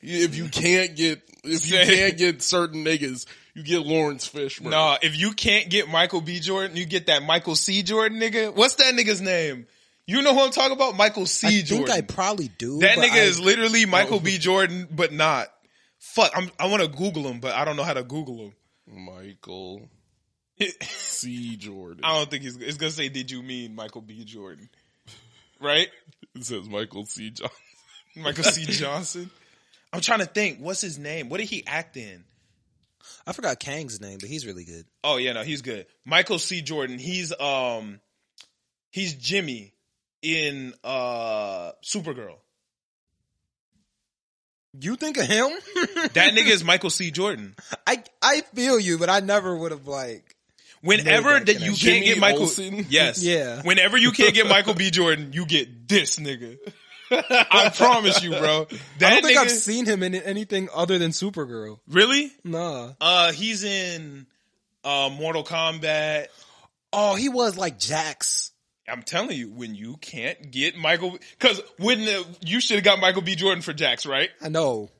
Speaker 2: if you can't get if you
Speaker 1: Same.
Speaker 2: can't get certain niggas, you get Lawrence Fishburne.
Speaker 1: Nah, if you can't get Michael B. Jordan, you get that Michael C. Jordan nigga. What's that nigga's name? You know who I'm talking about? Michael C.
Speaker 4: I
Speaker 1: Jordan.
Speaker 4: think I probably do.
Speaker 1: that
Speaker 4: but
Speaker 1: nigga
Speaker 4: I-
Speaker 1: is literally Michael B. Jordan, but not. Fuck, I'm, I want to Google him, but I don't know how to Google
Speaker 2: Michael
Speaker 1: him.
Speaker 2: C. Jordan.
Speaker 1: *laughs* I don't think he's. It's gonna say, "Did you mean Michael B. Jordan?" Right?
Speaker 2: It says Michael C. Johnson.
Speaker 1: Michael *laughs* C. Johnson. I'm trying to think. What's his name? What did he act in?
Speaker 4: I forgot Kang's name, but he's really good.
Speaker 1: Oh yeah, no, he's good. Michael C. Jordan. He's um, he's Jimmy in uh Supergirl.
Speaker 4: You think of him? *laughs*
Speaker 1: That nigga is Michael C. Jordan.
Speaker 4: I I feel you, but I never would have like.
Speaker 1: Whenever
Speaker 4: Made that
Speaker 1: that you
Speaker 4: connection.
Speaker 1: can't
Speaker 2: Jimmy
Speaker 1: get Michael,
Speaker 2: Olsen?
Speaker 1: *laughs* yes,
Speaker 4: Yeah.
Speaker 1: Whenever you can't get Michael B. Jordan, you get this nigga. I promise you, bro.
Speaker 4: I
Speaker 1: That
Speaker 4: don't think
Speaker 1: nigga,
Speaker 4: I've seen him in anything other than Supergirl.
Speaker 1: really.
Speaker 4: Nah.
Speaker 1: Uh, he's in uh Mortal Kombat.
Speaker 4: Oh, he was like Jax.
Speaker 1: I'm telling you, when you can't get Michael, because wouldn't it- you should have got Michael B. Jordan for Jax, right?
Speaker 4: I know.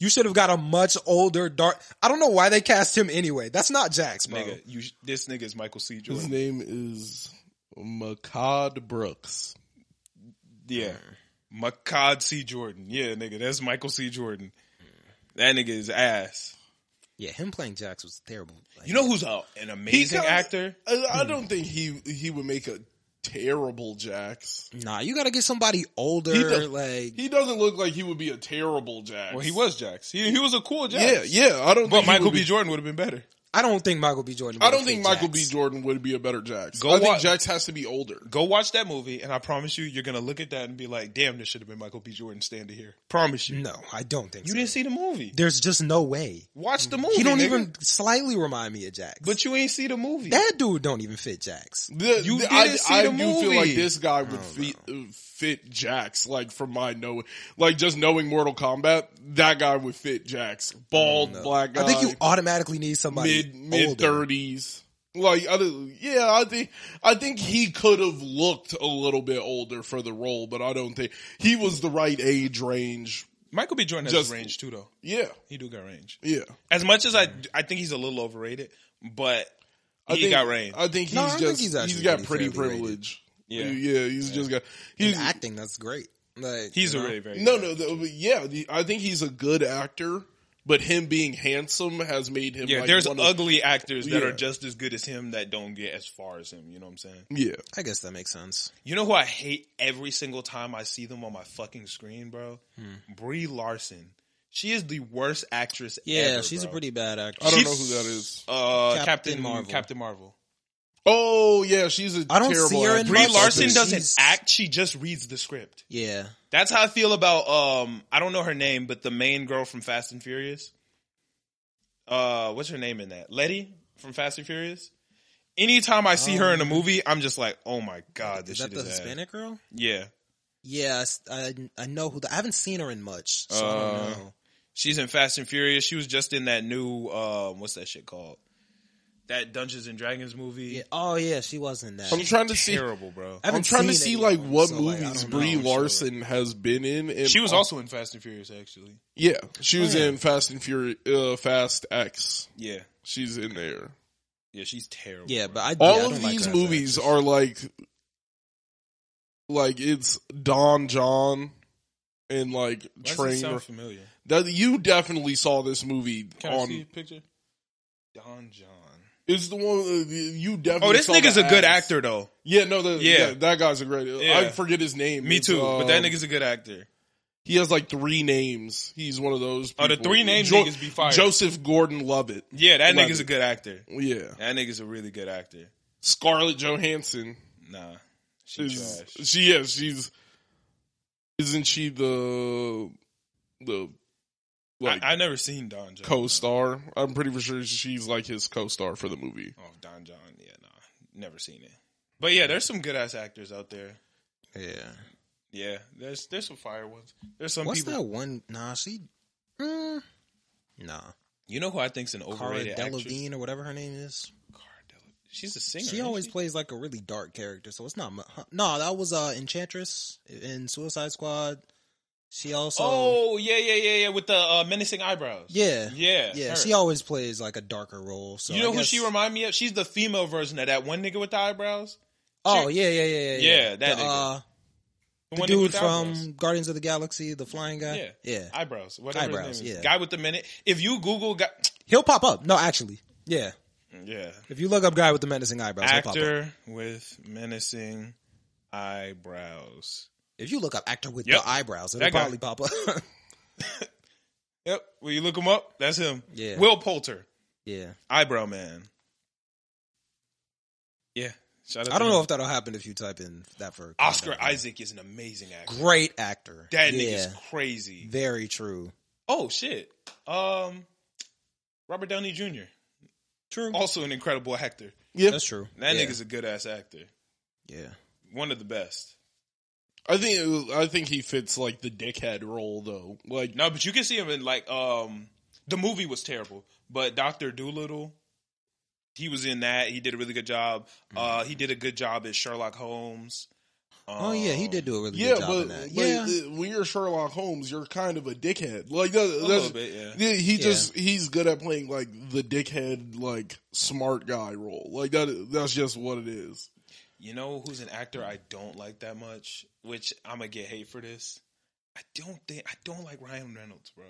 Speaker 4: You should have got a much older dark. I don't know why they cast him anyway. That's not Jax, bro.
Speaker 1: Nigga, you sh- this nigga is Michael C.
Speaker 2: His
Speaker 1: Jordan.
Speaker 2: name is Makad Brooks.
Speaker 1: Yeah, Makad C. Jordan. Yeah, nigga, that's Michael C. Jordan. That nigga is ass.
Speaker 4: Yeah, him playing Jax was terrible. Like,
Speaker 1: You know who's a, an amazing
Speaker 2: kinda-
Speaker 1: actor?
Speaker 2: I, I don't think he he would make a terrible Jax.
Speaker 4: nah, you gotta get somebody older.
Speaker 2: He does-
Speaker 4: like,
Speaker 2: He doesn't look like he would be a terrible Jax.
Speaker 1: Well, he was Jax. He, he was a cool Jax.
Speaker 2: Yeah, yeah. I don't.
Speaker 1: But
Speaker 2: think he
Speaker 1: Michael
Speaker 2: would
Speaker 1: B.
Speaker 2: be-
Speaker 1: Jordan would have been better.
Speaker 4: I don't think Michael B. Jordan.
Speaker 2: I
Speaker 4: would've
Speaker 2: don't think
Speaker 4: played
Speaker 2: Michael
Speaker 4: Jax.
Speaker 2: B. Jordan would be a better Jax.
Speaker 1: Go
Speaker 2: I think
Speaker 1: watch-
Speaker 2: Jax has to be older.
Speaker 1: Go watch that movie, and I promise you, you're gonna look at that and be like, "Damn, this should have been Michael B. Jordan standing here." Promise you.
Speaker 4: No, I don't think
Speaker 1: You
Speaker 4: so.
Speaker 1: didn't see the movie.
Speaker 4: There's just no way.
Speaker 1: Watch the movie.
Speaker 4: He don't
Speaker 1: nigga.
Speaker 4: even slightly remind me of Jax.
Speaker 1: But you ain't see the movie.
Speaker 4: that dude don't even fit Jax.
Speaker 2: The-
Speaker 1: You
Speaker 2: the- I,
Speaker 1: didn't see
Speaker 2: I
Speaker 1: the
Speaker 2: do feel like
Speaker 1: movie. Oh,
Speaker 2: this guy would fit, uh, fit Jax. Like from my know, like just knowing Mortal Kombat, that guy would fit Jax. Bald black guy.
Speaker 4: I think you automatically need somebody
Speaker 2: mid mid
Speaker 4: older.
Speaker 2: thirties. Like other, yeah, I think I think he could have looked a little bit older for the role, but I don't think he was the right age range.
Speaker 1: Michael B. Jordan has
Speaker 2: Just-
Speaker 1: range too, though.
Speaker 2: Yeah,
Speaker 1: He do got range.
Speaker 2: yeah.
Speaker 1: As much as I, I think he's a little overrated, but
Speaker 2: I
Speaker 1: he
Speaker 2: think,
Speaker 1: got range.
Speaker 2: I think he's
Speaker 4: No, I
Speaker 2: just
Speaker 4: think he's actually
Speaker 2: he's got
Speaker 4: pretty
Speaker 2: pretty
Speaker 4: fairly rated.
Speaker 2: privilege.
Speaker 1: Yeah.
Speaker 2: yeah. He's just got
Speaker 4: He's
Speaker 2: he's
Speaker 4: acting. That's great. Like
Speaker 1: he's
Speaker 4: you
Speaker 1: a
Speaker 4: know?
Speaker 1: really very
Speaker 2: no
Speaker 1: good
Speaker 2: no
Speaker 1: actor.
Speaker 2: the, yeah. The, I think he's a good actor, but him being handsome has made him
Speaker 1: Yeah,
Speaker 2: like,
Speaker 1: there's
Speaker 2: one of-
Speaker 1: ugly actors that
Speaker 2: Yeah.
Speaker 1: are just as good as him that don't get as far as him. You know what I'm saying?
Speaker 2: yeah.
Speaker 4: I guess that makes sense.
Speaker 1: You know who I hate every single time I see them on my fucking screen, bro?
Speaker 4: Hmm.
Speaker 1: Brie Larson. She is the worst actress
Speaker 4: Yeah,
Speaker 1: ever,
Speaker 4: she's a
Speaker 1: bro.
Speaker 4: pretty bad actress.
Speaker 2: I don't
Speaker 1: She's-
Speaker 2: know who that is.
Speaker 1: uh, Captain,
Speaker 4: Captain Marvel.
Speaker 1: Marvel. Captain Marvel.
Speaker 2: Oh yeah, she's a
Speaker 4: I don't
Speaker 2: terrible
Speaker 4: see her in
Speaker 2: actress.
Speaker 1: Brie
Speaker 4: Marvel,
Speaker 1: Larson
Speaker 4: but
Speaker 1: doesn't
Speaker 4: she's-
Speaker 1: act; she just reads the script.
Speaker 4: Yeah,
Speaker 1: That's how I feel about um I don't know her name, but the main girl from Fast and Furious. Uh what's her name in that? Letty from Fast and Furious? Anytime I see her in a movie, I'm just like, "Oh my god,
Speaker 4: Um, is
Speaker 1: this
Speaker 4: that
Speaker 1: shit
Speaker 4: the
Speaker 1: is ass.
Speaker 4: Hispanic girl?
Speaker 1: Yeah.
Speaker 4: Yeah, I s- I, I know who. The, I haven't seen her in much, so I
Speaker 1: Uh,
Speaker 4: don't know.
Speaker 1: She's in Fast and Furious. She was just in that new um what's that shit called? That Dungeons and Dragons movie. *laughs*
Speaker 4: Yeah. Oh yeah, she was in that.
Speaker 2: I'm trying to see.
Speaker 1: Terrible,
Speaker 4: *laughs*
Speaker 1: bro.
Speaker 4: I haven't
Speaker 2: I'm trying to
Speaker 4: seen
Speaker 2: see
Speaker 4: it
Speaker 2: like
Speaker 4: yet,
Speaker 2: what
Speaker 4: so, like, I
Speaker 2: movies
Speaker 4: don't
Speaker 2: Brie
Speaker 4: know, so-
Speaker 2: Larson has been in. And
Speaker 1: She was also in Fast and Furious actually.
Speaker 2: yeah, she was
Speaker 4: Oh, yeah.
Speaker 2: in Fast and Fury, uh, Fast X.
Speaker 1: Yeah.
Speaker 2: She's in there.
Speaker 1: Yeah, she's terrible.
Speaker 4: Yeah, but I,
Speaker 2: All
Speaker 4: yeah, I
Speaker 2: of
Speaker 4: don't like
Speaker 2: these
Speaker 4: her as an
Speaker 2: movies
Speaker 4: actress.
Speaker 2: are like, like it's Don John and like
Speaker 1: Why does it
Speaker 2: Train.
Speaker 1: sound familiar?
Speaker 2: That you definitely saw this movie
Speaker 1: Can I see a
Speaker 2: on.
Speaker 1: picture? Don John.
Speaker 2: It's the one uh, you definitely.
Speaker 1: Oh, this
Speaker 2: saw
Speaker 1: nigga's
Speaker 2: the
Speaker 1: a good
Speaker 2: ads.
Speaker 1: actor though.
Speaker 2: Yeah, no, the, yeah.
Speaker 1: Yeah.
Speaker 2: that guy's a great. I
Speaker 1: Yeah.
Speaker 2: forget his name.
Speaker 1: Me
Speaker 2: It's,
Speaker 1: too, but that
Speaker 2: um,
Speaker 1: nigga's a good actor.
Speaker 2: He has like three names. He's one of those.
Speaker 1: Oh, the
Speaker 2: people.
Speaker 1: three name niggas be fired.
Speaker 2: Joseph Gordon-Levitt.
Speaker 1: Yeah, that
Speaker 2: Love
Speaker 1: nigga's
Speaker 2: it.
Speaker 1: a good actor.
Speaker 2: Yeah,
Speaker 1: That nigga's a really good actor.
Speaker 2: Scarlett Johansson.
Speaker 1: Nah, she's
Speaker 2: Is,
Speaker 1: trash.
Speaker 2: she is. She's. Isn't she the the like
Speaker 1: I, I've never seen Don John.
Speaker 2: co-star? I'm pretty sure she's like his co-star for the movie.
Speaker 1: Oh, Don John. Yeah, nah, never seen it. But yeah, there's some good ass actors out there.
Speaker 4: Yeah.
Speaker 1: Yeah, there's there's some fire ones. There's some
Speaker 4: What's
Speaker 1: people.
Speaker 4: that one? Nah, she. Mm, nah,
Speaker 1: You know who I think's an
Speaker 4: Cara
Speaker 1: overrated actress?
Speaker 4: Delevingne or whatever her name is.
Speaker 1: Cara Dele- She's a singer.
Speaker 4: She
Speaker 1: ain't
Speaker 4: always plays like a really dark character, so it's not. mu- huh. No, that was uh Enchantress in Suicide Squad. She also.
Speaker 1: Oh yeah, yeah, yeah, yeah. With the uh, menacing eyebrows.
Speaker 4: um, Yeah.
Speaker 1: yeah,
Speaker 4: Yeah,
Speaker 1: her.
Speaker 4: she always plays like a darker role. So
Speaker 1: you
Speaker 4: I
Speaker 1: know who
Speaker 4: guess-
Speaker 1: she remind me of? She's the female version of that one nigga with the eyebrows.
Speaker 4: Oh yeah, yeah, yeah, yeah.
Speaker 1: Yeah, that
Speaker 4: the,
Speaker 1: nigga.
Speaker 4: uh,
Speaker 1: The, one
Speaker 4: the
Speaker 1: nigga
Speaker 4: dude
Speaker 1: with the eyebrows.
Speaker 4: from Guardians of the Galaxy, the flying guy.
Speaker 1: Yeah.
Speaker 4: yeah.
Speaker 1: eyebrows, whatever his
Speaker 4: Eyebrows,
Speaker 1: name is.
Speaker 4: yeah.
Speaker 1: Guy with the minute. If you Google, guy,
Speaker 4: He'll pop up. No, actually, yeah.
Speaker 1: yeah,
Speaker 4: If you look up guy with the menacing eyebrows, he'll pop up.
Speaker 1: actor with menacing eyebrows.
Speaker 4: If you look up actor with
Speaker 1: Yep.
Speaker 4: the eyebrows, it'll
Speaker 1: That guy.
Speaker 4: probably pop up. *laughs*
Speaker 1: Yep. Will you look him up? That's him.
Speaker 4: Yeah.
Speaker 1: Will Poulter,
Speaker 4: yeah.
Speaker 1: eyebrow man. Yeah. Shout out
Speaker 4: I
Speaker 1: to
Speaker 4: don't
Speaker 1: him.
Speaker 4: know if that'll happen if you type in that for
Speaker 1: Oscar
Speaker 4: Conrad.
Speaker 1: Isaac is an amazing actor.
Speaker 4: Great actor.
Speaker 1: That
Speaker 4: yeah.
Speaker 1: nigga's crazy.
Speaker 4: Very true.
Speaker 1: Oh shit. Um, Robert Downey Jr.
Speaker 4: True.
Speaker 1: also an incredible actor.
Speaker 2: Yep.
Speaker 4: Oh, That's true.
Speaker 1: That
Speaker 4: yeah.
Speaker 1: nigga's a good ass actor.
Speaker 4: yeah.
Speaker 1: One of the best.
Speaker 2: I think I think he fits like the dickhead role though. Like
Speaker 1: No, but you can see him in like um the movie was terrible, but Doctor Doolittle, he was in that. He did a really good job. Uh, he did a good job as Sherlock Holmes.
Speaker 4: Oh yeah, he
Speaker 1: Um,
Speaker 4: did do a really
Speaker 2: Yeah,
Speaker 4: good job
Speaker 2: but
Speaker 4: in that.
Speaker 2: like,
Speaker 4: Yeah.
Speaker 2: uh, when you're Sherlock Holmes, you're kind of a dickhead. Like that,
Speaker 1: a
Speaker 2: that's,
Speaker 1: little bit. Yeah,
Speaker 2: Yeah, he just he's good at playing like the dickhead, like smart guy role. Like that, that's just what it is.
Speaker 1: you know who's an actor I don't like that much, which I'm gonna get hate for this. I don't think I don't like Ryan Reynolds, bro.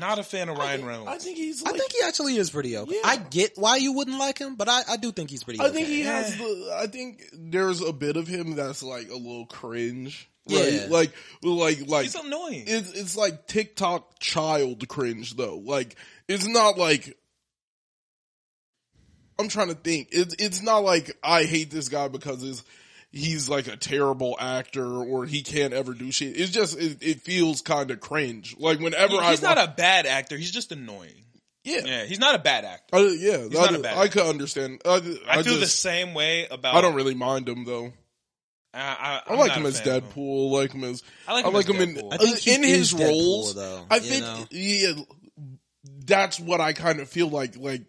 Speaker 1: Not a fan of Ryan Reynolds.
Speaker 2: I think he's.
Speaker 4: I
Speaker 2: Like,
Speaker 4: think he actually is pretty okay.
Speaker 2: Yeah.
Speaker 4: I get why you wouldn't like him, but I, I do think he's pretty
Speaker 2: I
Speaker 4: okay.
Speaker 2: think he has
Speaker 1: Yeah.
Speaker 2: the. I think there's a bit of him that's like a little cringe. Right?
Speaker 4: Yeah.
Speaker 2: Like, like, like.
Speaker 1: He's annoying.
Speaker 2: It's it's like TikTok child cringe though. Like, it's not like I'm trying to think. It, it's not like I hate this guy because he's, he's like a terrible actor or he can't ever do shit. It's just, it, it feels kind of cringe. Like whenever I,
Speaker 1: he's not
Speaker 2: watch-
Speaker 1: a bad actor. He's just annoying.
Speaker 2: yeah,
Speaker 1: Yeah, he's not a bad actor.
Speaker 2: I, yeah, that,
Speaker 1: not a bad
Speaker 2: I could understand. I,
Speaker 1: I, feel
Speaker 2: just,
Speaker 1: the same way about.
Speaker 2: I don't really mind him though.
Speaker 1: I,
Speaker 2: I
Speaker 1: Oh. I'm
Speaker 2: like
Speaker 1: not
Speaker 2: him
Speaker 1: a
Speaker 2: as
Speaker 1: fan of him.
Speaker 2: Deadpool. like him as
Speaker 1: I like
Speaker 2: I
Speaker 1: him,
Speaker 2: like
Speaker 1: as
Speaker 2: him in
Speaker 1: Deadpool.
Speaker 4: I think he
Speaker 2: uh, in
Speaker 4: is
Speaker 2: his
Speaker 4: Deadpool,
Speaker 2: roles.
Speaker 4: though,
Speaker 2: I
Speaker 4: you
Speaker 2: think
Speaker 4: know?
Speaker 2: yeah, that's what I kind of feel like. Like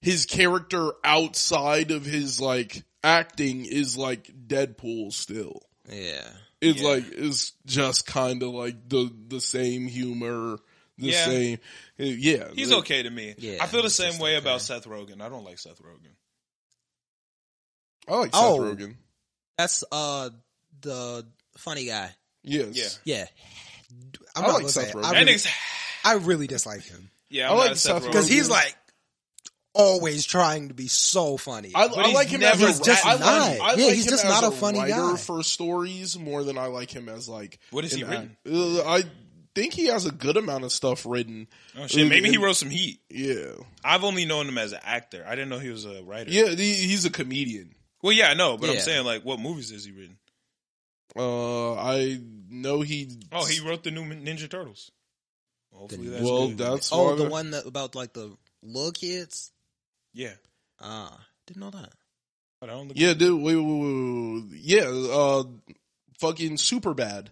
Speaker 2: his character outside of his like acting is like Deadpool still.
Speaker 4: Yeah.
Speaker 2: It's
Speaker 1: Yeah.
Speaker 2: like it's just kind of like the the same humor, the
Speaker 1: Yeah.
Speaker 2: same. Yeah,
Speaker 1: He's
Speaker 2: the-
Speaker 1: okay to me.
Speaker 4: Yeah,
Speaker 1: I feel the
Speaker 4: he's
Speaker 1: same
Speaker 4: just
Speaker 1: way about
Speaker 4: okay.
Speaker 1: Seth Rogen. I don't like Seth Rogen.
Speaker 2: I like Seth
Speaker 4: Oh.
Speaker 2: Rogen.
Speaker 4: That's uh the funny guy.
Speaker 2: Yes.
Speaker 1: Yeah.
Speaker 4: Yeah. I'm
Speaker 2: I
Speaker 4: not
Speaker 2: like
Speaker 4: gonna
Speaker 2: Seth
Speaker 4: say it.
Speaker 2: Rogen.
Speaker 4: I
Speaker 1: That
Speaker 4: really,
Speaker 1: nigga's
Speaker 4: I really dislike him
Speaker 1: yeah.
Speaker 2: I
Speaker 1: I'm
Speaker 2: like
Speaker 1: not a Seth
Speaker 2: Seth
Speaker 1: Rogen.
Speaker 4: because
Speaker 2: Rogen.
Speaker 4: he's like always trying to be so funny.
Speaker 2: I,
Speaker 1: But
Speaker 2: I
Speaker 1: he's
Speaker 2: like him
Speaker 1: never-
Speaker 2: as a,
Speaker 1: He's just
Speaker 2: I like,
Speaker 4: not.
Speaker 2: I
Speaker 4: Yeah,
Speaker 2: like
Speaker 4: he's
Speaker 2: him
Speaker 4: just
Speaker 2: as
Speaker 4: not
Speaker 2: a
Speaker 4: a funny
Speaker 2: writer
Speaker 4: guy.
Speaker 2: for stories more than I like him as like.
Speaker 1: What has
Speaker 2: an
Speaker 1: he
Speaker 2: act- Uh, I think he has a good amount of stuff written.
Speaker 1: Oh shit!
Speaker 2: Uh,
Speaker 1: Maybe he
Speaker 2: and-
Speaker 1: wrote some heat.
Speaker 2: Yeah,
Speaker 1: I've only known him as an actor. I didn't know he was a writer.
Speaker 2: yeah. He, he's a comedian.
Speaker 1: Well, yeah, I know, but I'm
Speaker 4: Yeah.
Speaker 1: saying like, what movies has he written?
Speaker 2: Uh, I know he.
Speaker 1: Oh, he wrote the new Ninja Turtles. Hopefully, that's
Speaker 2: well,
Speaker 1: good.
Speaker 2: that's
Speaker 4: oh,
Speaker 2: why
Speaker 4: the
Speaker 2: I-
Speaker 4: one that about like the little kids.
Speaker 1: yeah.
Speaker 4: Ah, didn't know that.
Speaker 1: But I don't look
Speaker 2: Yeah, dude. Wait, wait, wait, wait, wait. Yeah, uh, fucking super bad.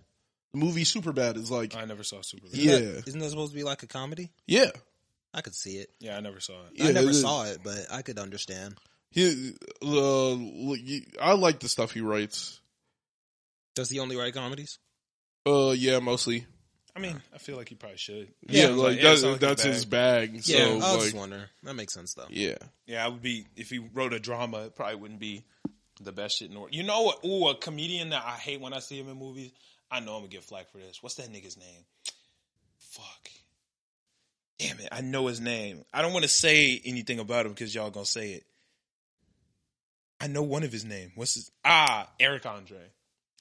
Speaker 2: The movie super bad is like.
Speaker 1: I never saw Superman.
Speaker 2: Yeah.
Speaker 4: That- isn't that supposed to be like a comedy?
Speaker 2: Yeah,
Speaker 4: I could see it.
Speaker 1: Yeah, I never saw it.
Speaker 2: yeah.
Speaker 4: I never
Speaker 2: it-
Speaker 4: saw it, but I could understand.
Speaker 2: He, uh, look, you- I like the stuff he writes.
Speaker 4: Does he only write comedies?
Speaker 2: Uh, yeah, mostly.
Speaker 1: I mean, I feel like he probably should.
Speaker 2: Yeah,
Speaker 1: Sounds
Speaker 2: like,
Speaker 1: yeah,
Speaker 2: that,
Speaker 1: sounds like
Speaker 2: that's his bag. So,
Speaker 4: yeah, I was
Speaker 2: like,
Speaker 4: just wondering. That makes sense though.
Speaker 2: yeah.
Speaker 1: Yeah, I would be if he wrote a drama, it probably wouldn't be the best shit in the world. You know what? Ooh, a comedian that I hate when I see him in movies. I know I'm gonna get flack for this. What's that nigga's name? Fuck. Damn it! I know his name. I don't want to say anything about him because y'all gonna say it. I know one of his name. What's his? Ah, Eric Andre.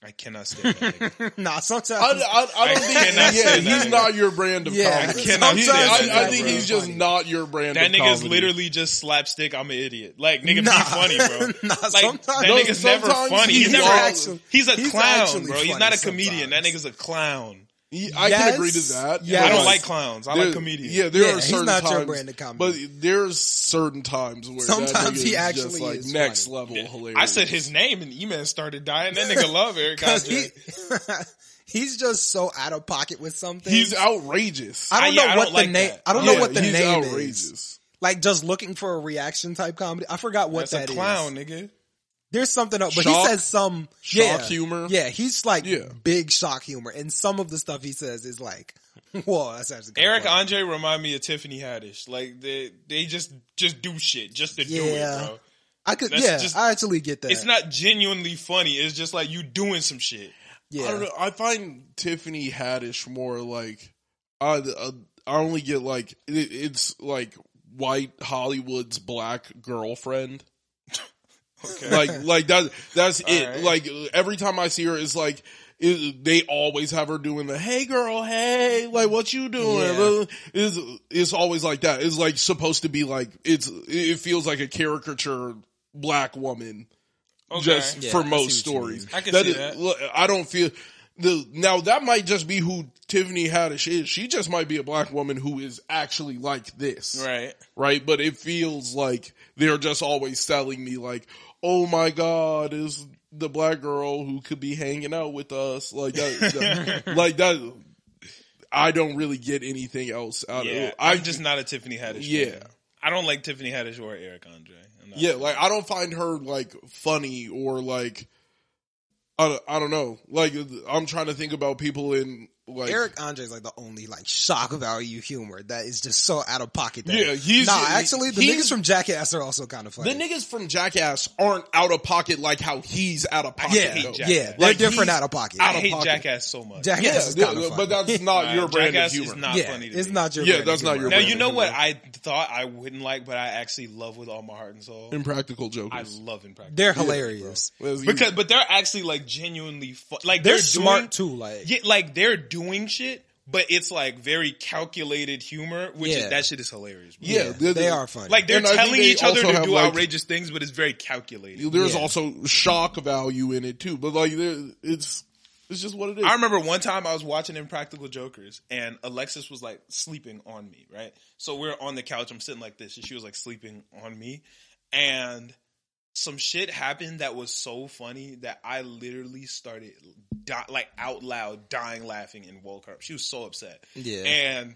Speaker 1: I cannot stand that nigga.
Speaker 4: *laughs* nah, sometimes
Speaker 2: I, I, I don't
Speaker 1: I
Speaker 2: think
Speaker 1: cannot
Speaker 2: yeah,
Speaker 1: say
Speaker 2: he's
Speaker 1: that.
Speaker 2: not your brand of
Speaker 4: Yeah,
Speaker 2: comedy.
Speaker 1: I cannot
Speaker 2: He-
Speaker 1: say
Speaker 2: I,
Speaker 1: that.
Speaker 2: I think he's just *laughs*
Speaker 4: Funny.
Speaker 2: not your brand
Speaker 1: That
Speaker 2: of
Speaker 1: nigga's
Speaker 2: comedy.
Speaker 1: literally just slapstick. I'm an idiot. Like nigga,
Speaker 4: Nah.
Speaker 1: be funny, bro.
Speaker 4: *laughs* Nah,
Speaker 1: like
Speaker 4: sometimes-
Speaker 1: that
Speaker 2: No,
Speaker 1: nigga's never
Speaker 2: sometimes
Speaker 1: funny.
Speaker 2: he's
Speaker 1: He's, never.
Speaker 4: actually-
Speaker 1: he's a
Speaker 4: he's
Speaker 1: clown,
Speaker 4: actually
Speaker 1: bro. He's
Speaker 4: funny
Speaker 1: not a comedian. That nigga's
Speaker 4: sometimes.
Speaker 1: a clown.
Speaker 2: He- I
Speaker 4: Yes,
Speaker 2: can agree to that.
Speaker 4: yes.
Speaker 1: I don't
Speaker 4: Right.
Speaker 1: like clowns. I
Speaker 2: There-
Speaker 1: like comedians.
Speaker 2: Yeah, there
Speaker 4: Yeah,
Speaker 2: are
Speaker 4: he's
Speaker 2: certain
Speaker 4: not your
Speaker 2: times,
Speaker 4: brand of comedy.
Speaker 2: but there's certain times where that
Speaker 4: Sometimes
Speaker 2: nigga
Speaker 4: he
Speaker 2: is just
Speaker 4: actually
Speaker 2: like
Speaker 4: is
Speaker 2: next
Speaker 4: funny.
Speaker 2: level hilarious.
Speaker 1: I said his name and E-Man started dying. That
Speaker 4: *laughs*
Speaker 1: nigga love Eric
Speaker 4: because
Speaker 1: Andre.
Speaker 4: he *laughs* he's just so out of pocket with something.
Speaker 2: he's outrageous.
Speaker 4: I
Speaker 1: I-
Speaker 4: don't
Speaker 1: yeah,
Speaker 4: know
Speaker 1: I
Speaker 4: what
Speaker 1: don't
Speaker 4: the
Speaker 1: like
Speaker 4: name.
Speaker 1: that.
Speaker 4: I don't
Speaker 2: Yeah,
Speaker 4: know what the
Speaker 2: he's
Speaker 4: name
Speaker 2: outrageous.
Speaker 4: is. Like just looking for a reaction type comedy. I forgot what
Speaker 1: That's a
Speaker 4: that is.
Speaker 1: clown, nigga.
Speaker 4: There's something else, but
Speaker 2: Shock-
Speaker 4: he says some
Speaker 2: shock
Speaker 4: yeah,
Speaker 2: humor.
Speaker 4: Yeah, he's like
Speaker 2: Yeah.
Speaker 4: big shock humor, and some of the stuff he says is like, *laughs* whoa, that's actually kinda
Speaker 1: Eric
Speaker 4: funny.
Speaker 1: Andre remind me of Tiffany Haddish. Like they they just just do shit just to do it,
Speaker 4: Yeah.
Speaker 1: bro.
Speaker 4: I could,
Speaker 1: that's
Speaker 4: yeah,
Speaker 1: just-
Speaker 4: I actually get that.
Speaker 1: It's not genuinely funny. It's just like you doing some shit.
Speaker 4: yeah,
Speaker 2: I don't know. I find Tiffany Haddish more like I uh, I only get like it, it's like white Hollywood's black girlfriend.
Speaker 1: Okay.
Speaker 4: *laughs*
Speaker 2: Like like that that's it.
Speaker 1: Alright.
Speaker 2: Like every time I see her, it's like. It, they always have her doing the hey girl hey like what you doing
Speaker 4: Yeah.
Speaker 2: It's it's always like that it's like supposed to be like it's it feels like a caricature black woman
Speaker 1: okay.
Speaker 2: just
Speaker 4: Yeah, I
Speaker 2: for
Speaker 4: see
Speaker 2: most
Speaker 4: what you mean.
Speaker 2: stories.
Speaker 1: I can
Speaker 2: That
Speaker 1: see
Speaker 2: is-
Speaker 1: that.
Speaker 2: look, I don't feel the now that might just be who Tiffany Haddish is. She just might be a black woman who is actually like this,
Speaker 1: right.
Speaker 2: right? But it feels like they're just always selling me like, "Oh my God, is the black girl who could be hanging out with us like that?" *laughs* that- like that. I don't really get anything else out of
Speaker 1: Yeah,
Speaker 2: it. I
Speaker 1: I'm just not a Tiffany Haddish.
Speaker 2: Yeah.
Speaker 1: fan. I don't like Tiffany Haddish or Eric Andre. I'm not-
Speaker 2: Yeah, like I don't find her like funny or like I don't, I don't know. Like I'm trying to think about people in like
Speaker 4: Eric Andre's like the only like shock value humor that is just so out of pocket. That
Speaker 2: Yeah, he's-
Speaker 4: nah. Actually, the
Speaker 2: he's-
Speaker 4: niggas from Jackass are also kind of
Speaker 2: the
Speaker 4: funny.
Speaker 2: niggas from Jackass aren't out of pocket like how he's out of pocket.
Speaker 4: yeah,
Speaker 2: though.
Speaker 1: Jackass.
Speaker 4: yeah, they're
Speaker 2: Like,
Speaker 4: different
Speaker 2: he's
Speaker 4: out of pocket.
Speaker 1: I
Speaker 2: of
Speaker 1: hate
Speaker 2: pocket.
Speaker 1: Jackass so much.
Speaker 4: Jackass
Speaker 2: Yeah,
Speaker 4: is
Speaker 2: yeah,
Speaker 4: kind of funny.
Speaker 2: but that's not *laughs*
Speaker 1: Nah,
Speaker 2: your brand
Speaker 1: Jackass
Speaker 2: of humor.
Speaker 1: is not
Speaker 4: yeah,
Speaker 1: funny. To
Speaker 4: it's
Speaker 1: me.
Speaker 4: not your.
Speaker 2: Yeah,
Speaker 4: brand
Speaker 2: that's
Speaker 4: of
Speaker 2: not
Speaker 4: humor.
Speaker 2: your
Speaker 1: Now
Speaker 2: brand
Speaker 1: you know
Speaker 2: of
Speaker 1: what
Speaker 2: humor.
Speaker 1: I thought I wouldn't like, but I actually love with all my heart and soul.
Speaker 2: Impractical
Speaker 1: I
Speaker 2: jokers.
Speaker 1: love Impractical.
Speaker 4: They're hilarious.
Speaker 2: Because
Speaker 1: because, but they're actually like genuinely fun. Like
Speaker 4: They're,
Speaker 1: doing-
Speaker 4: smart too. Like
Speaker 1: Yeah, like they're doing shit, but it's like very calculated humor, which
Speaker 4: Yeah.
Speaker 1: is, that shit is hilarious. Bro.
Speaker 2: Yeah,
Speaker 4: they, are funny.
Speaker 1: Like they're
Speaker 2: And I think
Speaker 1: telling
Speaker 2: they
Speaker 1: each other
Speaker 2: also
Speaker 1: to
Speaker 2: have,
Speaker 1: do
Speaker 2: like-
Speaker 1: outrageous things, but it's very calculated.
Speaker 2: There's
Speaker 4: Yeah.
Speaker 2: also shock value in it too, but like there- it's it's just what it is.
Speaker 1: I remember one time I was watching Impractical Jokers and Alexis was like sleeping on me, right? So we're on the couch, I'm sitting like this, and she was like sleeping on me. And some shit happened that was so funny that I literally started di- like out loud dying laughing and woke her up. She was so upset.
Speaker 4: Yeah.
Speaker 1: And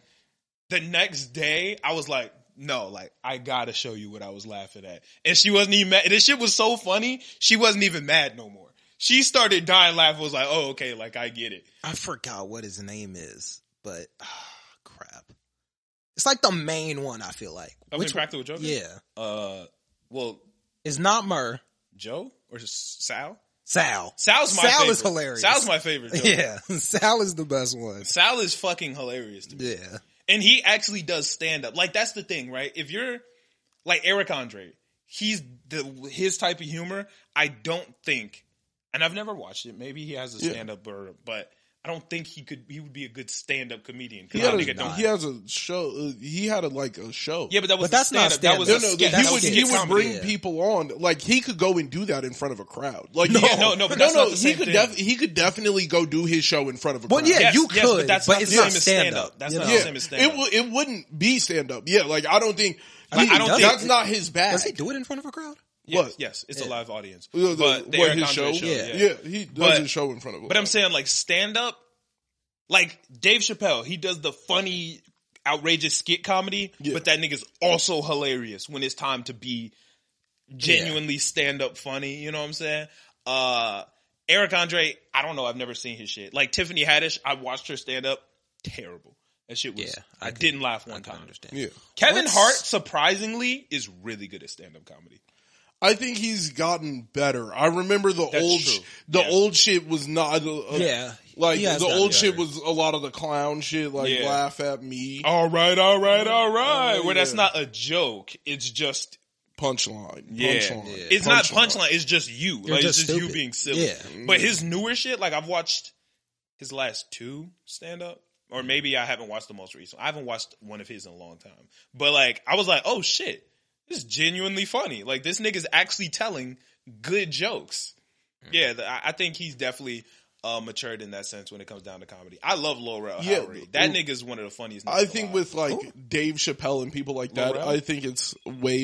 Speaker 1: the next day I was like, no, like I gotta show you what I was laughing at. And she wasn't even mad. This shit was so funny, she wasn't even mad no more. She started dying laughing, was like, oh, okay, like I get it.
Speaker 4: I forgot what his name is, but ah, crap. It's like the main one. I feel like.
Speaker 1: Of
Speaker 4: Which one?
Speaker 1: Impractical Jokers?
Speaker 4: Yeah,
Speaker 1: Uh, well,
Speaker 4: it's not Mur.
Speaker 1: Joe or Sal?
Speaker 4: Sal.
Speaker 1: Sal's my
Speaker 4: Sal
Speaker 1: favorite.
Speaker 4: is hilarious.
Speaker 1: Sal's my favorite. Joke.
Speaker 4: *laughs* Yeah, Sal is the best one.
Speaker 1: Sal is fucking hilarious to me.
Speaker 4: Yeah,
Speaker 1: And he actually does stand up. Like that's the thing, right? If you're like Eric Andre, he's the his type of humor. I don't think, and I've never watched it. Maybe he has a
Speaker 2: Yeah.
Speaker 1: stand up, or but I don't think he could. He would be a good stand up comedian. 'cause
Speaker 2: he,
Speaker 1: that
Speaker 2: had
Speaker 1: nigga
Speaker 2: a,
Speaker 1: don't-
Speaker 2: he has a show. Uh, he had a like a show.
Speaker 1: yeah, but that was
Speaker 4: But that's
Speaker 1: stand
Speaker 4: not
Speaker 1: up. That was
Speaker 2: No,
Speaker 1: a
Speaker 4: stand-up.
Speaker 2: no,
Speaker 1: skit.
Speaker 2: like,
Speaker 1: That
Speaker 2: he
Speaker 1: was
Speaker 2: would
Speaker 1: a
Speaker 2: he
Speaker 1: skit
Speaker 2: would
Speaker 1: comedy.
Speaker 2: bring
Speaker 4: yeah.
Speaker 2: people on. Like he could go and do that in front of a crowd. Like no,
Speaker 1: Yeah, no, no, but that's
Speaker 2: no,
Speaker 1: not the
Speaker 2: he
Speaker 1: same
Speaker 2: could
Speaker 1: thing.
Speaker 2: he could definitely go do his show in front of a
Speaker 4: But
Speaker 2: crowd.
Speaker 4: yeah,
Speaker 1: Yes,
Speaker 4: you
Speaker 1: yes,
Speaker 4: could,
Speaker 1: but that's
Speaker 4: but
Speaker 1: not
Speaker 4: it's
Speaker 1: the
Speaker 4: not
Speaker 1: same as
Speaker 4: stand
Speaker 1: stand-up.
Speaker 4: up.
Speaker 1: That's
Speaker 4: you
Speaker 1: not
Speaker 4: know?
Speaker 1: the
Speaker 2: yeah,
Speaker 1: same as
Speaker 2: it
Speaker 1: stand-up.
Speaker 2: w- it wouldn't be stand up. Yeah, like I don't think.
Speaker 4: mean,
Speaker 2: he-
Speaker 1: I don't
Speaker 2: that's
Speaker 1: think-
Speaker 2: not his bag.
Speaker 4: Does he do it in front of a crowd?
Speaker 1: Yes,
Speaker 2: What?
Speaker 1: yes, it's a
Speaker 4: Yeah.
Speaker 1: live audience.
Speaker 2: Uh, the-
Speaker 1: but the
Speaker 2: what,
Speaker 1: Eric
Speaker 2: his
Speaker 1: Andre
Speaker 2: show?
Speaker 1: show,
Speaker 4: Yeah.
Speaker 1: yeah.
Speaker 2: Yeah, he does
Speaker 1: But-
Speaker 2: his show in front of. a
Speaker 1: But I'm
Speaker 2: crowd.
Speaker 1: saying like stand up, like Dave Chappelle, he does the funny, outrageous skit comedy,
Speaker 2: Yeah.
Speaker 1: but that nigga's also hilarious when it's time to be genuinely stand up funny. You know what I'm saying? Uh, Eric Andre, I don't know. I've never seen his shit. Like Tiffany Haddish, I watched her stand up, terrible. That shit was.
Speaker 4: Yeah,
Speaker 1: I,
Speaker 4: I can-
Speaker 1: didn't laugh one
Speaker 4: I can
Speaker 1: time.
Speaker 4: understand.
Speaker 2: yeah,
Speaker 1: Kevin
Speaker 4: What's-
Speaker 1: Hart, surprisingly, is really good at stand up comedy.
Speaker 2: I think he's gotten better. I remember the
Speaker 1: That's
Speaker 2: old,
Speaker 1: true.
Speaker 2: sh- the
Speaker 1: Yeah.
Speaker 2: old shit was not. Uh, uh,
Speaker 4: Yeah,
Speaker 2: like
Speaker 4: he has
Speaker 2: the
Speaker 4: gotten
Speaker 2: old shit
Speaker 4: better.
Speaker 2: was a lot of the clown shit, like
Speaker 1: Yeah. Oh.
Speaker 2: laugh at me
Speaker 1: All right, all right, all right. Where that's
Speaker 2: yeah.
Speaker 1: not a joke. It's just
Speaker 2: punchline.
Speaker 1: Yeah.
Speaker 2: punchline,
Speaker 4: Yeah.
Speaker 1: it's not punchline. It's just you.
Speaker 4: You're
Speaker 1: like
Speaker 4: just
Speaker 1: it's just you
Speaker 4: stupid.
Speaker 1: being silly. Mm-hmm.
Speaker 4: Yeah.
Speaker 1: But his newer shit, like I've watched his last two stand up, or maybe I haven't watched the most recent. I haven't watched one of his in a long time. But like I was like, oh shit, this is genuinely funny. Like this nigga's actually telling good jokes.
Speaker 4: Mm.
Speaker 1: Yeah, the, I I think he's definitely. Uh, matured in that sense when it comes down to comedy. I love Laura
Speaker 2: Yeah,
Speaker 1: Howery. That
Speaker 2: ooh.
Speaker 1: nigga's one of the funniest.
Speaker 2: I
Speaker 1: niggas
Speaker 2: think
Speaker 1: alive.
Speaker 2: with like Dave Chappelle and people like that,
Speaker 1: Laurel?
Speaker 2: I think it's way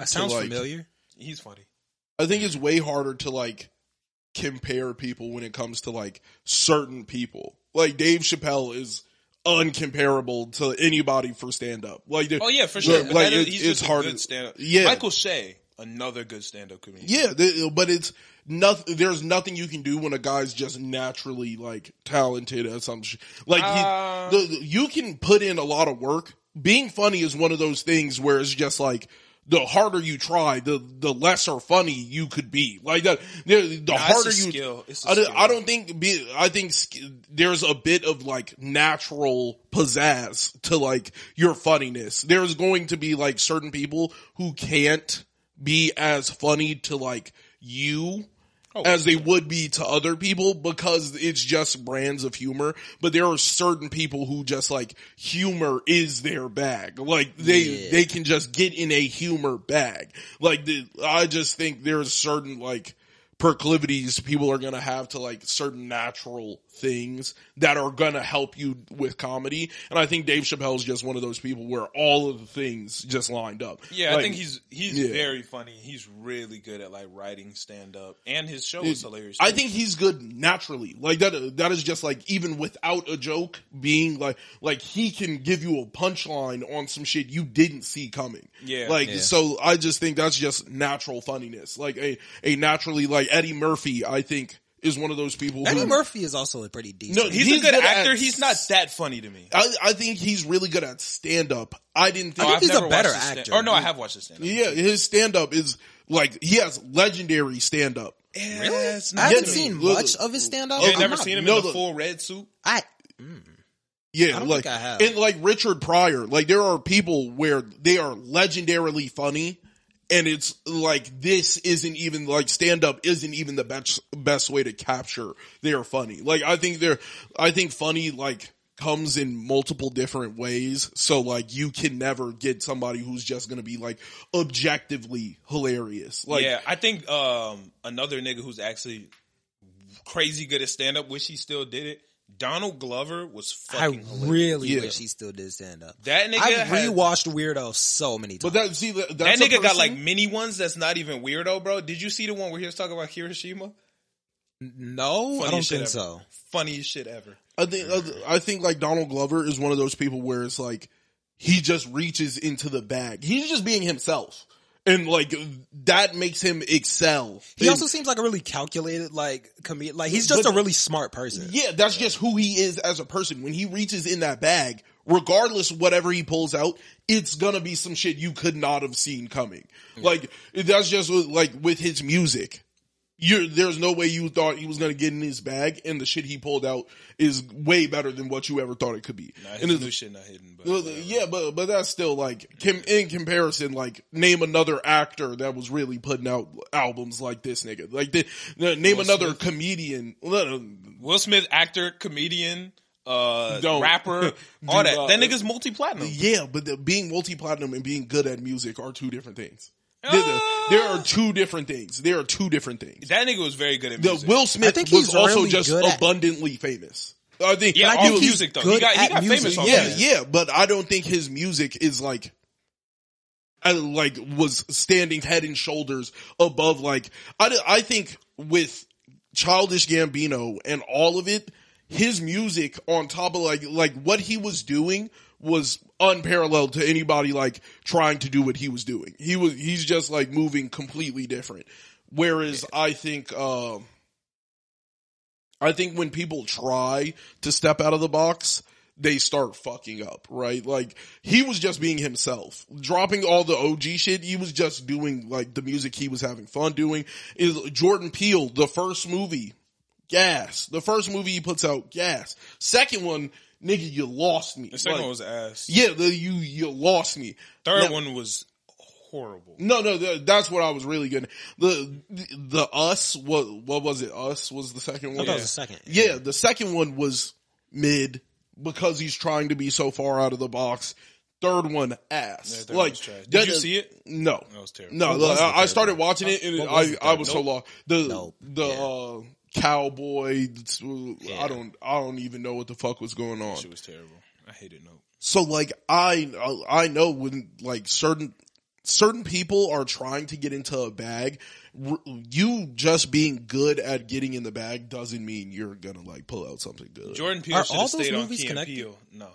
Speaker 4: That
Speaker 2: to,
Speaker 4: sounds
Speaker 2: like,
Speaker 4: familiar.
Speaker 1: he's funny.
Speaker 2: I think it's way harder to like compare people when it comes to like certain people. Like Dave Chappelle is uncomparable to anybody for stand up. Like
Speaker 1: Oh yeah, for sure.
Speaker 2: Like,
Speaker 1: But that is-
Speaker 2: it-
Speaker 1: he's
Speaker 2: it's
Speaker 1: just
Speaker 2: hard.
Speaker 1: a good stand up.
Speaker 2: Yeah.
Speaker 1: Michael Shea, another good stand up comedian.
Speaker 2: Yeah, th- but it's nothing. There's nothing you can do when a guy's just naturally like talented at some shit. Like he,
Speaker 1: Uh,
Speaker 2: the, the- you can put in a lot of work. Being funny is one of those things where it's just like the harder you try, the the lesser funny you could be. Like that, the, the
Speaker 1: Nah, it's a
Speaker 2: harder you.
Speaker 1: skill. It's a
Speaker 2: I, don't-
Speaker 1: skill.
Speaker 2: I don't think. Be, I think sk- there's a bit of like natural pizzazz to like your funniness. There's going to be like certain people who can't be as funny to like you
Speaker 1: Oh.
Speaker 2: as they would be to other people because it's just brands of humor. But there are certain people who just like humor is their bag. Like they
Speaker 4: Yeah.
Speaker 2: they can just get in a humor bag. Like the, I just think there's certain like proclivities people are gonna have to like certain natural things that are gonna help you with comedy. And I think Dave Chappelle's just one of those people where all of the things just lined up.
Speaker 1: Yeah, I
Speaker 2: Like,
Speaker 1: think he's he's
Speaker 2: yeah.
Speaker 1: very funny. He's really good at like writing stand up, and his show is hilarious.
Speaker 2: I
Speaker 1: too.
Speaker 2: think he's good naturally. Like that that is just like even without a joke being like like he can give you a punchline on some shit you didn't see coming.
Speaker 1: Yeah.
Speaker 2: Like
Speaker 4: Yeah.
Speaker 2: so I just think that's just natural funniness. Like a a naturally like Eddie Murphy I think is one of those people
Speaker 4: Eddie
Speaker 2: who
Speaker 4: Murphy is also a pretty decent.
Speaker 2: No,
Speaker 1: he's,
Speaker 2: he's
Speaker 1: a good,
Speaker 2: good at-
Speaker 1: actor. He's not that funny to me.
Speaker 2: I, I think he's really good at stand up. I didn't think
Speaker 1: Oh,
Speaker 4: he's a
Speaker 1: never watched
Speaker 4: better
Speaker 1: his stand-
Speaker 4: actor.
Speaker 1: Or no, I have watched his stand up.
Speaker 2: yeah, his stand up is like he has legendary stand up.
Speaker 4: I haven't
Speaker 2: Yeah,
Speaker 4: seen
Speaker 2: look-
Speaker 4: much of his stand up.
Speaker 1: You
Speaker 2: Oh,
Speaker 1: ain't
Speaker 2: I'm
Speaker 1: never
Speaker 2: not-
Speaker 1: seen him
Speaker 2: no,
Speaker 1: in the
Speaker 2: look.
Speaker 1: full red suit.
Speaker 4: I
Speaker 2: Yeah,
Speaker 4: I don't
Speaker 2: like
Speaker 4: think I have.
Speaker 2: and like Richard Pryor, like there are people where they are legendarily funny, and it's like this isn't even like stand up isn't even the best best way to capture their funny. Like I think they're, I think funny like comes in multiple different ways. So like you can never get somebody who's just gonna be like objectively hilarious. Like
Speaker 1: yeah, I think um, another nigga who's actually crazy good at stand up, wish he still did it. Donald Glover was
Speaker 4: I
Speaker 1: fucking. hilarious.
Speaker 4: really
Speaker 2: Yeah.
Speaker 4: wish he still did stand up.
Speaker 1: that nigga
Speaker 4: I've
Speaker 1: had-
Speaker 4: rewatched Weirdo so many times.
Speaker 2: but that see that,
Speaker 1: that
Speaker 2: that's a
Speaker 1: nigga got
Speaker 2: person-
Speaker 1: like mini ones. That's not even weirdo, bro. Did you see the one where he was talking about Hiroshima?
Speaker 4: no, I don't
Speaker 1: Funniest shit
Speaker 4: think
Speaker 1: ever.
Speaker 4: so.
Speaker 1: Funniest shit ever.
Speaker 2: I think uh, I think like Donald Glover is one of those people where it's like he just reaches into the bag. He's just being himself, and like that makes him excel.
Speaker 4: He
Speaker 2: And-
Speaker 4: also seems like a really calculated, like comedian. Like he's just
Speaker 2: But-
Speaker 4: a really smart person.
Speaker 2: yeah, that's just who he is as a person. When he reaches in that bag, regardless of whatever he pulls out, it's gonna be some shit you could not have seen coming. Like that's just what- like with his music. You're, there's no way you thought he was gonna get in his bag, and the shit he pulled out is way better than what you ever thought it could be.
Speaker 1: Nah,
Speaker 2: and
Speaker 1: his
Speaker 2: it's-
Speaker 1: new shit not hidden, but
Speaker 2: Well,
Speaker 1: whatever.
Speaker 2: yeah, but but that's still like com- in comparison. Like, name another actor that was really putting out albums like this nigga. Like, the, the- name another comedian. No, no,
Speaker 1: Will Smith, actor, comedian, uh,
Speaker 2: Don't.
Speaker 1: rapper, *laughs*
Speaker 2: Do
Speaker 1: all that.
Speaker 2: not.
Speaker 1: That nigga's multi platinum.
Speaker 2: Yeah, but the, being multi platinum and being good at music are two different things. They're the- there are two different things. There are two different things.
Speaker 1: That nigga was very good at
Speaker 2: The
Speaker 1: music.
Speaker 2: Will Smith
Speaker 4: think
Speaker 2: was
Speaker 4: he's
Speaker 2: also
Speaker 4: really
Speaker 2: just
Speaker 4: good at-
Speaker 2: abundantly famous. I think.
Speaker 1: yeah,
Speaker 4: I
Speaker 1: all
Speaker 4: think
Speaker 1: the
Speaker 4: he's
Speaker 1: music though. He
Speaker 4: good
Speaker 1: got he
Speaker 4: at
Speaker 1: got
Speaker 4: music.
Speaker 1: famous off
Speaker 2: yeah,
Speaker 1: that.
Speaker 2: yeah, but I don't think his music is like, I, like was standing head and shoulders above. Like I, d- I think with Childish Gambino and all of it, his music on top of like like what he was doing was unparalleled to anybody like trying to do what he was doing. He was he's just like moving completely different. Whereas I think. um I think when people try to step out of the box, they start fucking up, right? Like he was just being himself, dropping all the OG shit. He was just doing like the music he was having fun doing. Is Jordan Peele the first movie? Gas. The first movie he puts out, gas. Second one, nigga, you lost me.
Speaker 1: The second
Speaker 2: Like,
Speaker 1: one was ass.
Speaker 2: yeah, the, you you lost me.
Speaker 1: Third
Speaker 2: Now-
Speaker 1: one was horrible.
Speaker 2: no, no, th- that's what I was really good. The, the the us what what was it? Us was the second one.
Speaker 4: that was the second.
Speaker 2: Yeah, the second one was mid because he's trying to be so far out of the box. Third one ass.
Speaker 1: third
Speaker 2: like,
Speaker 1: one's trash. Did
Speaker 2: that-
Speaker 1: you see it?
Speaker 2: No,
Speaker 1: That was terrible.
Speaker 2: no.
Speaker 4: was
Speaker 2: I-
Speaker 4: the
Speaker 2: I
Speaker 4: third
Speaker 2: started watching it and
Speaker 4: What was
Speaker 2: I
Speaker 4: the
Speaker 2: I
Speaker 4: third?
Speaker 2: was so lost. The
Speaker 4: Nope.
Speaker 2: the
Speaker 4: Yeah.
Speaker 2: uh, cowboy. it's, uh,
Speaker 4: Yeah.
Speaker 2: I don't I don't even know what the fuck was going on.
Speaker 1: It was terrible. I hated no.
Speaker 2: So like I I know when like certain certain people are trying to get into a bag, r- you just being good at getting in the bag doesn't mean you're gonna like pull out something good.
Speaker 1: Jordan Peele
Speaker 4: Are
Speaker 1: should
Speaker 4: all
Speaker 1: have
Speaker 4: those
Speaker 1: stayed on
Speaker 4: movies
Speaker 1: Key and
Speaker 4: connected? Oh.
Speaker 1: Peele. No,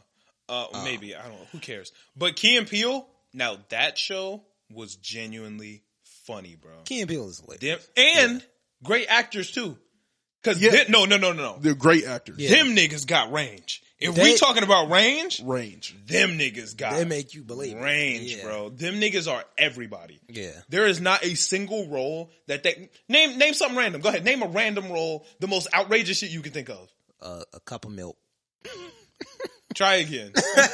Speaker 1: uh, maybe I don't know. Who cares? But Key and Peele. Now that show was genuinely funny, bro.
Speaker 4: Key and Peele is hilarious.
Speaker 1: Them- and great actors too. Because
Speaker 2: Yeah.
Speaker 1: no, no, no, no, no.
Speaker 2: They're great actors.
Speaker 4: Yeah.
Speaker 1: Them niggas got range. If we
Speaker 4: They-
Speaker 1: talking about range,
Speaker 2: Range.
Speaker 1: them niggas got
Speaker 4: They make you believe it.
Speaker 1: range,
Speaker 4: Yeah.
Speaker 1: bro. Them niggas are everybody.
Speaker 4: Yeah.
Speaker 1: There is not a single role that they name. Name something random. Go ahead. Name a random role. The most outrageous shit you can think of.
Speaker 4: Uh, a cup
Speaker 1: *laughs*
Speaker 4: of milk.
Speaker 1: Try again.
Speaker 4: Um,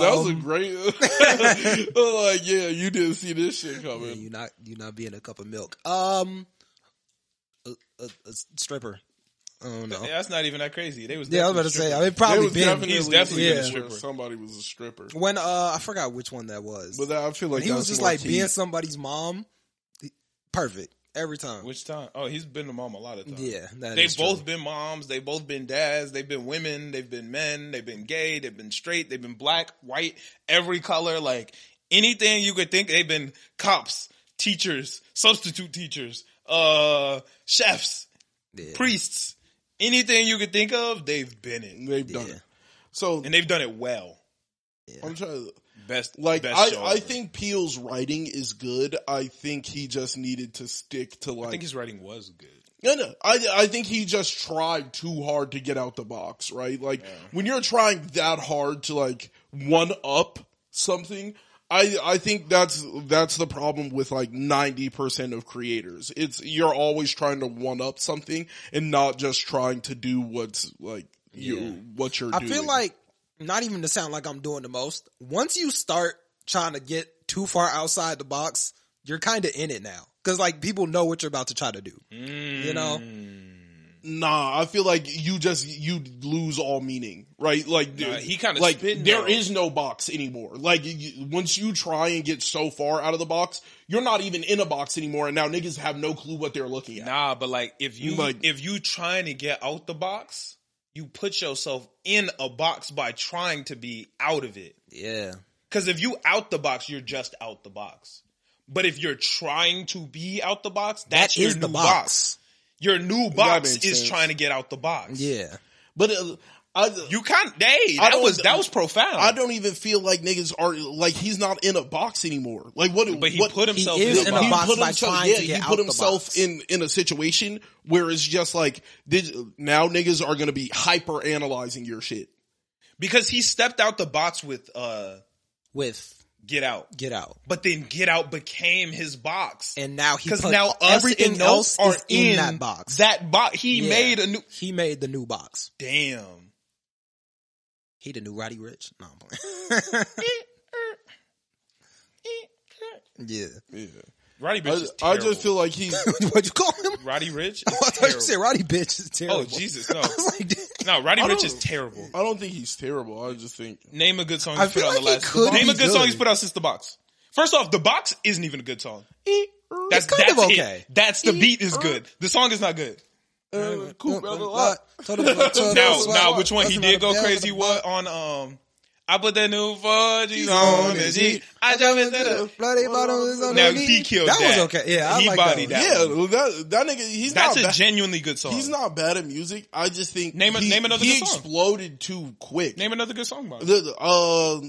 Speaker 2: that was a
Speaker 4: *laughs*
Speaker 2: great. *laughs* like yeah, you didn't see this shit
Speaker 4: Yeah,
Speaker 2: coming.
Speaker 4: you not you not being a cup of milk. Um, a, a, a stripper. I don't know.
Speaker 1: Yeah, that's not even that crazy. They was
Speaker 4: Oh. Yeah, I was about to
Speaker 1: definitely strippers.
Speaker 4: say. I mean,
Speaker 2: There
Speaker 4: probably
Speaker 2: was
Speaker 4: been.
Speaker 2: definitely,
Speaker 1: He's definitely
Speaker 4: been a
Speaker 2: where
Speaker 1: stripper.
Speaker 2: Somebody was a stripper,
Speaker 4: when uh, I forgot which one that was.
Speaker 2: but that, I feel like
Speaker 4: he
Speaker 2: that's
Speaker 4: was just
Speaker 2: more
Speaker 4: like
Speaker 2: Keith.
Speaker 4: being somebody's mom. Perfect every time.
Speaker 1: Which time? Oh, he's been a mom a lot of times.
Speaker 4: yeah, that
Speaker 1: They've
Speaker 4: is true.
Speaker 1: both been moms. They've both been dads. They've been women. They've been men. They've been gay. They've been straight. They've been black, white, every color. Like anything you could think. They've been cops, teachers, substitute teachers, uh, chefs,
Speaker 4: Yeah.
Speaker 1: priests. Anything you could think of, they've been it,
Speaker 2: They've done
Speaker 4: Yeah.
Speaker 2: it. So
Speaker 1: and they've done it well.
Speaker 2: I'm trying to.
Speaker 1: Best,
Speaker 2: Like
Speaker 1: best
Speaker 2: I,
Speaker 1: show
Speaker 2: I
Speaker 1: ever.
Speaker 2: think Peel's writing is good. I think he just needed to stick to
Speaker 1: I
Speaker 2: like
Speaker 1: think his writing was good.
Speaker 2: no no. I I think he just tried too hard to get out the box, right? Like when you're trying that hard to like one up something, I I think that's that's the problem with like 90% of creators. It's you're always trying to one up something and not just trying to do what's like you
Speaker 4: Yeah.
Speaker 2: what you're
Speaker 4: I
Speaker 2: doing.
Speaker 4: feel like not even to sound like I'm doing the most. Once you start trying to get too far outside the box,
Speaker 1: Mm.
Speaker 4: you're kind of in it now because like people know what you're about to try to do. You know,
Speaker 2: Nah, I feel like you just you lose all meaning, right? Like
Speaker 1: Nah,
Speaker 2: dude,
Speaker 1: he kinda
Speaker 2: like
Speaker 1: spitting
Speaker 2: there
Speaker 1: now.
Speaker 2: is no box anymore. Like you, once you try and get so far out of the box, you're not even in a box anymore, and now niggas have no clue what they're looking at.
Speaker 1: Nah, but like if you
Speaker 2: Like-
Speaker 1: if you trying to get out the box, you put yourself in a box by trying to be out of it.
Speaker 4: Yeah.
Speaker 1: Because if you out the box, you're just out the box. But if you're trying to be out the box, that's
Speaker 4: That
Speaker 1: your
Speaker 4: is
Speaker 1: new
Speaker 4: the
Speaker 1: box.
Speaker 4: box.
Speaker 1: Your new box
Speaker 2: makes
Speaker 1: is
Speaker 2: sense.
Speaker 1: trying to get out the box.
Speaker 4: Yeah.
Speaker 2: But uh, I,
Speaker 1: You kind hey,
Speaker 2: I
Speaker 1: that
Speaker 2: don't-
Speaker 1: was that was profound.
Speaker 2: I don't even feel like niggas are like he's not in a box anymore. Like what?
Speaker 1: but he
Speaker 2: what,
Speaker 1: put himself
Speaker 4: is
Speaker 1: in
Speaker 4: in
Speaker 1: a
Speaker 4: a
Speaker 1: box.
Speaker 4: box. by trying to get
Speaker 2: he
Speaker 4: out
Speaker 2: put
Speaker 4: the
Speaker 2: himself
Speaker 4: box.
Speaker 2: in in a situation where it's just like did, now niggas are gonna be hyper analyzing your shit.
Speaker 1: because he stepped out the box with uh
Speaker 4: With
Speaker 1: Get Out.
Speaker 4: Get Out.
Speaker 1: But then Get Out became his box.
Speaker 4: And now he
Speaker 1: because
Speaker 4: put
Speaker 1: now us
Speaker 4: everything
Speaker 1: and those
Speaker 4: else
Speaker 1: are
Speaker 4: is
Speaker 1: in,
Speaker 4: in, that box.
Speaker 1: That box he
Speaker 4: Yeah.
Speaker 1: made a new
Speaker 4: he made the new box.
Speaker 1: damn.
Speaker 4: He the new Roddy Rich. No, I'm
Speaker 2: *laughs*
Speaker 4: playing. yeah.
Speaker 1: Roddy Rich
Speaker 2: I,
Speaker 1: is
Speaker 2: I
Speaker 1: terrible.
Speaker 2: just feel like he's
Speaker 4: What'd you call him? *laughs*
Speaker 1: Roddy *laughs* Rich. Is
Speaker 4: I thought you
Speaker 1: terrible.
Speaker 4: said Roddy bitch is terrible.
Speaker 1: oh Jesus, *laughs* no,
Speaker 4: *laughs* I was like, dude,
Speaker 1: no. Roddy
Speaker 2: I
Speaker 1: Rich
Speaker 2: don't-
Speaker 1: is terrible.
Speaker 2: I don't think he's terrible. I just think
Speaker 1: Name a good song
Speaker 4: I
Speaker 1: he's put
Speaker 4: feel
Speaker 1: out the
Speaker 4: like he
Speaker 1: last.
Speaker 4: could
Speaker 1: Name
Speaker 4: be
Speaker 1: a good, song
Speaker 4: good.
Speaker 1: he's put out since the box. First off, the box isn't even a good song.
Speaker 4: *laughs*
Speaker 1: That's
Speaker 4: kind
Speaker 1: that's
Speaker 4: of
Speaker 1: it.
Speaker 4: okay.
Speaker 1: That's the beat is good. The song is not good.
Speaker 2: uh, cool, brother, lot.
Speaker 1: Now,
Speaker 4: Now,
Speaker 1: now, which one he did go crazy? What on um? I put that new fudge
Speaker 2: on
Speaker 1: on
Speaker 2: his
Speaker 1: it.
Speaker 2: heat.
Speaker 1: I jump in the
Speaker 4: Bloody bottom is on
Speaker 1: Now
Speaker 4: the
Speaker 1: he killed
Speaker 4: That
Speaker 1: that.
Speaker 4: was okay. Yeah, I
Speaker 1: He
Speaker 4: like
Speaker 1: bodied
Speaker 4: that.
Speaker 1: that.
Speaker 4: one.
Speaker 2: Yeah, that that nigga he's
Speaker 1: That's
Speaker 2: not
Speaker 1: a
Speaker 2: bad.
Speaker 1: genuinely good song.
Speaker 2: He's not bad at music. I just think
Speaker 1: Name a-
Speaker 2: he,
Speaker 1: name another
Speaker 2: he
Speaker 1: good song.
Speaker 2: exploded too quick.
Speaker 1: Name another good song by him.
Speaker 2: The- the, uh,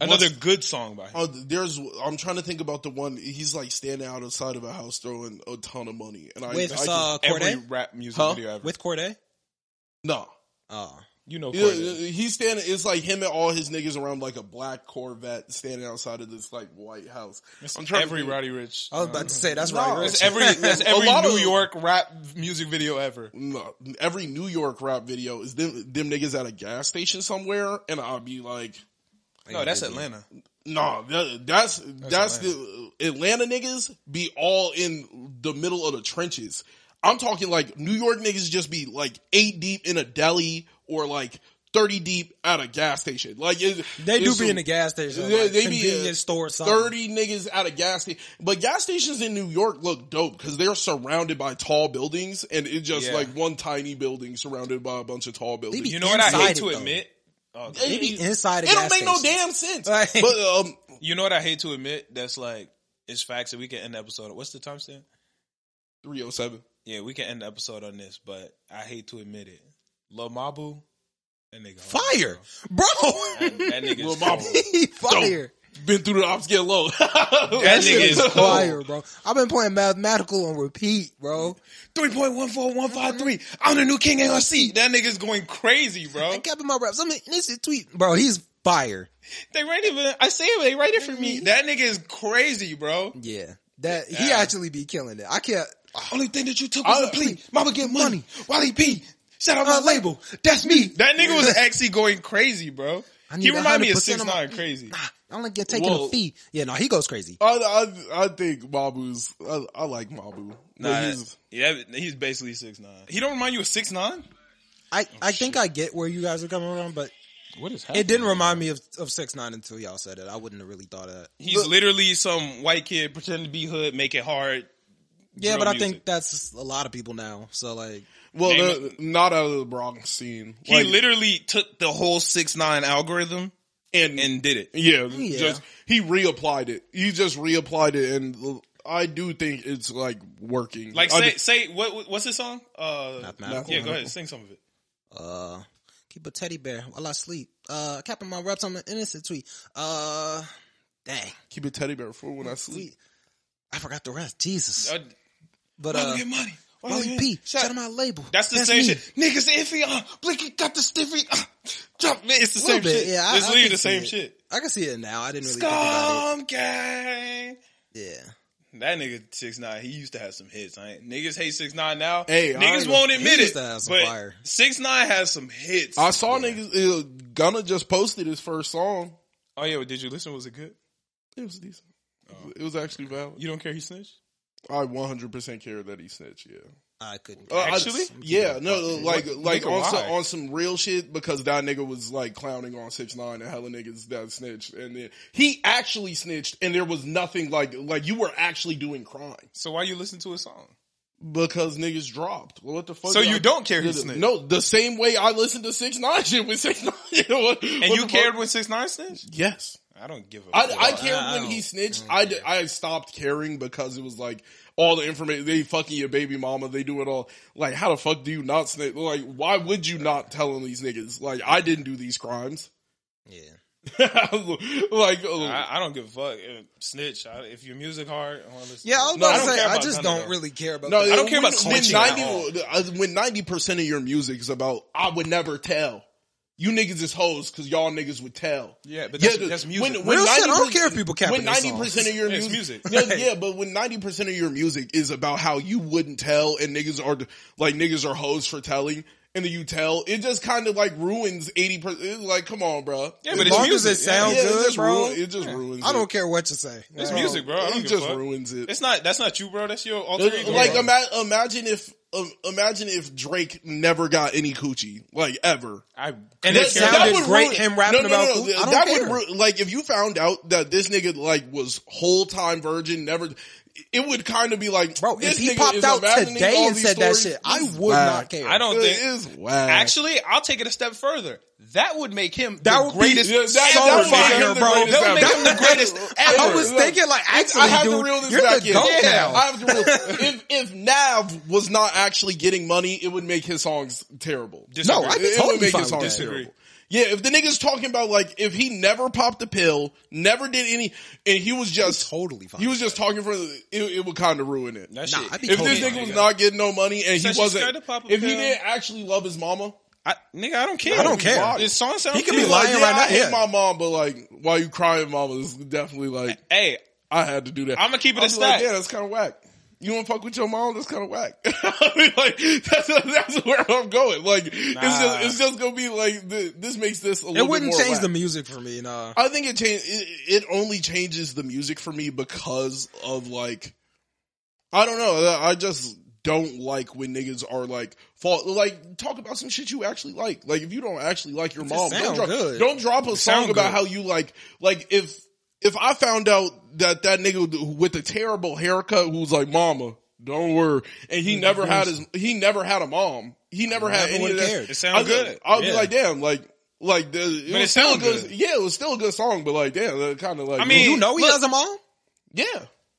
Speaker 1: Another
Speaker 2: what's-
Speaker 1: good song by him.
Speaker 2: uh, there's I'm trying to think about the one he's like standing out outside of a house throwing a ton of money and I,
Speaker 4: With
Speaker 2: I
Speaker 4: uh,
Speaker 1: Every
Speaker 4: Corday?
Speaker 1: rap music
Speaker 2: Huh?
Speaker 1: video ever.
Speaker 4: With Corday?
Speaker 2: no
Speaker 4: Oh.
Speaker 1: You know
Speaker 2: Yeah,
Speaker 1: Corday.
Speaker 2: he's standing it's like him and all his niggas around like a black Corvette standing outside of this like white house I'm trying to
Speaker 1: Every
Speaker 2: think.
Speaker 1: Roddy Rich.
Speaker 4: I was about to say, that's Roddy Rich.
Speaker 1: It's every *laughs*
Speaker 4: *laughs*
Speaker 1: it's
Speaker 2: A
Speaker 1: every
Speaker 2: lot
Speaker 1: New
Speaker 2: of-
Speaker 1: York rap music video ever.
Speaker 2: No, every New York rap video is them them niggas at a gas station somewhere and I'll be like
Speaker 1: No, that's Atlanta.
Speaker 2: No, that, that's that's, the Atlanta niggas be all in the middle of the trenches. I'm talking like New York niggas just be like eight deep in a deli or like thirty deep at a gas station. Like it,
Speaker 4: They do
Speaker 2: it's
Speaker 4: be
Speaker 2: a-
Speaker 4: in the gas station.
Speaker 2: They-
Speaker 4: like,
Speaker 2: they be, uh,
Speaker 4: convenience store or something.
Speaker 2: Thirty niggas at a gas station, but gas stations in New York look dope because they're surrounded by tall buildings, and it's just
Speaker 1: Yeah.
Speaker 2: like one tiny building surrounded by a bunch of tall buildings.
Speaker 4: be
Speaker 1: You know what I
Speaker 4: Inside
Speaker 1: hate
Speaker 4: it,
Speaker 1: to
Speaker 4: though.
Speaker 1: admit? Oh,
Speaker 2: It-
Speaker 4: They be inside a
Speaker 2: it don't
Speaker 4: gas
Speaker 2: make no
Speaker 4: station.
Speaker 2: damn sense.
Speaker 4: Like-
Speaker 2: but um,
Speaker 1: You know what I hate to admit? That's like it's facts that we can end the episode. What's the timestamp?
Speaker 2: three oh seven.
Speaker 1: Yeah, we can end the episode on this, but I hate to admit it. Lil Mabu, that nigga hard,
Speaker 4: Fire.
Speaker 1: bro.
Speaker 4: Bro. *laughs*
Speaker 1: That, that nigga
Speaker 2: Lil
Speaker 1: is *laughs*
Speaker 2: Mabu.
Speaker 1: cold.
Speaker 4: He fire.
Speaker 2: Been through the ops, get low.
Speaker 1: That nigga is
Speaker 4: *laughs* fire, bro. I've been playing mathematical on repeat, bro.
Speaker 1: Three point one four one five three. I'm the new king ARC. That nigga's going crazy,
Speaker 4: I
Speaker 1: bro.
Speaker 4: kept in my reps. I mean, this is tweet, bro. He's fire.
Speaker 1: They write it. for- I say it. They write it for me. That nigga is crazy, bro.
Speaker 4: Yeah, that he actually be killing it. I can't.
Speaker 1: Only thing that you took
Speaker 2: was a
Speaker 1: plea. Mama get money.
Speaker 4: Wally P.
Speaker 1: Shout out
Speaker 4: my label. That's me.
Speaker 1: Uh, That nigga *laughs* was actually going crazy, bro.
Speaker 4: I
Speaker 1: He
Speaker 4: need
Speaker 1: reminded me of
Speaker 4: 100%
Speaker 1: Six
Speaker 4: of my-
Speaker 1: Nine Crazy.
Speaker 4: Nah, *laughs* I don't get taking
Speaker 2: Whoa.
Speaker 4: a fee. Yeah, no, he goes crazy.
Speaker 2: I, I I think Mabu's. I, I like Mabu. But
Speaker 1: Nah,
Speaker 2: he's-
Speaker 1: yeah, he's basically Six Nine. He don't remind you of Six Nine.
Speaker 4: I I think I get where you guys are coming from, but
Speaker 1: What is happening?
Speaker 4: it didn't remind me of of six nine until y'all said it. I wouldn't have really thought of that.
Speaker 1: He's literally some white kid pretending to be hood, make it hard.
Speaker 4: Yeah,
Speaker 1: Drill
Speaker 4: but I
Speaker 1: music.
Speaker 4: think that's a lot of people now. So like,
Speaker 2: well,
Speaker 1: Name
Speaker 2: the, not out of the Bronx scene.
Speaker 1: He literally took the whole Six Nine algorithm and and did it.
Speaker 2: yeah,
Speaker 4: Yeah.
Speaker 2: just he reapplied it. He just reapplied it, and I do think it's like working.
Speaker 1: Like
Speaker 2: I
Speaker 1: say
Speaker 2: do-
Speaker 1: say what what's his song? Uh,
Speaker 4: Mathematical.
Speaker 1: yeah, go ahead, sing some of it.
Speaker 4: uh, keep a teddy bear while I sleep. Uh, capping my reps on an innocent tweet. Uh, dang,
Speaker 2: keep a teddy bear for when I sleep.
Speaker 4: sweet. I forgot the rest. Jesus,
Speaker 1: Uh,
Speaker 4: but
Speaker 1: Mama
Speaker 4: uh,
Speaker 1: get money. Mama
Speaker 4: Wally
Speaker 1: get-
Speaker 4: P.
Speaker 1: Shout-
Speaker 4: Shout out my label.
Speaker 1: That's the same
Speaker 4: me.
Speaker 1: shit. Niggas iffy. Uh, Blinky got the stiffy. Uh, drop man, it's the
Speaker 4: Little
Speaker 1: same
Speaker 4: bit,
Speaker 1: shit.
Speaker 4: yeah, I-
Speaker 1: it's
Speaker 4: I
Speaker 1: literally
Speaker 4: can
Speaker 1: the
Speaker 4: see
Speaker 1: same
Speaker 4: it.
Speaker 1: shit.
Speaker 4: I can see it now. I didn't really think about
Speaker 1: Scum gang.
Speaker 4: it. Yeah.
Speaker 1: That nigga six nine, he used to have some hits. I ain't, niggas hate six nine now.
Speaker 2: Hey, I
Speaker 1: niggas
Speaker 2: ain't-
Speaker 1: won't
Speaker 4: he
Speaker 1: admit
Speaker 4: used
Speaker 1: it.
Speaker 4: to have some
Speaker 1: But
Speaker 4: fire.
Speaker 1: six nine has some hits.
Speaker 2: I saw niggas. Uh, Gunna just posted his first song.
Speaker 1: oh yeah, well, did you listen? Was it good?
Speaker 2: It was
Speaker 1: Oh.
Speaker 2: decent. It was actually valid.
Speaker 1: You don't care he snitched?
Speaker 2: I 100 percent care that he snitched. Yeah,
Speaker 4: I couldn't.
Speaker 2: Uh, I-
Speaker 1: Actually?
Speaker 2: yeah, no, like like
Speaker 1: Nigga,
Speaker 2: on some,
Speaker 1: why?
Speaker 2: on some real shit because that nigga was like clowning on six nine and hella niggas that snitched, and then he actually snitched, and there was nothing like like you were actually doing crime
Speaker 1: So why you listen to a song?
Speaker 2: because niggas dropped. Well, what the fuck?
Speaker 1: So
Speaker 2: did
Speaker 1: you
Speaker 2: I-
Speaker 1: don't care who
Speaker 2: did-
Speaker 1: snitched?
Speaker 2: No, Oh, the same way I listened to six nine *laughs* shit with six nine.
Speaker 1: And you cared when Six Nine snitched?
Speaker 2: Yes.
Speaker 1: I don't give a
Speaker 2: I,
Speaker 1: fuck.
Speaker 2: I cared
Speaker 4: I
Speaker 2: when
Speaker 4: don't-
Speaker 2: he snitched. I, d- I stopped caring because it was like all the information. They fucking your baby mama. They do it all. Like, how the fuck do you not snitch? Like, why would you not tell on these niggas? Like, I didn't do these crimes. *laughs*
Speaker 4: Yeah.
Speaker 2: like, uh,
Speaker 1: I, I don't give a fuck. Uh, Snitch. I, if your music hard, I want to listen.
Speaker 4: Yeah,
Speaker 1: to
Speaker 4: I was
Speaker 1: it.
Speaker 4: about
Speaker 2: I
Speaker 4: to
Speaker 2: don't
Speaker 4: say,
Speaker 1: care
Speaker 4: I
Speaker 1: about
Speaker 4: just
Speaker 1: none of
Speaker 4: don't
Speaker 1: them.
Speaker 4: really care about
Speaker 2: no,
Speaker 4: that.
Speaker 1: I don't care
Speaker 2: when- uh,
Speaker 1: about snitching at
Speaker 2: When 90, when 90% of your music's about, I would never tell. You niggas is hoes because y'all niggas would tell.
Speaker 1: Yeah, but that's, that's music.
Speaker 4: Real shit, I don't
Speaker 2: 90%
Speaker 4: care if people capping
Speaker 2: When
Speaker 4: their
Speaker 2: ninety
Speaker 4: songs.
Speaker 2: percent of your
Speaker 1: It's
Speaker 2: music,
Speaker 1: music. *laughs*
Speaker 2: Yeah, yeah, but when ninety percent of your music is about how you wouldn't tell, and niggas are like niggas are hoes for telling, and then you tell, it just kind of like ruins eighty percent. Like, come on, bro.
Speaker 1: yeah, but
Speaker 4: As
Speaker 1: it's
Speaker 4: long as
Speaker 1: music.
Speaker 4: it sounds
Speaker 1: yeah.
Speaker 2: it
Speaker 4: good,
Speaker 2: just
Speaker 4: bro.
Speaker 2: ruin- it just ruins.
Speaker 4: I
Speaker 2: it.
Speaker 4: don't care what you say.
Speaker 1: It's
Speaker 4: Like,
Speaker 1: music, bro. I don't
Speaker 2: It
Speaker 1: give a
Speaker 2: just
Speaker 1: fuck.
Speaker 2: ruins it.
Speaker 1: It's not. That's not you, bro. That's your alter ego.
Speaker 2: like
Speaker 1: bro.
Speaker 2: ima- imagine if um, imagine if Drake never got any coochie, like ever.
Speaker 1: I
Speaker 4: And it
Speaker 1: couldn't care
Speaker 4: sounded
Speaker 1: less.
Speaker 4: that would great, him rapping about coo- I don't
Speaker 2: that
Speaker 4: care.
Speaker 2: would ru- like if you found out that this nigga like was whole time virgin, never. It would kind of be like,
Speaker 4: Bro,
Speaker 2: this
Speaker 4: if he
Speaker 2: nigga
Speaker 4: popped
Speaker 2: is
Speaker 4: out
Speaker 2: imagining
Speaker 4: today
Speaker 2: all
Speaker 4: and
Speaker 2: these
Speaker 4: said that
Speaker 2: stories.
Speaker 4: shit, I
Speaker 2: This is
Speaker 4: would
Speaker 2: whack.
Speaker 4: not care.
Speaker 1: I don't
Speaker 2: It
Speaker 1: think.
Speaker 2: is whack.
Speaker 1: Actually, I'll take it a step further. That would make him
Speaker 4: That
Speaker 1: the
Speaker 4: would be
Speaker 1: greatest.
Speaker 2: Yeah, that- that
Speaker 4: so
Speaker 2: would make
Speaker 4: fire,
Speaker 2: him the
Speaker 4: bro.
Speaker 2: greatest
Speaker 4: That would
Speaker 2: ever.
Speaker 1: make him the greatest ever.
Speaker 4: I was
Speaker 2: Look,
Speaker 4: thinking, like, actually,
Speaker 2: I have
Speaker 4: dude,
Speaker 2: to reel this
Speaker 4: you're
Speaker 2: back
Speaker 4: the
Speaker 2: in.
Speaker 4: goat
Speaker 2: Yeah,
Speaker 4: now.
Speaker 2: I have to reel.
Speaker 4: *laughs*
Speaker 2: if if Nav was not actually getting money, it would make his songs terrible.
Speaker 1: Disagree.
Speaker 4: No, I
Speaker 2: it
Speaker 4: totally
Speaker 2: would make
Speaker 4: fine
Speaker 2: his
Speaker 4: with
Speaker 2: songs
Speaker 1: that.
Speaker 2: terrible. Yeah, if the nigga's talking about like if he never popped a pill, never did any, and he was just
Speaker 4: totally fine
Speaker 2: He was
Speaker 4: with
Speaker 2: just talking for it. It would kind of ruin it.
Speaker 1: That
Speaker 4: Nah,
Speaker 1: shit.
Speaker 4: I'd be
Speaker 2: If
Speaker 4: totally
Speaker 2: this
Speaker 4: fine
Speaker 2: nigga
Speaker 4: with
Speaker 2: was
Speaker 4: that.
Speaker 2: not getting no money and
Speaker 1: Said
Speaker 2: he
Speaker 1: she's scared to
Speaker 2: wasn't,
Speaker 1: pop a
Speaker 2: if he
Speaker 1: pill.
Speaker 2: didn't actually love his mama,
Speaker 1: I, nigga, I don't care.
Speaker 4: I don't care.
Speaker 1: His song sounds.
Speaker 4: He could be
Speaker 1: good.
Speaker 4: lying
Speaker 2: yeah,
Speaker 4: right
Speaker 2: I
Speaker 4: now,
Speaker 2: hate
Speaker 4: yeah.
Speaker 2: my mom, but like, why you crying, mama? Is definitely like
Speaker 1: Hey,
Speaker 2: I had to do that.
Speaker 1: I'ma keep it
Speaker 2: I'll
Speaker 1: a
Speaker 2: be like,
Speaker 1: stack.
Speaker 2: yeah, that's kind of whack. You want to fuck with your mom? That's kind of whack. *laughs* I mean, like that's that's where I'm going. Like it's
Speaker 1: Nah.
Speaker 2: just it's just gonna be like the, this makes this a
Speaker 4: It
Speaker 2: little
Speaker 4: wouldn't
Speaker 2: bit more
Speaker 4: change
Speaker 2: whack.
Speaker 4: the music for me, nah.
Speaker 2: I think it changed. It, it only changes the music for me because of like, I don't know. I just don't like when niggas are like, fall, like talk about some shit you actually like. Like if you don't actually like your mom, don't
Speaker 4: sound
Speaker 2: drop,
Speaker 4: good.
Speaker 2: don't drop a song
Speaker 1: sound
Speaker 2: about
Speaker 1: good.
Speaker 2: how you like. Like if if I found out that that nigga with the terrible haircut who was like, "Mama, don't worry," and he never had his, he never had a mom. He never had any
Speaker 4: Everyone
Speaker 2: of that.
Speaker 4: cared.
Speaker 1: It sound
Speaker 2: I was-
Speaker 1: good.
Speaker 2: I would
Speaker 4: Yeah.
Speaker 2: be like, damn, like. Like the, it
Speaker 1: But
Speaker 2: was
Speaker 1: it
Speaker 2: still a
Speaker 1: sound
Speaker 2: good.
Speaker 1: good.
Speaker 2: Yeah, it was still a good song, but like, damn, that kind of like.
Speaker 1: I mean-
Speaker 4: You know he
Speaker 1: Look.
Speaker 4: has a mom?
Speaker 2: yeah,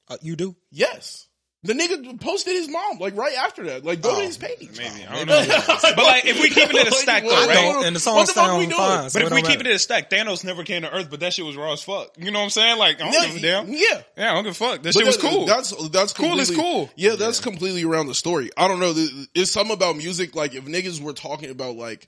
Speaker 4: Uh, you do.
Speaker 2: yes. The nigga posted his mom like right after that. Like, go to his page.
Speaker 1: Oh, maybe I don't know. but like, if we keeping
Speaker 4: *laughs*
Speaker 1: it a stack though,
Speaker 2: I
Speaker 1: right?
Speaker 4: don't, and the song
Speaker 2: What the fuck
Speaker 4: sound
Speaker 2: we doing?
Speaker 4: fine, so
Speaker 1: But if we
Speaker 4: don't
Speaker 1: keep it
Speaker 4: matter.
Speaker 1: in a stack, Thanos never came to Earth, but that shit was raw as fuck. You know what I'm saying? Like, I don't give a damn.
Speaker 2: Yeah.
Speaker 1: Yeah, I don't give a fuck. That
Speaker 2: But
Speaker 1: shit was
Speaker 2: that-
Speaker 1: cool.
Speaker 2: That's that's
Speaker 1: Cool is
Speaker 2: completely-
Speaker 1: cool.
Speaker 2: Yeah, that's completely around the story. I don't know. th- It's something about music. Like if niggas were talking about like,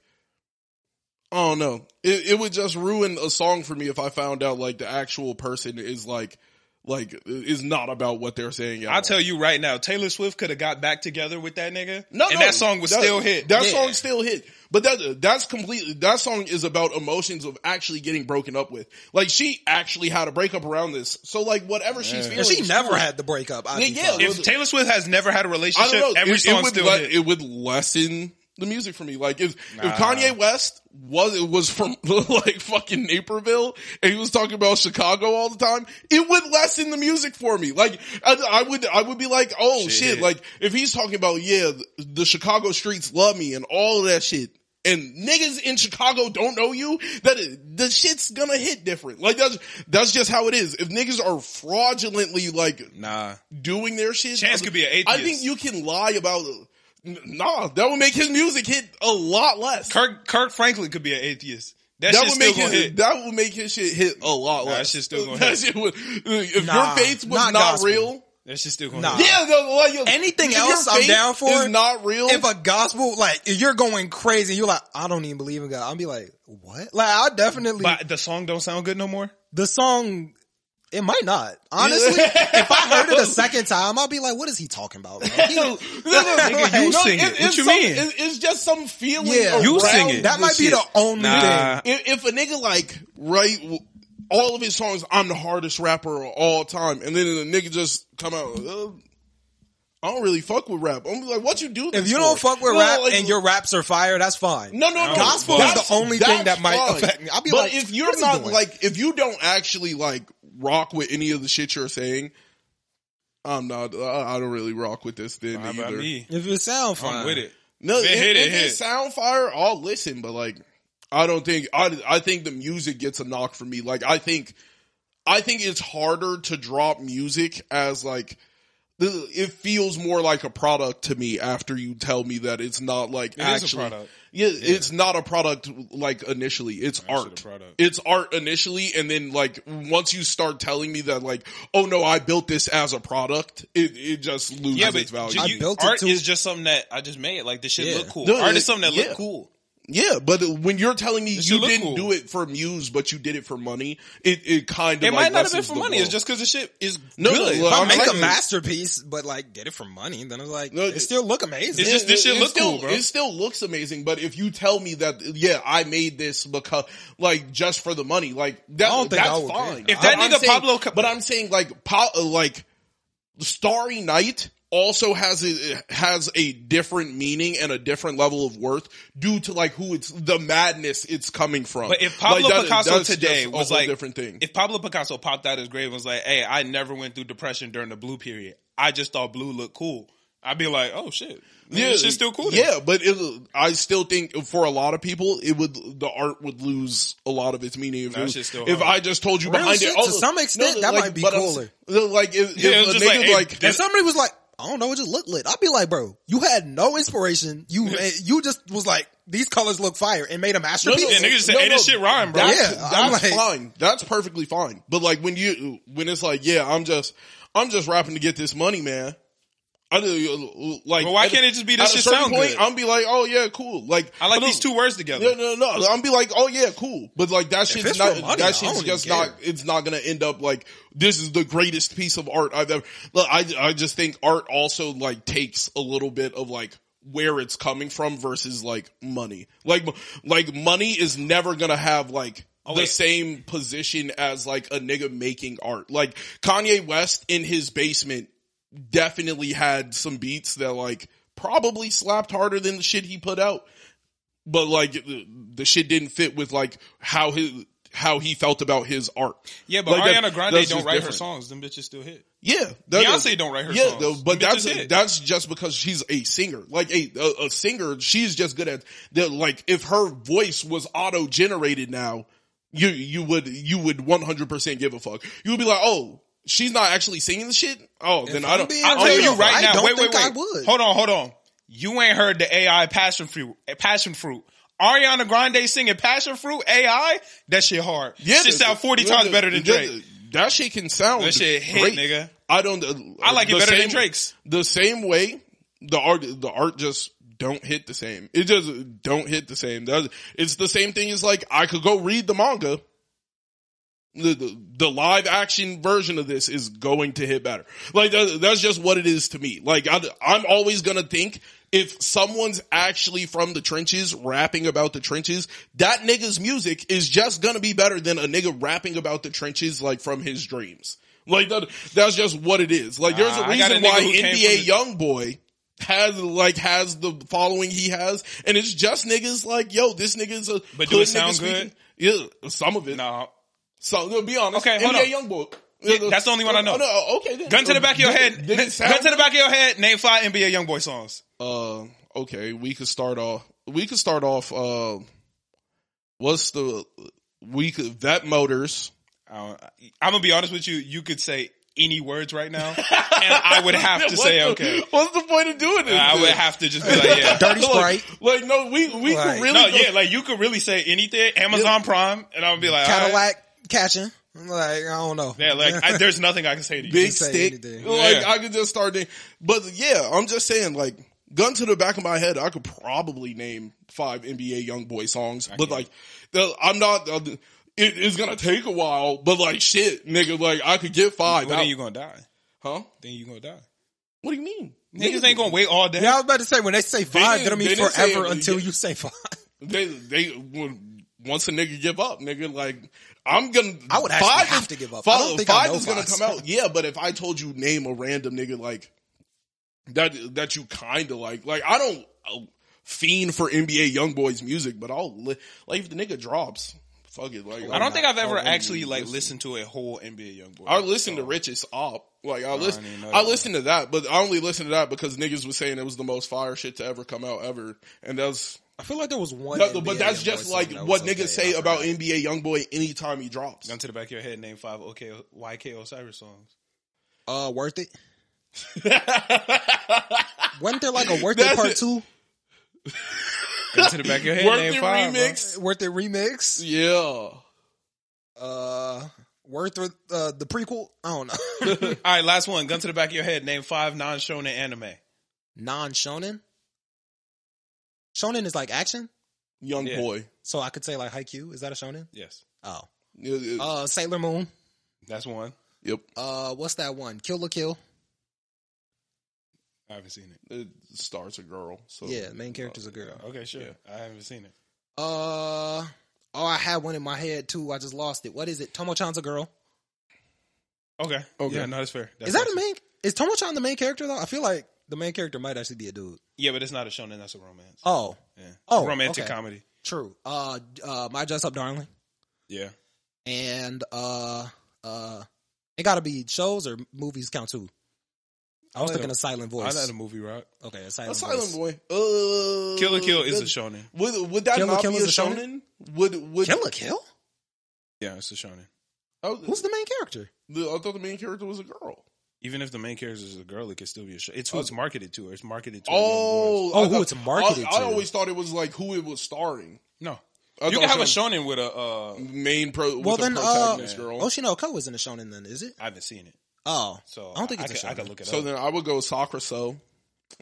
Speaker 2: I don't know, it, it would just ruin a song for me if I found out like the actual person is like, like is not about what they're saying. at
Speaker 1: I'll
Speaker 2: all.
Speaker 1: tell you right now, Taylor Swift could have got back together with that nigga.
Speaker 2: No,
Speaker 1: and
Speaker 2: no,
Speaker 1: that song would
Speaker 2: that-
Speaker 1: still hit.
Speaker 2: That
Speaker 1: Yeah.
Speaker 2: song still hit, but that that's completely. That song is about emotions of actually getting broken up with. Like she actually had a breakup around this, so like whatever she's feeling,
Speaker 4: And she never had the breakup. I'd be
Speaker 2: Yeah,
Speaker 4: fine.
Speaker 2: yeah.
Speaker 1: If Taylor Swift has never had a
Speaker 2: I
Speaker 1: relationship,
Speaker 2: don't know.
Speaker 1: every
Speaker 2: it,
Speaker 1: song
Speaker 2: it would
Speaker 1: still
Speaker 2: le-
Speaker 1: hit.
Speaker 2: it would lessen the music for me. Like if, if
Speaker 1: Nah.
Speaker 2: Kanye West was it was from *laughs* like fucking Naperville and he was talking about Chicago all the time, it would lessen the music for me. Like I, I would I would be like, oh shit.
Speaker 1: Shit.
Speaker 2: Like if he's talking about yeah, the Chicago streets love me and all of that shit. And niggas in Chicago don't know you. That the shit's gonna hit different. Like that's that's just how it is. If niggas are fraudulently like
Speaker 1: nah.
Speaker 2: doing their shit.
Speaker 1: Chance could be an atheist.
Speaker 2: I think you can lie about. N- Nah, that would make his music hit a lot less.
Speaker 1: Kirk Kirk Franklin could be an atheist. That,
Speaker 2: that
Speaker 1: shit's
Speaker 2: would
Speaker 1: still
Speaker 2: make
Speaker 1: gonna
Speaker 2: his
Speaker 1: hit.
Speaker 2: that would make his shit hit a lot
Speaker 1: Nah,
Speaker 2: less.
Speaker 1: that shit's still gonna
Speaker 2: That
Speaker 1: hit.
Speaker 2: shit would- if
Speaker 4: Nah,
Speaker 2: your faith was
Speaker 4: not
Speaker 2: not,
Speaker 4: gospel.
Speaker 2: real,
Speaker 1: that shit's still gonna
Speaker 4: Nah.
Speaker 1: hit.
Speaker 2: yeah, no, like, yo,
Speaker 4: Anything
Speaker 2: if your
Speaker 4: else I'm
Speaker 2: faith
Speaker 4: down for.
Speaker 2: Is not real.
Speaker 4: if a gospel like if you're going crazy, you're like, I don't even believe in God. I'll be like, what? Like I definitely
Speaker 1: But the song don't sound good no more.
Speaker 4: the song. It might not. Honestly,
Speaker 1: *laughs*
Speaker 4: if I heard it a second time, I'll be like, what is he talking about? bro?
Speaker 1: *laughs*
Speaker 4: He- *laughs*
Speaker 1: Nigga, you
Speaker 4: No,
Speaker 1: sing it.
Speaker 2: it-
Speaker 1: What
Speaker 2: it's
Speaker 1: you
Speaker 2: some-
Speaker 1: mean?
Speaker 2: it- it's just some feeling.
Speaker 4: yeah,
Speaker 1: You
Speaker 2: around
Speaker 1: sing it.
Speaker 4: That
Speaker 2: the
Speaker 4: might be
Speaker 2: shit.
Speaker 4: the only
Speaker 1: Nah.
Speaker 4: thing.
Speaker 2: if, if a nigga like right w- all of his songs, I'm the hardest rapper of all time, and then the nigga just come out, uh, I don't really fuck with rap. I'm like, what you do?
Speaker 4: If
Speaker 2: this
Speaker 4: you don't
Speaker 2: for?
Speaker 4: fuck with
Speaker 2: No,
Speaker 4: rap
Speaker 2: like,
Speaker 4: and your raps are fire, that's fine.
Speaker 2: no, no, no.
Speaker 4: Gospel is
Speaker 2: That's-
Speaker 4: the only thing that
Speaker 2: that's
Speaker 4: might
Speaker 2: fine.
Speaker 4: affect me. I'll be
Speaker 2: but
Speaker 4: like,
Speaker 2: if you're
Speaker 4: what is he
Speaker 2: not
Speaker 4: doing?
Speaker 2: like, if you don't actually like rock with any of the shit you're saying, I'm not. I I don't really rock with this then
Speaker 1: How about
Speaker 2: either.
Speaker 1: me?
Speaker 4: If it sound
Speaker 1: I'm
Speaker 4: fine,
Speaker 1: with it.
Speaker 2: No,
Speaker 1: If
Speaker 2: if,
Speaker 1: it hit, it
Speaker 2: if
Speaker 1: hit.
Speaker 2: it's sound fire, I'll listen. But like, I don't think I. I think the music gets a knock for me. Like, I think, I think it's harder to drop music as like. the- It feels more like a product to me after you tell me that it's not like
Speaker 1: It is a
Speaker 2: actually.
Speaker 1: product.
Speaker 2: Yeah, it's not a product like initially. It's
Speaker 1: Actually
Speaker 2: art.
Speaker 1: a product.
Speaker 2: It's art initially, and then like once you start telling me that like, oh no, I built this as a product, it, it just loses
Speaker 1: Yeah, but
Speaker 2: its value.
Speaker 1: ju-
Speaker 4: I
Speaker 1: you-
Speaker 4: built it
Speaker 1: art
Speaker 4: to-
Speaker 1: is just something that I just made. Like the shit
Speaker 4: Yeah.
Speaker 1: look cool.
Speaker 2: No,
Speaker 1: art
Speaker 2: it-
Speaker 1: is something that
Speaker 2: yeah.
Speaker 1: look cool.
Speaker 2: Yeah, but when you're telling me
Speaker 1: It should
Speaker 2: you
Speaker 1: look
Speaker 2: didn't
Speaker 1: cool.
Speaker 2: do it for muse, but you did it for money, it, it kind of
Speaker 1: It might
Speaker 2: like
Speaker 1: not have been
Speaker 2: lessens
Speaker 1: for
Speaker 2: the
Speaker 1: money.
Speaker 2: blow.
Speaker 1: It's just because the shit is
Speaker 2: No, no,
Speaker 1: good.
Speaker 2: look,
Speaker 4: if I
Speaker 2: I'm
Speaker 4: make a
Speaker 2: saying-
Speaker 4: masterpiece, but like get it for money, then I'm like,
Speaker 2: No,
Speaker 4: it still look amazing.
Speaker 1: It's just- this shit
Speaker 2: it
Speaker 1: look
Speaker 2: still,
Speaker 1: cool, bro.
Speaker 2: It still looks amazing, but if you tell me that, yeah, I made this because, like, just for the money, like that,
Speaker 4: I don't think
Speaker 2: that's
Speaker 4: I would
Speaker 2: fine.
Speaker 4: be.
Speaker 1: If that
Speaker 2: But I'm
Speaker 1: nigga
Speaker 2: saying-
Speaker 1: Pablo Ca-
Speaker 2: but I'm saying like, pa- uh, like, Starry Night also has a has a different meaning and a different level of worth due to like who it's the madness it's coming from.
Speaker 1: But if Pablo
Speaker 2: Like, that-
Speaker 1: Picasso
Speaker 2: that's
Speaker 1: today
Speaker 2: just a
Speaker 1: was
Speaker 2: whole
Speaker 1: like
Speaker 2: different thing.
Speaker 1: if Pablo Picasso popped out his grave and was like, "Hey, I never went through depression during the blue period. I just thought blue looked cool." I'd be like, "Oh shit, yeah, this shit's still cool." then."
Speaker 2: Yeah, but it, I still think for a lot of people, it would the art would lose a lot of its meaning if,
Speaker 1: Nah,
Speaker 2: it
Speaker 1: that
Speaker 2: was-
Speaker 1: shit's still
Speaker 2: if
Speaker 1: hard.
Speaker 2: I just told you
Speaker 4: Real
Speaker 2: behind
Speaker 4: shit,
Speaker 2: it. Oh,
Speaker 4: to some extent, that might be
Speaker 2: but I'm-
Speaker 4: cooler.
Speaker 2: Like if,
Speaker 1: Yeah, it
Speaker 2: if
Speaker 1: was
Speaker 2: a
Speaker 1: just like,
Speaker 2: nigga
Speaker 1: it- *laughs*
Speaker 2: like,
Speaker 4: if somebody was like, I don't know, it just looked lit. I'd be like, bro, you had no inspiration. You eh, you just was like, these colors look fire and made a masterpiece.
Speaker 1: Yeah, niggas say, "Hey, this shit rhyme, bro."
Speaker 2: That's,
Speaker 4: Yeah, *laughs* I'm
Speaker 2: that's
Speaker 4: like-
Speaker 2: fine. That's perfectly fine. But like when you when it's like, yeah, I'm just I'm just rapping to get this money, man. I do like.
Speaker 1: But why
Speaker 2: at-
Speaker 1: can't it just be this
Speaker 2: At a
Speaker 1: shit
Speaker 2: certain
Speaker 1: sound
Speaker 2: point,
Speaker 1: good?
Speaker 2: I'm be like, oh yeah, cool. Like
Speaker 1: I like
Speaker 2: but
Speaker 1: these
Speaker 2: no,
Speaker 1: two words together.
Speaker 2: No, no, no. I'm be like, oh yeah, cool. But like that
Speaker 4: it's
Speaker 2: shit's
Speaker 4: for
Speaker 2: not.
Speaker 4: money, I
Speaker 2: that
Speaker 4: don't
Speaker 2: shit's
Speaker 4: even
Speaker 2: just
Speaker 4: care.
Speaker 2: not. It's not gonna end up like this is the greatest piece of art I've ever. Look, I I just think art also like takes a little bit of like where it's coming from versus like money. Like like money is never gonna have like.
Speaker 4: Oh,
Speaker 2: the
Speaker 1: wait.
Speaker 2: same position as like a nigga making art. Like Kanye West in his basement definitely had some beats that like probably slapped harder than the shit he put out but like the, the shit didn't fit with like how his how he felt about his art.
Speaker 1: Yeah, but
Speaker 2: Like, that-
Speaker 1: Ariana Grande
Speaker 2: that's
Speaker 1: don't
Speaker 2: just
Speaker 1: write her
Speaker 2: different.
Speaker 1: songs. Them bitches still hit.
Speaker 2: Yeah, that-
Speaker 1: Beyonce don't write her
Speaker 2: yeah,
Speaker 1: songs.
Speaker 2: though, but
Speaker 1: Bitches
Speaker 2: that's
Speaker 1: hit.
Speaker 2: that's just because she's a singer. Like a a, a singer, she's just good at that. Like if her voice was auto generated now, you you would you would one hundred percent give a fuck. You would be like, oh, she's not actually singing the shit. Oh, then I
Speaker 4: I'm
Speaker 2: don't.
Speaker 4: being
Speaker 2: I
Speaker 1: I'll
Speaker 2: don't
Speaker 1: tell
Speaker 2: give
Speaker 1: you
Speaker 2: a fuck.
Speaker 1: right
Speaker 4: I
Speaker 1: now.
Speaker 4: don't
Speaker 1: wait,
Speaker 4: think
Speaker 1: wait,
Speaker 4: I
Speaker 1: wait.
Speaker 4: would.
Speaker 1: Hold on, hold on. You ain't heard the AI passion fruit. eh, Passion fruit. Ariana Grande singing passion fruit AI. That shit hard. Yeah, shit
Speaker 2: the-
Speaker 1: sound forty
Speaker 2: yeah,
Speaker 1: times
Speaker 2: the-
Speaker 1: better than
Speaker 2: yeah,
Speaker 1: Drake.
Speaker 2: the- That shit can sound
Speaker 1: That shit hit,
Speaker 2: great.
Speaker 1: nigga.
Speaker 2: I don't. uh,
Speaker 1: I like it
Speaker 2: the
Speaker 1: better than Drake's.
Speaker 2: The same way the art, the art just don't hit the same. It just don't hit the same. That- It's the same thing as like I could go read the manga. The, the, the live action version of this is going to hit better. Like that, that's just what it is to me. Like I, I'm always gonna think if someone's actually from the trenches rapping about the trenches, that nigga's music is just gonna be better than a nigga rapping about the trenches like from his dreams. Like that, that's just what it is. Like there's
Speaker 1: Nah,
Speaker 2: a
Speaker 1: I got a
Speaker 2: reason
Speaker 1: nigga
Speaker 2: why
Speaker 1: who came from
Speaker 2: NBA
Speaker 1: the-
Speaker 2: Young Boy has like has the following he has, and it's just niggas like yo, this nigga's a
Speaker 1: But do it
Speaker 2: hood nigga
Speaker 1: sound
Speaker 2: speaking. Yeah, some of it.
Speaker 1: No.
Speaker 2: So to be honest,
Speaker 1: Okay, hold
Speaker 2: NBA
Speaker 1: on.
Speaker 2: Young Boy.
Speaker 1: Yeah, that's the only one I know.
Speaker 2: Oh, no, okay, then.
Speaker 1: Gun to the back of your
Speaker 2: Did-
Speaker 1: head.
Speaker 2: Did it sound
Speaker 1: Gun to the back of your head. Name five NBA YoungBoy songs.
Speaker 2: uh okay we could start off we could start off uh what's the we could vet motors
Speaker 1: I don't, I'm gonna be honest with you. You could say any words right
Speaker 2: *laughs*
Speaker 1: now, and I would have to
Speaker 2: What
Speaker 1: say
Speaker 2: the-
Speaker 1: okay.
Speaker 2: what's the point of doing this
Speaker 1: I would
Speaker 2: then?
Speaker 1: have to just be like,
Speaker 2: *laughs*
Speaker 1: yeah.
Speaker 4: Dirty
Speaker 2: like,
Speaker 4: Sprite.
Speaker 2: like no we we
Speaker 4: Like-
Speaker 2: could really
Speaker 1: No,
Speaker 2: go-
Speaker 1: yeah, like you could really say anything. Amazon Prime, and I would be like, all right.
Speaker 4: Cadillac catching. Like, I don't know.
Speaker 1: Yeah, like
Speaker 4: *laughs*
Speaker 1: I, there's nothing I can say to you.
Speaker 2: big
Speaker 4: can say
Speaker 2: stick
Speaker 4: anything.
Speaker 2: like
Speaker 1: Yeah.
Speaker 2: i could just start doing but yeah i'm just saying like gun to the back of my head i could probably name five nba young boy songs but like the, i'm not uh, it, it's gonna take a while but like shit nigga like i could get five
Speaker 1: When are
Speaker 2: out.
Speaker 1: you gonna die?
Speaker 2: huh
Speaker 1: Then you gonna die.
Speaker 2: What do you mean?
Speaker 1: Niggas ain't gonna wait all day.
Speaker 4: Yeah, I was about to say when they say five,
Speaker 2: didn't-
Speaker 4: that don't
Speaker 2: they
Speaker 4: mean
Speaker 2: didn't say
Speaker 4: forever
Speaker 2: it,
Speaker 4: until
Speaker 2: yeah.
Speaker 4: you say five.
Speaker 2: They they when- once a nigga give up, nigga, like I'm gonna.
Speaker 4: I would actually have to give up. I
Speaker 2: Five,
Speaker 4: don't think I
Speaker 2: five
Speaker 4: know
Speaker 2: is gonna
Speaker 4: fives.
Speaker 2: come out. Yeah, but if I told you name a random nigga like that that you kind of like. Like I don't uh, fiend for NBA young boys music, but I'll li- like if the nigga drops, fuck it. Like
Speaker 1: I don't think I've ever
Speaker 2: I'll
Speaker 1: actually like
Speaker 2: listen.
Speaker 1: listened to a whole NBA Youngboy.
Speaker 2: I listened to Rich's op. Like I listen,
Speaker 1: even know
Speaker 2: I
Speaker 1: that.
Speaker 2: listened to that, but I only listened to that because niggas was saying it was the most fire shit to ever come out ever, and that's
Speaker 4: I feel like there was one.
Speaker 2: that,
Speaker 4: NBA
Speaker 2: but that's
Speaker 4: Youngboy
Speaker 2: just
Speaker 4: song
Speaker 2: like
Speaker 4: that was
Speaker 2: what
Speaker 4: okay.
Speaker 2: niggas say
Speaker 4: I
Speaker 2: about
Speaker 4: forgot.
Speaker 2: NBA YoungBoy anytime he drops. *laughs*
Speaker 1: Gun to the back of your head. Name five OK YK Osiris songs.
Speaker 4: Uh, worth it. Wasn't there like a worth it
Speaker 2: That's
Speaker 4: part
Speaker 2: it.
Speaker 4: two?
Speaker 1: Gun to the back of your head.
Speaker 2: Worth
Speaker 1: name
Speaker 2: It
Speaker 1: five, bro.
Speaker 2: remix.
Speaker 4: Worth it remix.
Speaker 2: Yeah,
Speaker 4: Uh, worth it. Uh, the prequel. I don't know. *laughs*
Speaker 1: *laughs* All right, last one. Gun to the back of your head. Name five non-shonen anime.
Speaker 4: Non shonen. Shonen is like action,
Speaker 2: young
Speaker 1: Yeah.
Speaker 2: boy.
Speaker 4: so I could say like Haikyuu. Is that a shonen?
Speaker 1: Yes,
Speaker 4: Oh,
Speaker 2: Yeah, yeah.
Speaker 4: uh, Sailor Moon.
Speaker 1: that's one.
Speaker 2: yep,
Speaker 4: Uh, what's that one? Kill la Kill.
Speaker 1: I haven't seen it.
Speaker 2: it starts a girl. So Uh,
Speaker 4: Yeah, main character's a girl.
Speaker 1: Okay, sure. I haven't seen it.
Speaker 4: Uh, oh, I had one in my head too. I just lost it. What is it? Tomo-chan's a girl.
Speaker 1: Okay.
Speaker 2: Okay.
Speaker 1: Yeah, no, that's fair. That's
Speaker 4: Is that
Speaker 1: fair.
Speaker 4: a main? Is Tomo-chan the main character though? I feel like the main character might actually be a dude.
Speaker 1: Yeah, but it's not a shonen. That's a romance.
Speaker 4: Oh,
Speaker 1: yeah.
Speaker 4: oh,
Speaker 1: romantic
Speaker 4: okay.
Speaker 1: comedy.
Speaker 4: true. Uh, uh, my dress up, darling,
Speaker 1: Yeah.
Speaker 4: and uh, uh, it gotta be shows or movies count too. I was
Speaker 1: I
Speaker 4: thinking
Speaker 1: know.
Speaker 4: a silent voice.
Speaker 1: I know the movie rock.
Speaker 4: Okay, a
Speaker 2: a
Speaker 4: silent,
Speaker 2: silent
Speaker 4: voice.
Speaker 2: boy. Uh,
Speaker 1: Kill la Kill is a
Speaker 2: that-
Speaker 1: shonen.
Speaker 2: Would would that
Speaker 4: Kill la
Speaker 2: not
Speaker 4: Kill
Speaker 2: be a
Speaker 4: is a
Speaker 2: shonen?
Speaker 4: shonen?
Speaker 2: Would would
Speaker 4: Kill a Kill.
Speaker 1: Yeah, it's a shonen.
Speaker 2: I,
Speaker 4: Who's the main character?
Speaker 2: the, I thought the main character was a girl.
Speaker 1: Even if the main character is a girl, it could still be a show. It's who it's marketed to. Or it's marketed to.
Speaker 2: Oh,
Speaker 4: Oh,
Speaker 2: I
Speaker 4: who
Speaker 2: thought-
Speaker 4: it's marketed
Speaker 2: I, I
Speaker 4: to.
Speaker 2: always thought it was like who it was starring.
Speaker 1: a young boy.
Speaker 2: I
Speaker 1: no. You
Speaker 2: thought
Speaker 1: can have a
Speaker 2: it was
Speaker 1: shonen with a. Uh,
Speaker 2: main pro. With
Speaker 4: Well,
Speaker 2: a
Speaker 4: then, uh,
Speaker 2: protagonist girl.
Speaker 4: Oshino Ko isn't a shonen then, is it?
Speaker 1: I haven't seen it,
Speaker 4: Oh,
Speaker 1: so
Speaker 4: I don't think
Speaker 1: I,
Speaker 4: it's a
Speaker 1: could, I
Speaker 4: shonen.
Speaker 1: could look it
Speaker 2: so
Speaker 1: up.
Speaker 2: then I would go Sakura. So,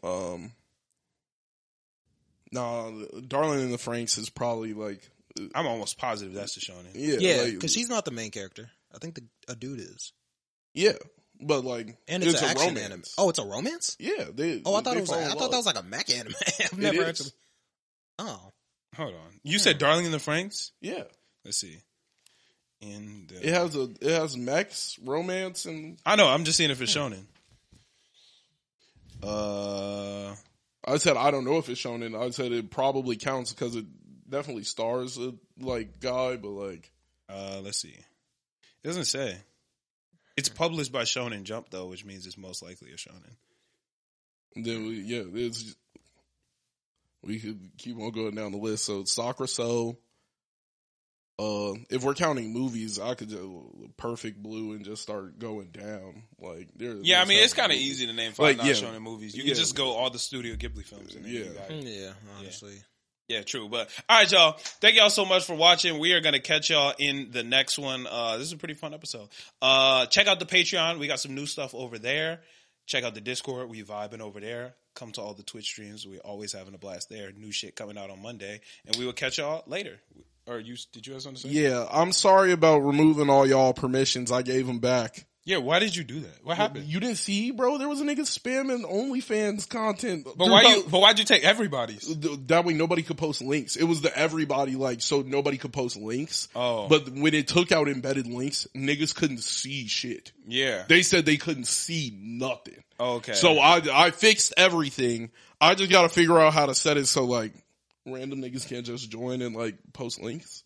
Speaker 2: um, nah, Darling in the Franks is probably like
Speaker 1: I'm almost positive that's the shonen.
Speaker 2: yeah,
Speaker 4: yeah,
Speaker 2: like,
Speaker 4: because she's not the main character. I think the, a dude is,
Speaker 2: yeah, but like
Speaker 4: and it's, an
Speaker 2: a
Speaker 4: action
Speaker 2: romance.
Speaker 4: anime. Oh, it's a romance.
Speaker 2: yeah, they,
Speaker 4: Oh, I thought
Speaker 2: they
Speaker 4: it was.
Speaker 2: fall
Speaker 4: Like,
Speaker 2: in
Speaker 4: I
Speaker 2: love.
Speaker 4: thought that was like a mech anime. *laughs* I've
Speaker 2: It
Speaker 4: never
Speaker 2: is.
Speaker 4: actually. Oh,
Speaker 1: Hold on. You said Darling in the Franks?
Speaker 2: Yeah,
Speaker 1: Let's see. In the
Speaker 2: it has a it has mechs, romance, and
Speaker 1: I know, I'm just seeing if it's shonen. Uh
Speaker 2: I said I don't know if it's shown in. I said it probably counts because it definitely stars a like guy, but like
Speaker 1: uh let's see. It doesn't say. It's published by Shonen Jump though, which means it's most likely a shonen.
Speaker 2: then we, yeah, it's we could keep on going down the list. So Sakura So. Uh, if we're counting movies, I could just perfect blue and just start going down. Like there,
Speaker 1: Yeah, I
Speaker 2: there's
Speaker 1: mean it's
Speaker 2: how
Speaker 1: kind of
Speaker 2: many movies.
Speaker 1: easy to name
Speaker 2: Like,
Speaker 1: five non
Speaker 2: yeah.
Speaker 1: shonen movies. You can
Speaker 2: Yeah.
Speaker 1: just go all the Studio Ghibli films. And then
Speaker 2: Yeah.
Speaker 1: You got it.
Speaker 4: Mm, yeah. Honestly,
Speaker 1: Yeah, true. But all right, y'all. Thank y'all so much for watching. We are gonna catch y'all in the next one. Uh, this is a pretty fun episode. Uh, check out the Patreon. We got some new stuff over there. Check out the Discord. We vibing over there. Come to all the Twitch streams. We always having a blast there. New shit coming out on Monday, and we will catch y'all later. Or you? Did you have something to say?
Speaker 2: Yeah, I'm sorry about removing all y'all permissions. I gave them back.
Speaker 1: Yeah, Why did you do that? What happened?
Speaker 2: You didn't see, bro? There was a nigga spamming OnlyFans content.
Speaker 1: But why
Speaker 2: throughout-
Speaker 1: you? But why'd you take everybody's?
Speaker 2: th- that way nobody could post links. It was the everybody like so nobody could post links.
Speaker 1: Oh.
Speaker 2: But when it took out embedded links, niggas couldn't see shit.
Speaker 1: Yeah.
Speaker 2: They said they couldn't see nothing.
Speaker 1: Okay.
Speaker 2: So I I fixed everything. I just got to figure out how to set it so like random niggas can't just join and like post links.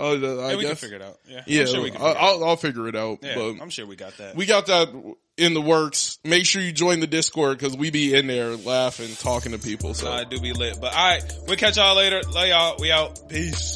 Speaker 2: Oh, the- I
Speaker 1: yeah, we can
Speaker 2: guess.
Speaker 1: figure it out. Yeah.
Speaker 2: Yeah,
Speaker 1: I'm sure we can.
Speaker 2: I,
Speaker 1: Figure it out.
Speaker 2: I'll, I'll figure it out.
Speaker 1: Yeah,
Speaker 2: but
Speaker 1: I'm sure we got that.
Speaker 2: we got that in the works. Make sure you join the Discord because we be in there laughing, talking to people. So
Speaker 1: I do be lit. But all right, we'll catch y'all later. Love y'all. We out. Peace.